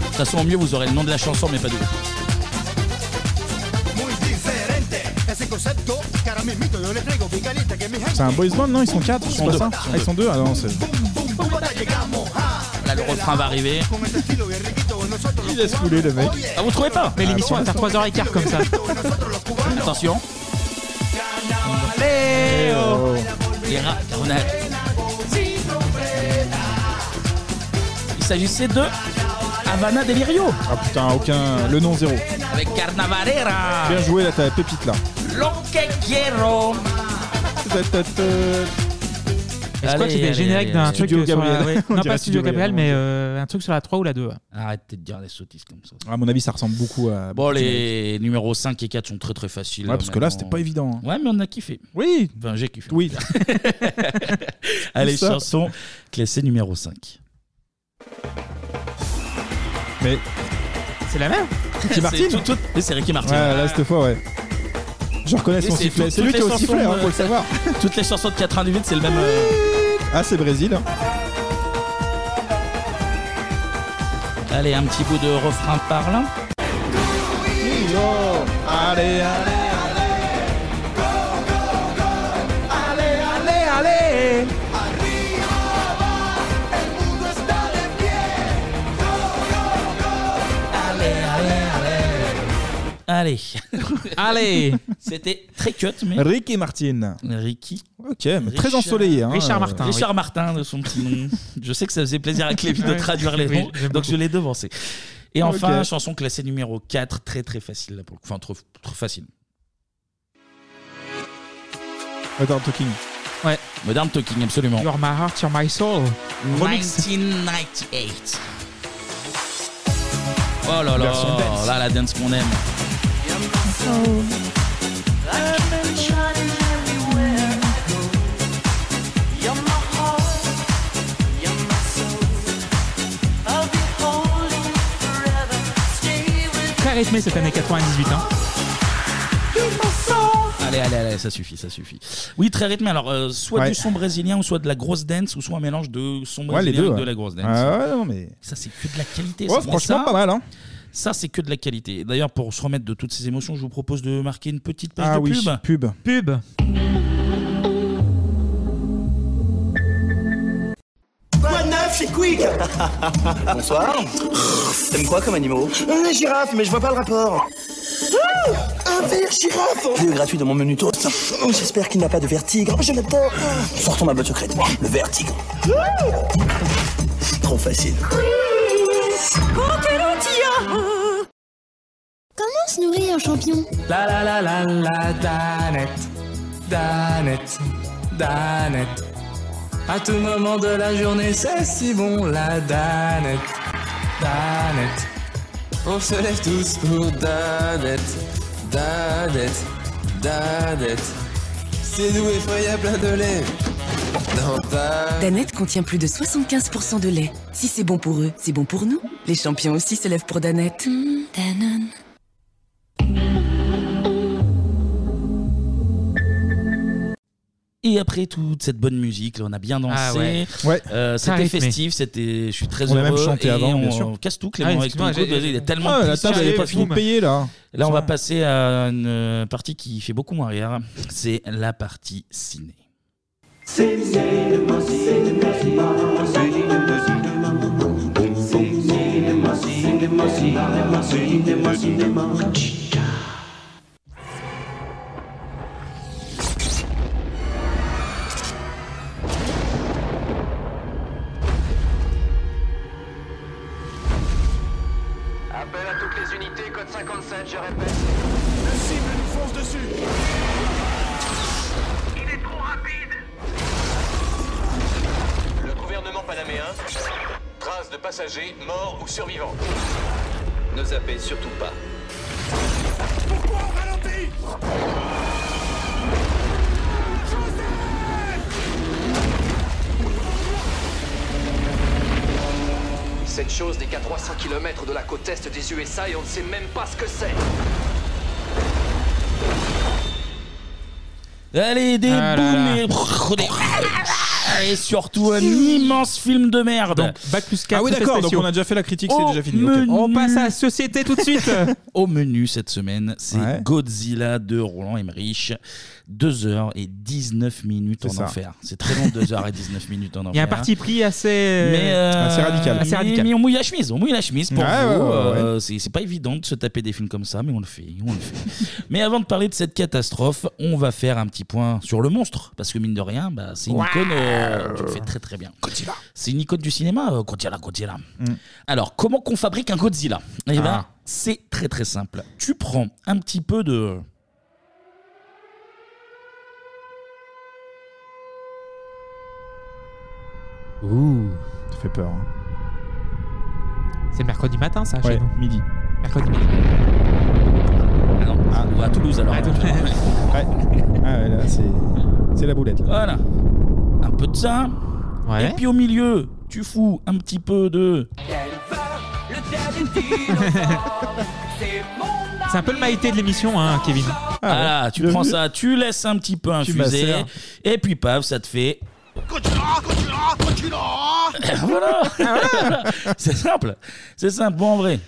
[SPEAKER 1] De toute façon, au mieux, vous aurez le nom de la chanson, mais pas du tout.
[SPEAKER 8] C'est un boys band, non Ils sont 4,
[SPEAKER 1] Ils
[SPEAKER 8] ils
[SPEAKER 1] sont
[SPEAKER 8] sont pas
[SPEAKER 1] deux.
[SPEAKER 8] ça Ah, ils sont 2 Ah non, c'est...
[SPEAKER 1] Là, le refrain va arriver.
[SPEAKER 8] Il laisse couler, le mec.
[SPEAKER 1] Ah, vous trouvez pas
[SPEAKER 11] Mais l'émission va faire 3h15 comme ça.
[SPEAKER 1] Attention.
[SPEAKER 8] Eh oh.
[SPEAKER 11] Léo
[SPEAKER 1] Les rats, on a...
[SPEAKER 7] Oh,
[SPEAKER 1] Il s'agissait de Havana Delirio
[SPEAKER 8] Ah putain, aucun... Le nom zéro.
[SPEAKER 1] avec Carnavalera.
[SPEAKER 8] Bien joué, là, t'as la pépite, là.
[SPEAKER 1] Lo que quiero.
[SPEAKER 11] Je crois que
[SPEAKER 1] Allez,
[SPEAKER 11] c'était le
[SPEAKER 1] allez,
[SPEAKER 11] générique
[SPEAKER 1] allez,
[SPEAKER 11] d'un
[SPEAKER 1] allez.
[SPEAKER 11] truc
[SPEAKER 8] Studio
[SPEAKER 11] sur la-
[SPEAKER 8] Gabriel.
[SPEAKER 11] ouais,
[SPEAKER 8] On
[SPEAKER 11] Non,
[SPEAKER 8] dirait
[SPEAKER 11] pas
[SPEAKER 8] Studio
[SPEAKER 11] Studio Gabriel,
[SPEAKER 8] Gabriel,
[SPEAKER 11] mais euh, un truc sur la 3 ou la 2. ouais.
[SPEAKER 1] Arrêtez de dire des sottises comme ça.
[SPEAKER 8] À mon avis, ça ressemble beaucoup à...
[SPEAKER 1] Bon, les numéros 5 et 4 sont très très faciles.
[SPEAKER 8] Ouais, parce que là,
[SPEAKER 1] maintenant.
[SPEAKER 8] c'était pas évident. hein.
[SPEAKER 1] Ouais, mais on a kiffé.
[SPEAKER 8] Oui
[SPEAKER 1] Enfin, j'ai kiffé.
[SPEAKER 8] Oui
[SPEAKER 1] Allez,
[SPEAKER 8] Ça.
[SPEAKER 1] chanson classée numéro 5.
[SPEAKER 8] Mais...
[SPEAKER 11] C'est la même
[SPEAKER 8] Ricky Martin
[SPEAKER 1] C'est tout- tout- Et c'est Ricky Martin.
[SPEAKER 8] Ouais, là, cette fois, ouais. Je reconnais
[SPEAKER 1] Et
[SPEAKER 8] son
[SPEAKER 1] c'est
[SPEAKER 8] sifflet.
[SPEAKER 1] tout-
[SPEAKER 8] C'est lui
[SPEAKER 1] toutes
[SPEAKER 8] qui est
[SPEAKER 1] les
[SPEAKER 8] au sifflet,
[SPEAKER 1] chansons,
[SPEAKER 8] hein, faut le
[SPEAKER 1] euh,
[SPEAKER 8] savoir.
[SPEAKER 1] Toutes les chansons de 98, c'est le même. euh,
[SPEAKER 8] Ah, c'est Brésil.
[SPEAKER 1] Allez, un petit bout de refrain par là.
[SPEAKER 8] Allez, allez,
[SPEAKER 1] Allez.
[SPEAKER 11] Allez
[SPEAKER 1] C'était très cut, mais.
[SPEAKER 8] Ricky Martin.
[SPEAKER 1] Ricky.
[SPEAKER 8] Ok, Ah, mais très
[SPEAKER 1] Richard-
[SPEAKER 8] ensoleillé. Hein,
[SPEAKER 11] Richard
[SPEAKER 8] euh,
[SPEAKER 11] Martin.
[SPEAKER 1] Richard Martin, de son petit nom. Je sais que ça faisait plaisir à Clévy de
[SPEAKER 11] Ouais.
[SPEAKER 1] traduire les
[SPEAKER 11] Oui,
[SPEAKER 1] noms,
[SPEAKER 11] j'aime
[SPEAKER 1] donc je l'ai devancé. Et enfin,
[SPEAKER 8] Ok.
[SPEAKER 1] chanson classée numéro 4, très très facile là pour le coup. Enfin, trop, trop facile.
[SPEAKER 8] Modern Talking.
[SPEAKER 1] Modern Talking, absolument.
[SPEAKER 11] You're my heart, you're my soul. Remix.
[SPEAKER 1] 1998. Oh là là,
[SPEAKER 8] Version dance.
[SPEAKER 1] là la dance qu'on aime.
[SPEAKER 11] rythmé cette année 98. hein.
[SPEAKER 1] Allez, allez, allez, ça suffit, ça suffit. Oui, très rythmé. Alors, euh, soit
[SPEAKER 8] Ouais.
[SPEAKER 1] du son brésilien, ou soit de la grosse dance, ou soit un mélange de son
[SPEAKER 8] Ouais, les
[SPEAKER 1] brésilien
[SPEAKER 8] deux.
[SPEAKER 1] et de
[SPEAKER 8] ouais.
[SPEAKER 1] la grosse dance.
[SPEAKER 8] Ah ouais, non, mais.
[SPEAKER 1] Ça, c'est que de la qualité.
[SPEAKER 8] Ouais,
[SPEAKER 1] ça.
[SPEAKER 8] franchement,
[SPEAKER 1] Ça,
[SPEAKER 8] pas mal, hein.
[SPEAKER 1] Ça, c'est que de la qualité. D'ailleurs, pour se remettre de toutes ces émotions, je vous propose de marquer une petite page
[SPEAKER 8] Ah
[SPEAKER 1] de
[SPEAKER 8] oui,
[SPEAKER 1] pub.
[SPEAKER 8] pub.
[SPEAKER 11] Pub.
[SPEAKER 3] Quoi de neuf chez Quick Bonsoir. T'aimes quoi comme animaux La Euh, girafe, mais je vois pas le rapport. un verre girafe Plus gratuit dans mon menu toast. Oh, J'espère qu'il n'a pas de verre tigre. Je l'adore. Sortons ma boîte secrète. Le verre tigre. Trop facile.
[SPEAKER 29] Comment se nourrit un champignon
[SPEAKER 7] La la la la la Danette, Danette, Danette. À tout moment de la journée, c'est si bon la Danette, Danette. On se lève tous pour Danette, Danette, Danette. C'est nous effroyable à de lait. Dans Danette.
[SPEAKER 19] Danette contient plus de 75% de lait. Si c'est bon pour eux, c'est bon pour nous. Les champions aussi se lèvent pour Danette. Danone.
[SPEAKER 1] Et après toute cette bonne musique, là, on a bien dansé.
[SPEAKER 11] Ah ouais.
[SPEAKER 8] Ouais.
[SPEAKER 1] Euh,
[SPEAKER 11] Ça
[SPEAKER 1] c'était
[SPEAKER 11] rythme.
[SPEAKER 1] festif, c'était. Je suis très
[SPEAKER 8] On a
[SPEAKER 1] heureux.
[SPEAKER 8] même chanté
[SPEAKER 1] et
[SPEAKER 8] avant,
[SPEAKER 1] on
[SPEAKER 8] bien sûr.
[SPEAKER 1] casse tout,
[SPEAKER 8] Ah,
[SPEAKER 1] Clément, avec ton
[SPEAKER 8] excuse-moi,
[SPEAKER 1] coude,
[SPEAKER 8] j'ai-
[SPEAKER 1] il y a tellement
[SPEAKER 8] Ah,
[SPEAKER 1] de
[SPEAKER 8] la
[SPEAKER 1] pistes.
[SPEAKER 8] table, elle est pas finie de payer, là.
[SPEAKER 1] Là, on va passer à une partie qui fait beaucoup moins rire. C'est la partie ciné.
[SPEAKER 14] Appel à toutes les unités, code 57, je répète. Le cible nous fonce dessus. Il est trop rapide.
[SPEAKER 30] Le gouvernement panaméen, trace de passagers morts ou survivants.
[SPEAKER 14] Ne zappez surtout pas. Cette chose n'est qu'à 300 km de la côte est des USA et on ne sait même pas ce que c'est.
[SPEAKER 1] Allez, des
[SPEAKER 11] Ah là
[SPEAKER 1] booms
[SPEAKER 11] là.
[SPEAKER 1] et brrr, des- Et surtout un immense film de merde.
[SPEAKER 11] Donc, bac plus quatre,
[SPEAKER 1] Ah oui,
[SPEAKER 11] effets
[SPEAKER 1] d'accord,
[SPEAKER 11] spéciaux.
[SPEAKER 1] donc on a déjà fait la critique, c'est
[SPEAKER 11] Au
[SPEAKER 1] déjà fini, ok.
[SPEAKER 11] menu. On passe à Société tout de suite.
[SPEAKER 1] Au menu cette semaine, c'est Godzilla de Roland Emmerich. 2h et 19 minutes
[SPEAKER 11] C'est
[SPEAKER 1] en
[SPEAKER 11] ça.
[SPEAKER 1] enfer. C'est très long, 2h et 19 minutes en enfer.
[SPEAKER 11] Il y a un parti pris assez,
[SPEAKER 1] Mais, euh,
[SPEAKER 11] Assez
[SPEAKER 1] mais-
[SPEAKER 11] radical.
[SPEAKER 1] mais on mouille la chemise, on mouille la chemise pour
[SPEAKER 11] Ouais,
[SPEAKER 1] vous.
[SPEAKER 11] ouais, ouais,
[SPEAKER 1] euh, c'est, c'est pas évident de se taper des films comme ça, mais on le fait, on le fait. mais avant de parler de cette catastrophe, on va faire un petit point sur le monstre, parce que mine de rien, bah, c'est une
[SPEAKER 11] Waouh.
[SPEAKER 1] icône. euh, tu le fais très très bien. Godzilla. C'est une icône du cinéma, euh, Godzilla, Godzilla. Alors, comment qu'on fabrique un Godzilla Eh ben,
[SPEAKER 11] Ah.
[SPEAKER 1] c'est très très simple. Tu prends un petit peu de
[SPEAKER 8] Ouh, ça fait peur. hein.
[SPEAKER 11] C'est mercredi matin, ça,
[SPEAKER 8] Ouais,
[SPEAKER 11] chez nous.
[SPEAKER 8] midi.
[SPEAKER 11] Mercredi matin.
[SPEAKER 1] Ah non, ou à Toulouse alors.
[SPEAKER 8] Ouais. Ah ouais, là, c'est c'est la boulette. Là.
[SPEAKER 1] Voilà. Un peu de ça.
[SPEAKER 8] Ouais.
[SPEAKER 1] Et puis au milieu, tu fous un petit peu de.
[SPEAKER 11] C'est un peu le maïté de l'émission, hein, Kevin.
[SPEAKER 8] Ah
[SPEAKER 1] Voilà, Ah, tu prends ça, tu laisses un petit peu
[SPEAKER 11] Tu
[SPEAKER 1] infuser.
[SPEAKER 11] macères.
[SPEAKER 1] Et puis paf, ça te fait. Ah, voilà.
[SPEAKER 8] Ah
[SPEAKER 1] C'est simple. C'est simple. Bon, en vrai,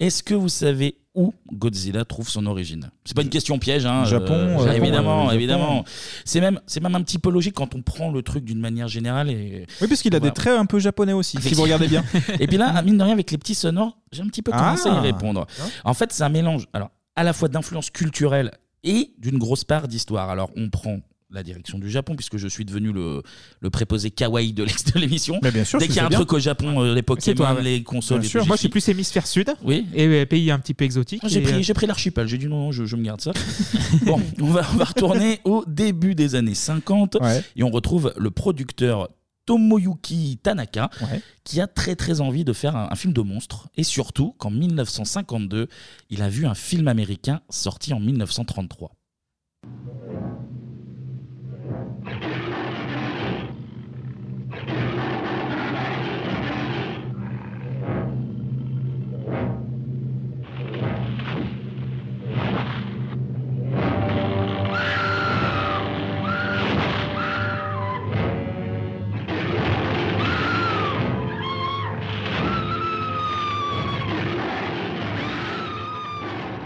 [SPEAKER 1] est-ce que vous savez où Godzilla trouve son origine C'est pas une question piège, hein.
[SPEAKER 8] Japon, euh, Japon,
[SPEAKER 1] évidemment,
[SPEAKER 8] euh, Japon.
[SPEAKER 1] évidemment. C'est même, c'est même un petit peu logique quand on prend le truc d'une manière générale. Et...
[SPEAKER 8] Oui, parce qu'il a
[SPEAKER 1] Voilà.
[SPEAKER 8] des traits un peu japonais aussi, si vous regardez bien.
[SPEAKER 1] Et puis là, à mine de rien, avec les petits sonores, j'ai un petit peu commencé à
[SPEAKER 8] Ah.
[SPEAKER 1] y répondre. En fait, c'est un mélange alors, à la fois d'influence culturelle et d'une grosse part d'histoire. Alors, on prend la direction du Japon, puisque je suis devenu le, le préposé kawaii de l'ex- de l'émission.
[SPEAKER 11] Mais bien sûr,
[SPEAKER 1] Dès
[SPEAKER 11] tu
[SPEAKER 1] qu'il y a
[SPEAKER 11] fais
[SPEAKER 1] un
[SPEAKER 11] bien.
[SPEAKER 1] truc au Japon, euh, les
[SPEAKER 11] C'est
[SPEAKER 1] Pokémon,
[SPEAKER 11] toi, ouais.
[SPEAKER 1] les consoles,
[SPEAKER 11] Bien
[SPEAKER 1] et
[SPEAKER 11] sûr.
[SPEAKER 1] tout,
[SPEAKER 11] Moi, je
[SPEAKER 1] j'y
[SPEAKER 11] suis plus hémisphère sud.
[SPEAKER 1] Oui.
[SPEAKER 11] Et euh, pays un petit peu exotique.
[SPEAKER 1] ah, J'ai
[SPEAKER 11] et,
[SPEAKER 1] pris,
[SPEAKER 11] euh,
[SPEAKER 1] j'ai pris l'archipel, j'ai dit non, non, je, je me garde ça. bon, on va, on va retourner au début des années 50 et on retrouve le producteur Tomoyuki Tanaka qui a très très envie de faire un, un film de monstre et surtout qu'en 1952, il a vu un film américain sorti en 1933.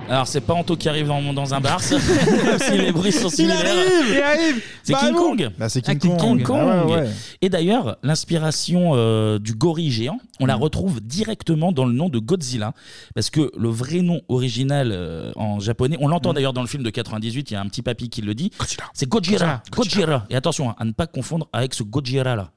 [SPEAKER 1] Alors, c'est pas Anto qui arrive dans, dans un bar, ça. Même si les bruits sont
[SPEAKER 8] Il
[SPEAKER 1] similaires.
[SPEAKER 8] arrive Il arrive
[SPEAKER 1] C'est
[SPEAKER 8] Bah
[SPEAKER 1] King
[SPEAKER 8] non.
[SPEAKER 1] Kong.
[SPEAKER 8] Bah, c'est
[SPEAKER 1] Ah,
[SPEAKER 8] King Kong. Ah ouais, ouais.
[SPEAKER 1] Et d'ailleurs, l'inspiration euh, du gorille géant, on la retrouve directement dans le nom de Godzilla, parce que le vrai nom original euh, en japonais, on
[SPEAKER 8] Mm.
[SPEAKER 1] l'entend d'ailleurs dans le film de 98, il y a un petit papy qui le dit. C'est Gojira. Gojira. Et attention hein, à ne pas confondre avec ce Gojira là.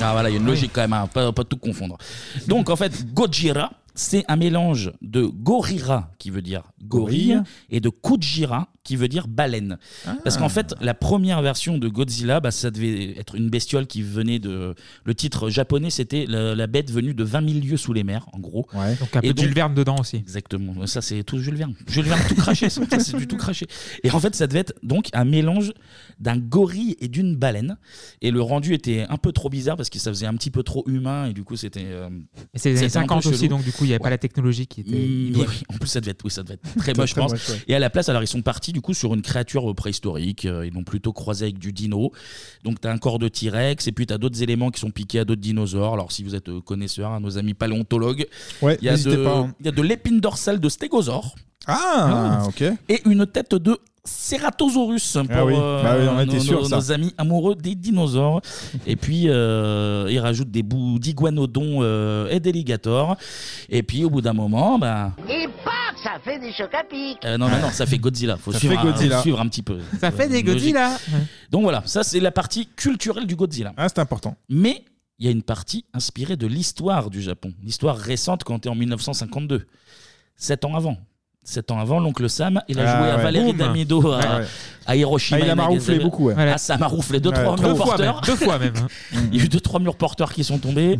[SPEAKER 1] Ah voilà, il y a une logique quand même, hein, pas, pas tout confondre. Donc en fait, Gojira, c'est un mélange de Gorira, qui veut dire gorille,
[SPEAKER 8] Gorille.
[SPEAKER 1] et de Kujira, qui veut dire baleine. Parce qu'en fait, la première version de Godzilla, bah, ça devait être une bestiole qui venait de... Le titre japonais, c'était la, la bête venue de 20 000 lieues sous les mers, en gros.
[SPEAKER 11] Donc un peu de Jules Verne dedans aussi.
[SPEAKER 1] Exactement, ça c'est tout Jules Verne. Jules Verne tout craché, ça, c'est du tout craché. Et en fait, ça devait être donc un mélange d'un gorille et d'une baleine. Et le rendu était un peu trop bizarre parce que ça faisait un petit peu trop humain et du coup c'était. euh,
[SPEAKER 11] Et c'est les années
[SPEAKER 1] c'était un peu
[SPEAKER 11] 50 aussi,
[SPEAKER 1] chelou.
[SPEAKER 11] donc du coup, il n'y avait pas la technologie qui était.
[SPEAKER 1] Mm,
[SPEAKER 11] idoine.
[SPEAKER 1] mais oui, en plus ça devait être, oui, ça devait être très
[SPEAKER 11] Très,
[SPEAKER 1] moche, hein. je
[SPEAKER 11] très
[SPEAKER 1] pense.
[SPEAKER 11] moche, ouais.
[SPEAKER 1] Et à la place, alors ils sont partis du coup sur une créature préhistorique. euh, Ils l'ont plutôt croisé avec du dino. Donc t'as un corps de T-Rex et puis t'as d'autres éléments qui sont piqués à d'autres dinosaures. Alors si vous êtes euh, connaisseurs, hein, nos amis paléontologues,
[SPEAKER 8] Ouais,
[SPEAKER 1] il y a
[SPEAKER 8] n'hésitez
[SPEAKER 1] de-
[SPEAKER 8] pas, hein.
[SPEAKER 1] il y a de l'épine dorsale de stégosaure.
[SPEAKER 8] Ah, ok.
[SPEAKER 1] Et une tête de Ceratosaurus pour
[SPEAKER 8] Ah oui.
[SPEAKER 1] euh,
[SPEAKER 8] Bah oui, on était
[SPEAKER 1] nos,
[SPEAKER 8] sûr,
[SPEAKER 1] nos-
[SPEAKER 8] ça.
[SPEAKER 1] nos amis amoureux des dinosaures. et puis, euh, ils rajoutent des bouts d'iguanodon euh, et d'alligator. Et puis, au bout d'un moment, bah,
[SPEAKER 12] Et paf, ça fait des chocs à pic.
[SPEAKER 1] euh, non, mais non, ça fait Godzilla. Faut
[SPEAKER 8] Ça
[SPEAKER 1] suivre,
[SPEAKER 8] fait
[SPEAKER 1] un-
[SPEAKER 8] Godzilla.
[SPEAKER 1] suivre un petit peu. Euh,
[SPEAKER 11] Ça fait des
[SPEAKER 1] logique.
[SPEAKER 11] Godzilla.
[SPEAKER 1] Donc voilà, ça c'est la partie culturelle du Godzilla.
[SPEAKER 8] Ah, c'est important.
[SPEAKER 1] Mais il y a une partie inspirée de l'histoire du Japon, l'histoire récente quand t'es en 1952, sept ans avant. Sept ans avant, l'oncle Sam, il a
[SPEAKER 8] Ah
[SPEAKER 1] joué à
[SPEAKER 8] ouais.
[SPEAKER 1] Valérie
[SPEAKER 8] Boum.
[SPEAKER 1] D'Amido à,
[SPEAKER 8] Ah ouais.
[SPEAKER 1] à Hiroshima.
[SPEAKER 8] Ah, il a
[SPEAKER 1] et Nagasaki.
[SPEAKER 8] marouflé beaucoup, ouais.
[SPEAKER 1] Ah, ça a marouflé deux,
[SPEAKER 8] Ouais,
[SPEAKER 1] trois
[SPEAKER 8] deux
[SPEAKER 1] murs
[SPEAKER 8] fois
[SPEAKER 1] porteurs.
[SPEAKER 8] même, deux fois
[SPEAKER 11] même.
[SPEAKER 1] hein. il y a eu deux, trois murs porteurs qui sont tombés.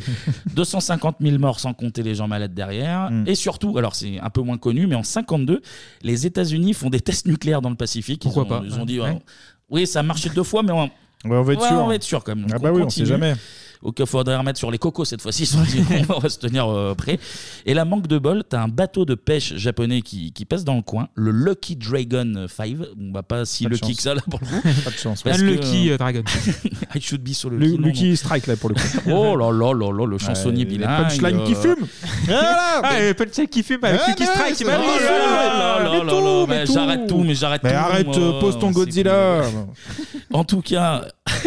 [SPEAKER 1] 250 000 morts sans compter les gens malades derrière.
[SPEAKER 8] Mm.
[SPEAKER 1] Et surtout, alors c'est un peu moins connu, mais en 52, les États-Unis font des tests nucléaires dans le Pacifique. Ils
[SPEAKER 11] Pourquoi
[SPEAKER 1] ont-
[SPEAKER 11] pas
[SPEAKER 1] Ils ont dit,
[SPEAKER 11] Ouais.
[SPEAKER 1] oh, oui, ça a marché deux fois, mais on,
[SPEAKER 8] on va être sûr.
[SPEAKER 1] On va être sûr quand même.
[SPEAKER 8] Ah
[SPEAKER 1] Donc,
[SPEAKER 8] bah oui, on sait
[SPEAKER 1] continue.
[SPEAKER 8] jamais.
[SPEAKER 1] Ok, faudrait remettre sur les cocos cette fois-ci. sinon on va se tenir euh, prêt. Et la manque de bol, t'as un bateau de pêche japonais qui, qui passe dans le coin, le Lucky Dragon 5. On va pas si
[SPEAKER 8] Pas de
[SPEAKER 1] lucky
[SPEAKER 8] chance.
[SPEAKER 1] que ça là pour le coup.
[SPEAKER 8] Pas de chance, ouais.
[SPEAKER 1] Parce
[SPEAKER 8] Un
[SPEAKER 1] que,
[SPEAKER 8] lucky,
[SPEAKER 1] euh,
[SPEAKER 8] euh, dragon.
[SPEAKER 1] I should be sur le
[SPEAKER 8] Lu-
[SPEAKER 1] lucky. non,
[SPEAKER 8] Lucky
[SPEAKER 1] non.
[SPEAKER 8] Strike, là, pour le coup.
[SPEAKER 1] Oh là là là là, le
[SPEAKER 8] Ouais, les
[SPEAKER 1] chansonnier bilingue.
[SPEAKER 8] punchlines qui
[SPEAKER 1] euh,
[SPEAKER 8] fument. Voilà.
[SPEAKER 11] Ah, et Punchak qui fume avec
[SPEAKER 8] Ah,
[SPEAKER 11] Lucky
[SPEAKER 8] mais
[SPEAKER 11] Strike.
[SPEAKER 8] c'est
[SPEAKER 11] bah
[SPEAKER 8] vrai.
[SPEAKER 11] oui,
[SPEAKER 8] Oh là
[SPEAKER 11] oui,
[SPEAKER 8] là
[SPEAKER 11] oui.
[SPEAKER 1] là là
[SPEAKER 8] Mais
[SPEAKER 1] là
[SPEAKER 8] tout,
[SPEAKER 1] là,
[SPEAKER 8] mais
[SPEAKER 1] mais
[SPEAKER 8] tout.
[SPEAKER 1] j'arrête tout, mais j'arrête
[SPEAKER 8] Mais
[SPEAKER 1] tout,
[SPEAKER 8] arrête,
[SPEAKER 1] moi.
[SPEAKER 8] euh, pose ton
[SPEAKER 1] C'est
[SPEAKER 8] Godzilla.
[SPEAKER 1] En tout cas,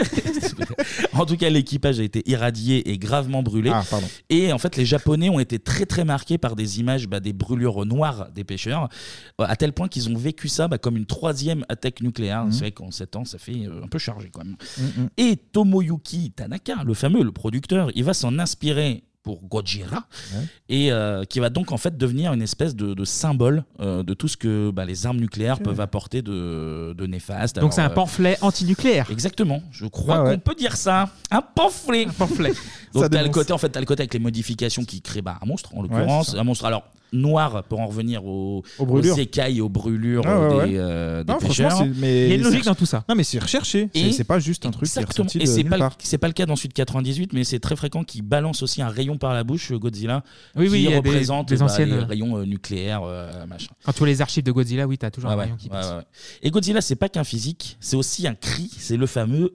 [SPEAKER 1] en tout cas, l'équipage a été irradié et gravement brûlé.
[SPEAKER 8] Ah, pardon.
[SPEAKER 1] et en fait, les Japonais ont été très très marqués par des images bah, des brûlures noires des pêcheurs, euh, à tel point qu'ils ont vécu ça bah, comme une troisième attaque nucléaire.
[SPEAKER 8] Mhm.
[SPEAKER 1] C'est vrai qu'en 7 ans, ça fait euh, un peu chargé quand même. Et Tomoyuki Tanaka, le fameux, le producteur, il va s'en inspirer pour Gojira et euh, qui va donc en fait devenir une espèce de, de symbole euh, de tout ce que bah, les armes nucléaires
[SPEAKER 11] Ok.
[SPEAKER 1] peuvent apporter de, de néfaste.
[SPEAKER 11] Donc c'est un
[SPEAKER 1] Alors, euh,
[SPEAKER 11] pamphlet antinucléaire.
[SPEAKER 1] Exactement, je crois qu'on peut dire ça. Un pamphlet. Un
[SPEAKER 11] pamphlet.
[SPEAKER 1] Donc t'as le
[SPEAKER 11] Ça dénonce.
[SPEAKER 1] côté en fait t'as le côté avec les modifications qui créent bah, un monstre
[SPEAKER 8] Ouais,
[SPEAKER 1] en l'occurrence
[SPEAKER 8] c'est
[SPEAKER 1] un monstre alors noir pour en revenir aux,
[SPEAKER 8] Aux brûlures.
[SPEAKER 1] aux écailles aux brûlures
[SPEAKER 8] Ah ouais,
[SPEAKER 1] euh, des,
[SPEAKER 8] ouais.
[SPEAKER 1] euh, des
[SPEAKER 8] Non, franchement,
[SPEAKER 1] pêcheurs.
[SPEAKER 8] c'est- mais Il y a une logique c'est- dans tout
[SPEAKER 11] ça.
[SPEAKER 8] Non, mais c'est recherché. C'est-
[SPEAKER 1] Et-
[SPEAKER 8] c'est pas juste un truc qui est
[SPEAKER 1] Exactement.
[SPEAKER 8] ressorti
[SPEAKER 1] Et
[SPEAKER 8] de
[SPEAKER 1] c'est
[SPEAKER 8] nulle
[SPEAKER 1] pas le-
[SPEAKER 8] part.
[SPEAKER 1] c'est pas le cas dans Sud 98 mais c'est très fréquent qu'il balance aussi un rayon par la bouche euh, Godzilla
[SPEAKER 11] Oui, oui,
[SPEAKER 1] qui
[SPEAKER 11] il y a des-
[SPEAKER 1] représente
[SPEAKER 11] des
[SPEAKER 1] bah,
[SPEAKER 11] anciennes,
[SPEAKER 1] les
[SPEAKER 11] euh,
[SPEAKER 1] rayons euh, nucléaires euh, machin.
[SPEAKER 11] Quand tu vois les archives de Godzilla, oui, t'as toujours
[SPEAKER 1] Ouais,
[SPEAKER 11] un
[SPEAKER 1] ouais,
[SPEAKER 11] rayon qui
[SPEAKER 1] ouais,
[SPEAKER 11] passe.
[SPEAKER 1] ouais, ouais. Et Godzilla, c'est pas qu'un physique, c'est aussi un cri, c'est le fameux.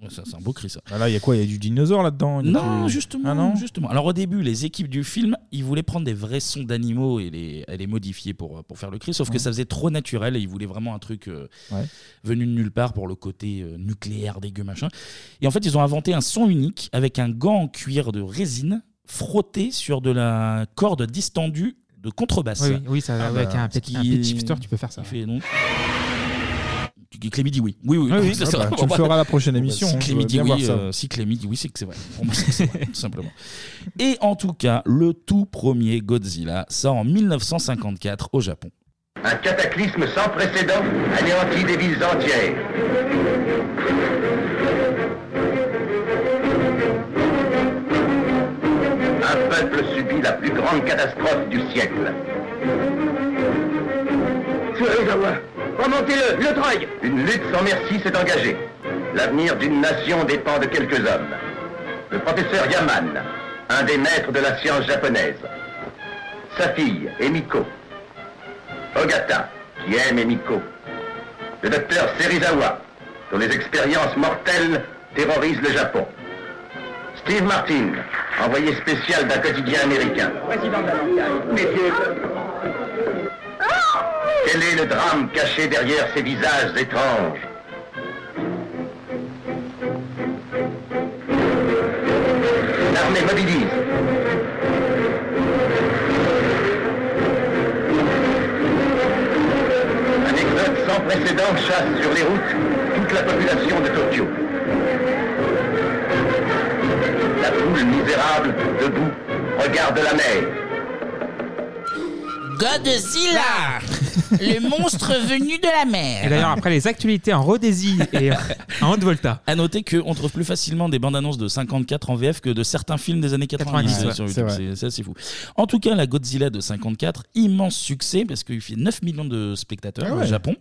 [SPEAKER 1] Ouais, ça, C'est un beau cri ça.
[SPEAKER 8] Ah, là, il y a quoi Il y a du dinosaure là-dedans Il y a
[SPEAKER 1] Non,
[SPEAKER 8] du-
[SPEAKER 1] justement,
[SPEAKER 8] Ah non
[SPEAKER 1] justement. Alors au début, les équipes du film, ils voulaient prendre des vrais sons d'animaux et les, et les modifier pour, pour faire le cri, sauf que
[SPEAKER 8] Ouais.
[SPEAKER 1] ça faisait trop naturel et ils voulaient vraiment un truc euh,
[SPEAKER 8] Ouais.
[SPEAKER 1] venu de nulle part pour le côté euh, nucléaire, dégueu, machin. Et en fait, ils ont inventé un son unique avec un gant en cuir de résine frotté sur de la corde distendue de contrebasse. Ah bah,
[SPEAKER 11] Oui, oui, oui, ça- ouais, avec un
[SPEAKER 1] ce
[SPEAKER 11] petit- un petit shifter, tu peux faire ça.
[SPEAKER 1] qui fait donc- Clémy dit oui. Oui, oui,
[SPEAKER 8] Ah oui,
[SPEAKER 1] ça,
[SPEAKER 8] ah
[SPEAKER 1] c'est
[SPEAKER 8] bah,
[SPEAKER 1] vrai.
[SPEAKER 8] tu le feras à la prochaine
[SPEAKER 1] Bon, bah,
[SPEAKER 8] émission,
[SPEAKER 1] si
[SPEAKER 8] hein,
[SPEAKER 1] Clémy
[SPEAKER 8] je
[SPEAKER 1] dit
[SPEAKER 8] dois bien
[SPEAKER 1] oui,
[SPEAKER 8] voir ça.
[SPEAKER 1] euh, si Clémy dit oui, c'est que c'est vrai. Pour moi, c'est que c'est vrai, tout simplement. Et en tout cas, le tout premier Godzilla sort en 1954 au Japon.
[SPEAKER 25] Un cataclysme sans précédent anéantit des villes entières. Un peuple subit la plus grande catastrophe du siècle. Kurizawa, remontez-le, le drogue Une lutte sans merci s'est engagée. L'avenir d'une nation dépend de quelques hommes. Le professeur Yaman, un des maîtres de la science japonaise. Sa fille, Emiko, Ogata, qui aime Emiko. Le docteur Serizawa, dont les expériences mortelles terrorisent le Japon. Steve Martin, envoyé spécial d'un quotidien américain.
[SPEAKER 3] Président de
[SPEAKER 11] Ah
[SPEAKER 3] la Bancaille. Messieurs.
[SPEAKER 12] Ah
[SPEAKER 25] Quel est le drame caché derrière ces visages étranges L'armée mobilise. Un exode sans précédent chasse sur les routes toute la population de Tokyo. La foule misérable, debout, regarde la mer.
[SPEAKER 13] Godzilla Le monstre venu de la mer
[SPEAKER 11] Et d'ailleurs, après les actualités en Rhodésie et en haute volta.
[SPEAKER 1] À noter qu'on trouve plus facilement des bandes annonces de 54 en VF que de certains films des années 90.
[SPEAKER 11] 90, ouais,
[SPEAKER 1] sur
[SPEAKER 11] c'est
[SPEAKER 1] YouTube.
[SPEAKER 11] vrai.
[SPEAKER 1] c'est c'est assez fou. En tout cas, la Godzilla de 54, immense succès parce qu'il fait 9 millions de spectateurs
[SPEAKER 11] Ah
[SPEAKER 1] au
[SPEAKER 11] ouais.
[SPEAKER 1] Japon.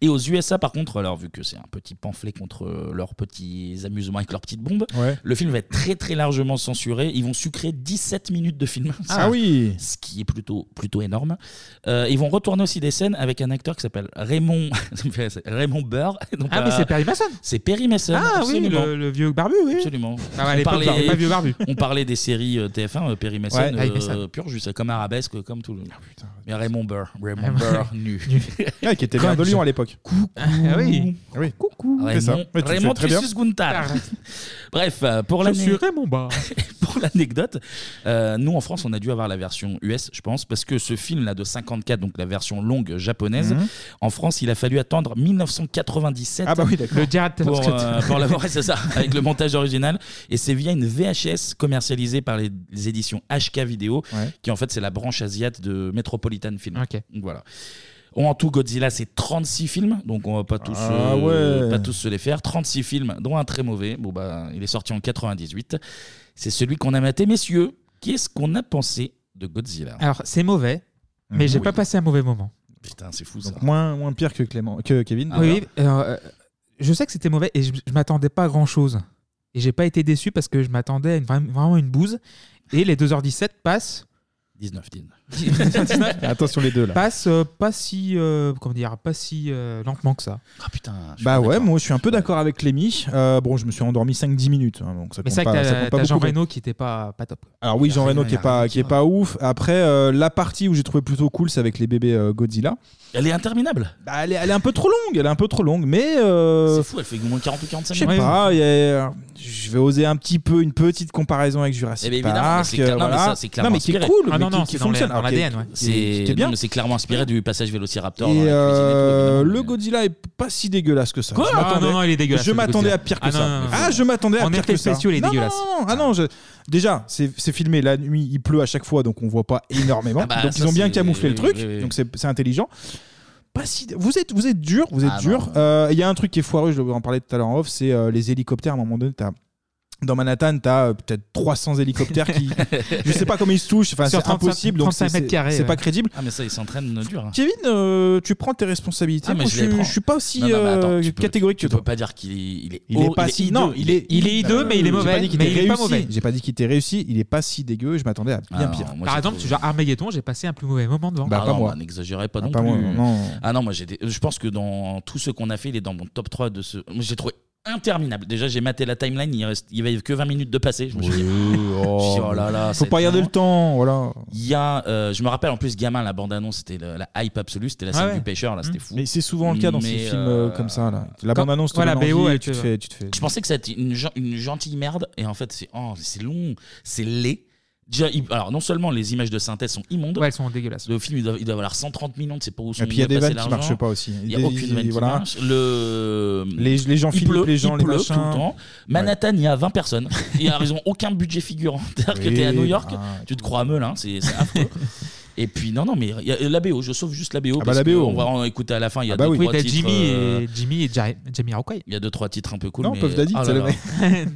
[SPEAKER 1] Et aux USA, par contre, alors vu que c'est un petit pamphlet contre euh, leurs petits amusements avec leurs petites bombes,
[SPEAKER 8] Ouais.
[SPEAKER 1] le film va être très très largement censuré. Ils vont sucrer 17 minutes de film.
[SPEAKER 8] Ah oui
[SPEAKER 1] Ce qui est plutôt, plutôt énorme. Euh, ils vont retourner aussi des scènes avec un acteur qui s'appelle Raymond, ça me fait- Raymond Burr. Non,
[SPEAKER 11] Ah, mais c'est Perry Mason
[SPEAKER 1] C'est Perry Mason.
[SPEAKER 11] Ah oui,
[SPEAKER 1] absolument.
[SPEAKER 11] le, le vieux barbu, oui.
[SPEAKER 1] Absolument.
[SPEAKER 11] Ah, ouais, à l'époque, pas vieux barbu.
[SPEAKER 1] on parlait des séries euh, TF1, euh, Perry Mason,
[SPEAKER 11] Ouais, avec
[SPEAKER 1] euh,
[SPEAKER 11] Mason.
[SPEAKER 1] pur jus, comme Arabesque, comme tout le Mais Raymond Burr, Raymond
[SPEAKER 11] Raymond-
[SPEAKER 1] Burr nu.
[SPEAKER 8] Ah, qui était maire de Lyon à l'époque.
[SPEAKER 1] Coucou.
[SPEAKER 8] Ah
[SPEAKER 1] oui.
[SPEAKER 8] Coucou. C'est ça.
[SPEAKER 1] Raymond,
[SPEAKER 8] Mais tu le
[SPEAKER 1] Raymond
[SPEAKER 8] fais très bien.
[SPEAKER 1] Tricius
[SPEAKER 7] Ah,
[SPEAKER 1] Gunther. Bref, euh, pour
[SPEAKER 11] Je
[SPEAKER 1] l'année.
[SPEAKER 11] suis Raymond Barr.
[SPEAKER 1] pour l'anecdote, euh, nous en France, on a dû avoir la version US, je pense, parce que ce film-là de 54, donc la version longue japonaise,
[SPEAKER 11] Mhm.
[SPEAKER 1] en France, il a fallu attendre 1997
[SPEAKER 11] Ah bah oui, d'accord. Le Jet.
[SPEAKER 1] pour, euh, pour l'avoir. Ouais, c'est ça, avec le montage original. Et c'est via une VHS commercialisée par les, les éditions HK Vidéo, qui en fait c'est la branche asiate de Metropolitan Film. Donc, Voilà. En tout, Godzilla, c'est 36 films, donc on va pas tous,
[SPEAKER 8] Ah
[SPEAKER 1] euh,
[SPEAKER 8] ouais.
[SPEAKER 1] pas tous se les faire. 36 films, dont un très mauvais. Bon, bah, il est sorti en 98. C'est celui qu'on a maté, messieurs. Qu'est-ce qu'on a pensé de Godzilla
[SPEAKER 11] Alors, c'est mauvais, mais j'ai
[SPEAKER 1] Mm, Oui.
[SPEAKER 11] pas passé un mauvais moment.
[SPEAKER 1] Putain, c'est fou ça.
[SPEAKER 8] Donc moins, moins pire que, Clément, que Kevin.
[SPEAKER 1] Ah
[SPEAKER 11] Oui, oui, euh, je sais que c'était mauvais et je, je m'attendais pas à grand chose. Et j'ai pas été déçu parce que je m'attendais à une- vra- vraiment une bouse. Et les 2h17 passent.
[SPEAKER 1] 19, 19.
[SPEAKER 11] 19.
[SPEAKER 8] Attention les deux, là.
[SPEAKER 11] Passent euh, pas si. euh, comment dire Pas si euh, lentement que ça.
[SPEAKER 1] Ah putain.
[SPEAKER 8] Bah ouais, moi je suis un peu d'accord avec Clémy. Euh, bon, je me suis endormi 5-10 minutes. hein, donc ça
[SPEAKER 11] Mais
[SPEAKER 8] compte
[SPEAKER 11] c'est vrai
[SPEAKER 8] pas-
[SPEAKER 11] que
[SPEAKER 8] ça
[SPEAKER 11] t'as-
[SPEAKER 8] compte pas
[SPEAKER 11] t'as Jean
[SPEAKER 8] beaucoup, mais-
[SPEAKER 11] Reno qui était pas, pas top.
[SPEAKER 8] Alors oui,
[SPEAKER 11] Y a
[SPEAKER 8] Jean
[SPEAKER 11] rien,
[SPEAKER 8] Reno
[SPEAKER 11] y a
[SPEAKER 8] qui est
[SPEAKER 11] rien
[SPEAKER 8] pas,
[SPEAKER 11] qui
[SPEAKER 1] hein.
[SPEAKER 8] qui est pas ouf. Après, euh, la partie où j'ai trouvé plutôt cool, c'est avec les bébés euh, Godzilla.
[SPEAKER 1] Elle est interminable.
[SPEAKER 8] Bah, elle, est, elle est un peu trop longue, elle est un peu trop longue, mais... euh,
[SPEAKER 1] C'est fou, elle fait au moins 40 ou Eh 45
[SPEAKER 8] Je sais pas, il y a- je vais oser un petit peu une petite comparaison avec Jurassic
[SPEAKER 1] Eh ben, évidemment, mais
[SPEAKER 8] Park.
[SPEAKER 1] c'est cla-
[SPEAKER 8] euh,
[SPEAKER 1] non, mais
[SPEAKER 8] voilà.
[SPEAKER 1] ça, c'est clairement
[SPEAKER 8] Non, mais qui est
[SPEAKER 1] inspiré.
[SPEAKER 8] cool,
[SPEAKER 11] Ah
[SPEAKER 8] mais qui, qui
[SPEAKER 1] Ah c'est dans
[SPEAKER 8] fonctionne.
[SPEAKER 1] les-
[SPEAKER 8] alors,
[SPEAKER 1] dans
[SPEAKER 8] qui est-
[SPEAKER 1] l'ADN, ouais.
[SPEAKER 8] qui est- qui est
[SPEAKER 1] C'est
[SPEAKER 8] bien.
[SPEAKER 1] non, mais c'est clairement inspiré du passage Vélociraptor. dans
[SPEAKER 8] Et
[SPEAKER 1] la-
[SPEAKER 8] euh, le Godzilla est pas si dégueulasse que ça.
[SPEAKER 1] Quoi
[SPEAKER 8] Je
[SPEAKER 1] Ah,
[SPEAKER 8] m'attendais-
[SPEAKER 1] non, non, il est dégueulasse,
[SPEAKER 8] Je
[SPEAKER 1] le
[SPEAKER 8] m'attendais
[SPEAKER 1] Godzilla.
[SPEAKER 8] à pire que
[SPEAKER 1] Ah,
[SPEAKER 8] ça.
[SPEAKER 1] non, non, non.
[SPEAKER 8] ah, je m'attendais à
[SPEAKER 1] En
[SPEAKER 8] pire
[SPEAKER 1] effets
[SPEAKER 8] que ça.
[SPEAKER 1] spéciaux, il est
[SPEAKER 8] Non,
[SPEAKER 1] dégueulasse.
[SPEAKER 8] non, non, Ah non, je- déjà, c'est c'est filmé la nuit, il pleut à chaque fois, donc on voit pas énormément.
[SPEAKER 1] Ah bah,
[SPEAKER 8] donc
[SPEAKER 1] ça,
[SPEAKER 8] ils ont bien
[SPEAKER 1] c'est-
[SPEAKER 8] camouflé le
[SPEAKER 1] oui,
[SPEAKER 8] truc,
[SPEAKER 1] oui, oui.
[SPEAKER 8] donc c'est c'est intelligent. Pas si... vous, êtes, vous êtes dur, vous êtes
[SPEAKER 1] Ah,
[SPEAKER 8] dur. Euh, Il y a un truc qui est foireux, je devais en parler tout à l'heure en off, c'est euh, les hélicoptères. À un moment donné, t'as- Dans Manhattan, t'as euh, peut-être 300 hélicoptères qui. je sais pas comment ils se touchent, enfin,
[SPEAKER 1] Sur
[SPEAKER 8] c'est
[SPEAKER 1] 35
[SPEAKER 8] impossible, donc c'est
[SPEAKER 1] mètres
[SPEAKER 8] c'est-
[SPEAKER 1] carrés,
[SPEAKER 8] c'est pas
[SPEAKER 1] ouais.
[SPEAKER 8] crédible.
[SPEAKER 1] Ah, mais ça, ils s'entraînent dur. hein.
[SPEAKER 8] Kevin, euh, tu prends tes responsabilités.
[SPEAKER 1] Ah, mais
[SPEAKER 8] Moi,
[SPEAKER 1] je les prends.
[SPEAKER 8] suis pas aussi
[SPEAKER 1] Non, non, mais attends,
[SPEAKER 8] euh,
[SPEAKER 1] tu peux-
[SPEAKER 8] catégorique
[SPEAKER 1] tu
[SPEAKER 8] que toi.
[SPEAKER 1] peux pas dire qu'il est, il est,
[SPEAKER 8] Il est
[SPEAKER 1] hor-
[SPEAKER 8] pas
[SPEAKER 1] il est
[SPEAKER 8] si
[SPEAKER 1] hideux.
[SPEAKER 8] non, il est
[SPEAKER 1] Euh,
[SPEAKER 8] J'ai pas dit qu'il était réussi. J'ai pas dit qu'il était réussi, il est pas si dégueu, je m'attendais à bien
[SPEAKER 1] Ah,
[SPEAKER 8] pire.
[SPEAKER 1] moi,
[SPEAKER 11] Par
[SPEAKER 1] j'ai
[SPEAKER 11] exemple,
[SPEAKER 1] trouvé-
[SPEAKER 11] tu genre Armageddon, j'ai passé un plus mauvais moment devant.
[SPEAKER 8] Bah,
[SPEAKER 1] Ah
[SPEAKER 8] pas
[SPEAKER 1] non,
[SPEAKER 8] moi.
[SPEAKER 1] bah, N'exagérez pas
[SPEAKER 8] Ah,
[SPEAKER 1] non
[SPEAKER 8] pas
[SPEAKER 1] plus.
[SPEAKER 8] moi, non.
[SPEAKER 1] Ah non, moi j'étais. Je pense que dans tout ce qu'on a fait, il est dans mon top 3 de ce. Moi j'ai trouvé interminable. Déjà, j'ai maté la timeline, il reste, il y avait que 20 minutes de passé. Je me suis dit, Je me suis dit, oh là là,
[SPEAKER 8] faut
[SPEAKER 1] c'est
[SPEAKER 8] pas regarder le temps, voilà.
[SPEAKER 1] Il y a, euh, je me rappelle en plus, gamin, la bande-annonce, c'était le- la hype absolue, c'était la
[SPEAKER 8] Ah
[SPEAKER 1] scène
[SPEAKER 8] ouais.
[SPEAKER 1] du pêcheur, là, c'était fou.
[SPEAKER 8] Mais c'est souvent le cas dans ces
[SPEAKER 1] Mais,
[SPEAKER 8] films
[SPEAKER 1] euh,
[SPEAKER 8] euh, comme ça là. La bande annonce te
[SPEAKER 1] Ouais, la
[SPEAKER 8] donne
[SPEAKER 1] BO,
[SPEAKER 8] envie,
[SPEAKER 1] elle
[SPEAKER 8] tu te
[SPEAKER 1] te-
[SPEAKER 8] fais, tu te fais.
[SPEAKER 1] Je pensais que c'était une, gen- une gentille merde, et en fait, c'est oh, c'est long, c'est laid. Déjà, il- alors, non seulement les images de synthèse sont immondes,
[SPEAKER 11] Ouais, elles sont dégueulasses.
[SPEAKER 1] Le film, il doit, il doit avoir 130 millions, c'est pas où sont
[SPEAKER 8] puis, il y a
[SPEAKER 1] où
[SPEAKER 8] des
[SPEAKER 1] passé
[SPEAKER 8] vannes qui
[SPEAKER 1] l'argent.
[SPEAKER 8] marchent pas aussi.
[SPEAKER 1] Il y a
[SPEAKER 8] Des-
[SPEAKER 1] aucune vanne
[SPEAKER 8] voilà.
[SPEAKER 1] qui marche. Le...
[SPEAKER 8] Les- les gens
[SPEAKER 1] il
[SPEAKER 8] flippent,
[SPEAKER 1] pleut,
[SPEAKER 8] les gens,
[SPEAKER 1] il
[SPEAKER 8] les
[SPEAKER 1] pleut
[SPEAKER 8] machins.
[SPEAKER 1] tout le temps. Manhattan, il y a 20 personnes. Ils n'ont aucun budget figurant. C'est-à-dire que
[SPEAKER 8] Oui,
[SPEAKER 1] t'es à New York,
[SPEAKER 8] bah,
[SPEAKER 1] tu te crois à Meul, hein, c'est c'est affreux. Et puis non, non, mais il y a la BO, je sauve juste la BO.
[SPEAKER 11] Ah bah,
[SPEAKER 1] parce
[SPEAKER 11] la
[SPEAKER 1] que
[SPEAKER 11] BO.
[SPEAKER 1] On va en écouter à la fin. Il y a
[SPEAKER 11] Ah bah
[SPEAKER 1] deux,
[SPEAKER 11] oui.
[SPEAKER 1] trois
[SPEAKER 11] Oui, t'as
[SPEAKER 1] titres,
[SPEAKER 11] Jimmy et-
[SPEAKER 1] euh,
[SPEAKER 11] Jimmy et Jamie Rockway.
[SPEAKER 1] Il y a deux, trois titres un peu cool.
[SPEAKER 11] Non,
[SPEAKER 1] mais...
[SPEAKER 11] Puff Daddy,
[SPEAKER 1] oh là
[SPEAKER 11] c'est le
[SPEAKER 1] là.
[SPEAKER 11] mec.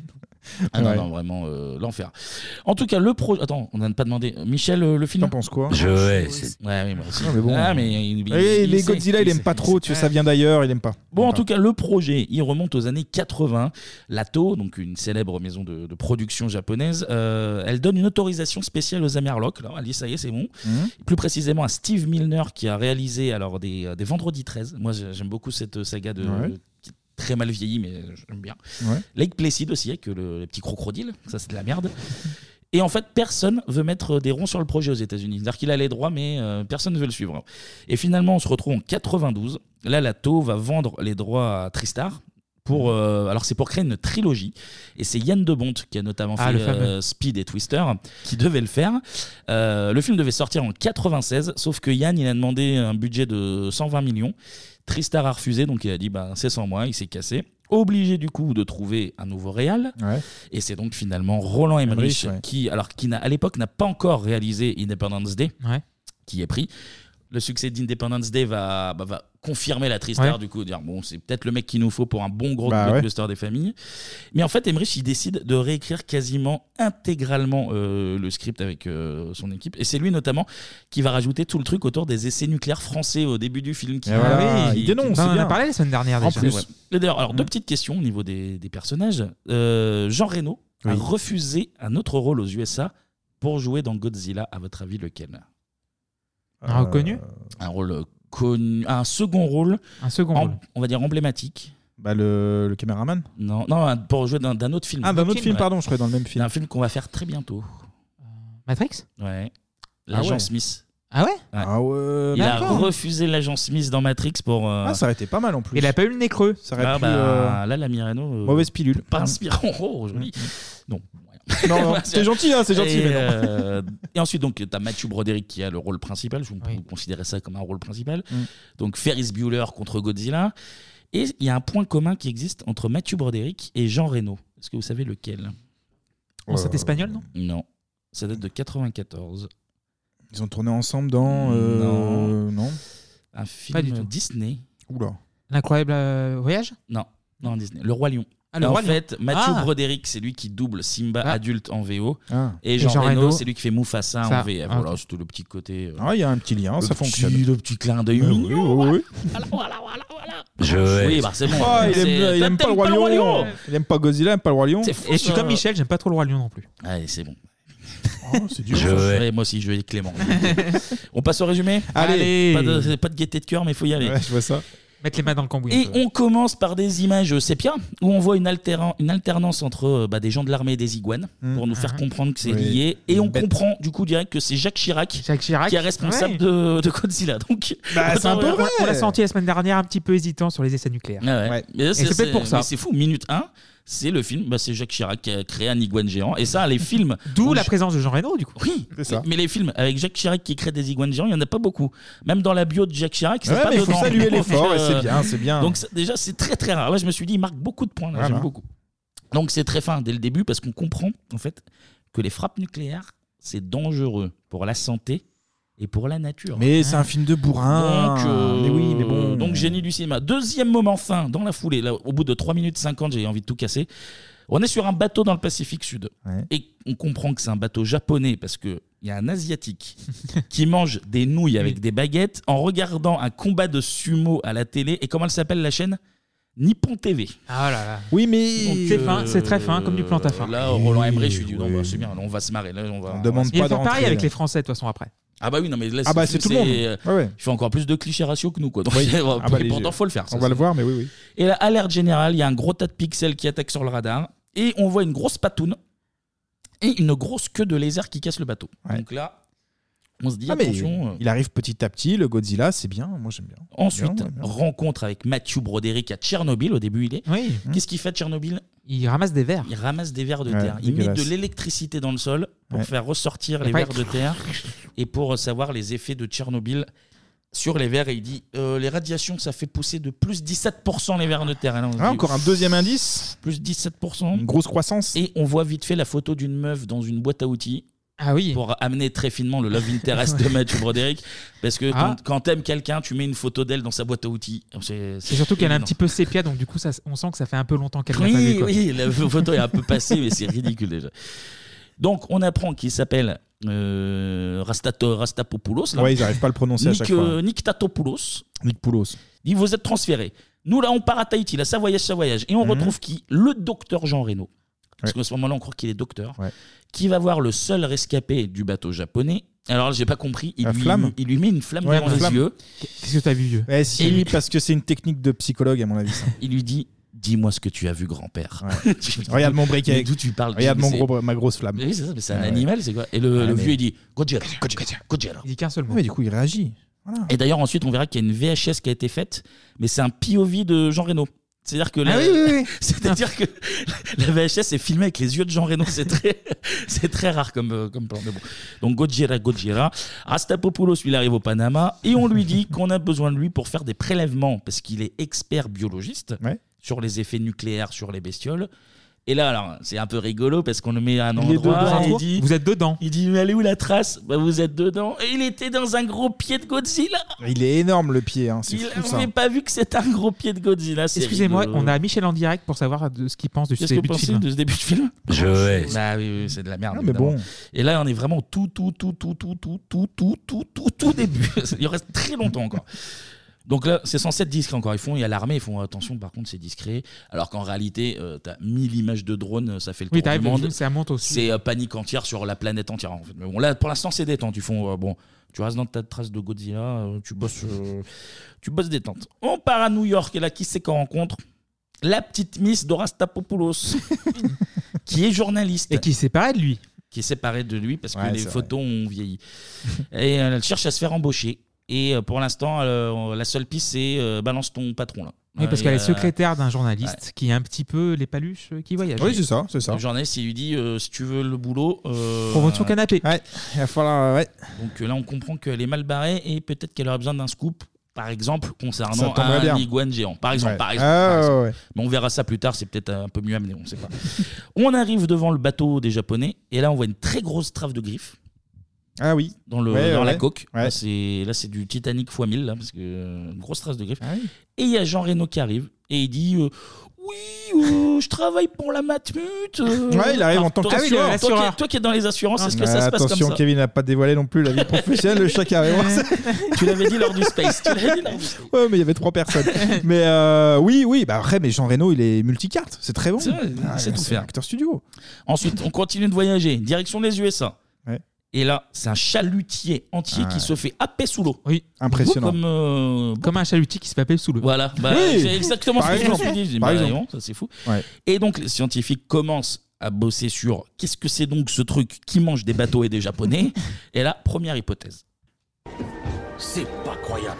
[SPEAKER 1] Ah non,
[SPEAKER 8] Ouais.
[SPEAKER 1] non, vraiment euh, l'enfer. En tout cas, le projet. Attends, on n'a pas demandé. Michel, euh, le film. T'en
[SPEAKER 8] penses quoi
[SPEAKER 1] Je ouais, oui, moi aussi.
[SPEAKER 8] Ah, mais bon.
[SPEAKER 1] Ah, mais il- il-
[SPEAKER 8] Et
[SPEAKER 1] il
[SPEAKER 8] les
[SPEAKER 1] sait,
[SPEAKER 8] Godzilla, il
[SPEAKER 1] sait,
[SPEAKER 8] aime pas trop, tu
[SPEAKER 1] sait.
[SPEAKER 8] ça vient d'ailleurs, il aime pas.
[SPEAKER 1] Bon, en tout cas, le projet, il remonte aux années 80. Lato, donc une célèbre maison de, de production japonaise, euh, elle donne une autorisation spéciale aux Amerlocs. Là, elle dit ça y est, c'est bon. Plus précisément à Steve Milner qui a réalisé alors des, euh, des Vendredis 13. Moi, j'ai- j'aime beaucoup cette saga de.
[SPEAKER 8] Ouais.
[SPEAKER 1] qui est Très mal vieillie, mais j'aime bien.
[SPEAKER 8] Ouais.
[SPEAKER 1] Lake Placid aussi, avec le, les petits crocodiles, ça c'est de la merde. Et en fait, personne veut mettre des ronds sur le projet aux États-Unis. C'est-à-dire qu'il a les droits, mais euh, personne ne veut le suivre. Et finalement, on se retrouve en 92. Là, la TO va vendre les droits à Tristar. Pour,
[SPEAKER 11] Mmh.
[SPEAKER 1] euh, alors, c'est pour créer une trilogie. Et c'est Yann de Bont qui a notamment
[SPEAKER 11] Ah,
[SPEAKER 1] fait
[SPEAKER 11] le fameux.
[SPEAKER 1] euh, Speed et Twister qui devait le faire. Euh, le film devait sortir en 96, sauf que Yann, il a demandé un budget de 120 millions. Tristar a refusé, donc il a dit bah, c'est sans moi, il s'est cassé. Obligé du coup de trouver un nouveau réal. Et c'est donc finalement Roland Emmerich,
[SPEAKER 11] Emmerich, ouais.
[SPEAKER 1] qui, alors, qui n'a- à l'époque n'a pas encore réalisé Independence Day,
[SPEAKER 11] Ouais.
[SPEAKER 1] qui est pris. Le succès d'Independence Day va, bah, va confirmer la Tristar,
[SPEAKER 11] Ouais.
[SPEAKER 1] du coup, dire bon, c'est peut-être le mec qu'il nous faut pour un bon gros
[SPEAKER 11] Bah ouais.
[SPEAKER 1] blockbuster des familles. Mais en fait, Emmerich, il décide de réécrire quasiment intégralement euh, le script avec euh, son équipe. Et c'est lui, notamment, qui va rajouter tout le truc autour des essais nucléaires français au début du film. Qui,
[SPEAKER 11] Ah voilà,
[SPEAKER 1] qui-
[SPEAKER 11] il dénonce,
[SPEAKER 1] qui-
[SPEAKER 11] c'est On en a bien. parlé la semaine dernière,
[SPEAKER 1] En
[SPEAKER 11] déjà.
[SPEAKER 1] plus.
[SPEAKER 11] Ouais.
[SPEAKER 1] Et d'ailleurs, alors, deux petites questions au niveau des, des personnages. Euh, Jean Reno a
[SPEAKER 11] Oui.
[SPEAKER 1] refusé un autre rôle aux USA pour jouer dans Godzilla. À votre avis, lequel Euh,
[SPEAKER 11] Un rôle connu
[SPEAKER 1] Un rôle connu. Un second rôle.
[SPEAKER 11] Un second
[SPEAKER 1] en-
[SPEAKER 11] rôle.
[SPEAKER 1] On va dire emblématique.
[SPEAKER 8] Bah, le, le caméraman
[SPEAKER 1] Non, non un- pour jouer d'un d'un autre film.
[SPEAKER 8] Ah, d'un
[SPEAKER 1] Autre
[SPEAKER 8] autre film,
[SPEAKER 1] ouais.
[SPEAKER 8] pardon, je serais dans le même film.
[SPEAKER 1] Un film qu'on va faire très bientôt.
[SPEAKER 11] Euh, Matrix
[SPEAKER 1] Ouais.
[SPEAKER 11] Ah
[SPEAKER 1] L'agent
[SPEAKER 11] ouais.
[SPEAKER 1] Smith.
[SPEAKER 11] Ah ouais
[SPEAKER 8] Ah ouais.
[SPEAKER 1] Il a
[SPEAKER 11] d'accord.
[SPEAKER 1] refusé l'agent Smith dans Matrix pour. euh,
[SPEAKER 8] Ah, ça aurait été pas mal en plus.
[SPEAKER 1] Il a
[SPEAKER 11] pas eu le nez creux.
[SPEAKER 8] Ça aurait
[SPEAKER 1] Ah
[SPEAKER 8] pu,
[SPEAKER 1] bah,
[SPEAKER 8] euh,
[SPEAKER 1] là, la Mirano. euh,
[SPEAKER 8] Mauvaise pilule. Ah. Mm,
[SPEAKER 1] Pas inspirant. Oh, joli. Non.
[SPEAKER 8] Non, non, c'est gentil, hein, c'est gentil,
[SPEAKER 1] Et,
[SPEAKER 8] mais non.
[SPEAKER 1] euh, et ensuite, donc, tu as Matthew Broderick qui a le rôle principal. Je vous vous considérez ça comme un rôle principal.
[SPEAKER 8] Mm.
[SPEAKER 1] Donc, Ferris Bueller contre Godzilla. Et il y a un point commun qui existe entre Matthew Broderick et Jean Reno. Est-ce que vous savez lequel
[SPEAKER 11] Bon, Oh, c'est espagnol, non
[SPEAKER 1] Non. Ça date de 94.
[SPEAKER 8] Ils ont tourné ensemble dans. euh,
[SPEAKER 1] Non.
[SPEAKER 8] non.
[SPEAKER 1] Un film
[SPEAKER 11] Pas du tout.
[SPEAKER 1] Disney.
[SPEAKER 8] Oula.
[SPEAKER 11] L'incroyable euh, voyage
[SPEAKER 1] Non, non, Disney. Le Roi Lion.
[SPEAKER 11] Ah, le
[SPEAKER 1] en
[SPEAKER 11] Roi Lion.
[SPEAKER 1] fait, Mathieu
[SPEAKER 11] Ah.
[SPEAKER 1] Broderick, c'est lui qui double Simba
[SPEAKER 11] Ah.
[SPEAKER 1] adulte en VO.
[SPEAKER 8] Ah.
[SPEAKER 1] Et
[SPEAKER 11] Et
[SPEAKER 1] Jean,
[SPEAKER 11] Jean
[SPEAKER 1] Reno,
[SPEAKER 11] Reno,
[SPEAKER 1] c'est lui qui fait Mufasa
[SPEAKER 11] ça.
[SPEAKER 1] en VF.
[SPEAKER 11] Ah,
[SPEAKER 1] Voilà,
[SPEAKER 11] ok.
[SPEAKER 1] c'est tout le petit côté. euh,
[SPEAKER 8] Ah, il y a un petit lien,
[SPEAKER 1] le
[SPEAKER 8] ça
[SPEAKER 1] petit-
[SPEAKER 8] fonctionne.
[SPEAKER 1] Le petit clin d'œil.
[SPEAKER 8] Oui, oui, oui, oui.
[SPEAKER 1] Je- Oui, bah, c'est bon.
[SPEAKER 8] Ah, il aime,
[SPEAKER 1] C'est-
[SPEAKER 8] il aime
[SPEAKER 1] t'aimes
[SPEAKER 8] pas le roi lion. Il aime pas Godzilla, il aime pas le roi lion.
[SPEAKER 1] fou,
[SPEAKER 11] Et je suis
[SPEAKER 1] ça.
[SPEAKER 11] comme Michel, j'aime pas trop le Roi Lion non plus.
[SPEAKER 1] Allez, c'est bon.
[SPEAKER 8] Ah, c'est
[SPEAKER 11] dur,
[SPEAKER 1] Je
[SPEAKER 11] ça.
[SPEAKER 1] vais- moi aussi, je vais Clément. On passe au résumé
[SPEAKER 11] Allez.
[SPEAKER 1] Pas de, pas de gaieté de cœur, mais il faut y aller.
[SPEAKER 11] Mettre les mains dans le cambouis.
[SPEAKER 1] Et on commence par des images sépia, où on voit une, alternan- une alternance entre euh, bah, des gens de l'armée et des iguanes,
[SPEAKER 8] Mmh.
[SPEAKER 11] Mm.
[SPEAKER 1] pour nous faire
[SPEAKER 8] Ah.
[SPEAKER 11] Mhm.
[SPEAKER 1] comprendre que c'est
[SPEAKER 11] Oui.
[SPEAKER 1] lié. Et on comprend du coup direct que c'est Jacques Chirac, qui est responsable
[SPEAKER 11] ouais.
[SPEAKER 1] de, de Godzilla. Donc,
[SPEAKER 8] Ah, Bah,
[SPEAKER 11] c'est un peu
[SPEAKER 1] Ouais,
[SPEAKER 11] On l'a senti la semaine dernière un petit peu hésitant sur les essais nucléaires.
[SPEAKER 1] Ah ouais. Mais
[SPEAKER 11] Et
[SPEAKER 1] c'est-
[SPEAKER 11] c'est peut-être
[SPEAKER 1] c'est-
[SPEAKER 11] pour ça.
[SPEAKER 1] mais C'est fou, minute 1, c'est le film, bah, c'est Jacques Chirac qui a créé un iguane géant. Et ça, les films.
[SPEAKER 11] D'où la présence de Jean Reno, du coup.
[SPEAKER 1] Oui, Mais, mais les films avec Jacques Chirac qui crée des iguanes géants, il n'y en a pas beaucoup. Même dans la bio de Jacques Chirac, c'est
[SPEAKER 8] Ouais,
[SPEAKER 1] pas
[SPEAKER 8] mais il faut
[SPEAKER 1] dedans.
[SPEAKER 8] saluer
[SPEAKER 1] Donc,
[SPEAKER 8] l'effort, et
[SPEAKER 1] euh,
[SPEAKER 8] c'est bien, c'est bien.
[SPEAKER 1] Donc ça, déjà, c'est très très rare. Ouais, je me suis dit, il marque beaucoup de points, là,
[SPEAKER 8] Voilà.
[SPEAKER 1] j'aime beaucoup. Donc c'est très fin dès le début parce qu'on comprend en fait que les frappes nucléaires, c'est dangereux pour la santé et pour la nature.
[SPEAKER 8] Mais c'est un film de bourrin.
[SPEAKER 1] Donc, euh,
[SPEAKER 8] Mais oui, mais bon.
[SPEAKER 1] donc génie du cinéma. Deuxième moment fin, dans la foulée, là, au bout de 3 minutes 50, j'ai envie de tout casser. On est sur un bateau dans le Pacifique Sud. Et on comprend que c'est un bateau japonais parce que il y a un Asiatique qui mange des nouilles avec des baguettes en regardant un combat de sumo à la télé. Et comment elle s'appelle la chaîne Nippon TV.
[SPEAKER 11] Ah là là.
[SPEAKER 8] Oui, mais.
[SPEAKER 1] Donc,
[SPEAKER 11] C'est
[SPEAKER 1] euh,
[SPEAKER 11] fin, c'est très fin, comme du plan à fin.
[SPEAKER 1] Là, Roland Emmerich, je lui dis non, bah, c'est bien, on va se marrer. Là, on va, on va se-
[SPEAKER 11] Il va faire pareil avec les Français, de toute façon, après.
[SPEAKER 1] Ah bah oui, non, mais là,
[SPEAKER 11] Ah bah,
[SPEAKER 1] ce
[SPEAKER 11] c'est
[SPEAKER 1] film,
[SPEAKER 11] tout le
[SPEAKER 1] c'est,
[SPEAKER 11] monde.
[SPEAKER 1] euh,
[SPEAKER 11] Ouais, ouais.
[SPEAKER 1] Il fait encore plus de clichés ratio que nous, quoi. Donc,
[SPEAKER 8] Oui.
[SPEAKER 1] et
[SPEAKER 8] Ah bah, les-
[SPEAKER 1] pourtant, faut le faire. ça,
[SPEAKER 8] On va
[SPEAKER 1] c'est-
[SPEAKER 8] le voir, mais oui, oui.
[SPEAKER 1] Et là, alerte générale, il y a un gros tas de pixels qui attaque sur le radar. Et on voit une grosse patoune et une grosse queue de lézard qui casse le bateau. Donc là, on se dit
[SPEAKER 8] Ah, mais
[SPEAKER 1] attention. euh,
[SPEAKER 8] il arrive petit à petit, le Godzilla, c'est bien, moi j'aime bien.
[SPEAKER 1] Ensuite,
[SPEAKER 8] Bien, ouais, bien.
[SPEAKER 1] rencontre avec Mathieu Broderick à Tchernobyl. Au début, il est. Qu'est-ce qu'il fait à Tchernobyl
[SPEAKER 11] Il ramasse des verres.
[SPEAKER 1] Il ramasse des vers de
[SPEAKER 11] Ouais,
[SPEAKER 1] terre. Il met de
[SPEAKER 11] dégueulasse.
[SPEAKER 1] l'électricité dans le sol pour
[SPEAKER 11] Ouais.
[SPEAKER 1] faire ressortir
[SPEAKER 11] Et
[SPEAKER 1] les
[SPEAKER 11] après,
[SPEAKER 1] vers de terre et pour savoir les effets de Tchernobyl sur les vers. Et il dit euh, les radiations, ça fait pousser de plus 17% les vers de terre. Et là, on se
[SPEAKER 8] Ah,
[SPEAKER 1] dit,
[SPEAKER 8] encore un deuxième indice.
[SPEAKER 1] Plus 17%.
[SPEAKER 8] Une grosse croissance.
[SPEAKER 1] Et on voit vite fait la photo d'une meuf dans une boîte à outils.
[SPEAKER 11] Ah
[SPEAKER 1] pour amener très finement le love interest de Mathieu Broderick. Parce que
[SPEAKER 11] Ah.
[SPEAKER 1] quand, quand t'aimes quelqu'un, tu mets une photo d'elle dans sa boîte à outils. C'est
[SPEAKER 11] C'est surtout qu'elle est un
[SPEAKER 1] évident.
[SPEAKER 11] petit peu sépia, donc du coup, ça, on sent que ça fait un peu longtemps qu'elle l'a
[SPEAKER 1] Oui,
[SPEAKER 11] pas vu. quoi.
[SPEAKER 1] oui, la photo est un peu passée, mais c'est ridicule déjà. Donc, on apprend qu'il s'appelle euh, Rastato- Rastapopoulos. là.
[SPEAKER 8] Ouais, ils arrivent pas à le prononcer à
[SPEAKER 1] Nick,
[SPEAKER 8] chaque fois. hein.
[SPEAKER 1] euh, Nick Tatopoulos.
[SPEAKER 8] Nick Poulos.
[SPEAKER 1] Il dit Vous êtes transféré. Nous, là, on part à Tahiti, là, ça voyage, ça voyage. Et on
[SPEAKER 8] Mhm.
[SPEAKER 1] retrouve qui Le docteur Jean Reno. Parce qu'à ce moment-là, on croit qu'il est docteur. Qui va voir le seul rescapé du bateau japonais. Alors, là, j'ai pas compris. Il,
[SPEAKER 8] La
[SPEAKER 1] lui,
[SPEAKER 8] flamme
[SPEAKER 1] il lui met une flamme
[SPEAKER 8] Ouais,
[SPEAKER 1] dans
[SPEAKER 8] une
[SPEAKER 1] les
[SPEAKER 8] flamme.
[SPEAKER 1] yeux.
[SPEAKER 11] Qu'est-ce que t'as vu, vieux
[SPEAKER 8] Eh,
[SPEAKER 1] Euh. Et
[SPEAKER 8] si,
[SPEAKER 1] lui-
[SPEAKER 8] parce que c'est une technique de psychologue, à mon avis. ça.
[SPEAKER 1] Il lui dit Dis-moi ce que tu as vu, grand-père. Tu-
[SPEAKER 8] Regarde mon briquet.
[SPEAKER 1] Mais D'où tu parles
[SPEAKER 8] Regarde
[SPEAKER 1] tu-
[SPEAKER 8] mon
[SPEAKER 1] c'est-
[SPEAKER 8] gros- ma grosse flamme.
[SPEAKER 1] Oui, c'est ça, mais c'est un
[SPEAKER 8] Ah ouais.
[SPEAKER 1] animal, c'est quoi Et le,
[SPEAKER 8] Ah,
[SPEAKER 1] le
[SPEAKER 8] mais-
[SPEAKER 1] vieux, il dit Gojira, Gojira, Gojira.
[SPEAKER 11] Il dit qu'un seul mot.
[SPEAKER 8] Ouais, mais Ah du coup, il réagit. Voilà.
[SPEAKER 1] Et d'ailleurs, ensuite, on verra qu'il y a une VHS qui a été faite, mais c'est un POV de Jean Reno. C'est-à-dire que, la...
[SPEAKER 11] Ah oui, oui, oui.
[SPEAKER 1] C'est-à-dire que la VHS est filmée avec les yeux de Jean Reno. C'est très, c'est très rare comme, euh, comme plan. Mais bon. Donc, Gojira, Gojira. Rastapopoulos, lui, il arrive au Panama et on lui dit qu'on a besoin de lui pour faire des prélèvements parce qu'il est expert biologiste sur les effets nucléaires sur les bestioles. Et là, alors, c'est un peu rigolo parce qu'on le met à un
[SPEAKER 11] Il est
[SPEAKER 1] endroit.
[SPEAKER 11] dedans.
[SPEAKER 1] et il dit,
[SPEAKER 11] Vous êtes dedans.
[SPEAKER 1] Il dit, mais allez où la trace bah, Vous êtes dedans. Et il était dans un gros pied de Godzilla.
[SPEAKER 8] Il est énorme le pied, hein, c'est
[SPEAKER 1] Il
[SPEAKER 8] fou ça.
[SPEAKER 1] n'avait pas vu que c'était un gros pied de Godzilla. c'est
[SPEAKER 11] Excusez-moi,
[SPEAKER 1] rigolo.
[SPEAKER 11] on a Michel en direct pour savoir de ce qu'il pense de ce
[SPEAKER 1] Qu'est-ce que
[SPEAKER 11] début
[SPEAKER 1] vous
[SPEAKER 11] de
[SPEAKER 1] pensez
[SPEAKER 11] film.
[SPEAKER 1] de ce début de film
[SPEAKER 9] Je hais.
[SPEAKER 1] Bah oui, oui, c'est de la merde.
[SPEAKER 11] Ah, mais
[SPEAKER 1] évidemment.
[SPEAKER 11] bon.
[SPEAKER 1] Et là, on est vraiment au tout, tout, tout, tout, tout, tout, tout, tout, tout, tout, tout début. Il reste très longtemps encore. Donc là, c'est censé être discret encore. Ils font, il y a l'armée, ils font attention, par contre, c'est discret. Alors qu'en réalité, euh, t'as 1000 images de drones, ça fait le
[SPEAKER 11] Oui,
[SPEAKER 1] tour du
[SPEAKER 11] t'arrives, le
[SPEAKER 1] monde.
[SPEAKER 11] film, ça monte aussi.
[SPEAKER 1] C'est euh, panique entière sur la planète entière. En fait. Mais bon, là, pour l'instant, c'est détente. Ils font, euh, bon, tu restes dans ta trace de Godzilla, euh, tu bosses, euh, tu bosses détente. On part à New York et là, qui c'est qu'on rencontre La petite Miss Dorastapopoulos, qui est journaliste. Et
[SPEAKER 11] qui est séparée de lui.
[SPEAKER 1] Qui est séparée de lui parce
[SPEAKER 11] Ouais,
[SPEAKER 1] que les
[SPEAKER 11] c'est vrai.
[SPEAKER 1] photos ont vieilli. et euh, elle cherche à se faire embaucher. Et euh, pour l'instant, euh, la seule piste, c'est euh, balance ton patron là.
[SPEAKER 11] Oui, parce
[SPEAKER 1] Euh,
[SPEAKER 11] qu'elle
[SPEAKER 1] et,
[SPEAKER 11] est
[SPEAKER 1] euh,
[SPEAKER 11] secrétaire d'un journaliste qui est un petit peu les paluches euh, qui voyagent.
[SPEAKER 1] Le journaliste, il lui dit euh, si tu veux le boulot. Euh,
[SPEAKER 11] Pour vendre son canapé.
[SPEAKER 8] Ouais, il va falloir. Ouais.
[SPEAKER 1] Donc euh, là, on comprend qu'elle est mal barrée et peut-être qu'elle aurait besoin d'un scoop, par exemple,
[SPEAKER 8] Ça
[SPEAKER 1] concernant
[SPEAKER 8] tomberait
[SPEAKER 1] un
[SPEAKER 8] bien.
[SPEAKER 1] iguane géant. Par exemple,
[SPEAKER 8] Ouais.
[SPEAKER 1] par exemple.
[SPEAKER 8] Ah,
[SPEAKER 1] par exemple.
[SPEAKER 8] ouais, ouais.
[SPEAKER 1] Mais on verra ça plus tard, c'est peut-être un peu mieux amené, on sait pas. on arrive devant le bateau des Japonais et là, on voit une très grosse trave de griffes.
[SPEAKER 8] Ah oui.
[SPEAKER 1] Dans, le,
[SPEAKER 8] Ouais,
[SPEAKER 1] dans la
[SPEAKER 8] ouais.
[SPEAKER 1] coque. Là, c'est là, c'est du Titanic x 1000, là, parce que euh, une grosse trace de
[SPEAKER 8] Ah
[SPEAKER 1] griffes. Et il y a Jean Reno qui arrive et il dit euh, Oui, euh, je travaille pour la Matmut. euh.
[SPEAKER 8] Ouais, il arrive en
[SPEAKER 1] Alors,
[SPEAKER 8] tant
[SPEAKER 1] toi-
[SPEAKER 8] qu'assureur.
[SPEAKER 1] toi qui- Toi, qui es dans les assurances, est-ce que ça se passe comme
[SPEAKER 8] Attention,
[SPEAKER 1] ça
[SPEAKER 8] Kevin n'a pas dévoilé non plus la vie professionnelle de chacun. Mais bon,
[SPEAKER 1] Tu l'avais dit lors du Space. Tu l'avais dit lors du
[SPEAKER 8] Ouais, mais il y avait trois personnes. mais euh, oui, oui, bah après, mais Jean Reno, il est multicarte, c'est très bon.
[SPEAKER 1] C'est vrai, il
[SPEAKER 8] Ah,
[SPEAKER 1] sait tout
[SPEAKER 8] c'est
[SPEAKER 1] faire.
[SPEAKER 8] un Acteur studio.
[SPEAKER 1] Ensuite, on continue de voyager, direction les USA.
[SPEAKER 8] Ouais.
[SPEAKER 1] Et là, c'est un chalutier entier
[SPEAKER 8] Ah
[SPEAKER 1] qui
[SPEAKER 8] ouais.
[SPEAKER 1] se fait happer sous l'eau.
[SPEAKER 11] Oui,
[SPEAKER 8] Impressionnant.
[SPEAKER 1] Comme, euh,
[SPEAKER 11] Comme un chalutier qui se fait appeler sous l'eau.
[SPEAKER 1] Voilà, bah,
[SPEAKER 11] Oui,
[SPEAKER 1] c'est exactement
[SPEAKER 11] par
[SPEAKER 1] ce que je me
[SPEAKER 11] exemple,
[SPEAKER 1] suis dit. Je dis,
[SPEAKER 11] par
[SPEAKER 1] bah,
[SPEAKER 11] exemple.
[SPEAKER 1] voyons, ça, c'est fou. Et donc, les scientifiques commencent à bosser sur qu'est-ce que c'est donc ce truc qui mange des bateaux et des japonais. et là, première hypothèse.
[SPEAKER 2] C'est pas croyable.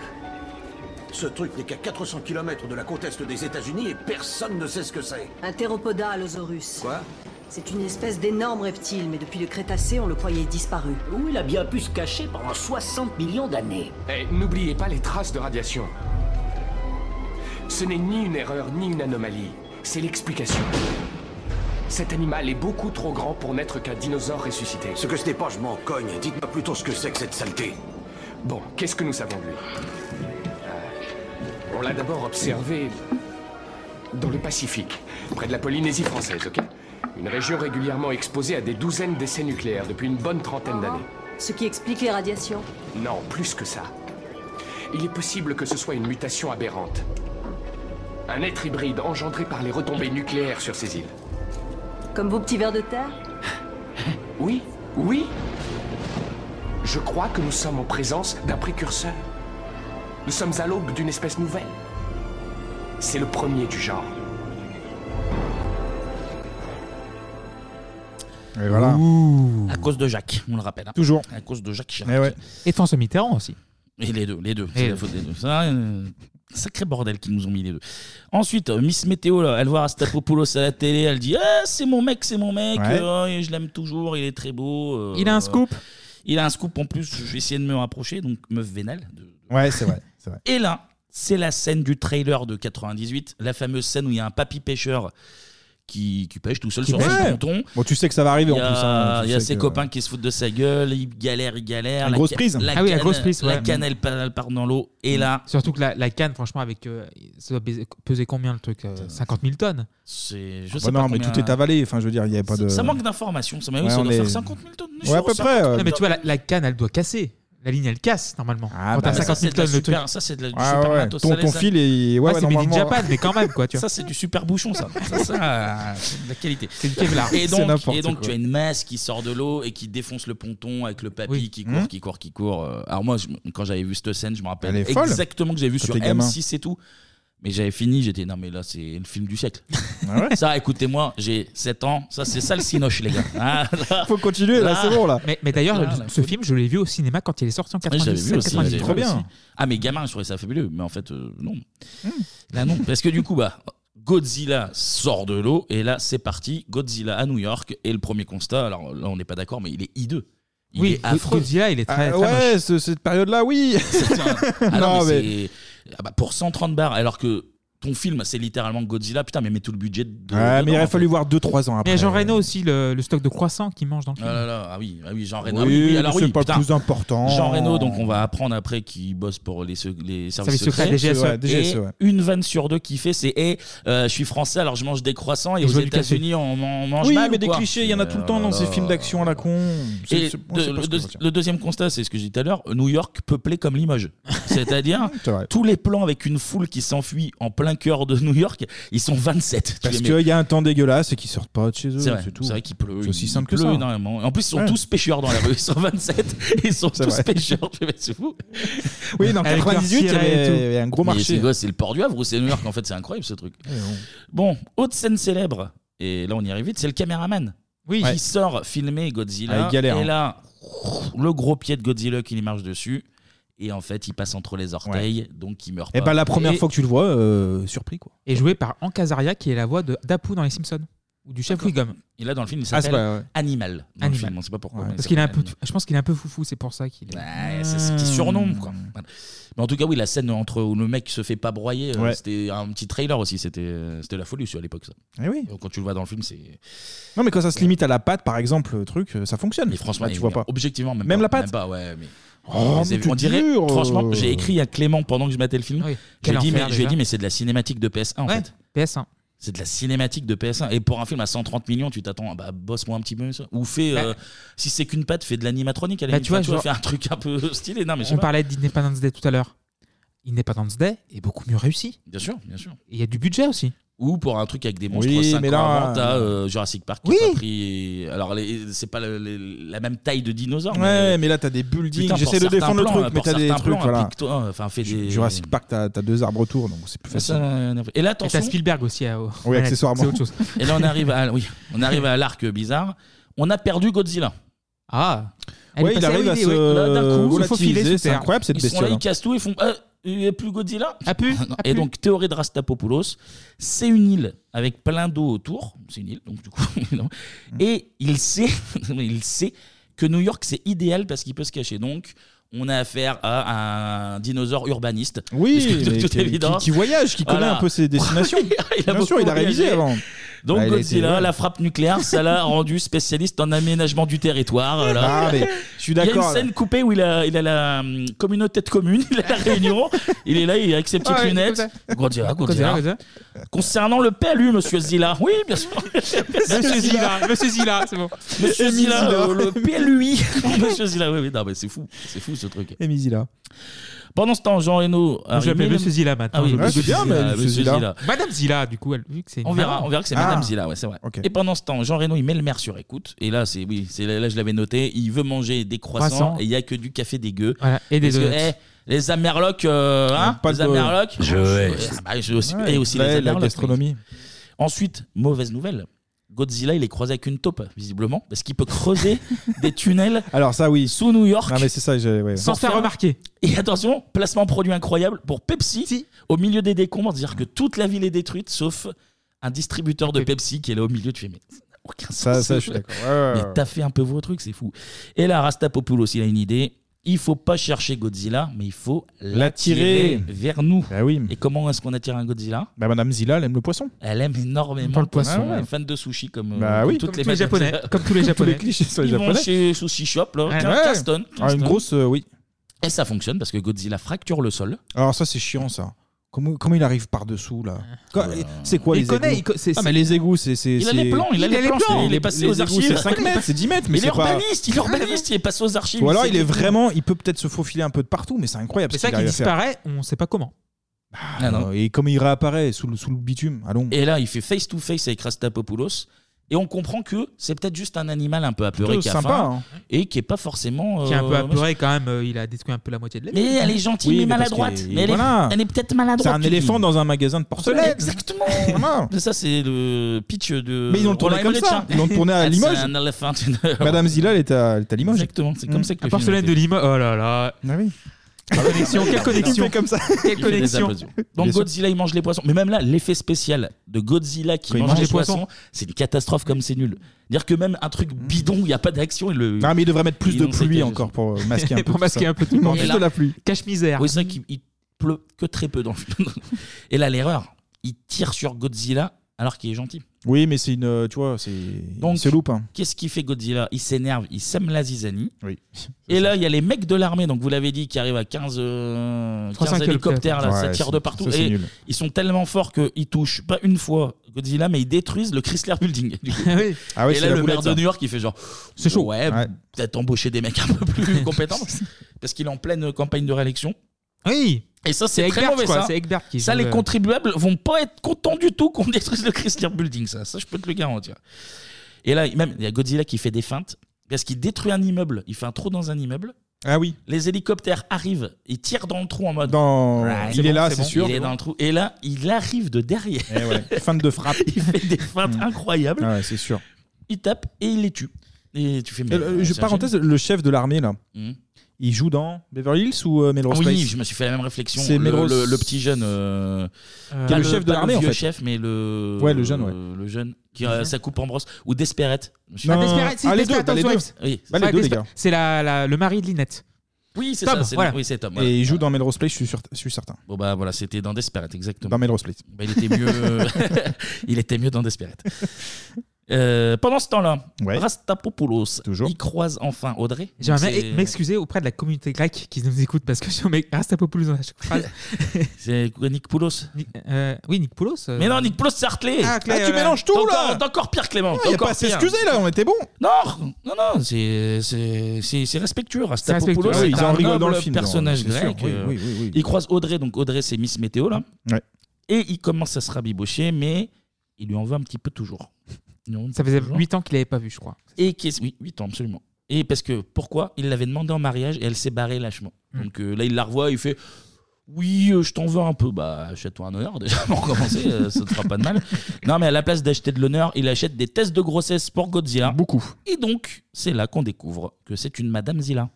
[SPEAKER 2] Ce truc n'est qu'à 400 km de la côte est des États-Unis et personne ne sait ce que c'est.
[SPEAKER 14] Un théropoda, l'osaurus. Quoi C'est une espèce d'énorme reptile, mais depuis le Crétacé, on le croyait disparu.
[SPEAKER 12] Où il a bien pu se cacher pendant 60 millions d'années
[SPEAKER 14] Et Eh, n'oubliez pas les traces de radiation. Ce n'est ni une erreur ni une anomalie, c'est l'explication. Cet animal est beaucoup trop grand pour n'être qu'un dinosaure ressuscité.
[SPEAKER 2] Ce que ce n'est pas, je m'en cogne. Dites-moi plutôt ce que c'est que cette saleté.
[SPEAKER 14] Bon, qu'est-ce que nous savons de lui Euh, On l'a d'abord observé dans le Pacifique, près de la Polynésie française, ok Une région régulièrement exposée à des douzaines d'essais nucléaires depuis une bonne trentaine d'années. Ce qui explique les radiations. Non, Plus que ça. Il est possible que ce soit une mutation aberrante. Un être hybride engendré par les retombées nucléaires sur ces îles. Comme vos petits vers de terre Oui, oui. Je crois que nous sommes en présence d'un précurseur. Nous sommes à l'aube d'une espèce nouvelle. C'est le premier du genre.
[SPEAKER 8] Et voilà.
[SPEAKER 1] À cause de Jacques, on le rappelle. hein.
[SPEAKER 8] Toujours.
[SPEAKER 1] À cause de Jacques Chirac.
[SPEAKER 8] Mais Eh ouais.
[SPEAKER 11] Et François Mitterrand aussi.
[SPEAKER 1] Et les deux, les deux.
[SPEAKER 11] Et
[SPEAKER 1] C'est
[SPEAKER 11] les
[SPEAKER 1] la faute des deux. Ça, euh, sacré bordel qu'ils nous ont mis les deux. Ensuite, euh, Miss Météo, là, elle voit Rastapopoulos à la télé, elle dit Ah, c'est mon mec, c'est mon mec,
[SPEAKER 11] Ouais.
[SPEAKER 1] euh, et je l'aime toujours, il est très beau. euh,
[SPEAKER 11] Il a un scoop.
[SPEAKER 1] Il a un scoop en plus, je vais essayer de me rapprocher, donc meuf vénale. de-
[SPEAKER 8] Ouais, c'est vrai. c'est vrai.
[SPEAKER 1] Et là, c'est la scène du trailer de 98, la fameuse scène où il y a un papy pêcheur qui, qui pêche tout seul
[SPEAKER 8] Qui
[SPEAKER 1] sur
[SPEAKER 8] pêche.
[SPEAKER 1] son
[SPEAKER 8] Ouais.
[SPEAKER 1] ponton.
[SPEAKER 8] Bon, tu sais que ça va arriver
[SPEAKER 1] Il y a,
[SPEAKER 8] en plus. hein. Tu
[SPEAKER 1] il y a
[SPEAKER 8] sais
[SPEAKER 1] ses
[SPEAKER 8] que-
[SPEAKER 1] copains qui se foutent de sa gueule, il galère, il galère.
[SPEAKER 8] Une
[SPEAKER 1] la
[SPEAKER 8] grosse
[SPEAKER 1] ca-
[SPEAKER 8] prise.
[SPEAKER 1] La
[SPEAKER 11] Ah oui, la
[SPEAKER 1] canne-
[SPEAKER 11] grosse prise,
[SPEAKER 1] La
[SPEAKER 11] ouais. Mm.
[SPEAKER 1] canne, elle, pa- elle part dans l'eau. Et là.
[SPEAKER 11] Surtout que la, la canne, franchement, avec euh, ça doit peser- peser combien le truc euh, 50 000 tonnes.
[SPEAKER 1] C'est,
[SPEAKER 8] Ah bah non, mais tout est avalé. Enfin, je veux dire, il n'y a pas de.
[SPEAKER 1] Ça manque d'informations. Ça m'a
[SPEAKER 8] Euh, Ouais,
[SPEAKER 1] ça
[SPEAKER 8] on
[SPEAKER 1] doit
[SPEAKER 8] est-
[SPEAKER 1] faire 50 000 tonnes.
[SPEAKER 8] Ouais, à peu près. euh,
[SPEAKER 11] Non, mais tu vois, la, la canne, elle doit casser. La ligne, elle casse normalement. Quand
[SPEAKER 8] bah,
[SPEAKER 11] t'as
[SPEAKER 8] mais ça,
[SPEAKER 11] 50 000
[SPEAKER 1] c'est de la
[SPEAKER 11] tonnes, le
[SPEAKER 1] super-
[SPEAKER 11] truc.
[SPEAKER 1] ça, c'est de la- du
[SPEAKER 11] Ouais,
[SPEAKER 1] super
[SPEAKER 11] ouais.
[SPEAKER 1] matos, ça, les amis.
[SPEAKER 11] Ouais, Ah, hein. c'est made in Japan, mais quand même, quoi. Tu vois.
[SPEAKER 1] ça, c'est du super bouchon, ça. Ça, ça, c'est de la qualité.
[SPEAKER 11] C'est du Kevlar.
[SPEAKER 1] Et
[SPEAKER 11] C'est
[SPEAKER 1] donc,
[SPEAKER 11] n'importe
[SPEAKER 1] et donc,
[SPEAKER 11] quoi.
[SPEAKER 1] tu as une masse qui sort de l'eau et qui défonce le ponton avec le papy qui court,
[SPEAKER 11] Mmh.
[SPEAKER 1] qui court, qui court. Euh, Alors, moi, je me- quand j'avais vu cette scène, je me rappelle
[SPEAKER 8] Elle est folle.
[SPEAKER 1] exactement que j'avais vu
[SPEAKER 8] Quand
[SPEAKER 1] sur
[SPEAKER 8] t'es gamin.
[SPEAKER 1] M6 et tout. Mais j'avais fini, j'étais non, mais là, c'est le film du siècle. Ça, écoutez-moi, j'ai 7 ans. Ça, c'est ça le cinoche, les gars. Ah, là. Là.
[SPEAKER 11] Mais, mais d'ailleurs,
[SPEAKER 1] Là,
[SPEAKER 11] le-
[SPEAKER 1] là.
[SPEAKER 11] ce film, je l'ai vu au cinéma quand il est sorti en
[SPEAKER 1] Oui, je l'avais vu
[SPEAKER 11] 97,
[SPEAKER 1] aussi. j'avais
[SPEAKER 11] 98.
[SPEAKER 1] vu aussi. Ah, mais gamin, je trouvais ça fabuleux. Mais en fait, euh, non.
[SPEAKER 11] Hmm.
[SPEAKER 1] Là, non. Parce que du coup, bah, Godzilla sort de l'eau et là, c'est parti. Godzilla à New York. Et le premier constat, alors là, on n'est pas d'accord, mais il est hideux. Il
[SPEAKER 11] Oui,
[SPEAKER 1] est affreux.
[SPEAKER 11] Godzilla, il est très,
[SPEAKER 8] Ah,
[SPEAKER 11] très moche.
[SPEAKER 8] ouais, ce- cette période-là, oui.
[SPEAKER 1] Ah non,
[SPEAKER 8] Non, mais-
[SPEAKER 1] mais c'est- ah bah, pour 130 bars, alors que ton film, c'est littéralement Godzilla. Putain, mais mets tout le budget de.
[SPEAKER 8] Ouais, mais il
[SPEAKER 1] dedans, en
[SPEAKER 8] aurait
[SPEAKER 1] fait.
[SPEAKER 8] fallu voir 2-3 ans
[SPEAKER 11] Mais
[SPEAKER 8] après.
[SPEAKER 11] Jean Reno aussi, le, le stock de croissants qu'il mange dans le
[SPEAKER 1] Ah
[SPEAKER 11] film.
[SPEAKER 1] là là, ah oui, ah oui, Jean
[SPEAKER 8] Oui,
[SPEAKER 1] Reno. ah oui, oui,
[SPEAKER 8] mais
[SPEAKER 1] alors
[SPEAKER 8] c'est
[SPEAKER 1] oui,
[SPEAKER 8] pas le
[SPEAKER 1] putain.
[SPEAKER 8] plus important.
[SPEAKER 1] Jean Reno, donc on va apprendre après qu'il bosse pour les, sec- les services
[SPEAKER 11] Services secrets,
[SPEAKER 1] secrets.
[SPEAKER 8] E.
[SPEAKER 11] DGSE,
[SPEAKER 1] Et
[SPEAKER 11] DGSE, ouais.
[SPEAKER 1] Une vanne sur deux qui fait, c'est Eh, euh, je suis français, alors je mange des croissants et
[SPEAKER 8] Je
[SPEAKER 1] aux
[SPEAKER 8] veux du
[SPEAKER 1] États-Unis,
[SPEAKER 8] café.
[SPEAKER 1] on, man- on mange
[SPEAKER 8] oui,
[SPEAKER 1] mal.
[SPEAKER 8] mais
[SPEAKER 1] ou
[SPEAKER 8] des
[SPEAKER 1] quoi
[SPEAKER 8] clichés, il y en a tout le temps dans ces films d'action à la con. C'est-
[SPEAKER 1] Et
[SPEAKER 8] c'est- on
[SPEAKER 1] de-
[SPEAKER 8] sait pas
[SPEAKER 1] le,
[SPEAKER 8] ce que
[SPEAKER 1] deux-
[SPEAKER 8] c'est.
[SPEAKER 1] le deuxième constat, c'est ce que j'ai dit tout à l'heure, New York peuplé comme Limoges. C'est-à-dire, tous les plans avec une foule qui s'enfuit en plein cœur de New York, ils sont 27. Tu
[SPEAKER 8] Parce
[SPEAKER 1] les mets-
[SPEAKER 8] qu'il y a un temps dégueulasse et qu'ils sortent pas de chez eux.
[SPEAKER 1] C'est vrai,
[SPEAKER 8] C'est tout.
[SPEAKER 1] c'est vrai qu'il pleut.
[SPEAKER 8] C'est aussi
[SPEAKER 1] il
[SPEAKER 8] simple que
[SPEAKER 1] pleut
[SPEAKER 8] ça.
[SPEAKER 1] énormément. En plus, ils sont
[SPEAKER 8] Ouais.
[SPEAKER 1] tous pêcheurs dans la rue. Ils sont 27. Ils sont
[SPEAKER 8] C'est
[SPEAKER 1] tous
[SPEAKER 8] vrai.
[SPEAKER 1] pêcheurs. Je vais c'est fou.
[SPEAKER 8] Oui, dans Avec 98, leur ciré il y avait- et tout. il y avait un gros
[SPEAKER 1] Mais
[SPEAKER 8] marché.
[SPEAKER 1] C'est quoi, c'est le port du Havre ou c'est New York En fait, c'est incroyable ce truc.
[SPEAKER 8] Ouais, bon.
[SPEAKER 1] Bon, autre scène célèbre. Et là, on y arrive vite. C'est le caméraman.
[SPEAKER 11] Oui.
[SPEAKER 1] Qui sort filmer Godzilla.
[SPEAKER 8] Ah, il galère,
[SPEAKER 1] et
[SPEAKER 8] hein.
[SPEAKER 1] là, le gros pied de Godzilla qui lui marche dessus. Et en fait, il passe entre les orteils. Donc, il meurt
[SPEAKER 8] Et
[SPEAKER 1] pas.
[SPEAKER 8] bah, la première
[SPEAKER 1] Et-
[SPEAKER 8] fois que tu le vois, euh, surpris quoi.
[SPEAKER 11] Et joué par Ankazaria, qui est la voix de d'Apu dans Les Simpsons. Ou du chef Wiggum.
[SPEAKER 1] Et là, dans le film, il
[SPEAKER 11] Ah, c'est
[SPEAKER 1] s'appelle
[SPEAKER 11] pas- ouais.
[SPEAKER 1] Animal. Dans le
[SPEAKER 11] Animal.
[SPEAKER 1] film, on sait pas pourquoi.
[SPEAKER 11] Ouais.
[SPEAKER 1] mais il
[SPEAKER 11] Parce qu'il est un
[SPEAKER 1] s'appelle
[SPEAKER 11] peu, je pense qu'il est un peu foufou, c'est pour ça qu'il. est- Mm.
[SPEAKER 1] Ouais, c'est ce petit surnom quoi.
[SPEAKER 8] Hmm.
[SPEAKER 1] Voilà. Mais en tout cas oui la scène entre où le mec se fait pas broyer, euh,
[SPEAKER 8] Ouais.
[SPEAKER 1] c'était un petit trailer aussi, c'était euh, c'était la folie aussi à l'époque ça.
[SPEAKER 8] Eh oui.
[SPEAKER 1] Donc, quand tu le vois dans le film c'est
[SPEAKER 8] Non, mais quand ça se limite à la patte, par exemple, le truc, euh, ça fonctionne. Mais
[SPEAKER 1] franchement
[SPEAKER 8] tu
[SPEAKER 1] et-
[SPEAKER 8] vois pas.
[SPEAKER 1] objectivement même,
[SPEAKER 8] Même
[SPEAKER 1] pas,
[SPEAKER 8] la patte
[SPEAKER 1] même pas, ouais mais
[SPEAKER 8] Oh,
[SPEAKER 1] Je les ai
[SPEAKER 8] mais
[SPEAKER 1] vus. on
[SPEAKER 8] t'es
[SPEAKER 1] dirait
[SPEAKER 8] dur, euh.
[SPEAKER 1] franchement j'ai écrit à Clément pendant que je matais le film. Je lui
[SPEAKER 11] Quel
[SPEAKER 1] ai dit mais
[SPEAKER 11] enfer,
[SPEAKER 1] je lui ai
[SPEAKER 11] déjà.
[SPEAKER 1] dit mais c'est de la cinématique de PS1 en
[SPEAKER 11] Ouais,
[SPEAKER 1] fait.
[SPEAKER 11] PS1.
[SPEAKER 1] C'est de la cinématique de PS1 et pour un film à 130 millions tu t'attends ah bah bosse-moi un petit peu ça. ou fais euh, si c'est qu'une patte fais de l'animatronique à la
[SPEAKER 11] Bah,
[SPEAKER 1] limite.
[SPEAKER 11] tu vois,
[SPEAKER 1] Enfin,
[SPEAKER 11] genre-
[SPEAKER 1] fais un truc un peu stylé non mais je sais
[SPEAKER 11] On
[SPEAKER 1] pas.
[SPEAKER 11] parlait d'Independence Day tout à l'heure. Independence Day est beaucoup mieux réussi.
[SPEAKER 1] Bien sûr, bien sûr.
[SPEAKER 11] Et il y a du budget aussi.
[SPEAKER 1] Ou pour un truc avec des monstres
[SPEAKER 11] Oui,
[SPEAKER 1] 5
[SPEAKER 11] mais
[SPEAKER 1] ans
[SPEAKER 11] là-
[SPEAKER 1] avant, t'as euh, Jurassic Park qui est pas pris. Alors, les- c'est pas le- le- la même taille de dinosaure.
[SPEAKER 8] Ouais, mais là, t'as des buildings.
[SPEAKER 1] Putain, pour
[SPEAKER 8] J'essaie de
[SPEAKER 1] certains
[SPEAKER 8] défendre le
[SPEAKER 1] plans,
[SPEAKER 8] truc,
[SPEAKER 1] pour
[SPEAKER 8] mais t'as des
[SPEAKER 1] certains
[SPEAKER 8] trucs,
[SPEAKER 1] plans,
[SPEAKER 8] voilà.
[SPEAKER 1] applique-toi, enfin, fais
[SPEAKER 8] Ju-
[SPEAKER 1] des-
[SPEAKER 8] Jurassic Park, t'as t'as deux arbres autour, donc c'est plus
[SPEAKER 1] Mais ça,
[SPEAKER 8] facile.
[SPEAKER 1] euh, Et là, attention.
[SPEAKER 11] Et t'as Spielberg aussi. à- au-
[SPEAKER 8] Oui,
[SPEAKER 11] à la-
[SPEAKER 8] accessoirement.
[SPEAKER 11] C'est autre chose.
[SPEAKER 1] Et là, on arrive à, oui, on arrive à l'arc bizarre. On a perdu Godzilla.
[SPEAKER 11] Ah.
[SPEAKER 8] Elle Ouais, est il passée à arrive à l'idée, se oui.
[SPEAKER 11] Euh,
[SPEAKER 8] volatiliser, Euh, c'est incroyable, cette
[SPEAKER 1] ils Sont
[SPEAKER 8] bestiole,
[SPEAKER 1] là, ils
[SPEAKER 8] hein.
[SPEAKER 1] cassent tout, ils font. Ah, il n'y a plus Godzilla
[SPEAKER 11] Ah, plus,
[SPEAKER 1] Non.
[SPEAKER 11] ah,
[SPEAKER 1] Et
[SPEAKER 11] plus.
[SPEAKER 1] donc, théorie de Rastapopoulos, c'est une île avec plein d'eau autour. C'est une île, donc du coup. non.
[SPEAKER 8] Mm.
[SPEAKER 1] Et il sait, il sait que New York, c'est idéal parce qu'il peut se cacher. Donc. On a affaire à un dinosaure urbaniste.
[SPEAKER 8] Oui,
[SPEAKER 1] puisque de
[SPEAKER 8] mais
[SPEAKER 1] toute
[SPEAKER 8] qui-
[SPEAKER 1] évidence-
[SPEAKER 8] qui- qui voyage, qui connaît un peu ses destinations. Bien
[SPEAKER 1] beaucoup
[SPEAKER 8] sûr, il a révisé
[SPEAKER 1] voyagé.
[SPEAKER 8] avant. Bah,
[SPEAKER 1] Donc
[SPEAKER 8] il a été-
[SPEAKER 1] Godzilla,
[SPEAKER 8] ouais.
[SPEAKER 1] la frappe nucléaire, ça l'a rendu spécialiste en aménagement du territoire. voilà.
[SPEAKER 8] Ah, mais je suis
[SPEAKER 1] Il y a
[SPEAKER 8] d'accord.
[SPEAKER 1] une scène coupée où il a, il a la hum, communauté de communes, il a la réunion, il est là, il est avec ses petites
[SPEAKER 11] Ah ouais,
[SPEAKER 1] lunettes.
[SPEAKER 11] comme ça.
[SPEAKER 1] Godzilla, Godzilla.
[SPEAKER 11] Godzilla, Godzilla.
[SPEAKER 1] Concernant le PLU, monsieur Zilla. Oui, bien sûr.
[SPEAKER 11] Monsieur Zilla, Monsieur Zilla, c'est bon.
[SPEAKER 1] Monsieur
[SPEAKER 11] Émile
[SPEAKER 1] Zilla,
[SPEAKER 11] Zilla.
[SPEAKER 1] le, le PLUI. Monsieur Zilla, oui, oui, non, mais c'est fou, c'est fou ce truc.
[SPEAKER 8] Et Mizilla.
[SPEAKER 1] Pendant ce temps, Jean Reno.
[SPEAKER 11] Je l'appelle Monsieur Zilla maintenant.
[SPEAKER 1] Ah oui,
[SPEAKER 11] je-
[SPEAKER 1] Monsieur Zilla, Monsieur Zilla.
[SPEAKER 11] Madame Zilla, du coup, elle, vu que c'est.
[SPEAKER 1] On
[SPEAKER 11] une
[SPEAKER 1] verra,
[SPEAKER 11] maman.
[SPEAKER 1] on verra que c'est Madame Zilla, ouais, c'est vrai.
[SPEAKER 11] Ah. Ok.
[SPEAKER 1] Et pendant ce temps, Jean Reno, il met le maire sur écoute. Et là, c'est oui, c'est là, là, je l'avais noté. Il veut manger des croissants
[SPEAKER 11] Croissants.
[SPEAKER 1] et il y a que du café dégueu.
[SPEAKER 11] Voilà, et des
[SPEAKER 1] Parce que,
[SPEAKER 11] donuts.
[SPEAKER 1] eh, les Amerlocs, euh, hein,
[SPEAKER 8] Pas
[SPEAKER 1] les
[SPEAKER 8] de-
[SPEAKER 1] Amerlocs.
[SPEAKER 8] Je hais.
[SPEAKER 1] Ah bah, je aussi,
[SPEAKER 8] Ouais,
[SPEAKER 1] et aussi
[SPEAKER 8] ouais,
[SPEAKER 1] les
[SPEAKER 8] la
[SPEAKER 1] Amerlocs. oui.
[SPEAKER 8] gastronomie.
[SPEAKER 1] Ensuite, mauvaise nouvelle. Godzilla, il est croisé avec une taupe, visiblement, parce qu'il peut creuser des tunnels
[SPEAKER 8] Alors, ça, oui.
[SPEAKER 1] Sous New York.
[SPEAKER 8] Ah, mais c'est ça, j'ai- ouais.
[SPEAKER 1] Sans faire
[SPEAKER 11] remarquer.
[SPEAKER 1] Et attention, placement produit incroyable pour Pepsi au milieu des décombres, c'est-à-dire que toute la ville est détruite sauf un distributeur de Pepsi qui est là au milieu, tu fais mais ça n'a aucun
[SPEAKER 8] Ça-
[SPEAKER 1] sens.
[SPEAKER 8] ça, je suis d'accord. Ouais, ouais, ouais.
[SPEAKER 1] Mais t'as fait un peu vos trucs, c'est fou. Et là, Rastapopoulos, il a une idée. Il faut pas chercher Godzilla, mais il faut
[SPEAKER 8] L'attirer.
[SPEAKER 1] l'attirer vers nous. Et comment est-ce qu'on attire un Godzilla
[SPEAKER 8] Bah, Madame Zilla, elle aime le poisson.
[SPEAKER 1] Elle aime énormément
[SPEAKER 8] Dans le poisson,
[SPEAKER 1] Elle est
[SPEAKER 8] ouais.
[SPEAKER 1] fan de sushi comme, euh,
[SPEAKER 8] Bah oui.
[SPEAKER 1] comme
[SPEAKER 8] Comme
[SPEAKER 1] toutes les,
[SPEAKER 8] tous les
[SPEAKER 1] madames.
[SPEAKER 8] Japonais. Comme tous les Japonais. clichés sur les
[SPEAKER 1] Ils vont
[SPEAKER 8] Japonais.
[SPEAKER 1] chez Sushi Shop, là.
[SPEAKER 8] Ouais.
[SPEAKER 1] Tiens,
[SPEAKER 8] Ouais.
[SPEAKER 1] Caston,
[SPEAKER 8] Ah, une
[SPEAKER 1] Caston.
[SPEAKER 8] grosse, euh, oui.
[SPEAKER 1] Et ça fonctionne parce que Godzilla fracture le sol.
[SPEAKER 8] Alors ça c'est chiant ça. Comment, comment il arrive par dessous là Quoi- C'est quoi
[SPEAKER 1] Ah, Il
[SPEAKER 8] les
[SPEAKER 1] connaît, il
[SPEAKER 8] égouts
[SPEAKER 1] co- c'est-
[SPEAKER 8] Ah
[SPEAKER 1] c'est-
[SPEAKER 8] mais les égouts c'est c'est
[SPEAKER 1] Il a les
[SPEAKER 8] c'est-
[SPEAKER 1] plans, il a les plans, c'est- il
[SPEAKER 8] Les-
[SPEAKER 1] est passé
[SPEAKER 8] les
[SPEAKER 1] aux
[SPEAKER 8] égouts, C'est
[SPEAKER 1] archives.
[SPEAKER 8] 5 mètres, c'est 10 mètres, mais
[SPEAKER 1] il est
[SPEAKER 8] c'est pas.
[SPEAKER 1] urbaniste, il est urbaniste, il est passé aux archives.
[SPEAKER 8] Ou alors il
[SPEAKER 1] sait
[SPEAKER 8] est
[SPEAKER 1] tout.
[SPEAKER 8] vraiment, il peut peut-être se faufiler un peu de partout, mais c'est incroyable.
[SPEAKER 1] Mais
[SPEAKER 8] ce
[SPEAKER 1] ça
[SPEAKER 8] qu'il
[SPEAKER 1] qui
[SPEAKER 8] arrive à faire.
[SPEAKER 1] disparaît,
[SPEAKER 11] on sait pas comment.
[SPEAKER 1] Ah, non.
[SPEAKER 8] Euh, Et comme il réapparaît sous le, sous le bitume, allons.
[SPEAKER 1] Et là, il fait face to face avec Rastapopoulos. Et on comprend que c'est peut-être juste un animal un peu apeuré
[SPEAKER 11] Plutôt
[SPEAKER 1] qui a faim
[SPEAKER 11] sympa, hein.
[SPEAKER 1] et qui est pas forcément.
[SPEAKER 11] Qui est un peu
[SPEAKER 1] euh,
[SPEAKER 11] apeuré quand même, euh, il a détruit un peu la moitié de la
[SPEAKER 1] Mais
[SPEAKER 11] ville.
[SPEAKER 1] elle est gentille, mais maladroite. Mais elle est- elle est peut-être maladroite,
[SPEAKER 8] C'est un
[SPEAKER 1] tu dis.
[SPEAKER 8] éléphant dans un magasin de porcelaine.
[SPEAKER 1] Exactement. Mais ça, c'est le pitch de.
[SPEAKER 8] Mais ils l'ont tourné
[SPEAKER 1] Roland
[SPEAKER 8] comme
[SPEAKER 1] Emmerich,
[SPEAKER 8] ça.
[SPEAKER 1] hein.
[SPEAKER 8] Ils l'ont tourné à
[SPEAKER 1] Ah,
[SPEAKER 8] Limoges.
[SPEAKER 1] C'est un elephant.
[SPEAKER 8] Madame Zilla, elle est à, elle est à Limoges. Mmh.
[SPEAKER 1] Exactement, c'est comme ça que
[SPEAKER 11] La
[SPEAKER 1] le film
[SPEAKER 11] porcelaine
[SPEAKER 1] était.
[SPEAKER 11] de Limoges. Oh là là.
[SPEAKER 8] Ah oui.
[SPEAKER 11] Quelle connexion, quelle connexion. Quelle
[SPEAKER 1] Il fait des
[SPEAKER 11] connexion.
[SPEAKER 1] implosions. Donc Godzilla, il mange les poissons. Mais même là, l'effet spécial de Godzilla qui
[SPEAKER 11] Quand il
[SPEAKER 1] mange,
[SPEAKER 11] mange
[SPEAKER 1] les
[SPEAKER 11] les poissons.
[SPEAKER 1] poissons, c'est une catastrophe comme c'est nul. Dire que même un truc bidon, il n'y a pas d'action. Non,
[SPEAKER 8] mais il devrait mettre plus de pluie encore pour euh, masquer un peu.
[SPEAKER 1] Pour
[SPEAKER 8] tout
[SPEAKER 1] masquer
[SPEAKER 8] ça.
[SPEAKER 1] un peu tout le monde.
[SPEAKER 8] Juste
[SPEAKER 1] Mais là-
[SPEAKER 8] de la pluie.
[SPEAKER 11] Cache-misère.
[SPEAKER 1] Oui, c'est vrai qu'il il pleut que très peu dans le film. Et là, l'erreur, il tire sur Godzilla alors qu'il est gentil.
[SPEAKER 8] Oui, mais c'est une, euh, tu vois, c'est,
[SPEAKER 1] Donc,
[SPEAKER 8] il se loupe. hein.
[SPEAKER 1] Qu'est-ce qu'il fait Godzilla Il s'énerve, il sème la zizanie. Et là, il y a les mecs de l'armée, donc vous l'avez dit, qui arrivent à 15, euh,
[SPEAKER 11] 300
[SPEAKER 1] 15 hélicoptères, là, ça
[SPEAKER 11] Ouais,
[SPEAKER 1] tire
[SPEAKER 11] c'est-
[SPEAKER 1] de partout.
[SPEAKER 11] ça, c'est
[SPEAKER 1] et
[SPEAKER 11] nul.
[SPEAKER 1] ils sont tellement forts qu'ils touchent, pas une fois Godzilla, mais ils détruisent le Chrysler Building. du coup.
[SPEAKER 11] Ah oui. Ah oui,
[SPEAKER 1] et
[SPEAKER 11] c'est
[SPEAKER 1] là,
[SPEAKER 11] la
[SPEAKER 1] le
[SPEAKER 11] boulette,
[SPEAKER 1] maire de
[SPEAKER 11] ça.
[SPEAKER 1] New York, il fait genre C'est chaud. Ouais, peut-être embaucher des mecs un peu plus compétents, parce qu'il est en pleine campagne de réélection.
[SPEAKER 11] Oui.
[SPEAKER 1] Et ça, c'est
[SPEAKER 11] C'est
[SPEAKER 1] très
[SPEAKER 11] Egbert,
[SPEAKER 1] mauvais.
[SPEAKER 11] quoi,
[SPEAKER 1] ça,
[SPEAKER 11] c'est Egbert qui
[SPEAKER 1] ça
[SPEAKER 11] joue
[SPEAKER 1] les
[SPEAKER 11] le-
[SPEAKER 1] contribuables vont pas être contents du tout qu'on détruise le Chrysler Building. Ça, ça je peux te le garantir. Et là, même, il y a Godzilla qui fait des feintes, parce qu'il détruit un immeuble. Il fait un trou dans un immeuble.
[SPEAKER 8] Ah oui.
[SPEAKER 1] Les hélicoptères arrivent, ils tirent dans le trou en mode.
[SPEAKER 8] Dans-
[SPEAKER 1] Ouais,
[SPEAKER 8] il est là, c'est sûr.
[SPEAKER 1] Il est dans le trou. Et là, il arrive de derrière.
[SPEAKER 8] Eh ouais, feinte de frappe.
[SPEAKER 1] il fait des feintes incroyables.
[SPEAKER 8] Ah ouais, c'est sûr.
[SPEAKER 1] Il tape et il les tue. Et tu fais. mais,
[SPEAKER 8] Euh, euh,
[SPEAKER 1] euh,
[SPEAKER 8] je-
[SPEAKER 1] c'est un
[SPEAKER 8] parenthèse,
[SPEAKER 1] génie.
[SPEAKER 8] le chef de l'armée là,
[SPEAKER 1] Mhm.
[SPEAKER 8] il joue dans Beverly Hills ou euh, Melrose
[SPEAKER 1] Ah oui,
[SPEAKER 8] Place
[SPEAKER 1] je me suis fait la même réflexion.
[SPEAKER 8] C'est
[SPEAKER 1] Le,
[SPEAKER 8] Melrose-
[SPEAKER 1] le- le petit jeune. euh,
[SPEAKER 8] Euh,
[SPEAKER 1] pas
[SPEAKER 8] le chef de
[SPEAKER 1] pas
[SPEAKER 8] l'armée, en
[SPEAKER 1] vieux
[SPEAKER 8] fait.
[SPEAKER 1] chef, mais le.
[SPEAKER 8] Ouais, le jeune, ouais.
[SPEAKER 1] Le jeune qui a sa coupe en brosse. Ou Desperate. Je me suis-
[SPEAKER 11] Ah, Desperate, si, Desperate
[SPEAKER 8] bah,
[SPEAKER 11] Housewives.
[SPEAKER 1] Oui,
[SPEAKER 11] C'est vrai que Desperate- C'est la- la- le mari de Linette.
[SPEAKER 1] Oui, c'est
[SPEAKER 11] Tom,
[SPEAKER 1] ça. c'est-
[SPEAKER 11] voilà.
[SPEAKER 1] Oui, c'est Tom. voilà.
[SPEAKER 8] Et il joue dans Melrose Place, je suis, sûr- je suis certain.
[SPEAKER 1] Bon bah voilà, c'était dans Desperate, exactement.
[SPEAKER 8] Dans Melrose Place.
[SPEAKER 1] Bah, il était mieux. il était mieux dans Desperate. Euh, pendant ce temps-là, Rastapopoulos, il croise enfin Audrey.
[SPEAKER 11] J'aimerais
[SPEAKER 1] C'est-
[SPEAKER 11] m'excuser auprès de la communauté grecque qui nous écoute parce que je mets Rastapopoulos dans chaque phrase.
[SPEAKER 1] C'est Nick Poulos
[SPEAKER 11] Oui, Nick Poulos. euh,
[SPEAKER 1] Mais non, Nick Poulos, c'est Hartley.
[SPEAKER 11] Ah, Clay,
[SPEAKER 1] Ah,
[SPEAKER 11] voilà.
[SPEAKER 1] T'es encore- t'es encore pire, Clément.
[SPEAKER 11] y a
[SPEAKER 1] T'es encore
[SPEAKER 11] pas à
[SPEAKER 1] pire.
[SPEAKER 11] s'excuser,
[SPEAKER 8] là, on était bon.
[SPEAKER 1] Non, non, non, c'est- c'est c'est- c'est respectueux. Rastapopoulos,
[SPEAKER 8] respectueux. Ah oui, ils en
[SPEAKER 1] un
[SPEAKER 8] rigolent dans le
[SPEAKER 1] noble
[SPEAKER 8] film, genre,
[SPEAKER 1] personnage
[SPEAKER 8] c'est sûr,
[SPEAKER 1] grec.
[SPEAKER 8] oui,
[SPEAKER 1] euh,
[SPEAKER 8] oui, oui, oui.
[SPEAKER 1] Il croise Audrey, donc Audrey, c'est Miss Météo, là.
[SPEAKER 8] Ouais.
[SPEAKER 1] Et il commence à se rabibocher, mais il lui en veut un petit peu toujours.
[SPEAKER 11] Ça faisait 8 ans qu'il l'avait pas vu, je crois.
[SPEAKER 1] Et qu'est-ce- oui, 8 ans, absolument. Et parce que, pourquoi Il l'avait demandé en mariage et elle s'est barrée lâchement.
[SPEAKER 11] Mm.
[SPEAKER 1] Donc euh, là, il la revoit, il fait Oui, euh, je t'en veux un peu. Bah, achète-toi un honneur déjà pour commencer, euh, ça te fera pas de mal. Non, mais à la place d'acheter de l'honneur, il achète des tests de grossesse pour Godzilla.
[SPEAKER 8] Beaucoup.
[SPEAKER 1] Et donc, c'est là qu'on découvre que c'est une Madame Zilla.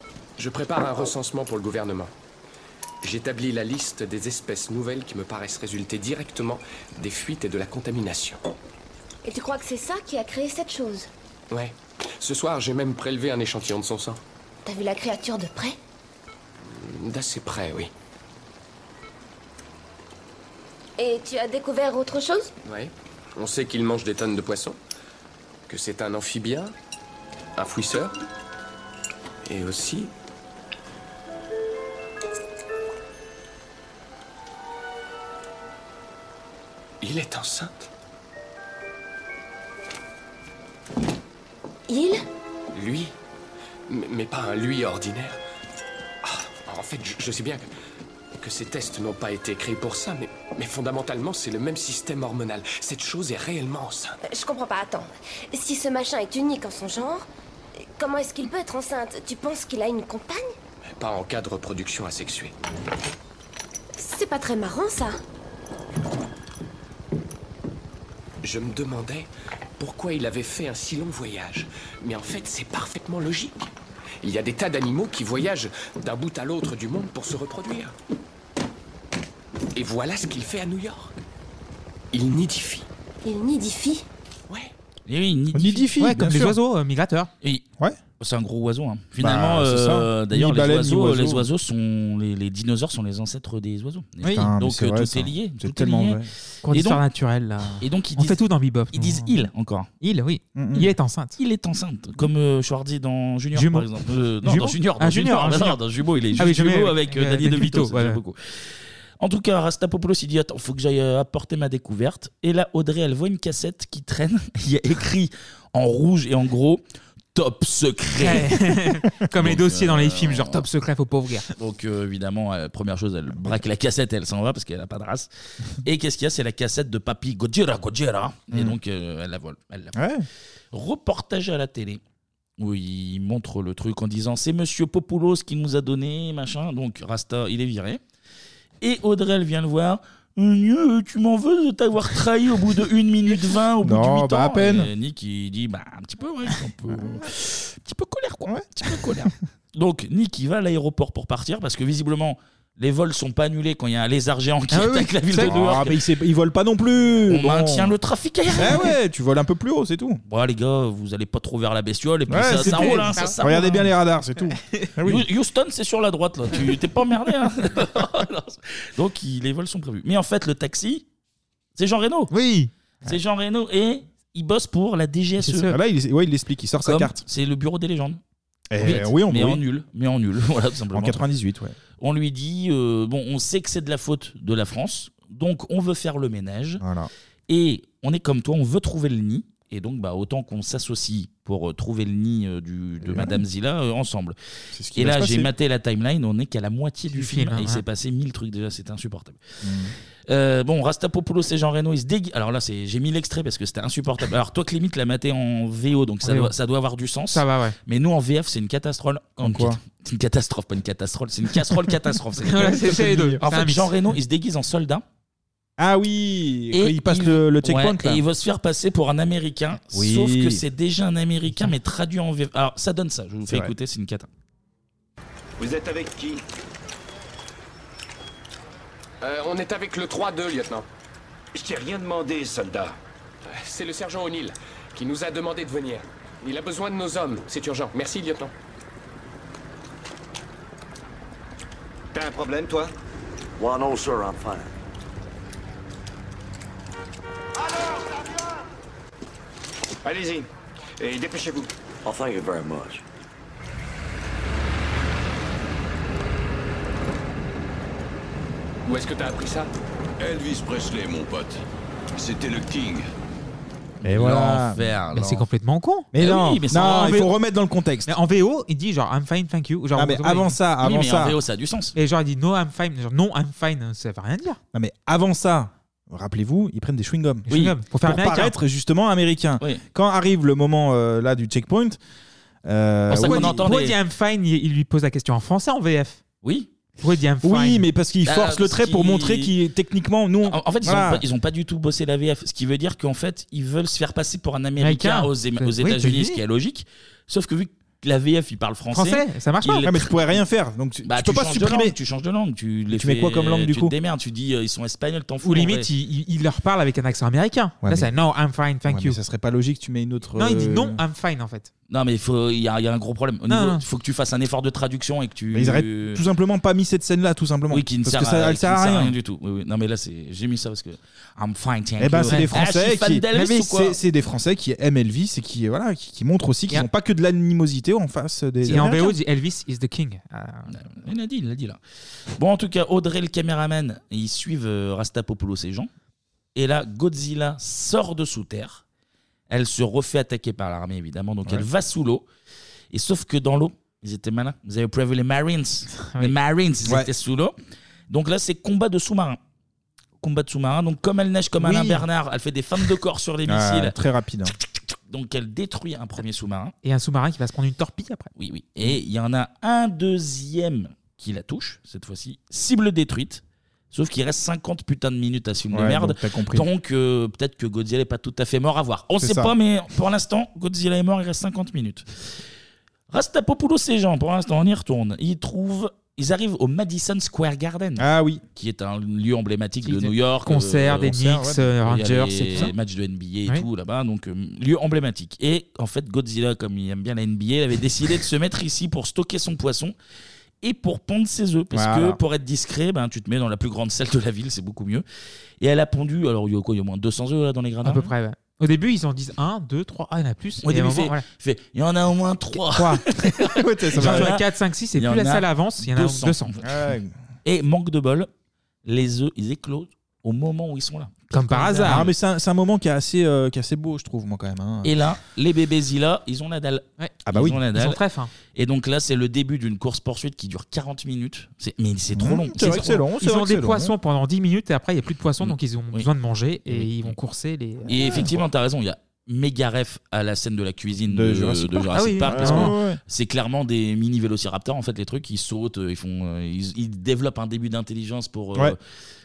[SPEAKER 8] Bah,
[SPEAKER 14] Je prépare un recensement pour le gouvernement. J'établis la liste des espèces nouvelles qui me paraissent résulter directement des fuites et de la contamination.
[SPEAKER 22] Et tu crois que c'est ça qui a créé cette chose
[SPEAKER 14] Ouais. Ce soir, j'ai même prélevé un échantillon de son sang.
[SPEAKER 22] T'as vu la créature de près
[SPEAKER 14] D'assez près, oui.
[SPEAKER 22] Et tu as découvert autre chose
[SPEAKER 14] Ouais. On sait qu'il mange des tonnes de poissons, que c'est un amphibien, un fouisseur, et aussi Il est enceinte
[SPEAKER 22] Il
[SPEAKER 14] Lui mais, mais pas un lui ordinaire. Ah, en fait, je, je sais bien que, que ces tests n'ont pas été créés pour ça, mais, mais fondamentalement, c'est le même système hormonal. Cette chose est réellement enceinte.
[SPEAKER 22] Euh, Je comprends pas, attends. Si ce machin est unique en son genre, comment est-ce qu'il peut être enceinte Tu penses qu'il a une compagne
[SPEAKER 14] mais Pas en cas de reproduction asexuée.
[SPEAKER 22] C'est pas très marrant ça.
[SPEAKER 14] Je me demandais pourquoi il avait fait un si long voyage. Mais en fait, c'est parfaitement logique. Il y a des tas d'animaux qui voyagent d'un bout à l'autre du monde pour se reproduire. Et voilà ce qu'il fait à New York. Il nidifie.
[SPEAKER 22] Il nidifie
[SPEAKER 1] Et oui, nidifie.
[SPEAKER 11] Eh Ouais, comme les oiseaux euh, migrateurs.
[SPEAKER 1] Et
[SPEAKER 8] Ouais.
[SPEAKER 1] C'est un gros oiseau. hein. Finalement,
[SPEAKER 8] Bah, c'est ça.
[SPEAKER 1] euh, d'ailleurs,
[SPEAKER 8] Ni
[SPEAKER 1] les,
[SPEAKER 8] baleine, ni
[SPEAKER 1] oiseaux,
[SPEAKER 8] oiseau.
[SPEAKER 1] les oiseaux sont. Les, les dinosaures sont les ancêtres des oiseaux.
[SPEAKER 11] Oui.
[SPEAKER 8] Putain, mais
[SPEAKER 1] donc
[SPEAKER 8] c'est
[SPEAKER 1] euh,
[SPEAKER 8] vrai,
[SPEAKER 1] tout
[SPEAKER 8] ça.
[SPEAKER 1] est lié.
[SPEAKER 8] C'est
[SPEAKER 1] tout est
[SPEAKER 8] tellement
[SPEAKER 1] lié.
[SPEAKER 8] vrai.
[SPEAKER 11] Cours
[SPEAKER 1] Et
[SPEAKER 11] d'histoire
[SPEAKER 1] donc-
[SPEAKER 11] naturelle, là.
[SPEAKER 1] Et donc, ils
[SPEAKER 11] On
[SPEAKER 1] disent-
[SPEAKER 11] fait tout dans Bebop.
[SPEAKER 1] Ils disent il encore.
[SPEAKER 11] Il, oui.
[SPEAKER 1] Mm, mm.
[SPEAKER 11] Il est enceinte.
[SPEAKER 1] Il est enceinte. Comme euh, Schwarzy dans Junior,
[SPEAKER 11] Jumeau.
[SPEAKER 1] par exemple. Euh, non,
[SPEAKER 11] Jumeau
[SPEAKER 1] dans Junior.
[SPEAKER 11] Ah,
[SPEAKER 1] Dans
[SPEAKER 11] Junior,
[SPEAKER 1] Junior,
[SPEAKER 11] ah,
[SPEAKER 1] non,
[SPEAKER 11] Junior.
[SPEAKER 1] dans Jumeau, il est
[SPEAKER 11] Ah oui,
[SPEAKER 1] juste Jumeau
[SPEAKER 11] Jumeau
[SPEAKER 1] avec
[SPEAKER 11] avec,
[SPEAKER 1] euh,
[SPEAKER 11] euh,
[SPEAKER 1] Danny
[SPEAKER 11] Danny
[SPEAKER 1] DeVito. ça,
[SPEAKER 11] DeVito,
[SPEAKER 1] j'aime
[SPEAKER 11] ouais.
[SPEAKER 1] beaucoup. En tout cas, Rastapopoulos, il dit Attends, faut que j'aille euh, apporter ma découverte. Et là, Audrey, elle voit une cassette qui traîne. Il y a écrit en rouge et en gros Top secret.
[SPEAKER 11] Comme les
[SPEAKER 1] Donc,
[SPEAKER 11] dossiers dans les
[SPEAKER 1] euh,
[SPEAKER 11] films, genre top secret, faut pauvre guerre.
[SPEAKER 1] Donc euh, évidemment, euh, première chose, elle braque la cassette et elle s'en va parce qu'elle n'a pas de race. Et qu'est-ce qu'il y a C'est la cassette de Papy Gojira Gojira. Et
[SPEAKER 11] Mm.
[SPEAKER 1] donc euh, elle la vole. Elle la vole. Reportage à la télé où il montre le truc en disant c'est Monsieur Popoulos qui nous a donné machin. Donc Rasta, il est viré. Et Audrey, elle vient le voir. Euh, Tu m'en veux de t'avoir trahi au bout de 1 minute 20, au bout
[SPEAKER 8] Non,
[SPEAKER 1] de 8
[SPEAKER 8] bah,
[SPEAKER 1] ans
[SPEAKER 8] à peine.
[SPEAKER 1] Et Nick, il dit bah, un petit peu, ouais, je suis un peu, un petit peu colère, quoi. Un petit peu colère. Donc, Nick, il va à l'aéroport pour partir parce que visiblement, les vols sont pas annulés quand il y a un lézard géant qui
[SPEAKER 8] Ah oui,
[SPEAKER 1] attaque la ville de
[SPEAKER 8] c'est-
[SPEAKER 1] New York.
[SPEAKER 8] Ah, mais ils s'est- ils volent pas non plus.
[SPEAKER 1] On maintient le trafic aérien.
[SPEAKER 8] Ah ouais, tu voles un peu plus haut, c'est tout.
[SPEAKER 1] Bon, les gars, vous allez pas trop vers la bestiole et puis
[SPEAKER 8] Ouais,
[SPEAKER 1] ça,
[SPEAKER 8] c'est
[SPEAKER 1] ça
[SPEAKER 8] tout.
[SPEAKER 1] roule, hein, ça, ça
[SPEAKER 8] Regardez
[SPEAKER 1] roule,
[SPEAKER 8] bien
[SPEAKER 1] hein.
[SPEAKER 8] les Ah radars, c'est tout.
[SPEAKER 1] Houston, c'est sur la droite, là. Tu t'es pas emmerdé, hein. Donc, il- les vols sont prévus. Mais en fait, le taxi, c'est Jean Reno.
[SPEAKER 11] Oui.
[SPEAKER 1] C'est Jean Reno et il bosse pour la DGSE.
[SPEAKER 8] C'est ça. Ah, Là, il, ouais, il l'explique, il sort sa
[SPEAKER 1] Comme
[SPEAKER 8] carte.
[SPEAKER 1] C'est le bureau des légendes.
[SPEAKER 8] Eh,
[SPEAKER 1] Vite,
[SPEAKER 8] oui, on
[SPEAKER 1] mais
[SPEAKER 8] oui.
[SPEAKER 1] en nul, mais en nul, voilà tout simplement.
[SPEAKER 8] En 98, ouais.
[SPEAKER 1] On lui dit euh, bon, on sait que c'est de la faute de la France, donc on veut faire le ménage. Et on est comme toi, on veut trouver le nid. Et donc, bah, autant qu'on s'associe pour euh, trouver le nid euh, du, de
[SPEAKER 11] Et
[SPEAKER 1] Madame Zilla euh, ensemble.
[SPEAKER 11] qui
[SPEAKER 1] Et
[SPEAKER 11] va se
[SPEAKER 1] là,
[SPEAKER 11] passer.
[SPEAKER 1] j'ai maté la timeline, on est qu'à la moitié du,
[SPEAKER 11] Du
[SPEAKER 1] film,
[SPEAKER 11] film, hein,
[SPEAKER 1] et il s'est
[SPEAKER 11] ouais.
[SPEAKER 1] passé mille trucs déjà, c'était insupportable. Euh, bon, Rastapopoulos et Jean Reno, ils se déguisent. Alors là, c'est- j'ai mis l'extrait parce que c'était insupportable. Alors toi, Clémy, tu l'as maté en VO, donc ça,
[SPEAKER 11] Oui,
[SPEAKER 1] doit,
[SPEAKER 11] oui.
[SPEAKER 1] ça doit avoir du sens.
[SPEAKER 11] Ça va, ouais.
[SPEAKER 1] Mais nous, en VF, c'est une catastrophe. En
[SPEAKER 11] quoi
[SPEAKER 1] cat- C'est une catastrophe, pas une catastrophe. C'est une casserole catastrophe.
[SPEAKER 11] Voilà, c'est- c'est les deux.
[SPEAKER 1] En
[SPEAKER 11] C'est un
[SPEAKER 1] fait,
[SPEAKER 11] mix.
[SPEAKER 1] Jean Reno, il se déguise en soldat.
[SPEAKER 8] Ah oui, quand il passe le- le checkpoint, là.
[SPEAKER 1] Et il va se faire passer pour un Américain.
[SPEAKER 8] Oui.
[SPEAKER 1] Sauf que c'est déjà un Américain, mais traduit en VF. Alors, ça donne ça. Je vous
[SPEAKER 8] C'est
[SPEAKER 1] fais
[SPEAKER 8] vrai.
[SPEAKER 1] écouter, c'est une cata.
[SPEAKER 2] Vous êtes avec qui
[SPEAKER 14] Euh, on est avec le 3-2, lieutenant.
[SPEAKER 2] Je t'ai rien demandé, soldat.
[SPEAKER 14] Euh, C'est le sergent O'Neill qui nous a demandé de venir. Il a besoin de nos hommes, c'est urgent. Merci, lieutenant.
[SPEAKER 2] T'as un problème, toi Well, no, oh, sir, I'm fine.
[SPEAKER 14] Allez-y, et dépêchez-vous.
[SPEAKER 2] Oh, thank you very much.
[SPEAKER 14] Où est-ce que t'as appris ça
[SPEAKER 5] Elvis Presley, mon pote. C'était le King.
[SPEAKER 8] Et voilà.
[SPEAKER 1] L'enfer, Bah
[SPEAKER 11] Mais c'est complètement con.
[SPEAKER 8] Mais
[SPEAKER 11] Eh
[SPEAKER 8] non,
[SPEAKER 11] oui, mais c'est
[SPEAKER 8] non,
[SPEAKER 11] en
[SPEAKER 8] il
[SPEAKER 11] VO.
[SPEAKER 8] faut remettre dans le contexte.
[SPEAKER 11] Mais en VO, il dit genre I'm fine, thank you. Genre,
[SPEAKER 8] Ah, mais
[SPEAKER 11] vous-
[SPEAKER 8] avant
[SPEAKER 11] il-
[SPEAKER 8] ça, Oui, avant mais en ça. VO,
[SPEAKER 1] oh, ça a du sens.
[SPEAKER 11] Et genre il dit no I'm fine, genre non I'm fine, ça veut rien dire.
[SPEAKER 8] Non, mais avant ça, rappelez-vous, ils prennent des chewing-gums.
[SPEAKER 11] Des chewing-gums, pour faire américain.
[SPEAKER 8] paraître justement américain. Quand arrive le moment euh, là du checkpoint, euh,
[SPEAKER 11] Pourquoi
[SPEAKER 8] oui,
[SPEAKER 11] il dit- pourquoi il dit I'm fine, il il lui pose la question en français en VF.
[SPEAKER 1] Oui. Bah,
[SPEAKER 11] Pourquoi il dit I'm fine
[SPEAKER 8] Oui, mais parce qu'il force le trait pour montrer qu'il est techniquement nous.
[SPEAKER 1] En, en fait, ils, ont pas, ils ont pas du tout bossé la VF, ce qui veut dire qu'en fait, ils veulent se faire passer pour un Américain
[SPEAKER 8] Américain.
[SPEAKER 1] aux, Éma- aux
[SPEAKER 8] Oui, tu
[SPEAKER 1] États-Unis,
[SPEAKER 8] dis.
[SPEAKER 1] ce qui est logique. Sauf que vu que la VF, ils parlent français, ils-
[SPEAKER 8] Ah, mais tu pourrais rien faire. Donc tu,
[SPEAKER 1] Bah,
[SPEAKER 8] tu peux pas
[SPEAKER 1] changes de
[SPEAKER 8] supprimer.
[SPEAKER 1] langue, tu changes de langue. Tu, les
[SPEAKER 8] tu mets
[SPEAKER 1] fais-
[SPEAKER 8] quoi comme langue du
[SPEAKER 1] tu
[SPEAKER 8] coup
[SPEAKER 1] te démerdes, tu dis euh, ils sont espagnols, t'en fous.
[SPEAKER 11] Ou
[SPEAKER 1] en
[SPEAKER 11] limite
[SPEAKER 1] vrai.
[SPEAKER 11] il, il- il leur parle avec un accent américain.
[SPEAKER 1] Ouais,
[SPEAKER 11] Là
[SPEAKER 1] mais-
[SPEAKER 11] c'est no I'm fine, thank
[SPEAKER 8] Ouais,
[SPEAKER 11] you.
[SPEAKER 8] mais ça serait pas logique, tu mets une autre.
[SPEAKER 11] Non, il dit
[SPEAKER 8] euh,
[SPEAKER 11] non I'm fine en fait.
[SPEAKER 1] Non, mais il faut- il y, a il y a un gros problème. Au
[SPEAKER 11] Non,
[SPEAKER 1] niveau-
[SPEAKER 11] non.
[SPEAKER 1] il faut que tu fasses un effort de traduction et que tu.
[SPEAKER 8] Mais Bah, ils auraient tout simplement pas mis cette scène-là, tout simplement.
[SPEAKER 1] Oui, qui ne
[SPEAKER 8] parce
[SPEAKER 1] sert,
[SPEAKER 8] que ça,
[SPEAKER 1] à,
[SPEAKER 8] elle
[SPEAKER 1] qui
[SPEAKER 8] sert
[SPEAKER 1] ne
[SPEAKER 8] à rien.
[SPEAKER 1] du tout. Oui, oui. Non, mais là, c'est- j'ai mis ça parce que. I'm fine, thank
[SPEAKER 8] Eh ben,
[SPEAKER 1] you.
[SPEAKER 8] c'est des
[SPEAKER 1] Ah, je suis
[SPEAKER 8] Français
[SPEAKER 1] fan
[SPEAKER 8] qui,
[SPEAKER 1] d'Elvis
[SPEAKER 8] mais
[SPEAKER 1] ou quoi
[SPEAKER 8] c'est, c'est des Français qui aiment Elvis et qui voilà, qui, qui montrent aussi qu'ils
[SPEAKER 1] Yeah.
[SPEAKER 8] n'ont pas que de l'animosité en face des.
[SPEAKER 11] Et en
[SPEAKER 8] Américains.
[SPEAKER 11] VO il dit Elvis is the king. Ah.
[SPEAKER 1] Euh, Il l'a dit, il l'a dit là. Bon, en tout cas, Audrey, le caméraman, ils suivent euh, Rastapopoulos et Jean. Et là, Godzilla sort de sous terre. Elle se refait attaquer par l'armée, évidemment. Donc,
[SPEAKER 11] Ouais.
[SPEAKER 1] elle va sous l'eau. Et sauf que dans l'eau, ils étaient malins. Vous avez prévu les Marines. Les Marines, ils étaient sous l'eau. Donc là, c'est combat de sous-marin. Combat de sous-marin. Donc, comme elle neige comme
[SPEAKER 8] Oui.
[SPEAKER 1] Alain Bernard, elle fait des femmes de corps sur les
[SPEAKER 8] Ah,
[SPEAKER 1] missiles.
[SPEAKER 8] très rapide. hein.
[SPEAKER 1] Donc, elle détruit un premier sous-marin.
[SPEAKER 11] Et un sous-marin qui va se prendre une torpille après.
[SPEAKER 1] Oui, oui. Et il y en a un deuxième qui la touche, cette fois-ci. Cible détruite. Sauf qu'il reste 50 putains de minutes à ce film de
[SPEAKER 8] Ouais,
[SPEAKER 1] merde.
[SPEAKER 8] donc t'as compris.
[SPEAKER 1] Donc, euh, peut-être que Godzilla n'est pas tout à fait mort à voir. On
[SPEAKER 8] C'est
[SPEAKER 1] sait
[SPEAKER 8] ça.
[SPEAKER 1] pas, mais pour l'instant, Godzilla est mort, il reste 50 minutes. Rastapopoulos et Jean, pour l'instant, on y retourne. Ils trouvent Ils arrivent au Madison Square Garden.
[SPEAKER 8] Ah oui.
[SPEAKER 1] Qui est un lieu emblématique de
[SPEAKER 11] des
[SPEAKER 1] New York.
[SPEAKER 11] concerts, des Knicks, euh,
[SPEAKER 1] Il y a
[SPEAKER 11] Rangers et tout ça.
[SPEAKER 1] Les matchs de NBA et
[SPEAKER 11] Oui.
[SPEAKER 1] tout là-bas. Donc, euh, lieu emblématique. Et en fait, Godzilla, comme il aime bien la NBA, il avait décidé de se mettre ici pour stocker son poisson et pour pondre ses œufs. Parce
[SPEAKER 11] Voilà.
[SPEAKER 1] que pour être discret, ben, tu te mets dans la plus grande salle de la ville, c'est beaucoup mieux. Et elle a pondu, alors il y a quoi Il y a au moins 200 œufs là dans les gradins
[SPEAKER 11] À peu près, ouais. Au début, ils en disent 1, 2, 3, ah, il y en a plus.
[SPEAKER 1] Au
[SPEAKER 11] et à un
[SPEAKER 1] début,
[SPEAKER 11] moment,
[SPEAKER 1] il fait,
[SPEAKER 11] voilà.
[SPEAKER 1] il fait, il y en a au moins 3.
[SPEAKER 11] ça va. Genre, 4, 5, 6, et plus la salle avance, il y en a 200.
[SPEAKER 1] Et manque de bol, les œufs, ils éclosent au moment où ils sont là.
[SPEAKER 8] Ah, mais c'est un, c'est un moment qui est, assez, euh, qui est assez beau, je trouve, moi, quand même. hein.
[SPEAKER 1] Et là, les bébés Zilla, ils ont la dalle.
[SPEAKER 8] Ah bah
[SPEAKER 1] ils
[SPEAKER 8] oui,
[SPEAKER 1] ont la
[SPEAKER 8] ils
[SPEAKER 1] dalle.
[SPEAKER 8] sont très fins.
[SPEAKER 1] Et donc là, c'est le début d'une course-poursuite qui dure 40 minutes. C'est- Mais c'est trop
[SPEAKER 11] Mmh,
[SPEAKER 1] long.
[SPEAKER 11] c'est vrai que c'est long,
[SPEAKER 1] Ils
[SPEAKER 11] Ils ont
[SPEAKER 1] des
[SPEAKER 8] hein.
[SPEAKER 11] des poissons pendant 10 minutes et après, il n'y a plus de
[SPEAKER 8] Mm.
[SPEAKER 11] poissons, donc ils ont besoin de manger et ils vont courser les. euh,
[SPEAKER 1] Et effectivement, t'as raison, il y a méga ref à la scène de la cuisine
[SPEAKER 11] De
[SPEAKER 1] de,
[SPEAKER 11] Jurassic
[SPEAKER 1] de
[SPEAKER 11] Park.
[SPEAKER 1] Jurassic
[SPEAKER 11] Ah oui,
[SPEAKER 1] Park
[SPEAKER 11] oui,
[SPEAKER 1] parce
[SPEAKER 11] oui.
[SPEAKER 1] que
[SPEAKER 11] Ouais, ouais.
[SPEAKER 1] c'est clairement des mini vélociraptors en fait les trucs ils sautent euh, ils font euh, ils, ils développent un début d'intelligence pour euh,
[SPEAKER 8] Ouais.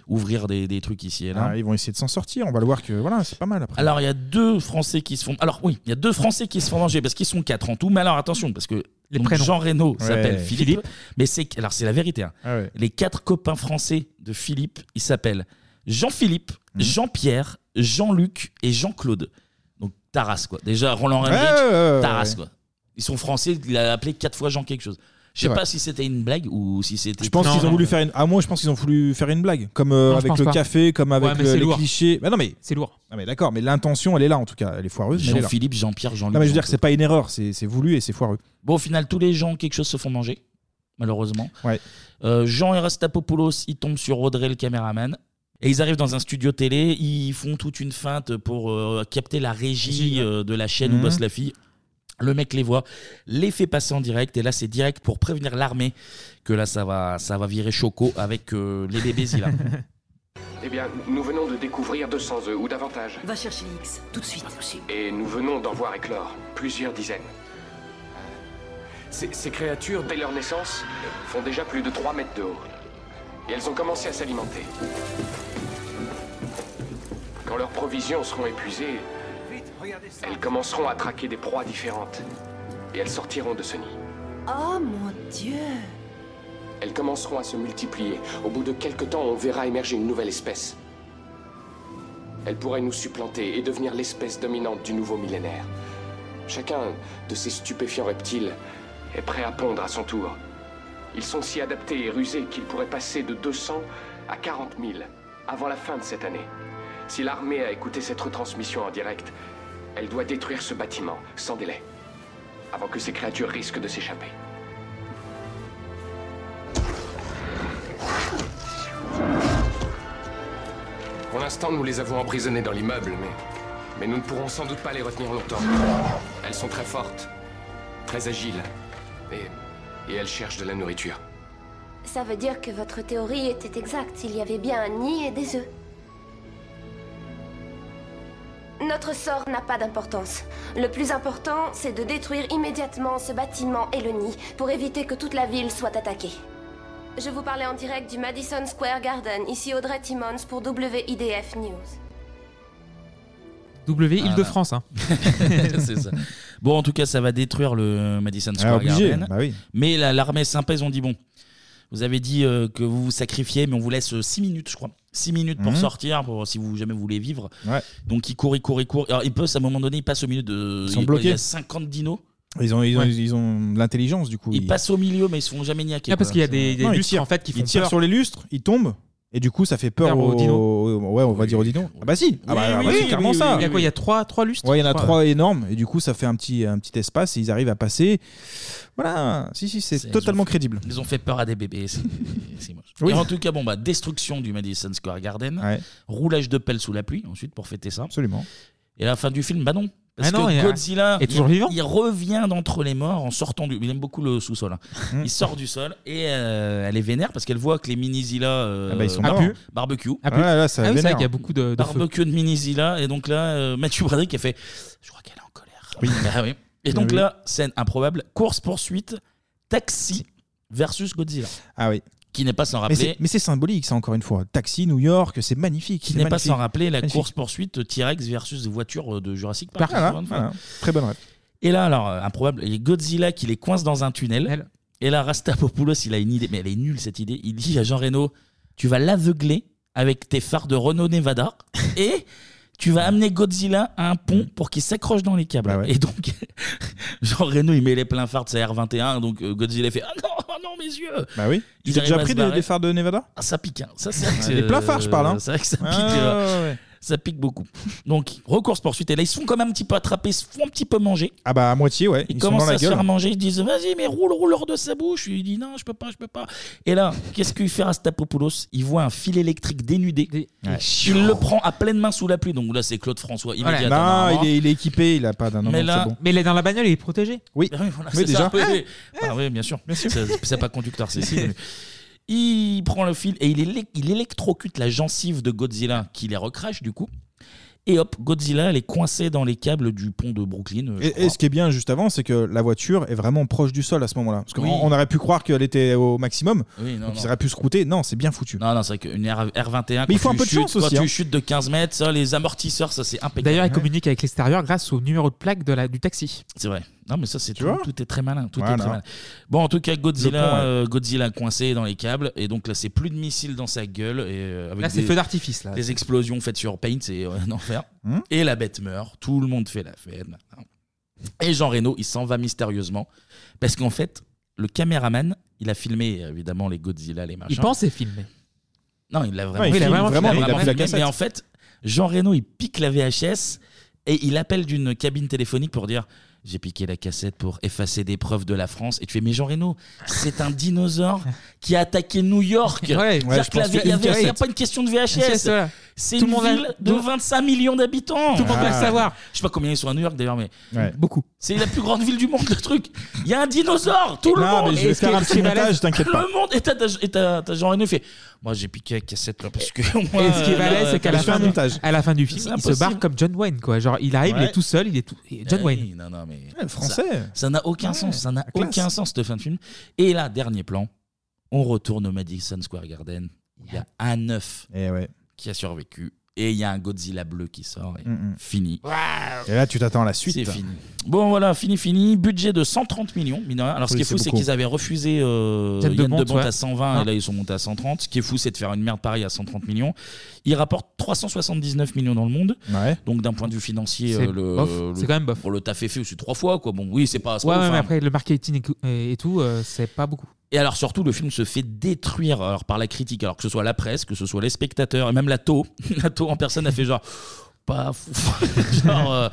[SPEAKER 1] ouvrir des, des trucs ici et là
[SPEAKER 8] Ah, ils vont essayer de s'en sortir, on va le voir que voilà, c'est pas mal après.
[SPEAKER 1] alors il y a deux français qui se font alors oui il y a deux français qui se font manger parce qu'ils sont quatre en tout mais alors attention parce que
[SPEAKER 11] Les
[SPEAKER 1] donc,
[SPEAKER 11] prénoms.
[SPEAKER 1] Jean Reno
[SPEAKER 11] Ouais.
[SPEAKER 1] s'appelle Philippe, mais c'est alors c'est la vérité hein.
[SPEAKER 8] Ah ouais.
[SPEAKER 1] les quatre copains français de Philippe ils s'appellent Jean-Philippe
[SPEAKER 8] Mmh.
[SPEAKER 1] Jean-Pierre Jean-Luc et Jean-Claude donc Taras quoi déjà Roland
[SPEAKER 8] Ouais,
[SPEAKER 1] Emmerich,
[SPEAKER 8] ouais, ouais, ouais,
[SPEAKER 1] Taras,
[SPEAKER 8] ouais.
[SPEAKER 1] quoi. Ils sont français, il a appelé quatre fois Jean quelque chose. Je
[SPEAKER 8] C'est
[SPEAKER 1] sais
[SPEAKER 8] vrai.
[SPEAKER 1] pas si c'était une blague ou si c'était.
[SPEAKER 8] Je pense qu'ils ont voulu faire une. Ah, moi, je pense qu'ils ont voulu faire une blague. Comme euh,
[SPEAKER 1] Non, je
[SPEAKER 8] avec
[SPEAKER 1] pense
[SPEAKER 8] le
[SPEAKER 1] pas.
[SPEAKER 8] café, comme
[SPEAKER 1] Ouais,
[SPEAKER 8] avec
[SPEAKER 1] mais
[SPEAKER 8] le-
[SPEAKER 1] c'est
[SPEAKER 8] les
[SPEAKER 1] lourd.
[SPEAKER 8] clichés. Mais non, mais.
[SPEAKER 11] C'est lourd.
[SPEAKER 8] Non, mais d'accord, mais l'intention, elle est là, en tout cas. Elle est foireuse. mais elle est là.
[SPEAKER 1] Jean-Philippe, Jean-Pierre, Jean-Luc.
[SPEAKER 8] Non, mais je veux dire que
[SPEAKER 1] Jean-Claude.
[SPEAKER 8] c'est pas une erreur, c'est c'est voulu et c'est foireux.
[SPEAKER 1] Bon, au final, tous les gens, quelque chose se font manger, malheureusement. Euh, Jean Erastapopoulos, il tombe sur Audrey, le caméraman. Et ils arrivent dans un studio télé, ils font toute une feinte pour euh, capter la régie euh, de la chaîne où
[SPEAKER 11] Mhm.
[SPEAKER 1] bosse la fille. Le mec les voit, les fait passer en direct, et là c'est direct pour prévenir l'armée que là ça va, ça va virer choco avec euh, les bébés Zilla.
[SPEAKER 14] Eh bien, nous venons de découvrir 200 œufs ou davantage.
[SPEAKER 19] Va chercher X, tout de suite. possible.
[SPEAKER 14] Et nous venons d'en voir éclore, plusieurs dizaines. Euh, Ces, ces créatures, dès leur naissance, font déjà plus de 3 mètres de haut. Et elles ont commencé à s'alimenter. Quand leurs provisions seront épuisées, elles commenceront à traquer des proies différentes. Et elles sortiront de ce nid.
[SPEAKER 19] Oh mon dieu.
[SPEAKER 14] Elles commenceront à se multiplier. Au bout de quelques temps, on verra émerger une nouvelle espèce. Elle pourrait nous supplanter et devenir l'espèce dominante du nouveau millénaire. Chacun de ces stupéfiants reptiles est prêt à pondre à son tour. Ils sont si adaptés et rusés qu'ils pourraient passer de 200 à 40 000 avant la fin de cette année. Si l'armée a écouté cette retransmission en direct, elle doit détruire ce bâtiment sans délai, avant que ces créatures risquent de s'échapper. Pour l'instant, nous les avons emprisonnés dans l'immeuble, mais... mais nous ne pourrons sans doute pas les retenir longtemps. Elles sont très fortes, très agiles, et, et elles cherchent de la nourriture.
[SPEAKER 22] Ça veut dire que votre théorie était exacte. Il y avait bien un nid et des œufs. Notre sort n'a pas d'importance. Le plus important, c'est de détruire immédiatement ce bâtiment et le nid pour éviter que toute la ville soit attaquée. Je vous parlais en direct du Madison Square Garden. Ici Audrey Timmons pour WIDF News.
[SPEAKER 8] Ah,
[SPEAKER 11] W,
[SPEAKER 1] Voilà.
[SPEAKER 11] Île-de-France. hein. Eh
[SPEAKER 1] c'est ça. Bon, en tout cas, ça va détruire le Madison Square
[SPEAKER 8] Ah, obligé,
[SPEAKER 1] Garden.
[SPEAKER 8] bah oui.
[SPEAKER 1] Mais la- l'armée est sympa, ils ont dit bon, vous avez dit euh, que vous vous sacrifiez, mais on vous laisse 6 minutes, je crois. 6 minutes pour
[SPEAKER 8] Mhm.
[SPEAKER 1] sortir, pour, si vous jamais vous voulez vivre.
[SPEAKER 8] Ouais.
[SPEAKER 1] Donc ils courent, ils courent, ils courent. Alors ils peuvent, à un moment donné, ils passent au milieu de.
[SPEAKER 8] Ils sont
[SPEAKER 1] il- Il y
[SPEAKER 8] bloqués.
[SPEAKER 1] a 50 dinos.
[SPEAKER 8] Ils ont, ils ont,
[SPEAKER 1] Ouais.
[SPEAKER 8] ils ont l'intelligence, du coup.
[SPEAKER 1] Ils passent au milieu, mais ils se font jamais niaquer.
[SPEAKER 11] Ah, parce
[SPEAKER 1] quoi.
[SPEAKER 11] qu'il y a des,
[SPEAKER 1] C'est-
[SPEAKER 11] des lustres en fait qui font
[SPEAKER 8] Ils tirent
[SPEAKER 11] peur.
[SPEAKER 8] sur les lustres, ils tombent, et du coup, ça fait peur
[SPEAKER 11] Peur aux
[SPEAKER 8] aux Ouais, on va dire aux dinos. Ah bah si, ah bah, ah bah c'est clairement ça.
[SPEAKER 11] Il y a quoi Il y a 3 trois lustres
[SPEAKER 8] Ouais, il y en a
[SPEAKER 11] Trois,
[SPEAKER 8] trois énormes, et du coup, ça fait un petit, un petit espace, et ils arrivent à passer. Voilà, si, si, c'est
[SPEAKER 1] ils ont
[SPEAKER 8] totalement
[SPEAKER 1] fait-
[SPEAKER 8] crédible.
[SPEAKER 1] Ils ont fait peur à des bébés, c'est c'est moche.
[SPEAKER 8] Oui.
[SPEAKER 1] Et en tout cas, bon, bah, destruction du Madison Square Garden, roulage de pelle sous la pluie, ensuite pour fêter ça.
[SPEAKER 8] Absolument.
[SPEAKER 1] Et à la fin du film, bah non. Parce
[SPEAKER 11] Ah non, il y
[SPEAKER 1] que
[SPEAKER 11] a-
[SPEAKER 1] Godzilla
[SPEAKER 11] est toujours
[SPEAKER 1] il,
[SPEAKER 11] vivant.
[SPEAKER 1] il revient d'entre les morts en sortant du. Il aime beaucoup le sous-sol. hein.
[SPEAKER 8] Mm.
[SPEAKER 1] il sort du sol et euh, elle est vénère parce qu'elle voit que les mini-Zilla. euh,
[SPEAKER 8] Ah bah, ils sont
[SPEAKER 1] barbe-
[SPEAKER 8] morts.
[SPEAKER 1] Barbecue.
[SPEAKER 8] Ah, plus. Ah, là, ça Ah oui, c'est vénère. vrai qu'il y a
[SPEAKER 11] beaucoup de- de
[SPEAKER 1] Barbecue de mini-Zilla. Et donc là, euh, Mathieu Bradrick a fait. Je crois qu'elle est en colère. Bah oui. Et donc
[SPEAKER 8] Oui.
[SPEAKER 1] là, scène improbable course-poursuite, taxi versus Godzilla.
[SPEAKER 8] Ah oui.
[SPEAKER 1] Qui n'est pas sans
[SPEAKER 8] Mais
[SPEAKER 1] rappeler.
[SPEAKER 8] c'est- mais c'est symbolique, ça, encore une fois. Taxi, New York, c'est magnifique.
[SPEAKER 1] Qui
[SPEAKER 8] c'est
[SPEAKER 1] n'est pas
[SPEAKER 8] magnifique.
[SPEAKER 1] sans rappeler la
[SPEAKER 8] Magnifique.
[SPEAKER 1] course-poursuite T-Rex versus voiture de Jurassic Park.
[SPEAKER 8] Voilà,
[SPEAKER 1] encore une fois.
[SPEAKER 8] voilà. Très bonne rêve.
[SPEAKER 1] Et là, alors, euh, improbable, il y a Godzilla qui les coince dans un tunnel. Et là, Rastapopoulos, il a une idée, mais elle est nulle cette idée. Il dit à Jean Reno Tu vas l'aveugler avec tes phares de Renault Nevada et tu vas amener Godzilla à un
[SPEAKER 8] Mm.
[SPEAKER 1] pont pour qu'il s'accroche dans les
[SPEAKER 8] Bah
[SPEAKER 1] câbles. Et donc, Jean Reno, il met les pleins phares de sa R21, donc euh, Godzilla il fait Ah non, oh non, mes yeux
[SPEAKER 8] Bah oui. Tu
[SPEAKER 1] Ils
[SPEAKER 8] t'es déjà
[SPEAKER 1] arrivent à
[SPEAKER 8] pris
[SPEAKER 1] se
[SPEAKER 8] des,
[SPEAKER 1] barrer.
[SPEAKER 8] des phares de Nevada
[SPEAKER 1] Ah, ça pique, hein. ça c'est vrai que
[SPEAKER 8] Ouais,
[SPEAKER 1] c'est-
[SPEAKER 8] les pleins phares, je parle, hein.
[SPEAKER 1] C'est vrai que ça pique.
[SPEAKER 8] Ah,
[SPEAKER 1] euh,
[SPEAKER 8] ouais, ouais.
[SPEAKER 1] Ça pique beaucoup. Donc, recourse poursuite. Et là, ils sont quand même un petit peu attrapés, ils se font un petit peu manger.
[SPEAKER 8] Ah bah à moitié, ouais.
[SPEAKER 1] Ils,
[SPEAKER 8] Ils, sont
[SPEAKER 1] commencent
[SPEAKER 8] dans la
[SPEAKER 1] à se
[SPEAKER 8] gueule.
[SPEAKER 1] faire manger, ils disent vas-y mais roule, roule hors de sa bouche. Il dit non, je peux pas, je peux pas. Et là, qu'est-ce qu'il fait Rastapopoulos Il voit un fil électrique dénudé.
[SPEAKER 8] Ouais.
[SPEAKER 1] Il le prend à pleine main sous la pluie. Donc là, c'est Claude François
[SPEAKER 8] Voilà.
[SPEAKER 1] immédiatement.
[SPEAKER 8] Non, il est, il est équipé, il a pas d'un
[SPEAKER 1] Mais là- Ah
[SPEAKER 11] Mais il est dans la bagnole, il est protégé.
[SPEAKER 8] Oui, Eh.
[SPEAKER 1] Voilà, c'est ça, un peu aidé. Ah oui, bien sûr. C'est c'est pas conducteur, c'est si. Il prend le fil et il, élec- il électrocute la gencive de Godzilla qui les recrache du coup. Et hop, Godzilla, elle est coincée dans les câbles du pont de Brooklyn. euh, je
[SPEAKER 8] Et, et ce qui est bien juste avant, c'est que la voiture est vraiment proche du sol à ce moment-là. Parce qu'on
[SPEAKER 1] Oui.
[SPEAKER 8] on aurait pu croire qu'elle était au maximum,
[SPEAKER 1] Oui, non,
[SPEAKER 8] donc ils
[SPEAKER 1] non.
[SPEAKER 8] auraient pu se croûter. Non, c'est bien foutu.
[SPEAKER 1] Non, non, c'est vrai qu'une R- R21, quand
[SPEAKER 8] Mais il faut un
[SPEAKER 1] tu
[SPEAKER 8] peu de
[SPEAKER 1] chutes-
[SPEAKER 8] chance
[SPEAKER 1] quand
[SPEAKER 8] aussi, hein.
[SPEAKER 1] tu chutes de 15 mètres, ça, les amortisseurs, ça c'est impeccable.
[SPEAKER 11] D'ailleurs, il communique avec l'extérieur grâce au numéro de plaque de la, du taxi.
[SPEAKER 1] C'est vrai. Non, mais ça, c'est tout.
[SPEAKER 11] vois
[SPEAKER 1] Tout est très malin. Tout
[SPEAKER 11] Voilà.
[SPEAKER 1] est très malin. Bon, en tout cas, Godzilla,
[SPEAKER 11] Le pont, ouais.
[SPEAKER 1] euh, Godzilla coincé dans les câbles. Et donc là, c'est plus de missiles dans sa gueule. Et, euh, avec
[SPEAKER 11] Là, c'est
[SPEAKER 1] des-
[SPEAKER 11] feu d'artifice, là.
[SPEAKER 1] Des explosions faites sur Paint, c'est euh, un enfer.
[SPEAKER 11] Hmm
[SPEAKER 1] et la bête meurt. Tout le monde fait la fête. maintenant. Et Jean Reno, il s'en va mystérieusement. Parce qu'en fait, le caméraman, il a filmé évidemment les Godzilla, les machins.
[SPEAKER 11] Il pensait filmer.
[SPEAKER 1] Non, il l'a vraiment,
[SPEAKER 11] Ouais, il
[SPEAKER 1] filmé.
[SPEAKER 11] filme vraiment,
[SPEAKER 1] Il
[SPEAKER 11] il
[SPEAKER 1] vraiment
[SPEAKER 11] a pris la
[SPEAKER 1] filmé,
[SPEAKER 11] cassette.
[SPEAKER 1] Mais en fait, Jean Reno, il pique la VHS et il appelle d'une cabine téléphonique pour dire j'ai piqué la cassette pour effacer des preuves de la France. Et tu fais mais Jean Reno, c'est un dinosaure qui a attaqué New York.
[SPEAKER 11] Ouais,
[SPEAKER 1] C'est-à-dire
[SPEAKER 11] ouais, je
[SPEAKER 1] que la
[SPEAKER 11] pense
[SPEAKER 1] V-
[SPEAKER 11] que
[SPEAKER 1] il y avait-
[SPEAKER 11] Hillgate-
[SPEAKER 1] c'est pas une question de
[SPEAKER 11] C'est
[SPEAKER 1] VHS.
[SPEAKER 11] ça.
[SPEAKER 1] C'est
[SPEAKER 11] Tout
[SPEAKER 1] une
[SPEAKER 11] le monde a-
[SPEAKER 1] ville de
[SPEAKER 11] tout-
[SPEAKER 1] 25 millions d'habitants.
[SPEAKER 11] Tout le monde
[SPEAKER 8] Ah.
[SPEAKER 11] va le savoir.
[SPEAKER 1] Je sais pas combien ils sont à New York d'ailleurs, mais
[SPEAKER 11] beaucoup.
[SPEAKER 1] C'est la plus grande ville du monde, le truc. Il y a un dinosaure, tout le
[SPEAKER 8] Non,
[SPEAKER 1] monde.
[SPEAKER 8] mais je vais
[SPEAKER 1] Et ce qui
[SPEAKER 8] faire
[SPEAKER 1] est-
[SPEAKER 8] un
[SPEAKER 1] ce
[SPEAKER 8] petit
[SPEAKER 1] qui est balèze,
[SPEAKER 8] montage, t'inquiète pas.
[SPEAKER 1] Le monde est à ta- et t'as t'as Jean Reno il fait. Moi, j'ai piqué la cassette là parce que. moi,
[SPEAKER 11] Et ce qui est
[SPEAKER 1] euh,
[SPEAKER 11] balèze,
[SPEAKER 1] là,
[SPEAKER 11] c'est qu'à la,
[SPEAKER 1] je fais
[SPEAKER 11] fin
[SPEAKER 1] un
[SPEAKER 11] du-
[SPEAKER 1] montage.
[SPEAKER 11] à la fin du
[SPEAKER 1] C'est
[SPEAKER 11] film, il se
[SPEAKER 1] impossible.
[SPEAKER 11] barre comme John Wayne, quoi. Genre, il arrive, il
[SPEAKER 1] Ouais.
[SPEAKER 11] est tout seul, il est tout. et John
[SPEAKER 1] Eh
[SPEAKER 11] Wayne.
[SPEAKER 1] oui, non, non, mais
[SPEAKER 8] français.
[SPEAKER 1] Ça- Ça n'a aucun
[SPEAKER 8] Ouais,
[SPEAKER 1] sens. Ça n'a
[SPEAKER 8] la classe.
[SPEAKER 1] aucun sens cette fin de film. Et là, dernier plan, on retourne au Madison Square Garden. Il y a un œuf
[SPEAKER 8] Eh
[SPEAKER 1] qui a survécu. Et il y a un Godzilla bleu qui sort. Et
[SPEAKER 8] Mm, mm.
[SPEAKER 1] Fini.
[SPEAKER 8] Et là, tu t'attends à la suite.
[SPEAKER 1] C'est fini. Bon voilà, fini, fini. Budget de 130 millions, mine de rien. Alors ce
[SPEAKER 8] Oui,
[SPEAKER 1] qui est
[SPEAKER 8] c'est
[SPEAKER 1] fou, c'est
[SPEAKER 8] beaucoup.
[SPEAKER 1] qu'ils avaient refusé euh,
[SPEAKER 8] Tête de
[SPEAKER 1] Yann de
[SPEAKER 8] Monte,
[SPEAKER 1] Monte
[SPEAKER 8] ouais.
[SPEAKER 1] à 120
[SPEAKER 11] Ah.
[SPEAKER 8] Hein.
[SPEAKER 1] et là ils sont montés à 130. Ce qui est fou, c'est de faire une merde pareille à 130 millions. Ils rapportent 379 millions dans le monde. Donc d'un point de vue financier,
[SPEAKER 11] C'est
[SPEAKER 1] euh, le,
[SPEAKER 11] bof.
[SPEAKER 1] le-
[SPEAKER 11] C'est quand même bof.
[SPEAKER 1] Pour le taf est fait aussi trois fois quoi. Bon oui, c'est pas. c'est
[SPEAKER 11] Ouais,
[SPEAKER 1] pas
[SPEAKER 11] ouais,
[SPEAKER 1] ouf,
[SPEAKER 11] mais
[SPEAKER 1] hein.
[SPEAKER 11] après, le marketing et cou- et et tout, euh, c'est pas beaucoup.
[SPEAKER 1] Et alors surtout, le film se fait détruire alors, par la critique, alors que ce soit la presse, que ce soit les spectateurs, et même la TO. La TO en personne a fait genre, pas fou. genre, euh,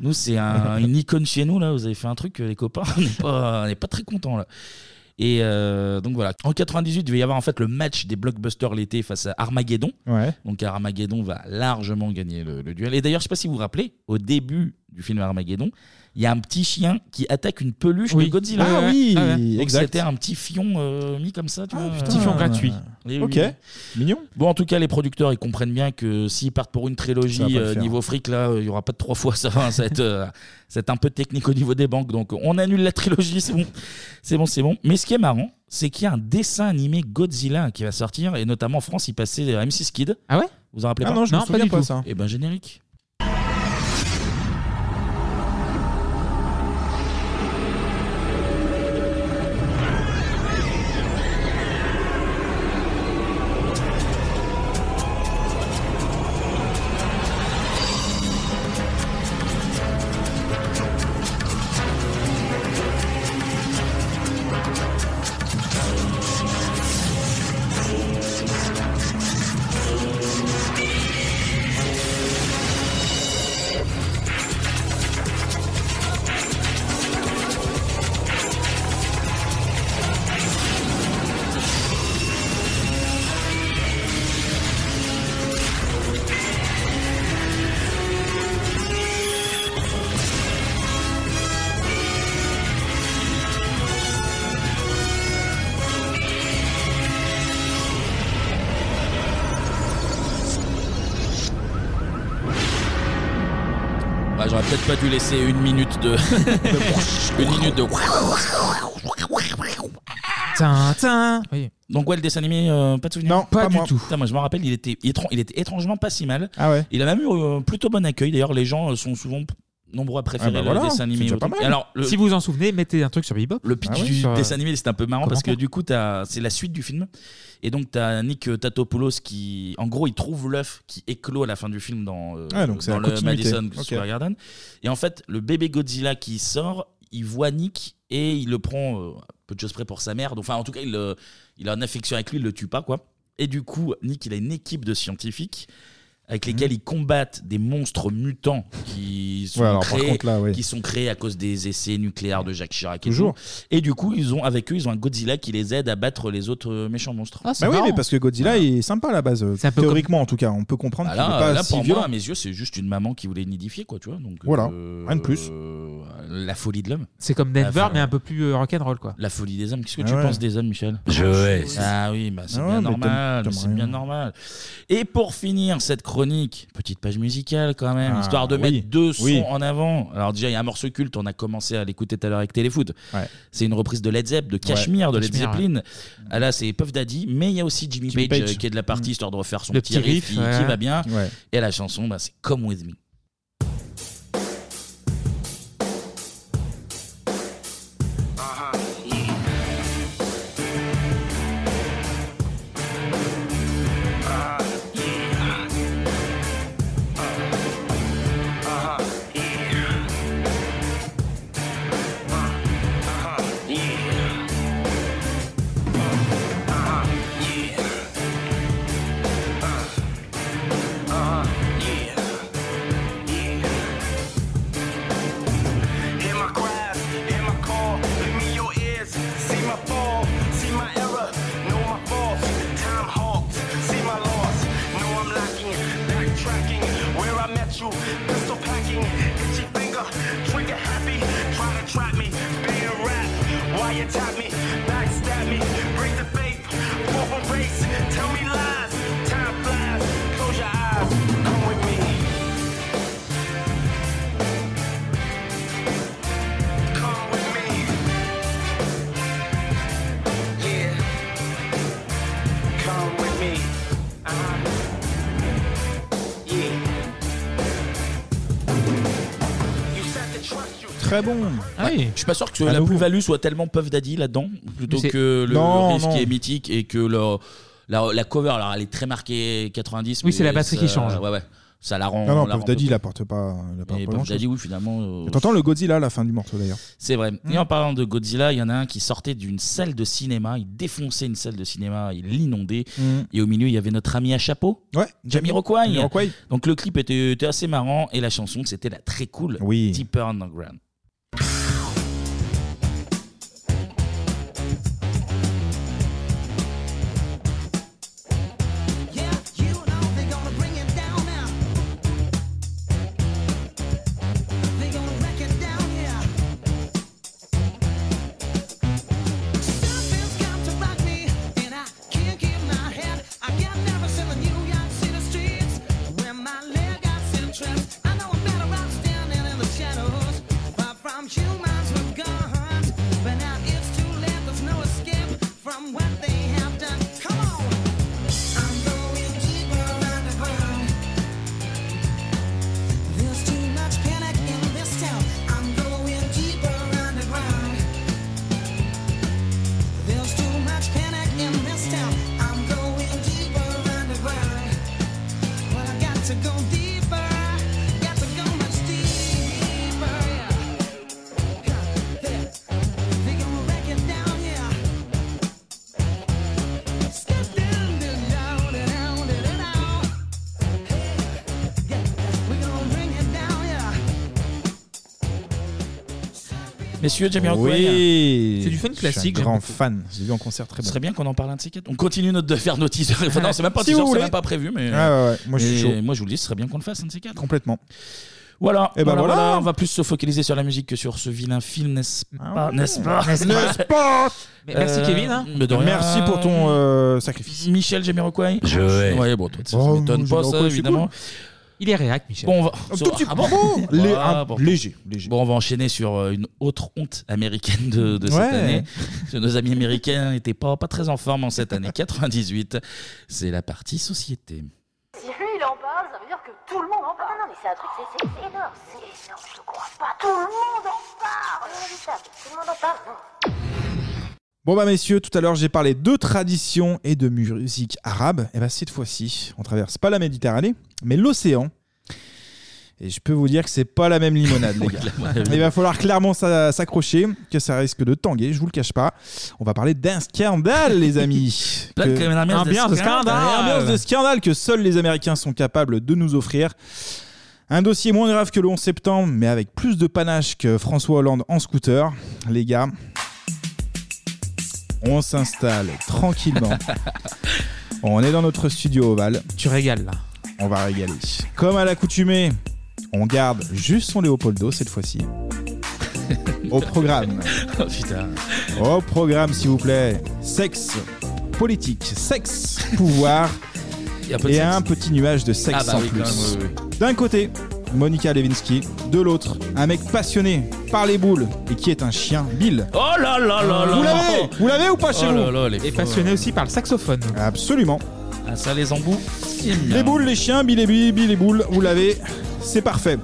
[SPEAKER 1] nous, c'est un- une icône chez nous, là, vous avez fait un truc, euh, les copains, on n'est pas, on n'est pas très contents, là. Et euh, donc voilà, en 98, il va y avoir en fait le match des blockbusters l'été face à Armageddon.
[SPEAKER 8] Ouais.
[SPEAKER 1] Donc Armageddon va largement gagner le, le duel. Et d'ailleurs, je sais pas si vous vous rappelez, au début du film Armageddon, il y a un petit chien qui attaque une peluche
[SPEAKER 11] Oui.
[SPEAKER 1] de Godzilla.
[SPEAKER 11] Ah oui, Ah ouais.
[SPEAKER 1] Donc
[SPEAKER 11] exact.
[SPEAKER 1] C'était un petit fion euh, mis comme
[SPEAKER 8] Ah,
[SPEAKER 1] ça, tu vois.
[SPEAKER 11] putain. Petit fion gratuit.
[SPEAKER 1] Oui, oui,
[SPEAKER 11] Ok.
[SPEAKER 1] oui.
[SPEAKER 8] Mignon.
[SPEAKER 1] Bon, en tout cas, les producteurs, ils comprennent bien que s'ils partent pour une
[SPEAKER 8] Ça va pas
[SPEAKER 1] trilogie
[SPEAKER 8] le
[SPEAKER 1] euh,
[SPEAKER 8] faire.
[SPEAKER 1] niveau fric, là, euh, il y aura pas de trois fois ça. va, ça va être, euh, ça va être un peu technique au niveau des banques. Donc, on annule la trilogie, c'est bon. C'est bon, c'est bon. Mais ce qui est marrant, c'est qu'il y a un dessin animé Godzilla qui va sortir, et notamment en France, il passait à M6 Kid.
[SPEAKER 11] Ah ouais
[SPEAKER 1] Vous vous en rappelez
[SPEAKER 8] Ah
[SPEAKER 1] pas
[SPEAKER 8] non, je me Non, pas souviens du pas, tout. ça.
[SPEAKER 1] Et ben, générique. Ouais, J'aurais peut-être pas dû laisser une minute de. une minute de.
[SPEAKER 11] Tintin. Oui.
[SPEAKER 1] Donc ouais, le dessin animé, euh, pas de souvenir Non,
[SPEAKER 11] pas du
[SPEAKER 1] tout. moi je me rappelle, il était, étran- il était étrangement pas si mal.
[SPEAKER 8] Ah ouais.
[SPEAKER 1] Il a même eu euh, plutôt bon accueil. D'ailleurs, les gens euh, sont souvent nombreux à préférer
[SPEAKER 11] Ah bah
[SPEAKER 1] le
[SPEAKER 11] voilà,
[SPEAKER 1] dessin
[SPEAKER 11] c'est
[SPEAKER 1] animé.
[SPEAKER 11] déjà
[SPEAKER 1] au truc.
[SPEAKER 11] pas mal.
[SPEAKER 1] Alors, le-
[SPEAKER 11] Si vous vous en souvenez, mettez un truc sur Bebop.
[SPEAKER 1] Le
[SPEAKER 8] Ah
[SPEAKER 1] pitch du
[SPEAKER 8] euh,
[SPEAKER 1] dessin animé, c'était un peu marrant parce que du coup, t'as- c'est la suite du film. Et donc, tu as Nick euh, Tatopoulos qui, en gros, il trouve l'œuf qui éclot à la fin du film dans, euh,
[SPEAKER 8] Ah, donc c'est
[SPEAKER 1] dans
[SPEAKER 8] la
[SPEAKER 1] le
[SPEAKER 8] continuité.
[SPEAKER 1] Madison
[SPEAKER 8] Ok.
[SPEAKER 1] Square Garden. Et en fait, le bébé Godzilla qui sort, il voit Nick et il le prend euh, à peu de choses près pour sa mère. Donc, Enfin, en tout cas, il, euh, il a une affection avec lui, il le tue pas, quoi. Et du coup, Nick, il a une équipe de scientifiques avec lesquels ils combattent des monstres mutants qui sont,
[SPEAKER 8] Mhm. Ouais, alors, par
[SPEAKER 1] créés,
[SPEAKER 8] contre, là, ouais.
[SPEAKER 1] qui sont créés à cause des essais nucléaires de Jacques Chirac. Et
[SPEAKER 8] Toujours.
[SPEAKER 1] tout. Et du coup, ils ont avec eux, ils ont un Godzilla qui les aide à battre les autres euh, méchants monstres.
[SPEAKER 11] Ah,
[SPEAKER 8] bah oui, mais parce que Godzilla il est sympa à la base. Théoriquement, en tout cas, on peut comprendre
[SPEAKER 1] Bah
[SPEAKER 8] qu'il n'est
[SPEAKER 1] là,
[SPEAKER 8] pas
[SPEAKER 1] là,
[SPEAKER 8] si
[SPEAKER 1] pour
[SPEAKER 8] violent.
[SPEAKER 1] moi, à mes yeux, c'est juste une maman qui voulait nidifier, quoi, tu vois. Donc,
[SPEAKER 8] Voilà,
[SPEAKER 1] euh,
[SPEAKER 8] rien de plus.
[SPEAKER 1] euh, la folie de l'homme.
[SPEAKER 11] C'est comme
[SPEAKER 1] La
[SPEAKER 11] Denver,
[SPEAKER 1] folie-
[SPEAKER 11] mais un peu plus euh, rock'n'roll, quoi.
[SPEAKER 1] La folie des hommes. Qu'est-ce que
[SPEAKER 11] Ah
[SPEAKER 1] tu
[SPEAKER 11] ouais.
[SPEAKER 1] penses des hommes, Michel
[SPEAKER 11] Je hais.
[SPEAKER 1] Ah oui, bah c'est
[SPEAKER 11] Ah ouais,
[SPEAKER 1] bien
[SPEAKER 11] mais t'aimes-
[SPEAKER 1] normal.
[SPEAKER 11] t'aimes
[SPEAKER 1] C'est
[SPEAKER 11] rien.
[SPEAKER 1] bien normal. Et pour finir cette chronique, petite page musicale quand même,
[SPEAKER 11] Ah,
[SPEAKER 1] histoire de
[SPEAKER 11] oui.
[SPEAKER 1] mettre deux sons
[SPEAKER 11] Oui.
[SPEAKER 1] en avant. Alors déjà, il y a un morceau culte, on a commencé à l'écouter tout à l'heure avec Téléfoot. C'est une reprise de Led Zepp, de Cashmere, de Led
[SPEAKER 11] Cashmere,
[SPEAKER 1] Zeppelin. Ah Là, c'est Puff Daddy, mais il y a aussi Jimmy,
[SPEAKER 11] Jimmy
[SPEAKER 1] Page,
[SPEAKER 11] Page. Mm.
[SPEAKER 1] euh, qui est de la partie, histoire de refaire son
[SPEAKER 11] Le
[SPEAKER 1] petit
[SPEAKER 11] petit
[SPEAKER 1] riff,
[SPEAKER 11] riff,
[SPEAKER 1] qui,
[SPEAKER 11] ouais.
[SPEAKER 1] qui va bien.
[SPEAKER 11] Ouais.
[SPEAKER 1] Et la chanson, bah, c'est Come With Me.
[SPEAKER 7] Uh-huh. Uh-huh. Uh-huh. Uh-huh. Hear my cries, hear my call. Lend me your ears. See my fall, see my error. Know my faults. Time halts, see my loss. Know I'm lacking, backtracking. Where I met you, pistol packing. Itchy finger, trigger happy. Try to trap me, being rap. Wiretap me, backstab me. Break the faith, fall from race. Tell me lies, time flies. Close your eyes, come with me. Come with me. Uh-huh. Yeah. You said to trust you.
[SPEAKER 8] Très bon.
[SPEAKER 1] Ouais. Je suis pas sûr que
[SPEAKER 8] À
[SPEAKER 1] la
[SPEAKER 8] nouveau.
[SPEAKER 1] plus-value soit tellement Puff Daddy là-dedans, plutôt
[SPEAKER 8] Mais c'est-
[SPEAKER 1] que le,
[SPEAKER 8] Non,
[SPEAKER 1] le riff
[SPEAKER 8] non.
[SPEAKER 1] qui est mythique et que le- la, la cover, alors elle est très marquée 90.
[SPEAKER 11] Oui,
[SPEAKER 1] mais
[SPEAKER 11] c'est la batterie
[SPEAKER 1] ça-
[SPEAKER 11] qui change.
[SPEAKER 1] euh, Ouais, ouais. Ça la rend.
[SPEAKER 8] Non, non,
[SPEAKER 1] la
[SPEAKER 8] Puff
[SPEAKER 1] rend
[SPEAKER 8] Daddy,
[SPEAKER 1] peu-
[SPEAKER 8] il apporte pas, il apporte
[SPEAKER 1] Et
[SPEAKER 8] pas
[SPEAKER 1] Puff
[SPEAKER 8] grand-chose.
[SPEAKER 1] Daddy, oui, finalement, euh,
[SPEAKER 8] Et T'entends le Godzilla à la fin du morceau, d'ailleurs.
[SPEAKER 1] C'est vrai. Et en parlant de Godzilla, il y en a un qui sortait d'une salle de cinéma, il défonçait une salle de cinéma, il l'inondait.
[SPEAKER 8] Mm.
[SPEAKER 1] Et au milieu, il y avait notre ami à chapeau,
[SPEAKER 8] ouais,
[SPEAKER 1] Jamiroquai.
[SPEAKER 8] Jamiroquai.
[SPEAKER 1] Donc le clip était, était assez marrant et la chanson, c'était la très cool Deeper Underground.
[SPEAKER 7] From what they have done, come on. I'm going deeper underground. There's too much panic in this town. I'm going deeper underground. There's too much panic in this town. I'm going deeper underground. But I got to go deeper. Got to go much deeper. Yeah. They're, they're gonna wreck it down here. Skip down, down, down, down, down, down. We're gonna bring it down, yeah.
[SPEAKER 1] Messieurs, Jamiroquai.
[SPEAKER 8] Oui.
[SPEAKER 1] C'est du fun classique,
[SPEAKER 8] Je suis un grand
[SPEAKER 1] j'aime beaucoup.
[SPEAKER 8] fan. J'ai vu en concert très
[SPEAKER 1] Ce
[SPEAKER 8] bon.
[SPEAKER 1] serait bien qu'on en parle un de ces quatre. On continue notre de faire nos teasers. Enfin, non, c'est même pas un
[SPEAKER 8] Si
[SPEAKER 1] teaser,
[SPEAKER 8] vous
[SPEAKER 1] c'est
[SPEAKER 8] voulez.
[SPEAKER 1] même pas prévu, mais.
[SPEAKER 8] Ouais, Ah ouais, ouais. Moi, je suis
[SPEAKER 1] mais
[SPEAKER 8] chaud.
[SPEAKER 1] Moi, je vous le dis, ce serait bien qu'on le fasse, un de ces quatre.
[SPEAKER 8] Complètement.
[SPEAKER 1] Voilà.
[SPEAKER 8] Eh ben
[SPEAKER 1] voilà,
[SPEAKER 8] voilà.
[SPEAKER 1] voilà. on va plus se focaliser sur la musique que sur ce vilain film, n'est-ce pas
[SPEAKER 8] Ah ouais.
[SPEAKER 1] N'est-ce pas
[SPEAKER 8] N'est-ce pas N'est-ce pas Mais merci, Kevin, hein.
[SPEAKER 1] mais de rien.
[SPEAKER 8] Merci pour ton, euh, sacrifice.
[SPEAKER 1] Michel Jamiroquai.
[SPEAKER 20] Je hais.
[SPEAKER 1] Ouais, bon, toi, ça, ça
[SPEAKER 8] Oh,
[SPEAKER 1] m'étonne pas,
[SPEAKER 8] Jamiroquai,
[SPEAKER 1] ça,
[SPEAKER 8] c'est
[SPEAKER 1] évidemment.
[SPEAKER 8] cool.
[SPEAKER 1] Il est réac, Michel. Bon, on va...
[SPEAKER 8] Un tout petit
[SPEAKER 1] Ah bon
[SPEAKER 8] peu. Lé-
[SPEAKER 1] Voilà,
[SPEAKER 8] un-
[SPEAKER 1] bon.
[SPEAKER 8] léger,
[SPEAKER 1] Bon, on va enchaîner sur euh, une autre honte américaine de, de
[SPEAKER 8] Ouais.
[SPEAKER 1] cette année. Parce que Nos amis américains n'étaient pas, pas très en forme en cette année 98. C'est la partie société.
[SPEAKER 31] Si lui il en parle, ça veut dire
[SPEAKER 10] que tout le monde en parle. Ah Non, non, mais c'est un truc, c'est c'est énorme. C'est énorme, je te crois pas. Tout le monde en parle. Regarde, Tout le monde en parle.
[SPEAKER 8] Bon bah messieurs, tout à l'heure j'ai parlé de tradition et de musique arabe. Et bah cette fois-ci, on traverse pas la Méditerranée, mais l'océan. Et je peux vous dire que c'est pas la même limonade, les gars. Il va falloir clairement s'a- s'accrocher, que ça risque de tanguer, je vous le cache pas. On va parler d'un scandale, les amis.
[SPEAKER 1] Plein de criminels, ambiance de Ambiance de scandale. scandale.
[SPEAKER 8] Ambiance de scandale que seuls les Américains sont capables de nous offrir. Un dossier moins grave que le 11 septembre, mais avec plus de panache que François Hollande en scooter. Les gars, on s'installe tranquillement. on est dans notre studio ovale. Tu régales là. On va régaler. Comme à l'accoutumée, on garde juste son Léopoldo cette fois-ci. Au programme.
[SPEAKER 1] Oh putain.
[SPEAKER 8] Au programme, s'il vous plaît. Sexe, politique, sexe, pouvoir.
[SPEAKER 1] y a pas de
[SPEAKER 8] et
[SPEAKER 1] sexe.
[SPEAKER 8] un petit nuage de sexe
[SPEAKER 1] Ah bah
[SPEAKER 8] en
[SPEAKER 1] oui, quand
[SPEAKER 8] plus.
[SPEAKER 1] même, oui,
[SPEAKER 8] D'un côté, Monica Lewinsky. De l'autre, un mec passionné par les boules et qui est un chien, Bill.
[SPEAKER 1] Oh là là là là
[SPEAKER 8] Vous l'avez Vous l'avez ou pas chez
[SPEAKER 1] Oh
[SPEAKER 8] vous
[SPEAKER 1] là là, les
[SPEAKER 8] Et
[SPEAKER 1] fous, passionné ouais.
[SPEAKER 8] aussi par le saxophone. Absolument.
[SPEAKER 1] Ah, ça, les embouts.
[SPEAKER 8] Les boules, les chiens, Bill et Bill, Bill et boules, vous l'avez, c'est parfait.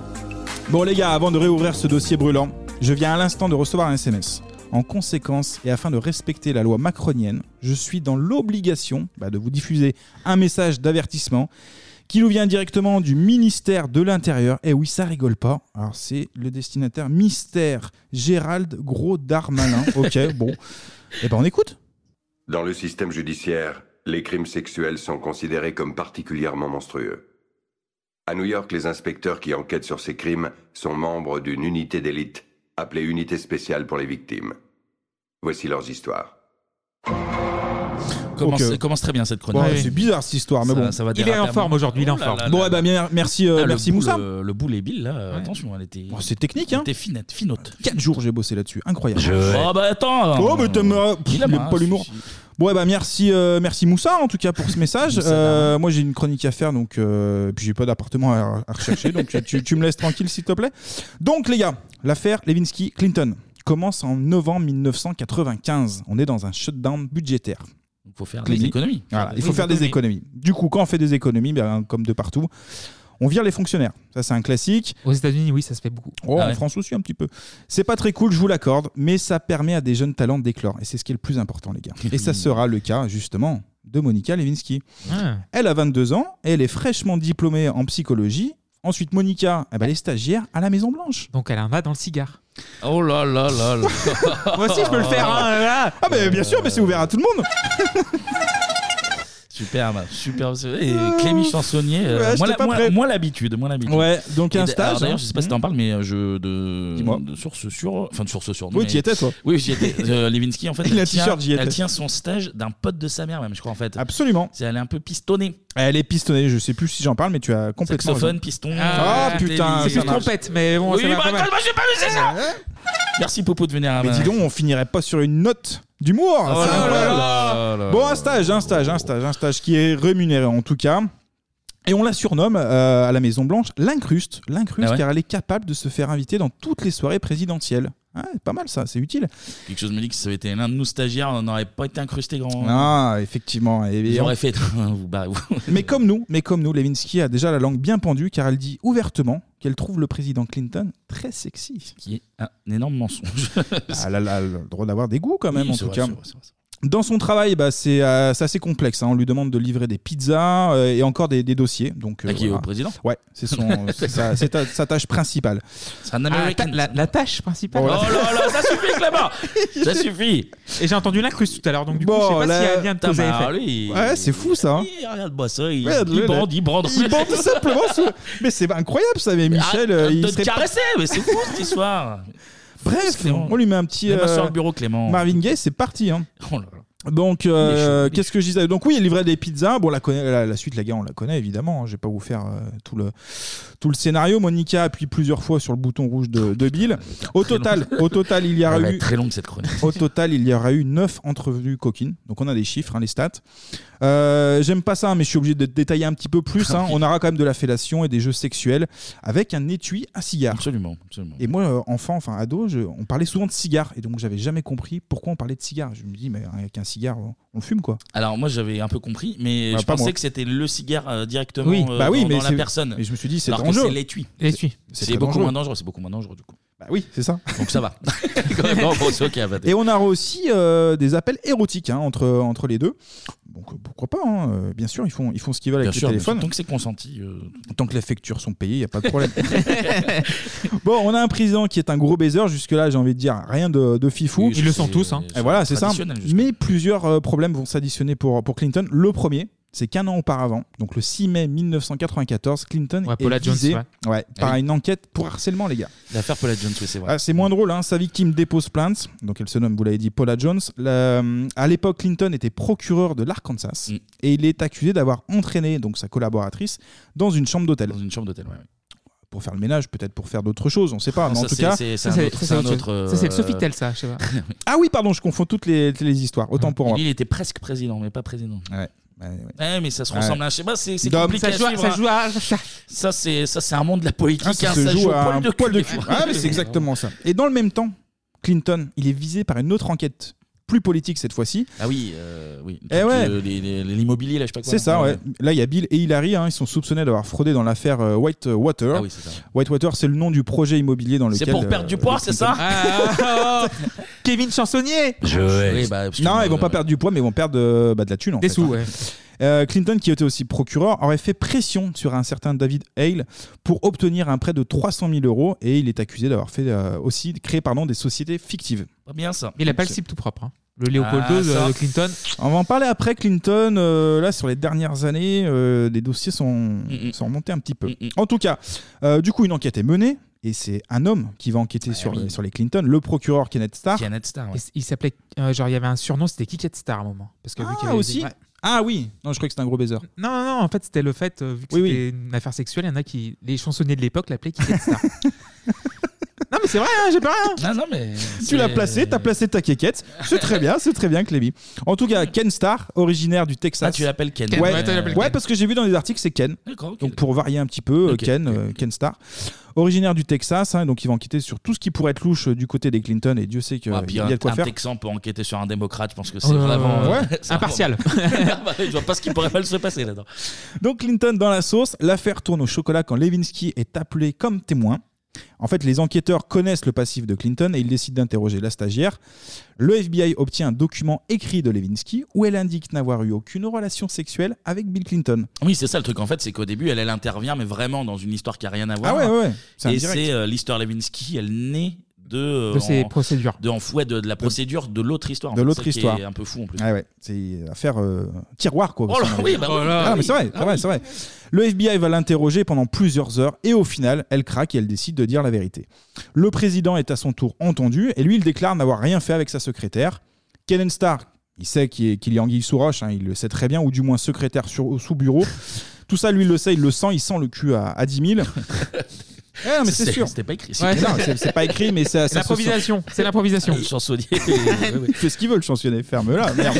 [SPEAKER 8] Bon les gars, avant de réouvrir ce dossier brûlant, je viens à l'instant de recevoir un SMS. En conséquence, et afin de respecter la loi macronienne, je suis dans l'obligation bah, de vous diffuser un message d'avertissement qui nous vient directement du ministère de l'Intérieur. Et oui, ça rigole pas. Alors c'est le destinataire mystère Gérald Gros Darmanin. ok, bon. Eh ben on écoute.
[SPEAKER 5] Dans le système judiciaire, les crimes sexuels sont considérés comme particulièrement monstrueux. À New York, les inspecteurs qui enquêtent sur ces crimes sont membres d'une unité d'élite appelée Unité spéciale pour les victimes. Voici leurs histoires.
[SPEAKER 1] Commence,
[SPEAKER 8] Ok.
[SPEAKER 1] commence très bien cette chronique.
[SPEAKER 8] euh,
[SPEAKER 1] Ah
[SPEAKER 8] Bon, C'est bizarre cette histoire, mais
[SPEAKER 1] Ça-
[SPEAKER 8] bon.
[SPEAKER 1] ça va déraper à mort. Oh là là
[SPEAKER 8] Bon,
[SPEAKER 1] là
[SPEAKER 8] eh ben, bien, merci, euh,
[SPEAKER 1] Ah, le
[SPEAKER 8] merci
[SPEAKER 1] boule,
[SPEAKER 8] Moussa.
[SPEAKER 1] euh, Le boule et Bill, là, euh, attention, elle était.
[SPEAKER 8] c'est technique, hein.
[SPEAKER 1] Elle était finette, finote.
[SPEAKER 8] 4 jours j'ai bossé là-dessus, incroyable.
[SPEAKER 1] Oh bah attends.
[SPEAKER 8] Oh, mais t'aimes euh, pff,
[SPEAKER 1] Il aime,
[SPEAKER 8] il aime
[SPEAKER 1] hein,
[SPEAKER 8] pas l'humour. Bon, eh ben, merci, euh, merci Moussa en tout cas pour ce message.
[SPEAKER 1] Moussa,
[SPEAKER 8] Euh, moi j'ai une chronique à faire, donc euh, puis j'ai pas d'appartement à, à rechercher, donc tu- tu, tu me laisses tranquille s'il te plaît. Donc les gars, l'affaire Levinsky-Clinton commence en novembre 1995. On est dans un shutdown budgétaire.
[SPEAKER 1] Il faut faire
[SPEAKER 8] Clémy.
[SPEAKER 1] des économies.
[SPEAKER 8] Voilà, il faut faire des économies. Du coup, quand on fait des économies, ben, comme de partout, on vire les fonctionnaires. Ça, c'est un classique.
[SPEAKER 11] Aux États-Unis, oui, ça se fait beaucoup.
[SPEAKER 8] Oh,
[SPEAKER 11] Ah
[SPEAKER 8] En
[SPEAKER 11] ouais.
[SPEAKER 8] France aussi, un petit peu. C'est pas très cool, je vous l'accorde, mais ça permet à des jeunes talents d'éclore. Et c'est ce qui est le plus important, les gars. Et ça sera le cas, justement, de Monica Lewinsky.
[SPEAKER 11] Ah.
[SPEAKER 8] Elle a 22 ans, elle est fraîchement diplômée en psychologie. Ensuite, Monica, eh ben, elle est stagiaire à la Maison-Blanche. Donc, elle en a dans le cigare.
[SPEAKER 1] Oh là là là là.
[SPEAKER 8] Moi aussi, je peux le faire, hein, là. Ah, mais bien sûr, mais c'est ouvert à tout le monde.
[SPEAKER 1] Superbe, superbe. Et Clémy Chansonnier,
[SPEAKER 8] Ouais,
[SPEAKER 1] euh, moi,
[SPEAKER 8] j'étais
[SPEAKER 1] la-
[SPEAKER 8] pas
[SPEAKER 1] moi-
[SPEAKER 8] prêt.
[SPEAKER 1] moi l'habitude, moi l'habitude.
[SPEAKER 8] Ouais, donc
[SPEAKER 1] Et
[SPEAKER 8] un
[SPEAKER 1] d-
[SPEAKER 8] stage,
[SPEAKER 1] alors, D'ailleurs,
[SPEAKER 8] hein.
[SPEAKER 1] je sais pas si t'en parles, mais euh, je de, de source sur, enfin de source sur. non,
[SPEAKER 8] Oui,
[SPEAKER 1] mais-
[SPEAKER 8] t'y étais, toi.
[SPEAKER 1] Oui, j'y étais. Euh, Lewinsky, en fait,
[SPEAKER 8] Il a
[SPEAKER 1] elle
[SPEAKER 8] un
[SPEAKER 1] tient,
[SPEAKER 8] t-shirt, j'y étais.
[SPEAKER 1] elle tient son stage d'un pote de sa mère, même, je crois en fait.
[SPEAKER 8] Absolument.
[SPEAKER 1] C'est elle est un peu pistonnée.
[SPEAKER 8] Elle est pistonnée, je sais plus si j'en parle, mais tu as complètement.
[SPEAKER 1] Saxophone,
[SPEAKER 8] raison.
[SPEAKER 1] piston.
[SPEAKER 8] Ah,
[SPEAKER 1] euh,
[SPEAKER 8] putain,
[SPEAKER 1] télévisé.
[SPEAKER 8] ça marche.
[SPEAKER 1] Oui, bah, attends, moi, j'ai pas vu, c'est ça. Merci Popo de venir. à
[SPEAKER 8] Mais
[SPEAKER 1] ma-
[SPEAKER 8] dis donc, on finirait pas sur une note d'humour.
[SPEAKER 1] Oh
[SPEAKER 8] c'est
[SPEAKER 1] là
[SPEAKER 8] incroyable.
[SPEAKER 1] là là là.
[SPEAKER 8] Bon, un stage, un stage, un stage, un stage qui est rémunéré en tout cas. Et on la surnomme euh, à la Maison Blanche l'incruste, l'incruste
[SPEAKER 1] Ah ouais
[SPEAKER 8] car elle est capable de se faire inviter dans toutes les soirées présidentielles. Ouais, pas mal ça, c'est utile.
[SPEAKER 1] Quelque chose me dit que si ça avait été l'un de nous stagiaires, on n'aurait pas été incrusté grand.
[SPEAKER 8] Ah, effectivement. Et- et-
[SPEAKER 1] J'aurais fait. hein, vous barrez-vous.
[SPEAKER 8] mais comme nous, mais comme nous, Lewinsky a déjà la langue bien pendue car elle dit ouvertement qu'elle trouve le président Clinton très sexy.
[SPEAKER 1] Qui est un énorme mensonge.
[SPEAKER 8] Ah, elle a- elle a le droit d'avoir des goûts quand même
[SPEAKER 1] Oui,
[SPEAKER 8] en
[SPEAKER 1] c'est
[SPEAKER 8] tout
[SPEAKER 1] vrai,
[SPEAKER 8] cas.
[SPEAKER 1] c'est vrai, c'est vrai.
[SPEAKER 8] Dans son travail, bah, c'est euh, c'est assez complexe. hein. On lui demande de livrer des pizzas euh, et encore des, des dossiers. Donc, euh,
[SPEAKER 1] Ah, qui est au président
[SPEAKER 8] Ouais, c'est son- c'est sa, c'est ta- sa tâche principale.
[SPEAKER 1] C'est un American.
[SPEAKER 11] Ah, ta- la, la tâche principale.
[SPEAKER 8] Oh
[SPEAKER 1] là là, ça suffit, Clément Ça suffit
[SPEAKER 11] Et j'ai entendu l'incruste tout à l'heure, donc du coup,
[SPEAKER 8] Bon,
[SPEAKER 11] je sais pas
[SPEAKER 8] là-
[SPEAKER 11] si elle vient de cause à
[SPEAKER 8] Putain,
[SPEAKER 11] effet.
[SPEAKER 8] bah, lui, Ouais, c'est fou, ça, hein.
[SPEAKER 1] Il- Regarde-moi ça, il,
[SPEAKER 8] Ouais,
[SPEAKER 1] il
[SPEAKER 8] le-
[SPEAKER 1] brande, il brande.
[SPEAKER 8] Il bande tout simplement. sous- Mais c'est incroyable ça, mais Michel. euh, il
[SPEAKER 1] il te
[SPEAKER 8] serait-
[SPEAKER 1] caresser, mais c'est fou cette histoire
[SPEAKER 8] Bref, on lui met un petit.
[SPEAKER 1] Mets ma
[SPEAKER 8] euh,
[SPEAKER 1] sur le bureau, Clément.
[SPEAKER 8] Marvin Gaye, c'est parti. hein.
[SPEAKER 1] Oh là
[SPEAKER 8] Donc, euh, qu'est-ce que je disais Donc, oui, il livrait des pizzas. Bon, la, connaît- la, la suite, la gars, on la connaît évidemment. hein. Je vais pas vous faire euh, tout, le, tout le scénario. Monica appuie plusieurs fois sur le bouton rouge de, de
[SPEAKER 1] Ah,
[SPEAKER 8] Bill. Au total, au total, il y aura
[SPEAKER 1] Elle va
[SPEAKER 8] eu
[SPEAKER 1] être très longue cette chronique.
[SPEAKER 8] Au total, il y aura eu 9 entrevues coquines. Donc on a des chiffres, hein, les stats. Euh, J'aime pas ça, mais je suis obligé de détailler un petit peu plus. hein.
[SPEAKER 1] Ah oui.
[SPEAKER 8] On aura quand même de la fellation et des jeux sexuels avec un étui à cigare.
[SPEAKER 1] Absolument, absolument.
[SPEAKER 8] Et moi, euh, enfant, enfin ado, je- on parlait souvent de cigare. Et donc, j'avais jamais compris pourquoi on parlait de cigare. Je me dis, mais avec un cigare, on on fume quoi.
[SPEAKER 1] Alors moi j'avais un peu compris, mais
[SPEAKER 8] Bah,
[SPEAKER 1] je
[SPEAKER 8] pas
[SPEAKER 1] pensais
[SPEAKER 8] moi.
[SPEAKER 1] que c'était le cigare euh, directement
[SPEAKER 8] Oui,
[SPEAKER 1] euh,
[SPEAKER 8] bah oui,
[SPEAKER 1] dans,
[SPEAKER 8] mais
[SPEAKER 1] dans la
[SPEAKER 8] c'est-
[SPEAKER 1] personne.
[SPEAKER 8] mais je me suis dit, c'est
[SPEAKER 1] Alors que
[SPEAKER 8] dangereux.
[SPEAKER 1] C'est l'étui.
[SPEAKER 11] L'étui.
[SPEAKER 8] C'est
[SPEAKER 1] C'est
[SPEAKER 8] très
[SPEAKER 1] beaucoup
[SPEAKER 8] dangereux.
[SPEAKER 1] moins dangereux. C'est beaucoup moins dangereux du coup.
[SPEAKER 8] Bah oui, c'est ça.
[SPEAKER 1] Donc ça va. Bon, bon, c'est ok, à vingt et
[SPEAKER 8] Et on a aussi euh, des appels érotiques hein, entre, entre les deux. Donc euh, pourquoi pas, hein, euh, bien sûr, ils font, ils font ce qu'ils veulent
[SPEAKER 1] Bien
[SPEAKER 8] avec
[SPEAKER 1] sûr,
[SPEAKER 8] les
[SPEAKER 1] mais
[SPEAKER 8] téléphones.
[SPEAKER 1] tant que c'est consenti. euh,
[SPEAKER 8] Tant que les factures sont payées, il n'y a pas de problème. bon, on a un président qui est un gros baiser. Jusque-là, j'ai envie de dire, rien de, de fifou.
[SPEAKER 11] Oui, Ils le c'est- sont tous, hein.
[SPEAKER 8] Et voilà, c'est ça.
[SPEAKER 11] traditionnel,
[SPEAKER 8] Mais plusieurs euh, problèmes vont s'additionner pour, pour Clinton. Le premier, c'est qu'un an auparavant, donc le 6 mai 1994, Clinton
[SPEAKER 11] Ouais,
[SPEAKER 8] est
[SPEAKER 11] Paula Jones,
[SPEAKER 8] visé
[SPEAKER 11] ouais.
[SPEAKER 8] ouais, par
[SPEAKER 11] Ah oui.
[SPEAKER 8] une enquête pour harcèlement, les gars.
[SPEAKER 1] L'affaire Paula Jones, oui, c'est vrai.
[SPEAKER 8] Ah, c'est moins drôle, hein. sa victime dépose plainte, donc elle se nomme, vous l'avez dit, Paula Jones. La- euh, à l'époque, Clinton était procureur de
[SPEAKER 1] Mm.
[SPEAKER 8] l'Arkansas et il est accusé d'avoir entraîné donc, sa collaboratrice dans une chambre d'hôtel. Dans
[SPEAKER 1] une chambre d'hôtel,
[SPEAKER 8] Pour faire le ménage, peut-être pour faire d'autres choses, on ne sait pas.
[SPEAKER 1] Ah,
[SPEAKER 8] mais en
[SPEAKER 1] ça,
[SPEAKER 8] tout
[SPEAKER 1] c'est-
[SPEAKER 8] cas,
[SPEAKER 1] c'est- c'est Ça, un c'est- autre- ça, c'est un c'est autre autre, chose. euh,
[SPEAKER 11] Ça, c'est le Sofitel, ça, je sais pas.
[SPEAKER 8] Ah oui, pardon, je confonds toutes les, les histoires, autant pour
[SPEAKER 1] Et
[SPEAKER 8] moi.
[SPEAKER 1] lui, il était presque président, mais pas président.
[SPEAKER 8] Ouais.
[SPEAKER 1] Ouais, Hein, mais ça se
[SPEAKER 8] Ouais.
[SPEAKER 1] ressemble à un schéma, c'est c'est
[SPEAKER 8] Dom.
[SPEAKER 1] compliqué
[SPEAKER 8] Ça joue à-
[SPEAKER 1] à suivre,
[SPEAKER 8] ça
[SPEAKER 1] hein.
[SPEAKER 8] joue
[SPEAKER 1] Ça, c'est ça, c'est un monde de la politique.
[SPEAKER 8] Ah, ça
[SPEAKER 1] hein,
[SPEAKER 8] se joue
[SPEAKER 1] au
[SPEAKER 8] à
[SPEAKER 1] poil
[SPEAKER 8] un
[SPEAKER 1] de
[SPEAKER 8] poil de
[SPEAKER 1] cul.
[SPEAKER 8] cul. Ah, mais c'est exactement ça. Et dans le même temps, Clinton, il est visé par une autre enquête, plus politique cette fois-ci.
[SPEAKER 1] Ah oui, euh, oui.
[SPEAKER 8] Eh ouais.
[SPEAKER 1] Le- les- les- L'immobilier, là, je sais pas quoi.
[SPEAKER 8] C'est ça, ouais. Là, il y a Bill et Hillary, hein, ils sont soupçonnés d'avoir fraudé dans l'affaire euh, Whitewater.
[SPEAKER 1] Ah oui, c'est ça, ouais.
[SPEAKER 8] Whitewater, c'est le nom du projet immobilier dans lequel.
[SPEAKER 1] C'est pour
[SPEAKER 8] euh,
[SPEAKER 1] perdre du poids, c'est ça Ah, oh.
[SPEAKER 11] Kevin Chansonnier
[SPEAKER 1] Je vais. Oui, bah,
[SPEAKER 8] non, ils vont pas perdre du poids, mais ils vont perdre euh, bah, de la thune. En
[SPEAKER 11] Des
[SPEAKER 8] fait,
[SPEAKER 11] sous,
[SPEAKER 8] hein.
[SPEAKER 11] ouais.
[SPEAKER 8] Euh, Clinton, qui était aussi procureur, aurait fait pression sur un certain David Hale pour obtenir un prêt de 300 000 euros et il est accusé d'avoir fait euh, aussi créé pardon, des sociétés fictives.
[SPEAKER 1] Pas bien ça. Ah,
[SPEAKER 11] Il a pas le cible tout propre. hein. Le Léopoldo de- de Clinton.
[SPEAKER 8] On va en parler après. Clinton, euh, là, sur les dernières années, euh, les dossiers sont,
[SPEAKER 1] Mm,
[SPEAKER 8] sont remontés un petit peu. En tout cas, euh, du coup, une enquête est menée. Et c'est un homme qui va enquêter sur, les, sur les Clinton, le procureur Kenneth Starr.
[SPEAKER 1] Bah Kenneth Starr,
[SPEAKER 11] Et c- Il s'appelait. euh, genre, il y avait un surnom, c'était Kiket Star à un moment. Parce que vu qu'il y
[SPEAKER 8] Ah,
[SPEAKER 11] avait-
[SPEAKER 8] aussi
[SPEAKER 11] ouais.
[SPEAKER 8] Ah oui Non, je crois que c'était un gros baiser.
[SPEAKER 11] Non, non, non, en fait, c'était le fait, euh, vu que
[SPEAKER 8] Oui,
[SPEAKER 11] c'était une affaire sexuelle, il y en a qui. Les chansonniers de l'époque l'appelaient Kiket Star. non, mais c'est vrai, hein, j'ai pas rien.
[SPEAKER 1] Non, non, mais.
[SPEAKER 8] Tu l'as placé, t'as placé ta quéquette. C'est très bien, c'est très bien, Clémy. En tout cas, Ken Starr, originaire du Texas.
[SPEAKER 1] Ah, tu l'appelles Ken.
[SPEAKER 8] Ouais,
[SPEAKER 1] Ouais, tu l'appelles
[SPEAKER 8] ouais,
[SPEAKER 1] Ken.
[SPEAKER 8] parce que j'ai vu dans les articles, c'est Ken.
[SPEAKER 1] D'accord, ok.
[SPEAKER 8] Donc pour varier un petit peu, euh,
[SPEAKER 1] Ok,
[SPEAKER 8] Ken, euh, Ken Starr. Originaire du Texas, hein, donc il va enquêter sur tout ce qui pourrait être louche euh, du côté des Clinton, et Dieu sait qu'il
[SPEAKER 1] Ah,
[SPEAKER 8] Euh, il
[SPEAKER 1] puis
[SPEAKER 8] y a
[SPEAKER 1] un,
[SPEAKER 8] de quoi
[SPEAKER 1] un
[SPEAKER 8] faire.
[SPEAKER 1] Texan peut enquêter sur un démocrate, je pense que c'est
[SPEAKER 8] Euh,
[SPEAKER 1] vraiment.
[SPEAKER 8] ouais.
[SPEAKER 1] c'est
[SPEAKER 8] Impartial.
[SPEAKER 1] vraiment- Ah bah, je vois pas ce qui pourrait mal se passer là-dedans.
[SPEAKER 8] Donc Clinton dans la sauce, l'affaire tourne au chocolat quand Levinsky est appelé comme témoin. En fait, les enquêteurs connaissent le passif de Clinton et ils décident d'interroger la stagiaire. Le FBI obtient un document écrit de Levinsky où elle indique n'avoir eu aucune relation sexuelle avec Bill Clinton.
[SPEAKER 1] Oui, c'est ça le truc. En fait, c'est qu'au début, elle, elle intervient, mais vraiment dans une histoire qui a rien à voir.
[SPEAKER 8] Ah ouais, ouais, ouais. C'est
[SPEAKER 1] Et
[SPEAKER 8] indirect.
[SPEAKER 1] c'est euh, l'histoire Levinsky, elle naît de. euh,
[SPEAKER 11] De ses
[SPEAKER 1] en-
[SPEAKER 11] procédures.
[SPEAKER 1] De, en fouet de, de la procédure de l'autre histoire. en
[SPEAKER 8] de
[SPEAKER 1] fait,
[SPEAKER 8] l'autre
[SPEAKER 1] celle qui
[SPEAKER 8] histoire. Ah
[SPEAKER 1] est un peu fou en plus.
[SPEAKER 8] Ouais, ouais. C'est affaire euh, tiroir, quoi.
[SPEAKER 1] Oh là, oui, bah oui.
[SPEAKER 8] Ah, mais c'est vrai, c'est vrai, c'est vrai. Le FBI va l'interroger pendant plusieurs heures et au final, elle craque et elle décide de dire la vérité. Le président est à son tour entendu et lui, il déclare n'avoir rien fait avec sa secrétaire. Kellen Starr, il sait qu'il est- qu'il y a anguille sous roche, hein, il le sait très bien, ou du moins secrétaire sur, sous bureau. Tout ça, lui, il le sait, il le sent, il sent le cul à, à 10 000. Ouais, Eh, non, mais c'est
[SPEAKER 1] C'est-
[SPEAKER 8] sûr.
[SPEAKER 1] c'était pas écrit,
[SPEAKER 8] Ouais,
[SPEAKER 1] c'était-
[SPEAKER 8] non, c'est c'est pas écrit, mais ça. ça se sent.
[SPEAKER 11] L'improvisation, c'est l'improvisation.
[SPEAKER 1] Le chansonnier.
[SPEAKER 8] Il fait ce qu'il veut, le chansonnier. Ferme-la, merde.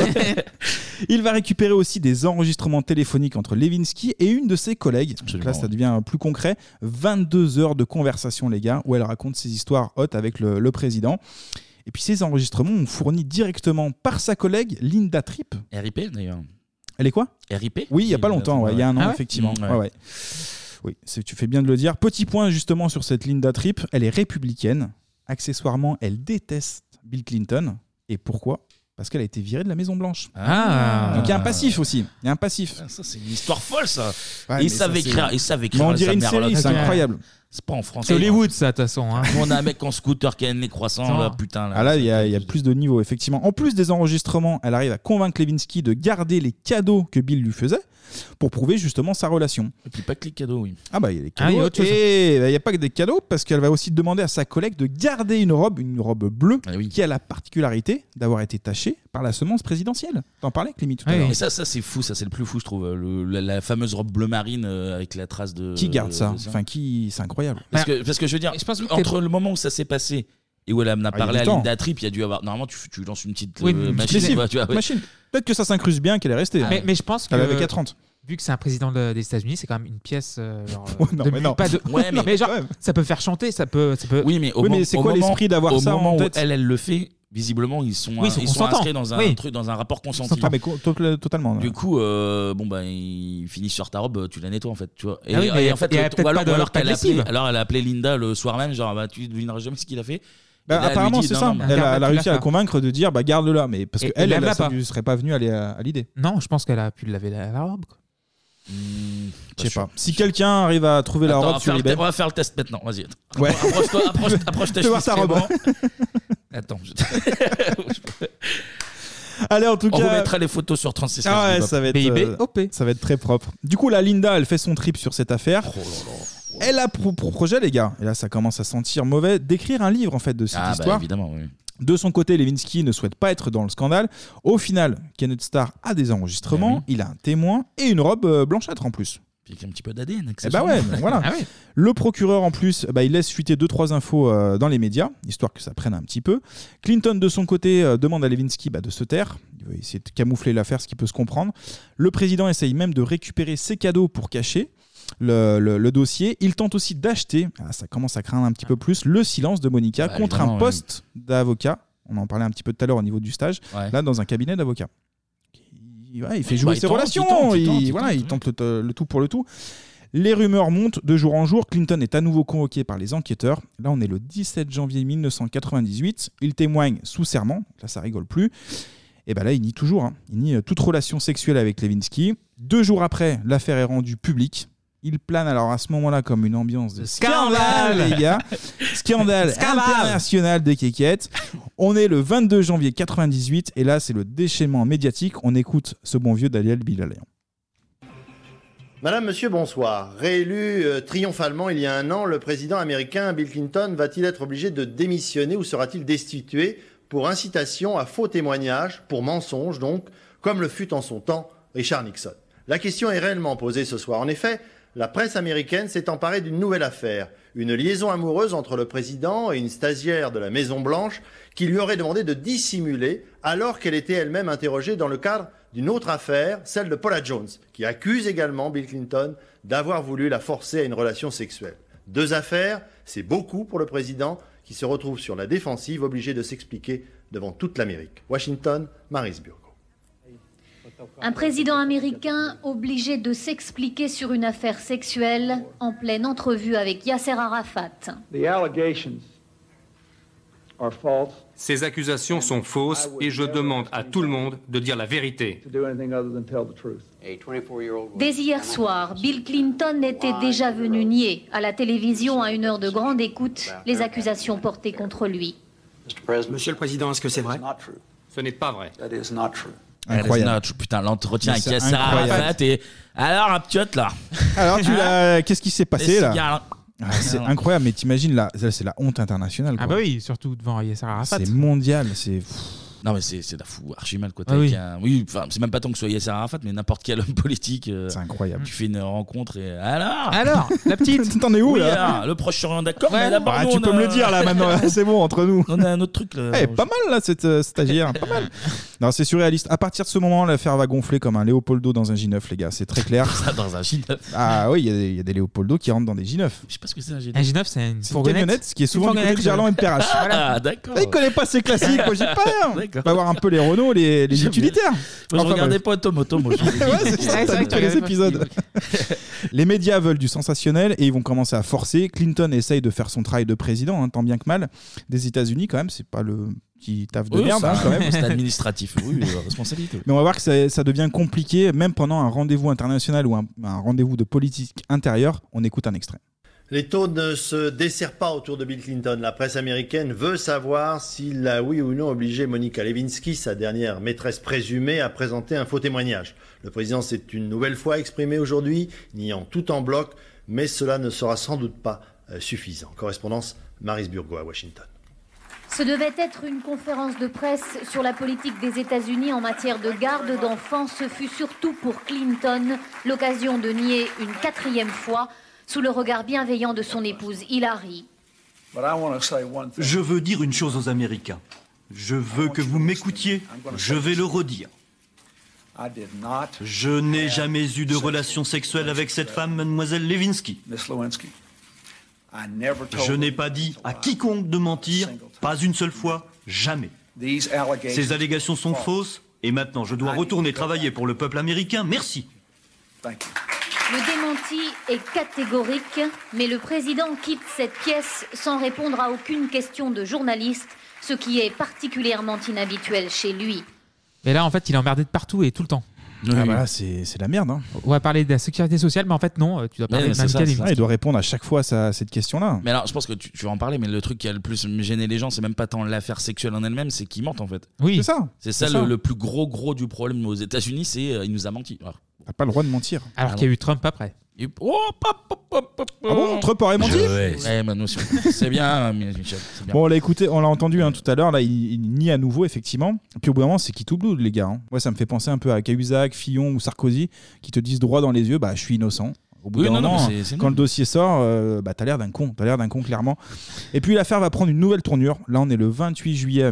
[SPEAKER 8] Il va récupérer aussi des enregistrements téléphoniques entre Levinsky et une de ses collègues. Donc là, ça devient plus concret. 22 heures de conversation, les gars, où elle raconte ses histoires hautes avec le, le président. Et puis ces enregistrements ont fournis directement par sa collègue Linda Tripp.
[SPEAKER 1] RIP d'ailleurs.
[SPEAKER 8] Elle est quoi
[SPEAKER 1] RIP
[SPEAKER 8] Oui, il y a pas longtemps, ouais, il y a un an,
[SPEAKER 1] Ah ouais
[SPEAKER 8] effectivement.
[SPEAKER 1] Mm, ouais.
[SPEAKER 8] Ouais, ouais. Oui, c'est- tu fais bien de le dire. Petit point justement sur cette Linda Tripp, elle est républicaine. Accessoirement, elle déteste Bill Clinton. Et pourquoi Parce qu'elle a été virée de la Maison Blanche.
[SPEAKER 1] Ah.
[SPEAKER 8] Donc il y a un passif aussi. Il y a un passif.
[SPEAKER 1] Ça, c'est une histoire folle, ça.
[SPEAKER 8] Ouais, mais
[SPEAKER 1] ils,
[SPEAKER 8] ça,
[SPEAKER 1] savaient
[SPEAKER 8] c'est-
[SPEAKER 1] écrire, ils savaient
[SPEAKER 8] Mais
[SPEAKER 1] écrire.
[SPEAKER 8] on
[SPEAKER 1] la
[SPEAKER 8] dirait une
[SPEAKER 1] Samara
[SPEAKER 8] série,
[SPEAKER 1] Locke.
[SPEAKER 8] c'est incroyable.
[SPEAKER 1] C'est pas en français. hein.
[SPEAKER 11] C'est Hollywood, ça, de toute façon. hein.
[SPEAKER 1] On a un mec en scooter qui a une nez croissant, là, putain. Là.
[SPEAKER 8] Ah là, il y, a il y a plus de niveau, effectivement. En plus des enregistrements, elle arrive à convaincre Levinsky de garder les cadeaux que Bill lui faisait pour prouver justement sa relation.
[SPEAKER 1] Et puis pas que les cadeaux, oui.
[SPEAKER 8] Ah bah il y a les
[SPEAKER 1] Ah, il y a
[SPEAKER 8] cadeaux.
[SPEAKER 1] autre chose.
[SPEAKER 8] et bah, il n'y a pas que des cadeaux parce qu'elle va aussi demander à sa collègue de garder une robe, une robe bleue,
[SPEAKER 1] Ah
[SPEAKER 8] qui a la particularité d'avoir été tachée par la semence présidentielle. T'en parlais, Clémy, tout à l'heure.
[SPEAKER 1] Et ça, ça c'est fou, ça c'est le plus fou, je trouve. Le- la, la fameuse robe bleu marine euh, avec la trace de.
[SPEAKER 8] Qui garde ça
[SPEAKER 1] de
[SPEAKER 8] Enfin, qui C'est incroyable.
[SPEAKER 1] Parce que, parce que je veux dire,
[SPEAKER 11] que
[SPEAKER 1] entre le moment où ça s'est passé Et où elle en a
[SPEAKER 8] Ah, il y a
[SPEAKER 1] parlé
[SPEAKER 8] du
[SPEAKER 1] à
[SPEAKER 8] temps.
[SPEAKER 1] Linda Trip, il y a dû avoir. Normalement, tu, tu lances une petite
[SPEAKER 8] Oui,
[SPEAKER 1] euh,
[SPEAKER 8] une petite
[SPEAKER 1] machine.
[SPEAKER 8] lessive,
[SPEAKER 1] quoi, tu vois, ouais.
[SPEAKER 8] machine. Peut-être que ça s'incruse bien qu'elle est restée.
[SPEAKER 1] Ah.
[SPEAKER 11] Mais, mais je pense que.
[SPEAKER 8] Ah Elle avait 4,30.
[SPEAKER 11] Vu que c'est un président de- des États-Unis, c'est quand même une pièce. euh, genre,
[SPEAKER 8] Ouais,
[SPEAKER 11] euh,
[SPEAKER 8] non,
[SPEAKER 11] de
[SPEAKER 8] mais
[SPEAKER 11] mu-
[SPEAKER 8] non.
[SPEAKER 11] Pas de...
[SPEAKER 8] Ouais, mais
[SPEAKER 11] mais genre, ça peut faire chanter, ça peut. Ça peut...
[SPEAKER 1] Oui, mais, au moment- au moment- au moment où elle, elle le fait, visiblement, ils sont,
[SPEAKER 11] Oui,
[SPEAKER 1] euh,
[SPEAKER 11] ils sont
[SPEAKER 1] ils sont
[SPEAKER 11] consentants.
[SPEAKER 1] inscrits dans un,
[SPEAKER 11] Oui.
[SPEAKER 1] truc, dans un rapport consenti.
[SPEAKER 8] Ah, mais co- to- totalement. ouais.
[SPEAKER 1] Du coup, euh, bon bah, il finit sur ta robe, tu la nettoies en fait, tu vois. Et,
[SPEAKER 11] Ah oui, mais
[SPEAKER 1] et en fait,
[SPEAKER 11] il y a
[SPEAKER 1] le-
[SPEAKER 11] peut-être
[SPEAKER 1] ou alors,
[SPEAKER 11] pas de-
[SPEAKER 1] ou alors
[SPEAKER 11] pas de
[SPEAKER 1] qu'elle a appelé,
[SPEAKER 11] lessive.
[SPEAKER 1] alors elle a appelé Linda le soir même, genre bah tu devineras jamais ce qu'il a fait.
[SPEAKER 8] Bah,
[SPEAKER 1] Et là, elle lui
[SPEAKER 8] apparemment,
[SPEAKER 1] dit,
[SPEAKER 8] c'est
[SPEAKER 1] non,
[SPEAKER 8] ça.
[SPEAKER 1] non,
[SPEAKER 8] Elle a, elle a
[SPEAKER 1] tu
[SPEAKER 8] réussi à
[SPEAKER 1] l'as
[SPEAKER 8] la convaincre de dire bah garde-la, mais parce
[SPEAKER 11] Et-
[SPEAKER 8] que
[SPEAKER 11] et
[SPEAKER 8] elle, elle,
[SPEAKER 11] lave-la
[SPEAKER 8] ça
[SPEAKER 11] pas.
[SPEAKER 8] ne serait pas venue à l'é- à l'idée.
[SPEAKER 11] Non, je pense qu'elle a pu laver la, la robe. quoi.
[SPEAKER 1] Hmm,
[SPEAKER 8] Je sais pas. Si quelqu'un arrive à trouver
[SPEAKER 1] Attends,
[SPEAKER 8] la
[SPEAKER 1] on,
[SPEAKER 8] robe
[SPEAKER 1] va
[SPEAKER 8] sur
[SPEAKER 1] faire le te-
[SPEAKER 8] eBay,
[SPEAKER 1] on va faire le test maintenant, vas-y.
[SPEAKER 8] Ouais.
[SPEAKER 1] Approche-toi, approche, approche ta
[SPEAKER 8] Je veux voir
[SPEAKER 1] chemise,
[SPEAKER 8] ta robe.
[SPEAKER 1] vraiment. Attends, je...
[SPEAKER 8] Allez, en tout
[SPEAKER 1] on
[SPEAKER 8] cas-
[SPEAKER 1] remettra les photos sur 36
[SPEAKER 8] Ah ouais, ça va être euh, ça va être très propre. Du coup, là, Linda, elle fait son trip sur cette affaire.
[SPEAKER 1] Oh
[SPEAKER 8] Elle a pour, pour projet, les gars, et là ça commence à sentir mauvais, d'écrire un livre en fait de cette
[SPEAKER 1] Ah bah
[SPEAKER 8] histoire.
[SPEAKER 1] évidemment, oui.
[SPEAKER 8] De son côté, Levinsky ne souhaite pas être dans le scandale. Au final, Kenneth Starr a des enregistrements,
[SPEAKER 1] Eh
[SPEAKER 8] il a un témoin et une robe euh, blanchâtre en plus.
[SPEAKER 1] Puis avec Ah un petit peu d'ADN.
[SPEAKER 8] Eh bah ouais, ben
[SPEAKER 11] Ah
[SPEAKER 8] voilà. Le procureur, en plus, bah, il laisse fuiter deux, trois infos euh, dans les médias, histoire que ça prenne un petit peu. Clinton, de son côté, euh, demande à Levinsky bah, de se taire. Il veut essayer de camoufler l'affaire, ce qui peut se comprendre. Le président essaye même de récupérer ses cadeaux pour cacher. Le, le- le dossier. Il tente aussi d'acheter, ah, ça commence à craindre un petit peu plus, le silence de Monica
[SPEAKER 1] Ah. Bah,
[SPEAKER 8] contre
[SPEAKER 1] évidemment,
[SPEAKER 8] un
[SPEAKER 1] ouais.
[SPEAKER 8] poste d'avocat. On en parlait un petit peu tout à l'heure au niveau du stage.
[SPEAKER 1] Ouais.
[SPEAKER 8] Là, dans un cabinet d'avocat. Il, ouais, il fait
[SPEAKER 1] Bah,
[SPEAKER 8] jouer
[SPEAKER 1] il
[SPEAKER 8] ses
[SPEAKER 1] tente, il
[SPEAKER 8] relations.
[SPEAKER 1] tente, il tente, il
[SPEAKER 8] voilà,
[SPEAKER 1] tente.
[SPEAKER 8] il tente le, le tout pour le tout. Les rumeurs montent de jour en jour. Clinton est à nouveau convoqué par les enquêteurs. Là, on est le 17 janvier 1998. Il témoigne sous serment. Là, ça rigole plus. Et bien là, il nie toujours. hein. Il nie euh, toute relation sexuelle avec Levinsky. Deux jours après, l'affaire est rendue publique. Il plane alors à ce moment-là comme une ambiance de scandale,
[SPEAKER 11] Scandale
[SPEAKER 8] les gars. Scandale,
[SPEAKER 11] Scandale.
[SPEAKER 8] international des quéquettes. On est le 22 janvier 98 et là, c'est le déchaînement médiatique. On écoute ce bon vieux Daniel Bilalian.
[SPEAKER 32] Madame, monsieur, bonsoir. Réélu euh, triomphalement il y a un an, le président américain Bill Clinton va-t-il être obligé de démissionner ou sera-t-il destitué pour incitation à faux témoignage, pour mensonge donc, comme le fut en son temps Richard Nixon La question est réellement posée ce soir. En effet, la presse américaine s'est emparée d'une nouvelle affaire, une liaison amoureuse entre le président et une stagiaire de la Maison-Blanche qui lui aurait demandé de dissimuler alors qu'elle était elle-même interrogée dans le cadre d'une autre affaire, celle de Paula Jones, qui accuse également Bill Clinton d'avoir voulu la forcer à une relation sexuelle. Deux affaires, c'est beaucoup pour le président qui se retrouve sur la défensive, obligé de s'expliquer devant toute l'Amérique. Washington, Marisburg.
[SPEAKER 15] Un président américain obligé de s'expliquer sur une affaire sexuelle en pleine entrevue avec Yasser Arafat.
[SPEAKER 33] The allegations are false.
[SPEAKER 17] Ces accusations sont fausses et je demande à tout le monde de dire la vérité.
[SPEAKER 33] To do anything other than tell the truth.
[SPEAKER 15] Dès hier soir, Bill Clinton était déjà venu nier à la télévision à une heure de grande écoute les accusations portées contre lui.
[SPEAKER 17] Monsieur le Président, est-ce que c'est vrai Ce n'est pas vrai.
[SPEAKER 1] Incroyable. putain, l'entretien
[SPEAKER 17] Mais
[SPEAKER 1] avec
[SPEAKER 17] c'est
[SPEAKER 1] Yasser
[SPEAKER 17] incroyable.
[SPEAKER 1] Arafat et. Alors, un petit hôte, là.
[SPEAKER 8] Alors, Ah, tu l'as. Qu'est-ce qui s'est
[SPEAKER 1] Ah. Les
[SPEAKER 8] passé là
[SPEAKER 1] cigares.
[SPEAKER 8] Ah, C'est incroyable, mais t'imagines là, ça, c'est la honte internationale.
[SPEAKER 11] Ah
[SPEAKER 8] quoi.
[SPEAKER 11] bah oui, surtout devant Yasser Arafat.
[SPEAKER 8] C'est mondial, c'est.
[SPEAKER 1] Non, mais c'est c'est de la fou, archi mal quoi.
[SPEAKER 11] Ah
[SPEAKER 1] T'as
[SPEAKER 11] oui.
[SPEAKER 1] qu'un- oui, enfin, c'est même pas tant que ce soit Yasser Arafat, mais n'importe quel homme politique. c'est
[SPEAKER 8] incroyable.
[SPEAKER 1] Tu fais une rencontre et. Alors
[SPEAKER 11] Alors, la petite.
[SPEAKER 8] T'en es où
[SPEAKER 1] Oui,
[SPEAKER 8] là
[SPEAKER 1] alors, Le Proche-Orient, d'accord, mais d'abord.
[SPEAKER 8] Ah,
[SPEAKER 1] nous,
[SPEAKER 8] tu
[SPEAKER 1] on
[SPEAKER 8] peux
[SPEAKER 1] a-
[SPEAKER 8] me le dire là maintenant, c'est bon entre nous. Eh,
[SPEAKER 1] On a un autre truc là.
[SPEAKER 8] pas mal là cette euh, stagiaire, pas mal. Non, c'est surréaliste. À partir de ce moment, l'affaire va gonfler comme un Léopoldo dans un J9, les gars, c'est très clair.
[SPEAKER 1] dans un J9.
[SPEAKER 8] Ah oui, il y a des- il y, a des Léopoldo qui rentrent dans des J9.
[SPEAKER 1] Je sais pas ce que c'est un G9.
[SPEAKER 11] Un G9, c'est une
[SPEAKER 8] C'est une camionnette, ce qui est souvent du côté de Gerland et de Perrache.
[SPEAKER 1] Voilà. Ah, d'accord.
[SPEAKER 8] Il connaît pas ces classiques, moi j'ai pas. On va voir un peu les Renault, les, les utilitaires.
[SPEAKER 1] Moi, je
[SPEAKER 8] Enfin,
[SPEAKER 1] regardais
[SPEAKER 8] bref.
[SPEAKER 1] pas Tomoto, moi. je-
[SPEAKER 8] Ouais, c'est ça, t'as vu tous les épisodes. Les médias veulent du sensationnel et ils vont commencer à forcer. Clinton essaye de faire son travail de président, hein, tant bien que mal, des États-Unis quand même. C'est pas le petit taf de
[SPEAKER 1] Oui,
[SPEAKER 8] merde,
[SPEAKER 1] ça,
[SPEAKER 8] hein, quand même.
[SPEAKER 1] C'est administratif, oui, euh, responsabilité. oui.
[SPEAKER 8] Mais on va voir que ça, ça devient compliqué, même pendant un rendez-vous international ou un, un rendez-vous de politique intérieure. On écoute un extrait.
[SPEAKER 32] Les taux ne se desserrent pas autour de Bill Clinton. La presse américaine veut savoir s'il a oui ou non obligé Monica Lewinsky, sa dernière maîtresse présumée, à présenter un faux témoignage. Le président s'est une nouvelle fois exprimé aujourd'hui, niant tout en bloc, mais cela ne sera sans doute pas euh, suffisant. Correspondance Maris Burgo à Washington.
[SPEAKER 15] Ce devait être une conférence de presse sur la politique des États-Unis en matière de garde d'enfants. Ce fut surtout pour Clinton l'occasion de nier une quatrième fois sous le regard bienveillant de son épouse Hillary.
[SPEAKER 34] But I want to say one thing.
[SPEAKER 33] Je veux dire une chose aux Américains. Je veux que vous m'écoutiez. Je vais le redire.
[SPEAKER 34] I did not,
[SPEAKER 33] Je n'ai jamais eu de relation sexuelle avec cette femme, mademoiselle Levinsky.
[SPEAKER 34] Miss Lewinsky. I never told
[SPEAKER 33] Je n'ai pas dit à quiconque de mentir, pas une seule fois, jamais.
[SPEAKER 34] these allegations.
[SPEAKER 33] Ces allégations sont fausses et maintenant je dois retourner travailler pour le peuple américain. Merci.
[SPEAKER 15] Le démenti est catégorique, mais le président quitte cette pièce sans répondre à aucune question de journaliste, ce qui est particulièrement inhabituel chez lui.
[SPEAKER 11] Et là, en fait, il est emmerdé de partout et tout le temps.
[SPEAKER 8] Ah bah là, c'est c'est la merde. Hein.
[SPEAKER 11] On va parler de la sécurité sociale, mais en fait, non, euh, tu dois parler de Malika Lewinsky.
[SPEAKER 8] Ah, il doit répondre à chaque fois à, sa- cette question-là.
[SPEAKER 1] Mais alors, je pense que tu, tu vas en parler, mais le truc qui a le plus gêné les gens, c'est même pas tant l'affaire sexuelle en elle-même, c'est qu'ils mentent en fait.
[SPEAKER 8] Oui. C'est ça.
[SPEAKER 1] C'est ça,
[SPEAKER 8] C'est
[SPEAKER 1] le,
[SPEAKER 8] ça.
[SPEAKER 1] le plus gros gros du problème aux États-Unis, c'est euh, il nous a menti. Alors,
[SPEAKER 8] T'as pas le droit de mentir.
[SPEAKER 1] Alors qu'il y a eu
[SPEAKER 11] Trump après.
[SPEAKER 1] il- Oh, pop, pop, pop, pop,
[SPEAKER 8] Ah bon, Trump aurait menti
[SPEAKER 1] Ouais, ma notion. C'est bien, mais Michel. c'est bien.
[SPEAKER 8] Bon, on l'a écouté, on l'a entendu hein, tout à l'heure. Là, il, il nie à nouveau, effectivement. Puis au bout d'un moment, c'est qui tout blue, les gars. hein. Moi, ça me fait penser un peu à Cahuzac, Fillon ou Sarkozy, qui te disent droit dans les yeux, bah, je suis innocent. Au bout
[SPEAKER 1] Oui,
[SPEAKER 8] d'un
[SPEAKER 1] non, non,
[SPEAKER 8] moment,
[SPEAKER 1] mais c'est- c'est
[SPEAKER 8] quand
[SPEAKER 1] non.
[SPEAKER 8] le dossier sort, euh, bah, t'as l'air d'un con, t'as l'air d'un con clairement. Et puis l'affaire va prendre une nouvelle tournure. Là, on est le 28 juillet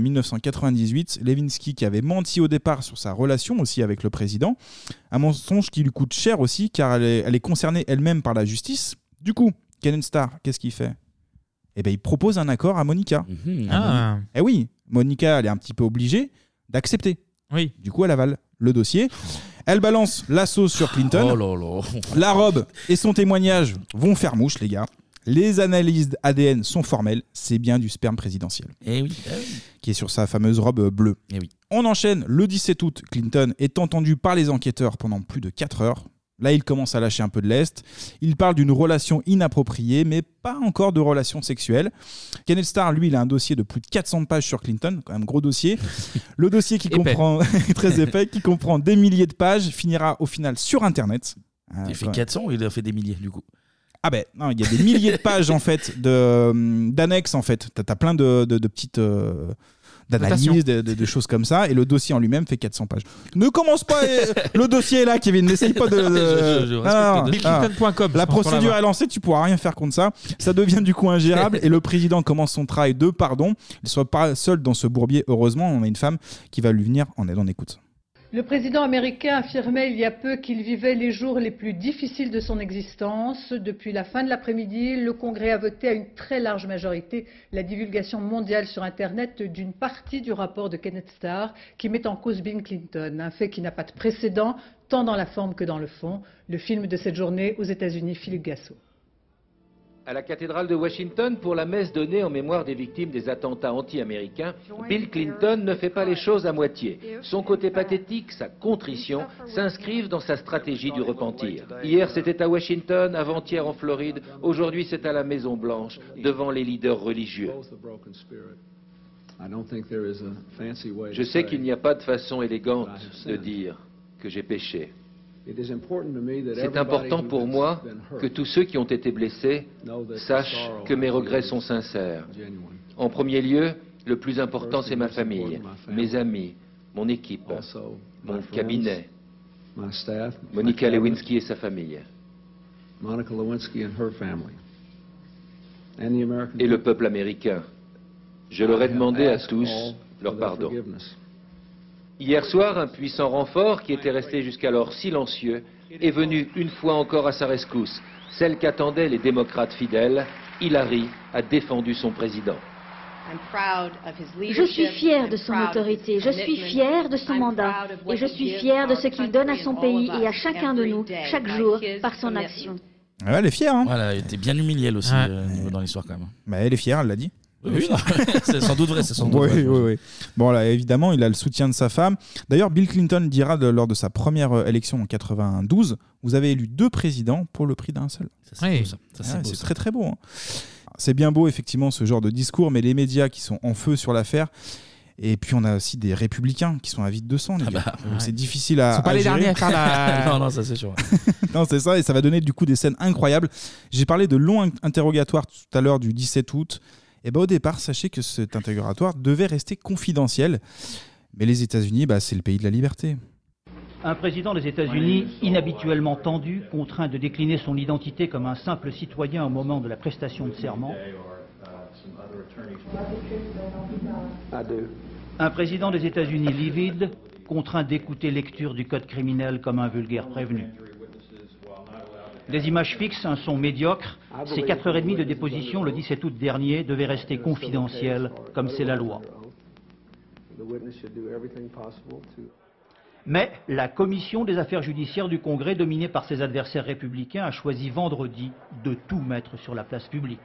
[SPEAKER 8] 1998. Levinsky, qui avait menti au départ sur sa relation aussi avec le président, un mensonge qui lui coûte cher aussi, car elle est, elle est concernée elle-même par la justice. Du coup, Ken Starr, qu'est-ce qu'il fait eh ben, il propose un accord à Monica.
[SPEAKER 1] Mhm,
[SPEAKER 11] Ah.
[SPEAKER 8] Et oui, Monica, elle est un petit peu obligée d'accepter.
[SPEAKER 11] Oui.
[SPEAKER 8] Du coup, elle avale le dossier. Elle balance la sauce sur Clinton.
[SPEAKER 1] Oh là là.
[SPEAKER 8] La robe et son témoignage vont faire mouche, les gars. Les analyses ADN sont formelles. C'est bien du sperme présidentiel.
[SPEAKER 1] Eh oui.
[SPEAKER 8] Qui est sur sa fameuse robe euh, bleue. On enchaîne le 17 août. Clinton est entendu par les enquêteurs pendant plus de 4 heures. Là, il commence à lâcher un peu de l'est. Il parle d'une relation inappropriée, mais pas encore de relation sexuelle. Kenneth Starr, lui, il a un dossier de plus de 400 pages sur Clinton, quand même gros dossier. Le dossier qui
[SPEAKER 1] Épais.
[SPEAKER 8] comprend très épais, qui comprend des milliers de pages, finira au final sur Internet. Hein,
[SPEAKER 1] Il fait
[SPEAKER 8] quand-
[SPEAKER 1] 400 ou il a fait des milliers du coup
[SPEAKER 8] ah ben non, il y a des milliers de pages en fait de euh, d'annexes en fait. T'as as plein de, de- de petites euh, d'analyses, de, de- de choses comme ça, et le dossier en lui-même fait 400 pages. Ne commence pas euh, le dossier est là, Kevin. N'essaye pas de.
[SPEAKER 11] Non, mais je- je- je
[SPEAKER 8] Non,
[SPEAKER 11] respecte
[SPEAKER 8] non,
[SPEAKER 11] le
[SPEAKER 8] non.
[SPEAKER 11] dossier.
[SPEAKER 8] Ah.
[SPEAKER 11] BillClinton.com,
[SPEAKER 8] La
[SPEAKER 11] je pense qu'on
[SPEAKER 8] procédure
[SPEAKER 11] l'a.
[SPEAKER 8] est lancée, tu pourras rien faire contre ça. Ça devient du coup ingérable, et le président commence son travail de pardon. Il soit pas seul dans ce bourbier. Heureusement, on a une femme qui va lui venir en aide. On écoute.
[SPEAKER 10] Le président américain affirmait il y a peu qu'il vivait les jours les plus difficiles de son existence. Depuis la fin de l'après-midi, le Congrès a voté à une très large majorité la divulgation mondiale sur Internet d'une partie du rapport de Kenneth Starr qui met en cause Bill Clinton, un fait qui n'a pas de précédent tant dans la forme que dans le fond. Le film de cette journée aux États-Unis, Philippe Gasso.
[SPEAKER 12] À la cathédrale de Washington, pour la messe donnée en mémoire des victimes des attentats anti-américains, Bill Clinton ne fait pas les choses à moitié. Son côté pathétique, sa contrition, s'inscrivent dans sa stratégie du repentir. Hier, c'était à Washington, avant-hier en Floride, aujourd'hui, c'est à la Maison-Blanche, devant les leaders religieux.
[SPEAKER 23] I don't think there is a fancy way
[SPEAKER 12] Je
[SPEAKER 23] to
[SPEAKER 17] sais
[SPEAKER 23] say
[SPEAKER 17] qu'il
[SPEAKER 23] it
[SPEAKER 17] n'y a pas de façon élégante de dire que j'ai péché.
[SPEAKER 23] is important to me that
[SPEAKER 17] C'est
[SPEAKER 23] everybody
[SPEAKER 17] important pour moi
[SPEAKER 23] who's been
[SPEAKER 17] que
[SPEAKER 23] hurt
[SPEAKER 17] tous ceux qui ont été blessés
[SPEAKER 23] know that the
[SPEAKER 17] sachent
[SPEAKER 23] sorrow
[SPEAKER 17] que mes
[SPEAKER 23] I feel
[SPEAKER 17] regrets
[SPEAKER 23] is
[SPEAKER 17] sont sincères.
[SPEAKER 23] genuine.
[SPEAKER 17] En premier lieu, le plus important, c'est ma famille, mes amis, mon équipe, mon cabinet,
[SPEAKER 23] My staff,
[SPEAKER 17] Monica Lewinsky et sa famille,
[SPEAKER 23] Monica Lewinsky and her family, and the American
[SPEAKER 17] et le peuple américain. Je leur ai demandé à tous leur pardon. Hier soir, un puissant renfort, qui était resté jusqu'alors silencieux, est venu une fois encore à sa rescousse. Celle qu'attendaient les démocrates fidèles, Hillary a défendu son président.
[SPEAKER 19] Je suis fier de son autorité, je suis fier de son mandat et je suis fier de ce qu'il donne à son pays et à chacun de nous chaque jour par son action.
[SPEAKER 8] Ah, elle est fière. Hein.
[SPEAKER 1] Voilà, elle était bien humiliée elle aussi euh, dans l'histoire quand même.
[SPEAKER 8] Bah, elle est fière, elle l'a dit.
[SPEAKER 1] Oui, oui, non. c'est sans doute vrai, c'est sans doute
[SPEAKER 8] oui,
[SPEAKER 1] vrai.
[SPEAKER 8] oui, oui. Bon, là, évidemment, il a le soutien de sa femme. D'ailleurs, Bill Clinton dira de- lors de sa première euh, élection en 92, vous avez élu deux présidents pour le prix d'un seul.
[SPEAKER 1] c'est Oui. beau, ça. Ça, c'est
[SPEAKER 8] Ouais,
[SPEAKER 1] beau,
[SPEAKER 8] c'est
[SPEAKER 1] ça.
[SPEAKER 8] très très beau. hein. C'est bien beau, effectivement, ce genre de discours, mais les médias qui sont en feu sur l'affaire. Et puis on a aussi des républicains qui sont à vide de sang. les gars. Donc,
[SPEAKER 1] Ah bah, ouais.
[SPEAKER 8] C'est difficile à.
[SPEAKER 11] Ils sont pas les
[SPEAKER 8] gérer.
[SPEAKER 11] derniers à faire la-
[SPEAKER 1] non, non, ça c'est sûr.
[SPEAKER 8] non, c'est ça, et ça va donner du coup des scènes incroyables. J'ai parlé de long in- interrogatoire tout à l'heure du 17 août. Et ben au départ, sachez que cet interrogatoire devait rester confidentiel. Mais les États-Unis, bah, c'est le pays de la liberté.
[SPEAKER 26] Un président des États-Unis, inhabituellement tendu, contraint de décliner son identité comme un simple citoyen au moment de la prestation de serment,
[SPEAKER 23] I do.
[SPEAKER 26] Un président des États-Unis livide, contraint d'écouter lecture du code criminel comme un vulgaire prévenu. Des images fixes, un son médiocre, ces 4h30 de déposition le 17 août dernier devaient rester confidentielles, comme c'est la loi.
[SPEAKER 23] The witness should do everything possible to.
[SPEAKER 26] Mais la commission des affaires judiciaires du Congrès, dominée par ses adversaires républicains, a choisi vendredi de tout mettre sur la place publique.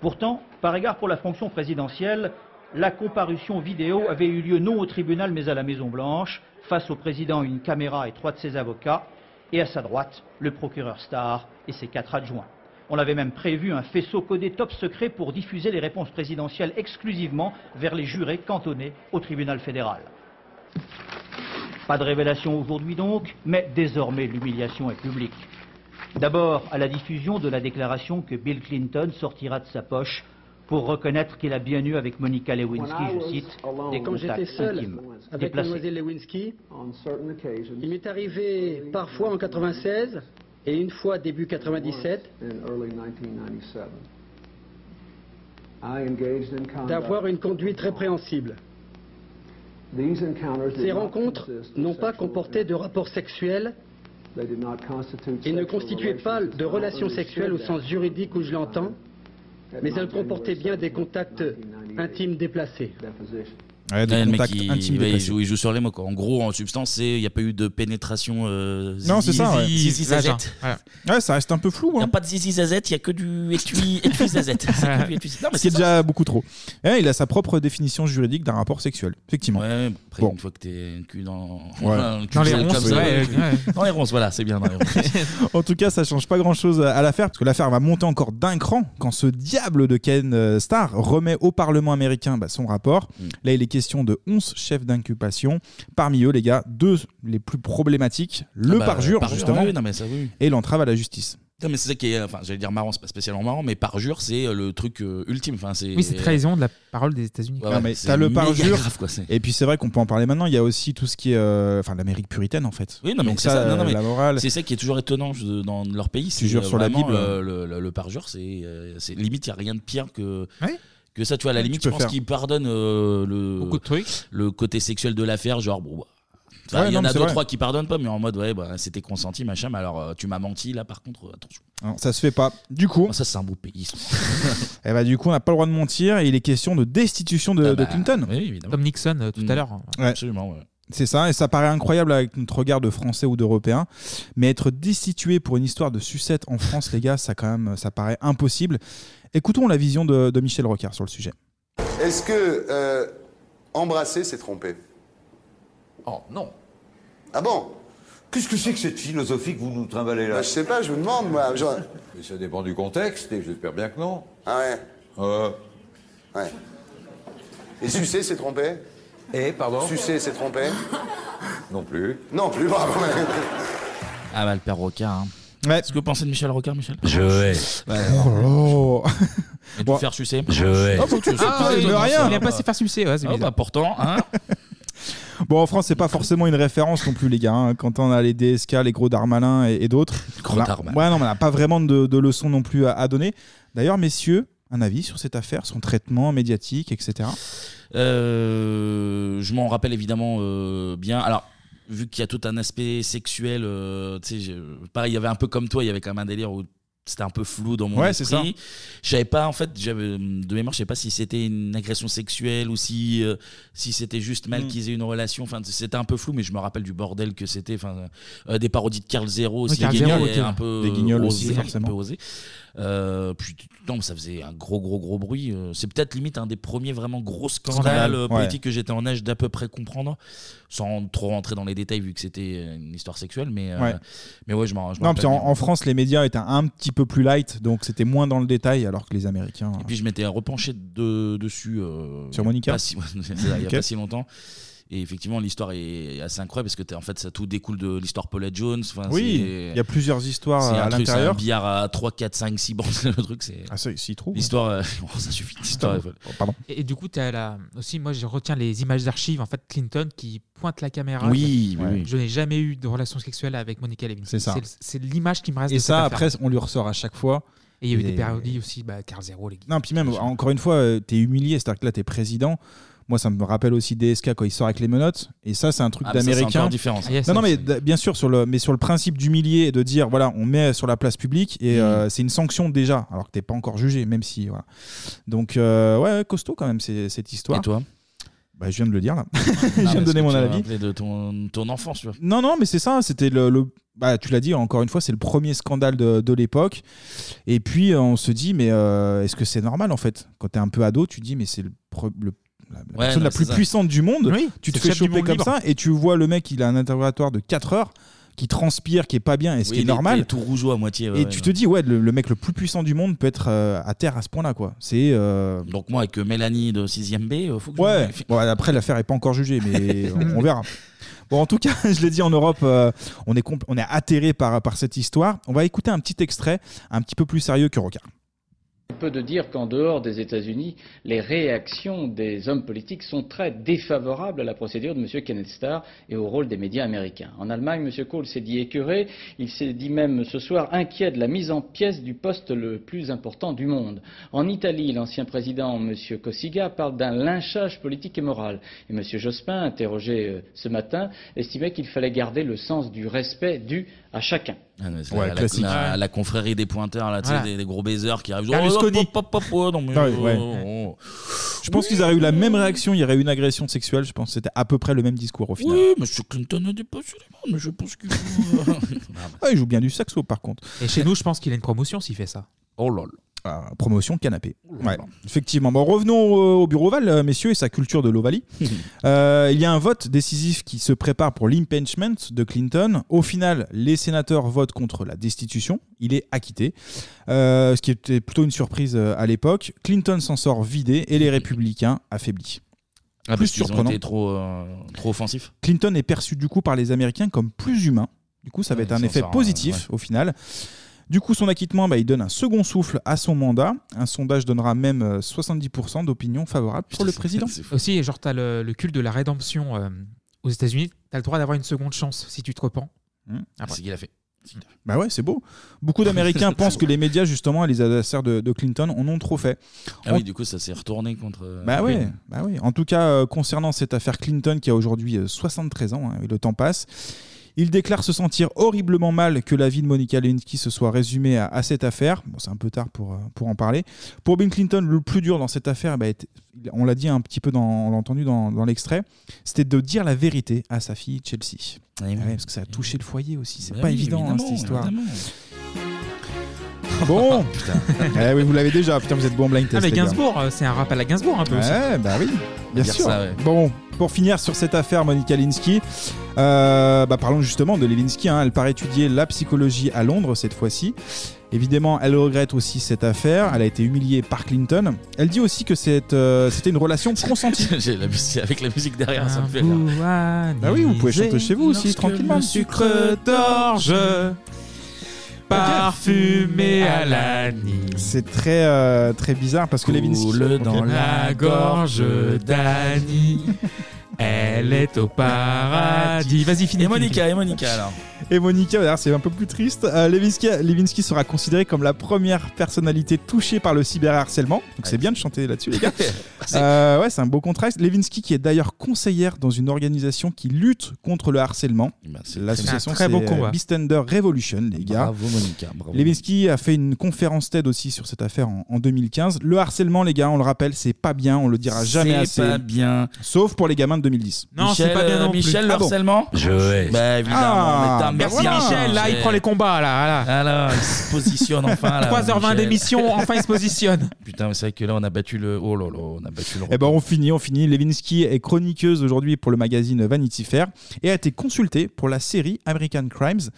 [SPEAKER 26] Pourtant, par égard pour la fonction présidentielle, la comparution vidéo avait eu lieu non au tribunal mais à la Maison-Blanche, face au président, une caméra et trois de ses avocats, et à sa droite, le procureur Starr et ses quatre adjoints. On avait même prévu un faisceau codé top secret pour diffuser les réponses présidentielles exclusivement vers les jurés cantonnés au tribunal fédéral. Pas de révélation aujourd'hui donc, mais désormais l'humiliation est publique. D'abord à la diffusion de la déclaration que Bill Clinton sortira de sa poche pour reconnaître qu'il a bien eu avec Monica Lewinsky, je cite, des
[SPEAKER 23] Quand j'étais
[SPEAKER 26] contacts
[SPEAKER 23] seul
[SPEAKER 26] intimes,
[SPEAKER 23] avec
[SPEAKER 26] déplacés.
[SPEAKER 23] Mademoiselle Lewinsky, il m'est arrivé parfois en 96 et une fois début 97 d'avoir une conduite répréhensible. Ces rencontres n'ont pas comporté de rapport sexuel et ne constituaient pas de relations sexuelles au sens juridique où je l'entends, mais elles comportaient bien des contacts intimes déplacés.
[SPEAKER 8] Ouais, des
[SPEAKER 1] Ouais, le mec,
[SPEAKER 8] contacts
[SPEAKER 1] il,
[SPEAKER 8] intimes
[SPEAKER 1] ouais, il
[SPEAKER 8] déplacés.
[SPEAKER 1] joue, il joue sur les mots. Quoi. En gros, en substance, c'est- il n'y a pas eu de pénétration. euh,
[SPEAKER 8] Non,
[SPEAKER 1] zizi,
[SPEAKER 8] c'est ça. Ouais.
[SPEAKER 1] zizi, zizi, zazette.
[SPEAKER 8] Ouais, ça reste un peu flou. hein. Il
[SPEAKER 1] n'y a pas de zizi zazette, il n'y a que du étui, étui zazette. C'est que du étui zazette. Non, mais
[SPEAKER 8] Ce qui est
[SPEAKER 1] c'est ça.
[SPEAKER 8] déjà beaucoup trop. Eh, il a sa propre définition juridique d'un rapport sexuel, effectivement.
[SPEAKER 1] Après,
[SPEAKER 8] Bon.
[SPEAKER 1] une fois que t'es le cul dans,
[SPEAKER 8] Ouais.
[SPEAKER 1] le cul
[SPEAKER 8] Dans les
[SPEAKER 1] comme
[SPEAKER 8] ronces,
[SPEAKER 1] ça,
[SPEAKER 8] ouais,
[SPEAKER 1] le cul-
[SPEAKER 8] ouais.
[SPEAKER 1] dans les ronces, voilà, c'est bien dans les ronces. Ah
[SPEAKER 8] En tout cas, ça change pas grand chose à l'affaire, parce que l'affaire va monter encore d'un cran quand ce diable de Ken euh, Starr remet au Parlement américain bah, son rapport.
[SPEAKER 1] Mm.
[SPEAKER 8] Là, il est question de 11 chefs d'inculpation. Parmi eux, les gars, deux les plus problématiques le
[SPEAKER 1] Ah bah,
[SPEAKER 8] parjure,
[SPEAKER 1] parjure,
[SPEAKER 8] justement,
[SPEAKER 1] oui, non, mais ça, oui.
[SPEAKER 8] et l'entrave à la justice.
[SPEAKER 1] Non, mais c'est ça qui est, enfin, j'allais dire marrant, c'est pas spécialement marrant, mais parjure, c'est euh, le truc euh, ultime. Enfin, c'est.
[SPEAKER 11] Oui, c'est trahison de la parole des États-Unis.
[SPEAKER 1] Ouais,
[SPEAKER 8] Non,
[SPEAKER 1] ouais,
[SPEAKER 8] mais
[SPEAKER 1] c'est
[SPEAKER 8] t'as le
[SPEAKER 1] méga
[SPEAKER 8] parjure.
[SPEAKER 1] grave, quoi, c'est-
[SPEAKER 8] et puis c'est vrai qu'on peut en parler maintenant. Il y a aussi tout ce qui est, euh, enfin, l'Amérique puritaine en fait.
[SPEAKER 1] Oui, non, mais
[SPEAKER 8] Donc
[SPEAKER 1] c'est ça. Non, non, mais
[SPEAKER 8] la morale.
[SPEAKER 1] C'est ça qui est toujours étonnant je- dans leur pays. c'est,
[SPEAKER 8] jures
[SPEAKER 1] euh,
[SPEAKER 8] sur la
[SPEAKER 1] vraiment,
[SPEAKER 8] Bible.
[SPEAKER 1] euh, le, le- le parjure, c'est, euh, c'est limite, il n'y a rien de pire que. Que ça, tu vois, à la
[SPEAKER 8] Tu
[SPEAKER 1] limite,
[SPEAKER 8] peux
[SPEAKER 1] je pense
[SPEAKER 8] faire.
[SPEAKER 1] qu'ils pardonnent euh, le, le côté sexuel de l'affaire, genre, bon, bah, enfin,
[SPEAKER 8] Ouais,
[SPEAKER 1] il y
[SPEAKER 8] non,
[SPEAKER 1] en
[SPEAKER 8] mais
[SPEAKER 1] a
[SPEAKER 8] c'est
[SPEAKER 1] deux,
[SPEAKER 8] vrai.
[SPEAKER 1] trois qui pardonnent pas, mais en mode, ouais, bah, c'était consenti, machin, mais alors, euh, tu m'as menti, là, par contre, euh, attention.
[SPEAKER 8] Non, ça se fait pas. Du coup.
[SPEAKER 1] Ah, ça, c'est un beau pays.
[SPEAKER 8] et bah, du coup, on n'a pas le droit de mentir et il est question de destitution de,
[SPEAKER 1] Ah bah,
[SPEAKER 8] de Clinton.
[SPEAKER 1] oui, évidemment.
[SPEAKER 11] Comme Nixon euh, tout à l'heure.
[SPEAKER 8] Ouais.
[SPEAKER 1] Absolument, ouais.
[SPEAKER 8] C'est ça, et ça paraît incroyable avec notre regard de Français ou d'Européens, mais être destitué pour une histoire de sucette en France, les gars, ça quand même, ça paraît impossible. Écoutons la vision de, de Michel Rocard sur le sujet.
[SPEAKER 2] Est-ce que euh, embrasser, c'est tromper Oh non. Ah bon
[SPEAKER 3] Qu'est-ce que c'est que cette philosophie que vous nous trimballez là
[SPEAKER 2] Bah, Je sais pas, je vous demande, moi. genre-
[SPEAKER 3] Mais ça dépend du contexte, et j'espère bien que non.
[SPEAKER 2] Ah ouais
[SPEAKER 3] Euh,
[SPEAKER 2] Ouais. Et sucer, c'est tromper
[SPEAKER 3] Eh, pardon
[SPEAKER 2] Sucer, c'est tromper
[SPEAKER 3] Non plus.
[SPEAKER 2] Non, plus bravo.
[SPEAKER 1] Ah bah, le père Rocard. Hein. Est-ce que vous pensez de Michel Rocard, Michel
[SPEAKER 3] Je vais.
[SPEAKER 8] Oh
[SPEAKER 1] Et de faire sucer.
[SPEAKER 3] Je
[SPEAKER 8] vais.
[SPEAKER 1] Ah, faut que tu-
[SPEAKER 8] Ah,
[SPEAKER 1] c'est
[SPEAKER 8] il veut
[SPEAKER 1] étonnant,
[SPEAKER 8] rien.
[SPEAKER 1] ça.
[SPEAKER 8] Il aime pas se
[SPEAKER 11] faire sucer, ouais,
[SPEAKER 1] Ah, bah, pourtant, hein.
[SPEAKER 8] Bon, en France, c'est pas forcément une référence non plus, les gars. hein. Quand on a les DSK, les gros Darmalins et, et d'autres,
[SPEAKER 1] Gros
[SPEAKER 8] on a-
[SPEAKER 1] Darmanin.
[SPEAKER 8] ouais, non, mais on n'a pas vraiment de, de leçons non plus à, à donner. D'ailleurs, messieurs, un avis sur cette affaire, son traitement médiatique, etc.
[SPEAKER 1] Euh, je m'en rappelle évidemment euh, bien. Alors, vu qu'il y a tout un aspect sexuel, euh, tu sais, je- pareil, il y avait un peu comme toi, il y avait quand même un délire où c'était un peu flou dans mon
[SPEAKER 8] Ouais, c'est
[SPEAKER 1] esprit. Je savais pas, en fait, j'avais de mémoire, je sais pas si c'était une agression sexuelle ou si, euh, si c'était juste mal
[SPEAKER 8] Mm.
[SPEAKER 1] qu'ils aient une relation. Enfin, c'était un peu flou, mais je me rappelle du bordel que c'était. Enfin, euh, des parodies de Carl Zero aussi,
[SPEAKER 8] Carl
[SPEAKER 1] les
[SPEAKER 8] Zero,
[SPEAKER 1] guignols
[SPEAKER 8] ok.
[SPEAKER 1] étaient un peu
[SPEAKER 8] Des guignols
[SPEAKER 1] osés,
[SPEAKER 8] aussi,
[SPEAKER 1] un
[SPEAKER 8] forcément.
[SPEAKER 1] peu osés. Euh, puis non, mais ça faisait un gros gros gros bruit. Euh, C'est peut-être limite un des premiers vraiment gros
[SPEAKER 8] Scandale,
[SPEAKER 1] scandales euh,
[SPEAKER 8] ouais.
[SPEAKER 1] politiques que j'étais en âge d'à peu près comprendre, sans trop rentrer dans les détails vu que c'était euh, une histoire sexuelle. Mais euh,
[SPEAKER 8] Ouais.
[SPEAKER 1] mais ouais, je m'en je m'en
[SPEAKER 8] Non, puis en,
[SPEAKER 1] rappelle bien.
[SPEAKER 8] en France, les médias étaient un petit peu plus light, donc c'était moins dans le détail, alors que les Américains.
[SPEAKER 1] Et puis je m'étais repenché de- dessus. euh,
[SPEAKER 8] Sur
[SPEAKER 1] il y a
[SPEAKER 8] Monica
[SPEAKER 1] pas si- c'est ça, Il n'y a
[SPEAKER 8] Ok.
[SPEAKER 1] pas si longtemps. Et effectivement, l'histoire est assez incroyable parce que t'as- en fait, ça tout découle de l'histoire Paulette Jones. Enfin,
[SPEAKER 8] Oui,
[SPEAKER 1] c'est-
[SPEAKER 8] il y a plusieurs histoires
[SPEAKER 1] c'est
[SPEAKER 8] à
[SPEAKER 1] un truc, c'est
[SPEAKER 8] l'intérieur.
[SPEAKER 1] Un billard à 3, 4, 5, 6 bandes, le truc. c'est-
[SPEAKER 8] Ah, ça, ils s'y trouvent.
[SPEAKER 1] L'histoire, euh, oh, ça suffit. L'histoire est folle.
[SPEAKER 11] Et, et du coup, as la... aussi, moi, je retiens les images d'archives, en fait, Clinton qui pointe la caméra.
[SPEAKER 1] Oui,
[SPEAKER 11] Je-
[SPEAKER 1] oui, oui.
[SPEAKER 11] Je n'ai jamais eu de relation sexuelle avec Monica Lewinsky.
[SPEAKER 8] C'est ça.
[SPEAKER 11] C'est l'image qui me reste.
[SPEAKER 8] Et
[SPEAKER 11] de
[SPEAKER 8] ça,
[SPEAKER 11] cette affaire.
[SPEAKER 8] après, on lui ressort à chaque fois.
[SPEAKER 11] Et il y a eu
[SPEAKER 8] Et-
[SPEAKER 11] des périodes aussi, bah, Carl Zero, les
[SPEAKER 8] Non, puis même, encore une fois, euh, t'es humilié, c'est-à-dire que là, t'es président. Moi, ça me rappelle aussi DSK quand il sort avec les menottes. Et ça, c'est un truc
[SPEAKER 1] Ah, mais ça, c'est
[SPEAKER 8] d'américain.
[SPEAKER 1] encore différent, ça. Ah, yes,
[SPEAKER 8] Non, non,
[SPEAKER 1] yes,
[SPEAKER 8] mais d- bien sûr, sur le, mais sur le principe d'humilier et de dire, voilà, on met sur la place publique
[SPEAKER 1] Mm.
[SPEAKER 8] et euh, c'est une sanction déjà, alors que t'es pas encore jugé, même si. Voilà. Donc, euh, ouais, ouais, costaud quand même, c'est- cette histoire.
[SPEAKER 1] Et toi
[SPEAKER 8] bah, Je viens de le dire, là. je viens de donner mon avis.
[SPEAKER 1] de ton, ton enfance, tu vois.
[SPEAKER 8] Non, non, mais c'est ça. C'était le. le- bah, tu l'as dit encore une fois, c'est le premier scandale de, de l'époque. Et puis, euh, on se dit, mais euh, est-ce que c'est normal en fait Quand t'es un peu ado, tu dis, mais c'est le, pre- le- la, la
[SPEAKER 1] Ouais,
[SPEAKER 8] personne
[SPEAKER 1] non,
[SPEAKER 8] la
[SPEAKER 1] c'est
[SPEAKER 8] plus
[SPEAKER 1] ça.
[SPEAKER 8] puissante du monde.
[SPEAKER 1] Oui,
[SPEAKER 8] tu te
[SPEAKER 1] c'est le
[SPEAKER 8] fais
[SPEAKER 1] chef du
[SPEAKER 8] choper
[SPEAKER 1] monde
[SPEAKER 8] comme
[SPEAKER 1] libre.
[SPEAKER 8] ça et tu vois le mec, il a un interrogatoire de 4 heures, qui transpire, qui est pas bien, et ce
[SPEAKER 1] Oui,
[SPEAKER 8] qui est
[SPEAKER 1] il était
[SPEAKER 8] normal.
[SPEAKER 1] tout rougeau à moitié. ouais,
[SPEAKER 8] et
[SPEAKER 1] ouais,
[SPEAKER 8] tu
[SPEAKER 1] ouais.
[SPEAKER 8] te dis, ouais, le, le mec le plus puissant du monde peut être euh, à terre à ce point-là, quoi. C'est. euh,
[SPEAKER 1] Donc, moi, avec euh, Mélanie de 6ème B, euh, faut que
[SPEAKER 8] Ouais, bon, après l'affaire est pas encore jugée, mais on, on verra. Bon, en tout cas, je l'ai dit en Europe, euh, on est, compl- on est atterré par, par cette histoire. On va écouter un petit extrait, un petit peu plus sérieux que Rocard.
[SPEAKER 12] On peut de dire qu'en dehors des États-Unis, les réactions des hommes politiques sont très défavorables à la procédure de M. Kenneth Starr et au rôle des médias américains. En Allemagne, M. Kohl s'est dit écœuré, il s'est dit même ce soir inquiet de la mise en pièces du poste le plus important du monde. En Italie, l'ancien président M. Cossiga parle d'un lynchage politique et moral. Et M. Jospin, interrogé euh, ce matin, estimait qu'il fallait garder le sens du respect dû à chacun.
[SPEAKER 1] Ah, non, c'est
[SPEAKER 12] Ouais,
[SPEAKER 1] la,
[SPEAKER 12] classique.
[SPEAKER 1] la- la- la confrérie des pointeurs, là, tu sais,
[SPEAKER 12] Voilà.
[SPEAKER 1] des, des gros baisers qui
[SPEAKER 11] Ah,
[SPEAKER 1] arrivent.
[SPEAKER 8] Berlusconi.
[SPEAKER 1] Oh, pop, pop, pop, oh, non, mais,
[SPEAKER 8] Ah oui,
[SPEAKER 1] euh,
[SPEAKER 8] ouais.
[SPEAKER 1] oh,
[SPEAKER 8] Je pense qu'ils auraient eu la même réaction, il y aurait eu une agression sexuelle, je pense que c'était à peu près le même discours au
[SPEAKER 1] oh.
[SPEAKER 8] final.
[SPEAKER 1] Oui, monsieur Clinton a dépassé les bornes, mais je pense qu'il faut. euh,
[SPEAKER 8] Ah, il joue bien du saxo par contre.
[SPEAKER 11] Et chez nous, je pense qu'il a une promotion s'il fait ça.
[SPEAKER 1] Oh lol.
[SPEAKER 8] Ah,
[SPEAKER 1] Oh
[SPEAKER 8] promotion canapé. Ouais, effectivement. Bon, revenons au, au bureau Oval, euh, messieurs, et sa culture de l'Ovalie. Euh, il y a un vote décisif qui se prépare pour l'impeachment de Clinton. Au final, les sénateurs votent contre la destitution. Il est acquitté, Euh, ce qui était plutôt une surprise euh, à l'époque. Clinton s'en sort vidé et les républicains affaiblis. Plus
[SPEAKER 1] Ah, parce qu'ils ont
[SPEAKER 8] surprenant.
[SPEAKER 1] été trop, euh, trop offensif.
[SPEAKER 8] Clinton est perçu du coup par les Américains comme plus humain. Du coup, ça va
[SPEAKER 1] Ouais,
[SPEAKER 8] être un
[SPEAKER 1] il s'en
[SPEAKER 8] effet
[SPEAKER 1] sort,
[SPEAKER 8] positif
[SPEAKER 1] euh,
[SPEAKER 8] au final. Du coup, son acquittement, bah, il donne un second souffle à son mandat. Un sondage donnera même euh, 70% d'opinion favorable pour le président.
[SPEAKER 11] Aussi, genre, t'as le, le culte de la rédemption euh, aux États-Unis. T'as le droit d'avoir une seconde chance si tu te repens.
[SPEAKER 1] Hmm.
[SPEAKER 11] Ah,
[SPEAKER 1] Ah, C'est ce qu'il a fait.
[SPEAKER 8] Bah ouais, c'est beau. Beaucoup d'Américains pensent que les médias, justement, et les adversaires de, de Clinton, en ont trop fait.
[SPEAKER 1] Ah
[SPEAKER 8] En-
[SPEAKER 1] oui, du coup, ça s'est retourné contre. euh,
[SPEAKER 8] Bah
[SPEAKER 1] lui.
[SPEAKER 8] ouais, bah ouais. En tout cas, euh, concernant cette affaire Clinton, qui a aujourd'hui euh, 73 ans, hein, et le temps passe, il déclare se sentir horriblement mal que la vie de Monica Lewinsky se soit résumée à, à cette affaire. Bon, c'est un peu tard pour, euh, pour en parler. Pour Bill Clinton, le plus dur dans cette affaire, bah, était- on l'a dit un petit peu, dans, on l'a entendu dans, dans l'extrait, c'était de dire la vérité à sa fille Chelsea.
[SPEAKER 1] Eh
[SPEAKER 8] Ah ouais, parce que ça a touché le foyer aussi. C'est
[SPEAKER 1] Bah
[SPEAKER 8] pas
[SPEAKER 1] oui,
[SPEAKER 8] évident, hein,
[SPEAKER 1] évidemment,
[SPEAKER 8] cette histoire.
[SPEAKER 1] évidemment.
[SPEAKER 11] Ah,
[SPEAKER 8] Bon Eh oui, vous l'avez déjà, putain, vous êtes bon en blind
[SPEAKER 11] Ah,
[SPEAKER 8] test.
[SPEAKER 11] mais
[SPEAKER 8] les gars.
[SPEAKER 11] Gainsbourg, euh, c'est un rap à la Gainsbourg un peu aussi.
[SPEAKER 8] Ouais, bah oui, bien
[SPEAKER 11] Dire
[SPEAKER 8] sûr.
[SPEAKER 11] ça, ouais.
[SPEAKER 8] Bon, pour finir sur cette affaire, Monica Lewinsky, euh, bah parlons justement de Lewinsky. hein. Elle part étudier la psychologie à Londres cette fois-ci. Évidemment, elle regrette aussi cette affaire. Elle a été humiliée par Clinton. Elle dit aussi que cette, euh, c'était une relation consentie.
[SPEAKER 1] J'ai la musique- avec la musique derrière, ça me fait rire.
[SPEAKER 11] Bah
[SPEAKER 8] Bah oui, vous pouvez chanter chez vous aussi,
[SPEAKER 11] Lorsque
[SPEAKER 8] tranquillement.
[SPEAKER 11] le sucre d'orge parfumé à la
[SPEAKER 8] C'est très, euh, très bizarre parce que Lewinsky.
[SPEAKER 11] dans
[SPEAKER 8] Ok.
[SPEAKER 11] la gorge d'Annie. Elle est au paradis. Vas-y, finis.
[SPEAKER 1] Et Monica, et Monica alors.
[SPEAKER 8] Et Monica, d'ailleurs, c'est un peu plus triste. Euh, Lewinsky, Lewinsky sera considéré comme la première personnalité touchée par le cyberharcèlement. Donc c'est bien de chanter là-dessus, les gars. Euh, ouais, c'est un beau contraste. Lewinsky, qui est d'ailleurs conseillère dans une organisation qui lutte contre le harcèlement.
[SPEAKER 1] Bah,
[SPEAKER 8] L'association,
[SPEAKER 11] très beau
[SPEAKER 8] c'est,
[SPEAKER 11] combat.
[SPEAKER 8] euh, Bistender Revolution, les gars.
[SPEAKER 1] Bravo Monica, bravo.
[SPEAKER 8] Lewinsky a fait une conférence TED aussi sur cette affaire en, en 2015. Le harcèlement, les gars, on le rappelle, c'est pas bien, on le dira jamais assez.
[SPEAKER 1] C'est pas bien.
[SPEAKER 8] Sauf pour les gamins de 2010.
[SPEAKER 1] Michel, euh, Michel, le
[SPEAKER 8] Ah bon
[SPEAKER 1] harcèlement
[SPEAKER 9] Je vais.
[SPEAKER 1] Bah évidemment,
[SPEAKER 8] Ah,
[SPEAKER 1] mais t'as-
[SPEAKER 8] bah
[SPEAKER 1] merci
[SPEAKER 8] voilà.
[SPEAKER 11] Michel, là, il prend les combats, là. là.
[SPEAKER 1] Alors, il se positionne enfin. là,
[SPEAKER 11] 3h20
[SPEAKER 1] Michel.
[SPEAKER 11] d'émission, enfin il se positionne.
[SPEAKER 1] Putain, mais c'est vrai que là, on a battu le. Oh là là, on a battu le.
[SPEAKER 8] Eh ben on finit, on finit. Lewinsky est chroniqueuse aujourd'hui pour le magazine Vanity Fair et a été consultée pour la série American Crimes,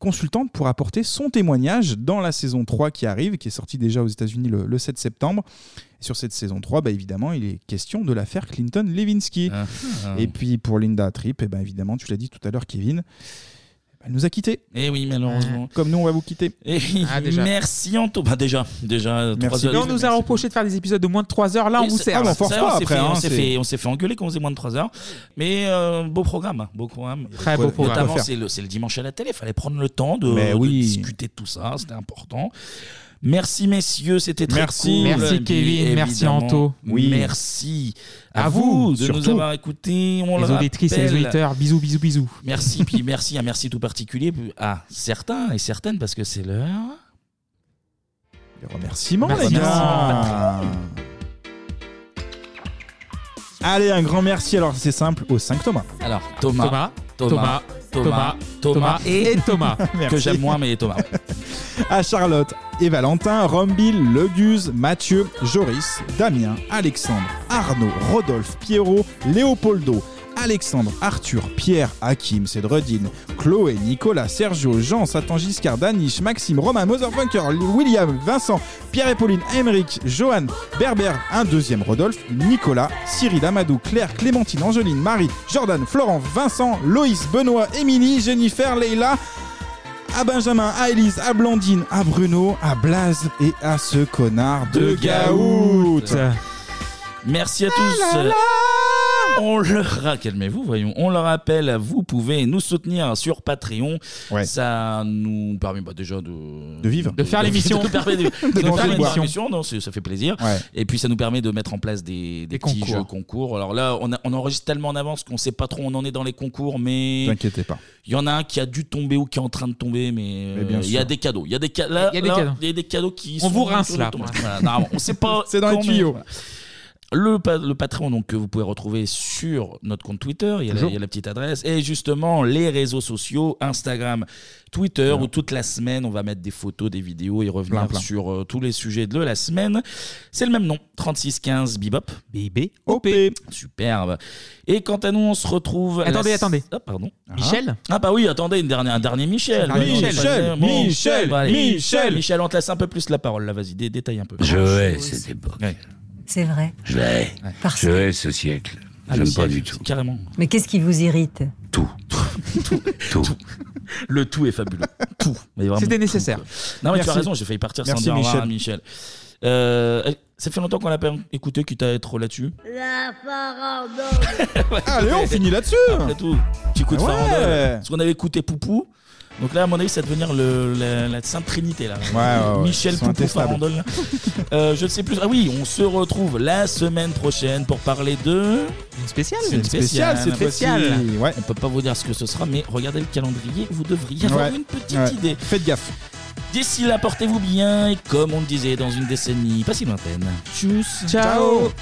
[SPEAKER 8] consultante pour apporter son témoignage dans la saison 3 qui arrive, qui est sortie déjà aux États-Unis le, le 7 septembre. Et sur cette saison 3, bah, évidemment, il est question de l'affaire Clinton-Lewinsky.
[SPEAKER 1] ah.
[SPEAKER 8] Et puis pour Linda Tripp, eh ben, évidemment, tu l'as dit tout à l'heure, Kevin, elle nous a quittés.
[SPEAKER 1] Et Eh oui, malheureusement.
[SPEAKER 8] Comme nous, on va vous quitter.
[SPEAKER 1] Et oui,
[SPEAKER 11] Ah, déjà.
[SPEAKER 1] merci Anto. Bah déjà, déjà. trois heures.
[SPEAKER 11] Mais on nous a reproché de faire des épisodes de moins de 3 heures. Là, on
[SPEAKER 1] Et
[SPEAKER 11] vous
[SPEAKER 1] c'est-
[SPEAKER 11] sert.
[SPEAKER 1] ah, ça, on s'est fait-
[SPEAKER 8] hein,
[SPEAKER 11] hein,
[SPEAKER 1] on s'est fait, on s'est fait engueuler quand on faisait moins de 3 heures. Mais euh, beau programme, hein, beau programme.
[SPEAKER 11] Très beau programme.
[SPEAKER 1] Notamment,
[SPEAKER 11] Quoi faire.
[SPEAKER 1] c'est le, c'est le dimanche à la télé. Il fallait prendre le temps de,
[SPEAKER 11] Mais
[SPEAKER 1] de
[SPEAKER 11] oui.
[SPEAKER 1] discuter de tout ça. C'était important. Merci messieurs, c'était très
[SPEAKER 11] Merci.
[SPEAKER 1] cool.
[SPEAKER 11] Merci,
[SPEAKER 1] Bien
[SPEAKER 11] Kevin. Merci,
[SPEAKER 1] évidemment.
[SPEAKER 11] Anto. Oui.
[SPEAKER 1] Merci à,
[SPEAKER 11] À
[SPEAKER 1] vous,
[SPEAKER 11] vous,
[SPEAKER 1] de nous
[SPEAKER 11] surtout.
[SPEAKER 1] avoir écoutés. On
[SPEAKER 11] Les
[SPEAKER 1] le
[SPEAKER 11] auditrices et les
[SPEAKER 1] rappelle.
[SPEAKER 11] auditeurs, bisous, bisous, bisous.
[SPEAKER 1] Merci, puis merci, un merci tout particulier à certains et certaines parce que c'est l'heure.
[SPEAKER 8] Le remerciement,
[SPEAKER 1] Merci.
[SPEAKER 8] les gars.
[SPEAKER 1] Merci.
[SPEAKER 8] Allez, un grand merci. Alors, c'est simple, aux 5 Thomas.
[SPEAKER 1] Alors, Thomas, Thomas, Thomas, Thomas, Thomas et Thomas, que
[SPEAKER 8] Merci.
[SPEAKER 1] j'aime moins, mais Thomas.
[SPEAKER 8] à Charlotte et Valentin, Rombil, Leguse, Mathieu, Joris, Damien, Alexandre, Arnaud, Rodolphe, Pierrot, Léopoldo, Alexandre, Arthur, Pierre, Hakim, Cédredine, Chloé, Nicolas, Sergio, Jean, Satan Giscard, Danish, Maxime, Romain, Motherfunker, William, Vincent, Pierre et Pauline, Emeric, Johan, Berber, un deuxième Rodolphe, Nicolas, Cyril, Amadou, Claire, Clémentine, Angeline, Marie, Jordan, Florent, Vincent, Loïs, Benoît, Émilie, Jennifer, Leila, à Benjamin, à Elise, à Blandine, à Bruno, à Blaze et à ce connard de Gaout.
[SPEAKER 1] Merci à tous. On le ra- calmez-vous, voyons. On le rappelle, vous pouvez nous soutenir sur Patreon. Ça nous permet bah, déjà de,
[SPEAKER 8] De vivre. De faire l'émission.
[SPEAKER 1] de, permet de-
[SPEAKER 8] De
[SPEAKER 1] de
[SPEAKER 8] manger,
[SPEAKER 1] faire
[SPEAKER 8] boire.
[SPEAKER 1] l'émission. Non, c'est- ça fait plaisir.
[SPEAKER 8] Ouais.
[SPEAKER 1] Et puis ça nous permet de mettre en place des, des petits
[SPEAKER 8] concours.
[SPEAKER 1] jeux concours. Alors là, on, a- on enregistre tellement en avance qu'on sait pas trop où on en est dans les concours, mais
[SPEAKER 8] T'inquiétez pas.
[SPEAKER 1] il y en a un qui a dû tomber ou qui est en train de tomber, mais euh,
[SPEAKER 8] Mais bien
[SPEAKER 1] il y a
[SPEAKER 8] sûr.
[SPEAKER 1] des cadeaux. Il y a des, ca- là-
[SPEAKER 8] Il y a des
[SPEAKER 1] là,
[SPEAKER 8] cadeaux.
[SPEAKER 1] il y a des cadeaux qui
[SPEAKER 8] On
[SPEAKER 1] sont
[SPEAKER 8] vous rince,
[SPEAKER 1] autour de
[SPEAKER 8] là,
[SPEAKER 1] tout.
[SPEAKER 8] pour
[SPEAKER 1] Voilà, normalement, on sait pas.
[SPEAKER 8] C'est dans les
[SPEAKER 1] quand, mais
[SPEAKER 8] tuyaux.
[SPEAKER 1] voilà. Le, pa- le Patreon donc, que vous pouvez retrouver sur notre compte Twitter, il y, a la,
[SPEAKER 8] Toujours.
[SPEAKER 1] il y a la petite adresse, et justement les réseaux sociaux, Instagram, Twitter, où toute la semaine on va mettre des photos, des vidéos et revenir
[SPEAKER 8] Plein, plein.
[SPEAKER 1] sur euh, tous les sujets de la semaine. C'est le même nom, 3615 Bibop, BIB, OP. Superbe. Et quant à nous, on se retrouve... à la
[SPEAKER 11] Attendez,
[SPEAKER 1] s-
[SPEAKER 11] attendez.
[SPEAKER 1] Ah, pardon.
[SPEAKER 11] Michel
[SPEAKER 1] Ah bah oui, attendez, une dernière, un dernier Michel.
[SPEAKER 9] Ah,
[SPEAKER 11] Un dernier
[SPEAKER 1] Ouais,
[SPEAKER 11] Michel.
[SPEAKER 1] non, je-
[SPEAKER 11] Michel,
[SPEAKER 1] Michel,
[SPEAKER 11] Michel,
[SPEAKER 1] allez.
[SPEAKER 11] Michel.
[SPEAKER 1] Michel, on te laisse un peu plus la parole, là, vas-y, dé- détaille un peu.
[SPEAKER 9] Je hais cette époque.
[SPEAKER 6] C'est vrai.
[SPEAKER 9] Je la hais. Je hais ce siècle.
[SPEAKER 1] Ah, le
[SPEAKER 9] J'aime pas
[SPEAKER 1] siècle,
[SPEAKER 9] du tout.
[SPEAKER 1] Carrément.
[SPEAKER 6] Mais qu'est-ce qui vous irrite
[SPEAKER 1] Tout. Le tout est fabuleux. Tout. Mais vraiment
[SPEAKER 11] C'était
[SPEAKER 1] tout,
[SPEAKER 11] nécessaire.
[SPEAKER 1] quoi. Non, mais
[SPEAKER 11] Merci.
[SPEAKER 1] tu as raison, j'ai failli partir
[SPEAKER 11] Merci,
[SPEAKER 1] sans dire au revoir à
[SPEAKER 11] Michel.
[SPEAKER 1] Michel. Euh, ça fait longtemps qu'on l'a pas écouté, quitte à être là-dessus.
[SPEAKER 10] La
[SPEAKER 8] Allez, on finit là-dessus.
[SPEAKER 1] Après tout, petit coup de
[SPEAKER 8] Ah ouais.
[SPEAKER 1] farandole. euh, Parce qu'on avait écouté Poupou. Donc là, à mon avis, ça va devenir le, la, la Sainte Trinité. Là.
[SPEAKER 8] ouais, ouais.
[SPEAKER 1] Michel
[SPEAKER 8] Ils sont
[SPEAKER 1] Poupou
[SPEAKER 8] intestables.
[SPEAKER 1] Farandole. Euh, je ne sais plus. Ah oui, on se retrouve la semaine prochaine pour parler de. Une spéciale.
[SPEAKER 8] C'est une spéciale, cette fois-ci.
[SPEAKER 1] On peut pas vous dire ce que ce sera, mais regardez le calendrier, vous devriez avoir
[SPEAKER 8] Ouais.
[SPEAKER 1] une petite
[SPEAKER 8] Ouais.
[SPEAKER 1] idée.
[SPEAKER 8] Faites gaffe.
[SPEAKER 1] D'ici là, portez-vous bien et comme on le disait dans une décennie pas si lointaine. Tchuss.
[SPEAKER 8] Ciao.